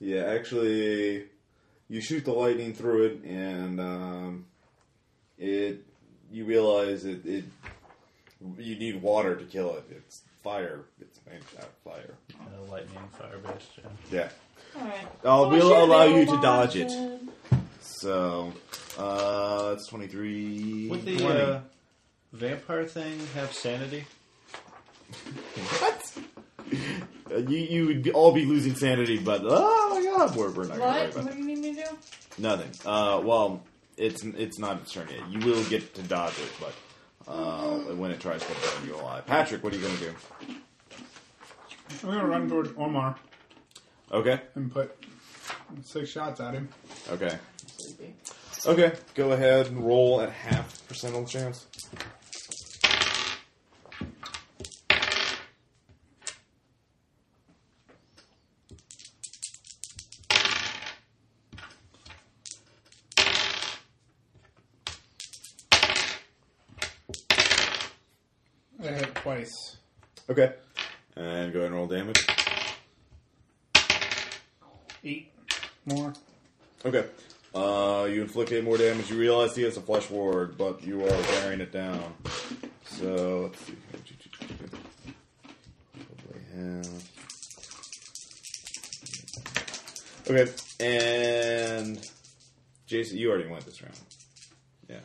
A: yeah, actually, you shoot the lightning through it, and um, it you realize it, it you need water to kill it. It's fire. It's made out of fire.
B: Uh, lightning, fire based. Yeah.
A: Yeah.
E: Alright.
A: Uh,
E: Well, I
A: we'll
E: should
A: allow
E: have
A: you to
E: been
A: dodge it.
E: dodging.
A: So, uh, it's 23.
B: Would the
A: 20.
B: uh, vampire thing have sanity?
A: Uh, you, you would be, all be losing sanity, but oh my god, we're, we're not going to worry
E: What?
A: about
E: What
A: that.
E: do you need me to do?
A: Nothing. Uh, well, it's it's not its turn yet. You will get to dodge it, but uh, when it tries to burn you alive. Patrick, what are you going to do?
H: I'm gonna run towards Omar
A: Okay,
H: and put six shots at him.
A: okay,
E: Sleepy.
A: okay. Go ahead and roll at half percentile chance.
H: I hit twice.
A: Okay, and go ahead and roll damage.
H: Eight more.
A: Okay. Uh, you inflict eight more damage. You realize he has a flesh ward, but you are wearing it down. So let's see. Probably have. Okay, and Jason, you already went this round. Yeah,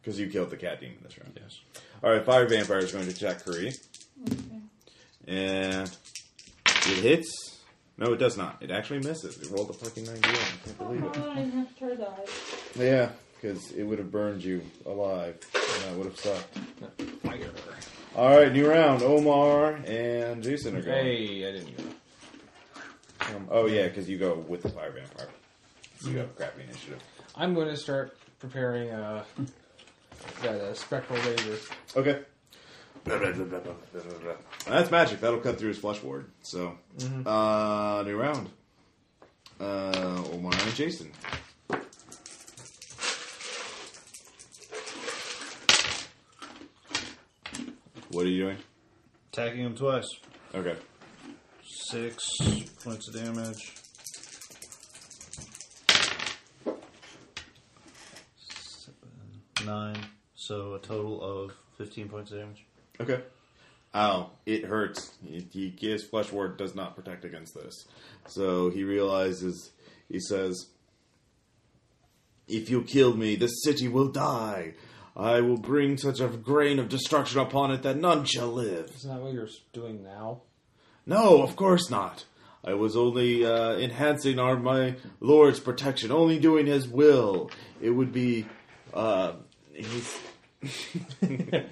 A: because you killed the cat demon this round. Yes. All right, fire vampire is going to attack Curry, and it hits. No, it does not. It actually misses. It rolled a fucking ninety-one. I can't believe it.
E: Oh, I didn't have to die.
A: Yeah, because it would have burned you alive, and that would have sucked.
I: Fire.
A: All right, new round. Omar and Jason are going.
I: Hey, I didn't go.
A: Um, oh yeah, because you go with the fire vampire. You got crappy initiative.
I: I'm going to start preparing uh, that uh, spectral laser.
A: Okay. That's magic. That'll cut through his flesh ward. So,
I: Mm-hmm.
A: uh, new round. Uh, Omar and Jason. What are you doing?
B: Attacking him twice.
A: Okay.
B: Six points of damage. Seven, nine. So a total of 15 points of damage.
A: Okay. Ow, it hurts. He- He, his flesh ward does not protect against this. So he realizes, he says, If you kill me, the city will die. I will bring such a grain of destruction upon it that none shall live.
I: Isn't that what you're doing now?
A: No, of course not. I was only uh, enhancing our my lord's protection, only doing his will. It would be, uh, he's
I: Go ahead.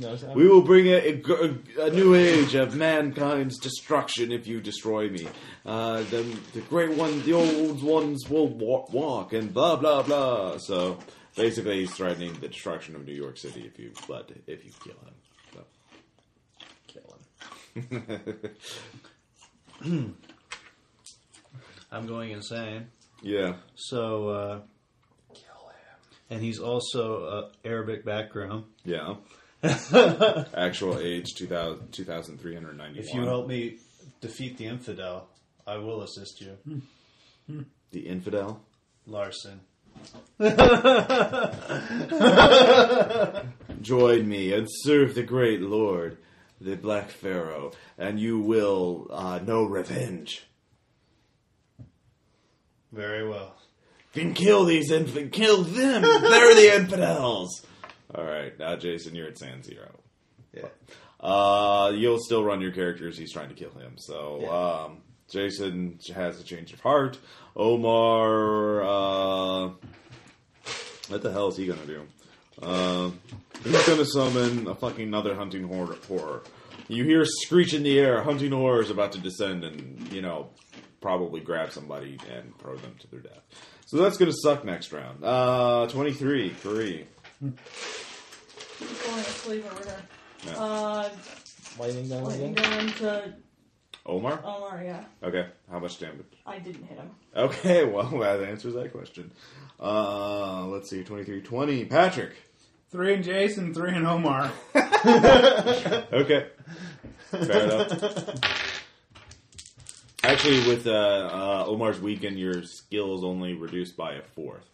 I: No, I'm-
A: We will bring a, a gr- a new age of mankind's destruction if you destroy me. Uh, the, the great one, the old ones will wa- walk and blah blah blah. So basically, he's threatening the destruction of New York City if you but if you kill him. So.
I: Kill him.
B: I'm going insane.
A: Yeah.
B: So, uh. And he's also uh, Arabic background.
A: Yeah. Actual age 2000, 2,391.
B: If you help me defeat the infidel, I will assist you,
A: The infidel.
B: Larson.
A: Join me and serve the great lord, the Black Pharaoh, and you will uh, know revenge.
B: Very well.
A: can kill these infidels. Kill them. They're the infidels. All right, now Jason, you're at San Zero.
B: Yeah.
A: Uh, you'll still run your characters. He's trying to kill him. So, um, Jason has a change of heart. Omar, uh, what the hell is he gonna do? Uh, he's gonna summon a fucking another hunting hor- horror. You hear a screech in the air. Hunting horror is about to descend, and you know, probably grab somebody and throw them to their death. So that's gonna suck next round. Uh, twenty three, three.
E: He's falling asleep over there.
A: Yeah.
E: Uh,
I: Lightning down
E: lightning
I: again.
E: going to
A: Omar.
E: Omar, yeah.
A: Okay, how much damage?
E: I didn't hit him.
A: Okay, well, that answers that question. Uh, let's see, 23 20. Patrick.
H: Three in Jason, three in Omar.
A: Okay. Fair enough. Actually, with uh, uh, Omar's weaken, your skill is only reduced by a fourth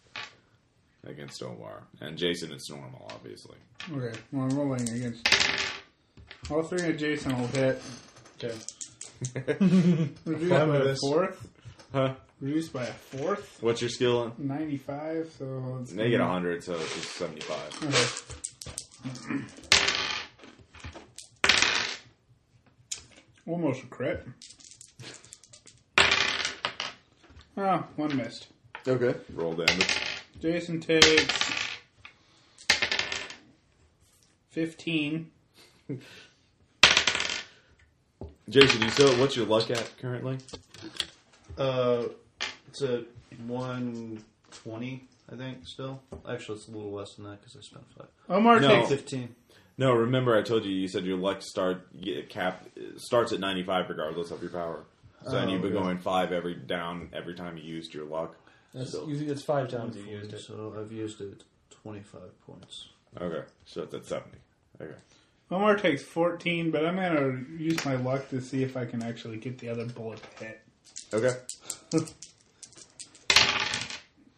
A: against Omar. And Jason, it's normal, obviously.
H: Okay, well, I'm rolling against. All three in Jason will hit.
B: Okay.
H: Reduce by
B: with
H: a
B: this.
H: fourth.
A: Huh?
D: Reduced by a fourth.
A: What's your skill in?
D: 95, so it's
A: They get 100, so it's 75.
D: Okay. Mm-hmm. Almost a crit. Ah, one missed.
A: Okay. Roll damage.
D: Jason takes 15.
A: Jason, you still, what's your luck at currently?
B: Uh, it's a 120, I think, still. Actually, it's a little less than that because I spent five.
D: Omar
A: No.
D: takes
B: 15.
A: No, remember I told you, you said your luck start y- cap starts at 95 regardless of your power. So and you've been going 5 every down every time you used your luck.
C: That's,
A: So-
C: you, that's five times you used it.
B: So I've used it 25 points.
A: Okay, so it's at 70. Okay.
D: Omar takes 14, but I'm going to use my luck to see if I can actually get the other bullet to hit.
A: Okay.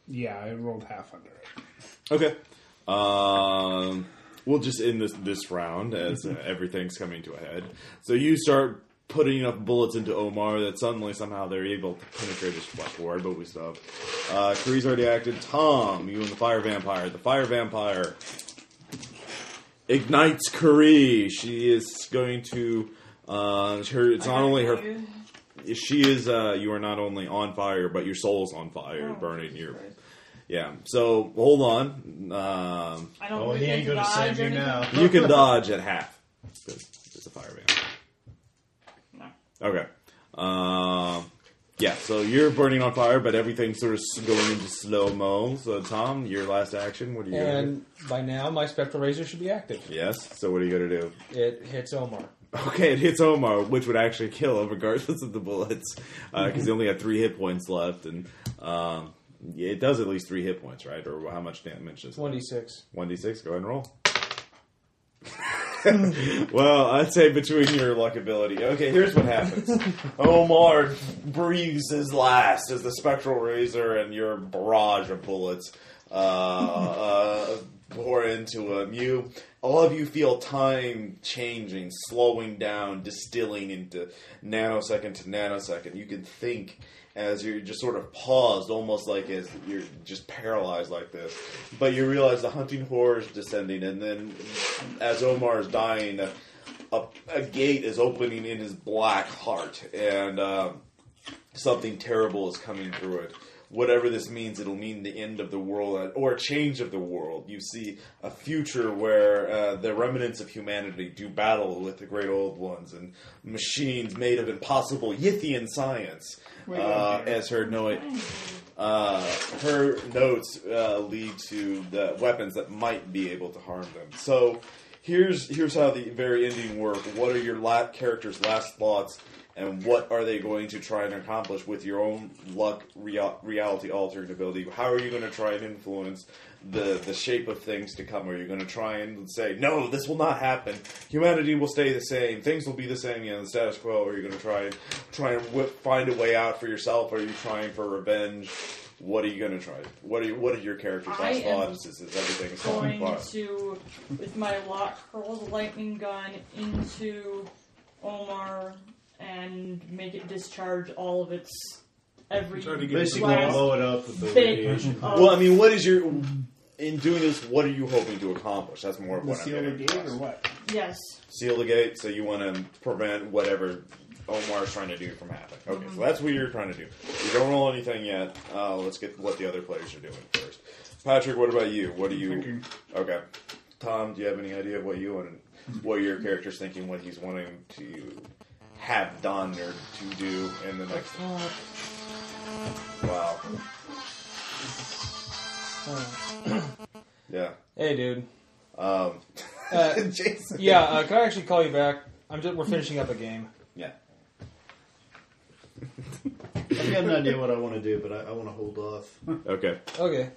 D: Yeah, I rolled half under it.
A: Okay. Um, we'll just end this this round as uh, everything's coming to a head. So you start putting enough bullets into Omar that suddenly somehow they're able to penetrate his flesh ward, but we still have. Uh, Kree's already acted. Tom, you and the fire vampire. The fire vampire ignites Kree. She is going to. Uh, her, it's not only her she is uh you are not only on fire but your soul's on fire
E: Oh,
A: burning your yeah so hold on um
E: I don't really think dodge or anything.
A: you can dodge at half it's a fire van
E: No.
A: okay um yeah so you're burning on fire but everything's sort of s- going into slow mo so tom your last action what are you gonna do
C: And by now, my spectral razor should be active.
A: yes so what are you gonna do
C: It hits Omar.
A: Okay, it hits Omar, which would actually kill him regardless of the bullets, because he only had three hit points left, and um, yeah, it does at least three hit points, right? Or how much damage is it?
C: One d six.
A: One d six. Go ahead and roll. well, I'd say between your luck ability. Okay, here's what happens. Omar breathes his last as the spectral razor and your barrage of bullets uh, uh, pour into him. You, all of you, feel time changing, slowing down, distilling into nanosecond to nanosecond. You can think as you're just sort of paused, almost like as you're just paralyzed like this. But you realize the hunting horror is descending, and then as Omar is dying, a, a, a gate is opening in his black heart, and um, something terrible is coming through it. Whatever this means, it'll mean the end of the world or a change of the world. You see a future where uh, the remnants of humanity do battle with the great old ones and machines made of impossible Yithian science. Uh, as her note, uh, her notes uh, lead to the weapons that might be able to harm them. So here's here's how the very ending work. What are your la- character's last thoughts, and what are they going to try and accomplish with your own luck, real- reality altering ability? How are you going to try and influence the the shape of things to come? Are you going to try and say no, this will not happen? Humanity will stay the same. Things will be the same. You know, the status quo. Are you going to try and try and whip, find a way out for yourself? Are you trying for revenge? What are you going to try? What are you, what are your character's
E: I
A: last
E: am
A: thoughts? Is, is everything falling
E: going
A: apart?
E: to, with my lock, hurl the lightning gun into Omar and make it discharge all of its every
D: Try to get
E: last
D: it
B: Basically, blow it up with the
E: bit
B: radiation.
E: of-
A: Well, I mean, what is your in doing this? What are you hoping to accomplish? That's more of
D: The
A: what I'm
D: seal the
A: getting
D: gate
A: across.
D: or what?
E: yes.
A: Seal the gate, so you want to prevent whatever Omar's trying to do from happening. Okay,
E: Mm-hmm.
A: so that's what you're trying to do. You don't roll anything yet. Uh, let's get what the other players are doing first. Patrick, what about you? What do you?
D: Thinking.
A: Okay, Tom, do you have any idea of what you want, what your character's thinking, what he's wanting to have done or to do in the next?
C: Uh,
A: Wow.
C: uh.
A: Yeah.
C: Hey, dude.
A: Um,
C: Uh,
A: Jason.
C: yeah, uh, can I actually call you back? I'm just, we're finishing up a game.
A: Yeah.
B: I've got an idea what I want to do, but I, I want to hold off.
A: Okay.
C: Okay.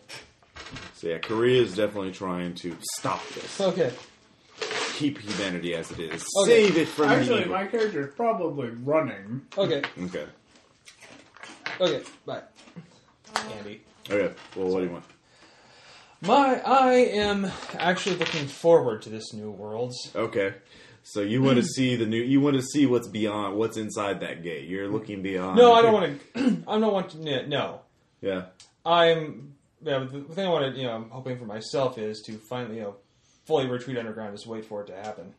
A: So yeah, Korea is definitely trying to stop this,
C: Okay.
A: keep humanity as it is,
C: Okay.
A: save it from
D: Actually,
A: evil.
D: my character is probably running.
C: Okay.
A: Okay.
C: Okay. Bye. Andy.
A: Okay. Well, what do you want?
C: My, I am actually looking forward to this new worlds.
A: Okay. So you want to see the new? You want to see what's beyond? What's inside that gate? You're looking beyond.
I: No, I don't want to. I don't want to. No,
A: Yeah.
I: I'm. Yeah, but the thing I want to, you know, I'm hoping for myself is to finally, you know, fully retreat underground. Just wait for it to happen.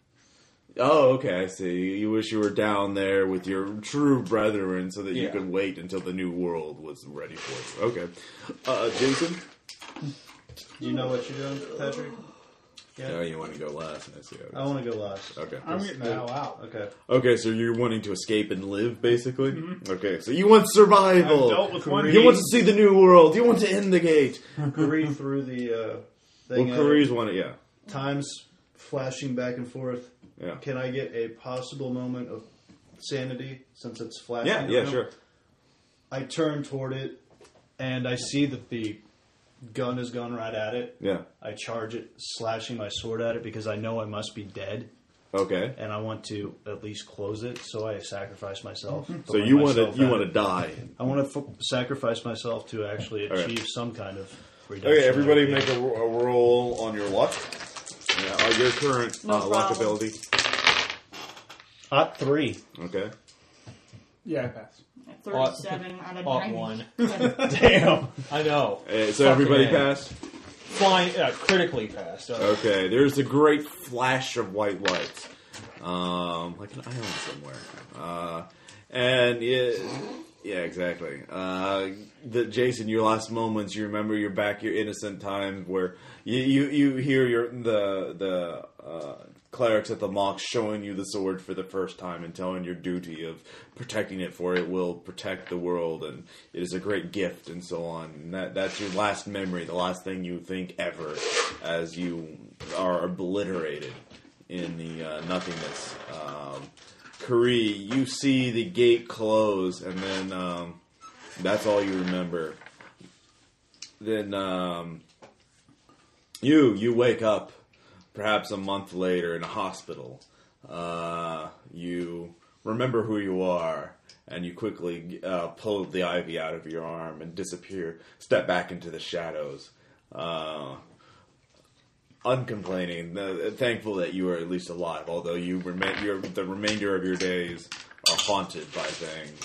A: Oh, okay. I see. You- You wish you were down there with your true brethren, so that you
I: Yeah.
A: could wait until the new world was ready for you. Okay, uh, Jason.
B: Do you know what you're doing, Patrick?
A: Oh, you want to go last? I see.
B: I want to go last.
A: Okay.
D: I'm getting the hell out.
B: Okay.
A: Okay, so you're wanting to escape and live, basically. Okay, so you want survival.
D: I've dealt with one
A: you want to see the new world. You want to end the gate.
B: Careen through the uh,
A: Well,
B: thing.
A: Karee's one. Yeah,
B: uh, times flashing back and forth.
A: yeah,
B: Can I get a possible moment of sanity since it's flashing?
A: yeah, yeah.
B: around?
A: Sure.
B: I turn toward it, and I see that the gun has gone right at it.
A: Yeah.
B: I charge it, slashing my sword at it because I know I must be dead,
A: Okay.
B: and I want to at least close it. So I sacrifice myself.
A: Mm-hmm. So you want to
B: myself
A: you
B: at
A: want to
B: it.
A: die.
B: I want to f- sacrifice myself to actually
A: right.
B: achieve some kind of redemption.
A: Okay, everybody
B: Yeah.
A: make a, ro- a roll on your luck. Yeah, uh, your current
E: No
A: uh, luck
E: problem.
A: ability.
B: Hot three.
A: Okay.
D: Yeah, I pass.
E: 37 out of
I: Ought
E: 90.
I: one.
B: Damn.
I: I know.
A: Uh, so
I: Fucking
A: everybody
I: A.
A: passed.
I: Flying, yeah, critically fast. Uh,
A: Okay. There's a great flash of white lights, um, like an island somewhere, uh, and it, yeah, exactly. Uh, the Jason, your last moments. You remember your back, your innocent time where you you, you hear your the the uh, clerics at the mock showing you the sword for the first time and telling your duty of protecting it, for it will protect the world, and it is a great gift, and so on. And that that's your last memory, the last thing you think ever, as you are obliterated in the uh, nothingness. Um, Kari, you see the gate close, and then um, that's all you remember. Then um, you you wake up, perhaps a month later in a hospital. Uh, you remember who you are, and you quickly uh, pull the ivy out of your arm and disappear. Step back into the shadows. Uh, uncomplaining, uh, thankful that you are at least alive, although you remain your, the remainder of your days are haunted by things.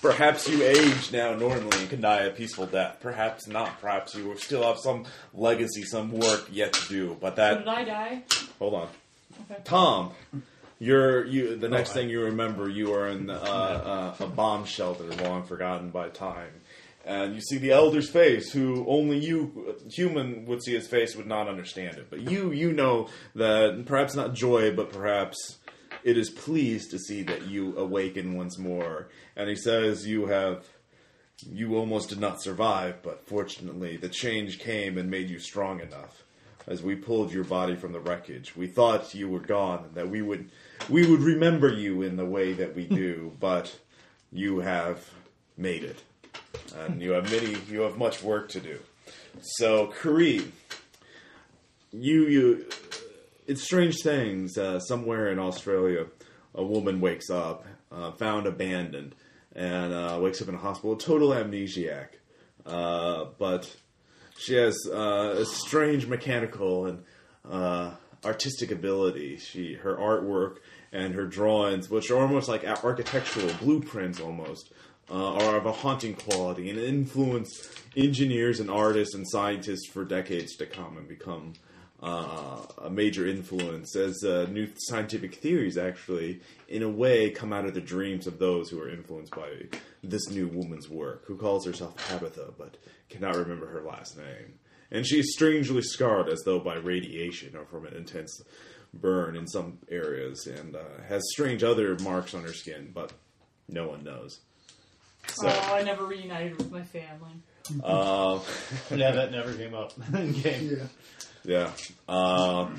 A: Perhaps you age now normally and can die a peaceful death. Perhaps not. Perhaps you still have some legacy, some work yet to do. But
E: So
A: that
E: did I die?
A: hold on,
E: Okay.
A: Tom. You're you. The next thing you remember, you are in uh, uh, a bomb shelter, long forgotten by time, and you see the elder's face, who only you, uh, human, would see his face, would not understand it. But you, you know that perhaps not joy, but perhaps it is pleased to see that you awaken once more. And he says, "You have." You almost did not survive, but fortunately, the change came and made you strong enough. As we pulled your body from the wreckage, we thought you were gone, and that we would we would remember you in the way that we do, but you have made it, and you have many you have much work to do. So, Kareem, you you it's strange things. Uh, somewhere in Australia, a woman wakes up, uh, found abandoned, and uh, wakes up in a hospital, total amnesiac. Uh, but she has uh, a strange mechanical and uh, artistic ability. She her artwork and her drawings, which are almost like ar- architectural blueprints, almost uh, are of a haunting quality and influence engineers and artists and scientists for decades to come and become uh, a major influence as uh, new scientific theories actually, in a way, come out of the dreams of those who are influenced by this new woman's work, who calls herself Tabitha but cannot remember her last name. And she is strangely scarred as though by radiation or from an intense burn in some areas, and uh, has strange other marks on her skin, but no one knows. So,
E: Oh, I never reunited with my family.
A: uh,
B: Yeah, that never came up in game.
D: Yeah.
A: Yeah. Um,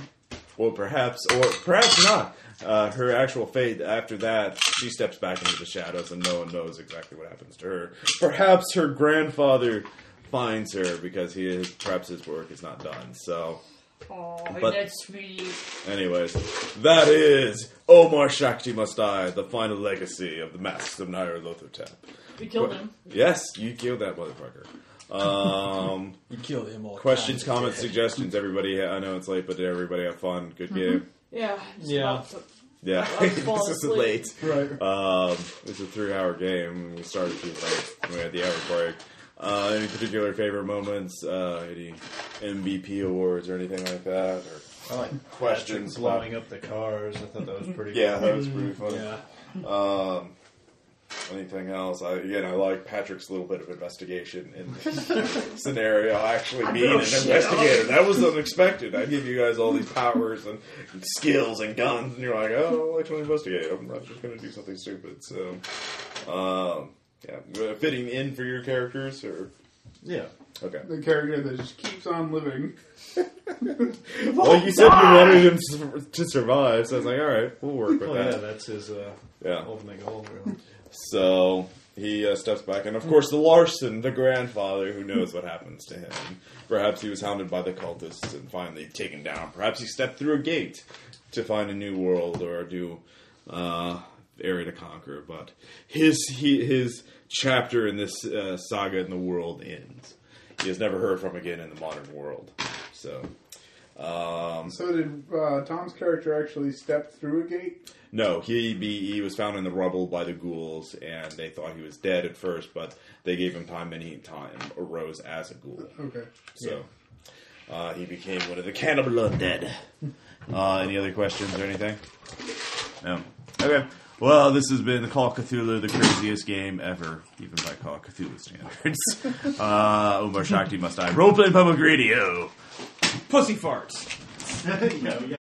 A: well, perhaps, or perhaps not. Uh, her actual fate after that, she steps back into the shadows, and no one knows exactly what happens to her. Perhaps her grandfather finds her because he is, perhaps his work is not done. So,
E: Oh,
A: But-
E: that's sweet.
A: anyways, that is Omar Shakti Must Die, the final legacy of the Masks of Nyarlathotep.
E: We killed him.
A: Yes, you killed that motherfucker. Um.
C: You killed him all.
A: Questions,
C: kinds.
A: comments, suggestions. Everybody, I know it's late, but did everybody have fun? Good game.
E: Yeah. it's
I: Yeah.
E: about the-
A: Yeah,
E: I was falling
A: this is
E: asleep.
A: late.
H: Right.
A: Um, it's a three-hour game. We started too late. We had the hour break. Uh, any particular favorite moments? Uh, any MVP awards or anything like that? Or
B: I like
A: Questions
B: Patrick blowing up the cars. I thought that was pretty.
A: yeah,
B: cool.
A: that was pretty funny.
B: Mm, yeah.
A: Um, anything else? I, again, I like Patrick's little bit of investigation in this scenario. Actually, being an investigator that was unexpected. I give you guys all these powers and skills and guns, and you're like, oh, I'll actually investigate. I'm not just going to do something stupid. So, um, yeah, fitting in for your characters or
B: Yeah.
A: okay.
H: The character that just keeps on living.
A: Well, you said you wanted him to- to survive, so I was like, all right, we'll work with
B: Oh
A: that.
B: yeah, that's his uh,
A: Yeah.
B: ultimate goal. Really.
A: So he uh, steps back, and of course, the Larson, the grandfather, who knows what happens to him. Perhaps he was hounded by the cultists and finally taken down. Perhaps he stepped through a gate to find a new world or a new uh, area to conquer. But his he, his chapter in this uh, saga in the world ends. He is never heard from again in the modern world. So. Um,
H: So did uh, Tom's character actually step through a gate?
A: No, he be, he was found in the rubble by the ghouls, and they thought he was dead at first, but they gave him time, and he time arose as a ghoul.
H: Okay.
A: So uh, he became one of the cannibal undead. Uh, any other questions or anything? No. Okay. Well, this has been the Call of Cthulhu, the craziest game ever, even by Call of Cthulhu standards. uh, Omar Shakti must die. Roleplay Public Radio.
C: Pussy farts.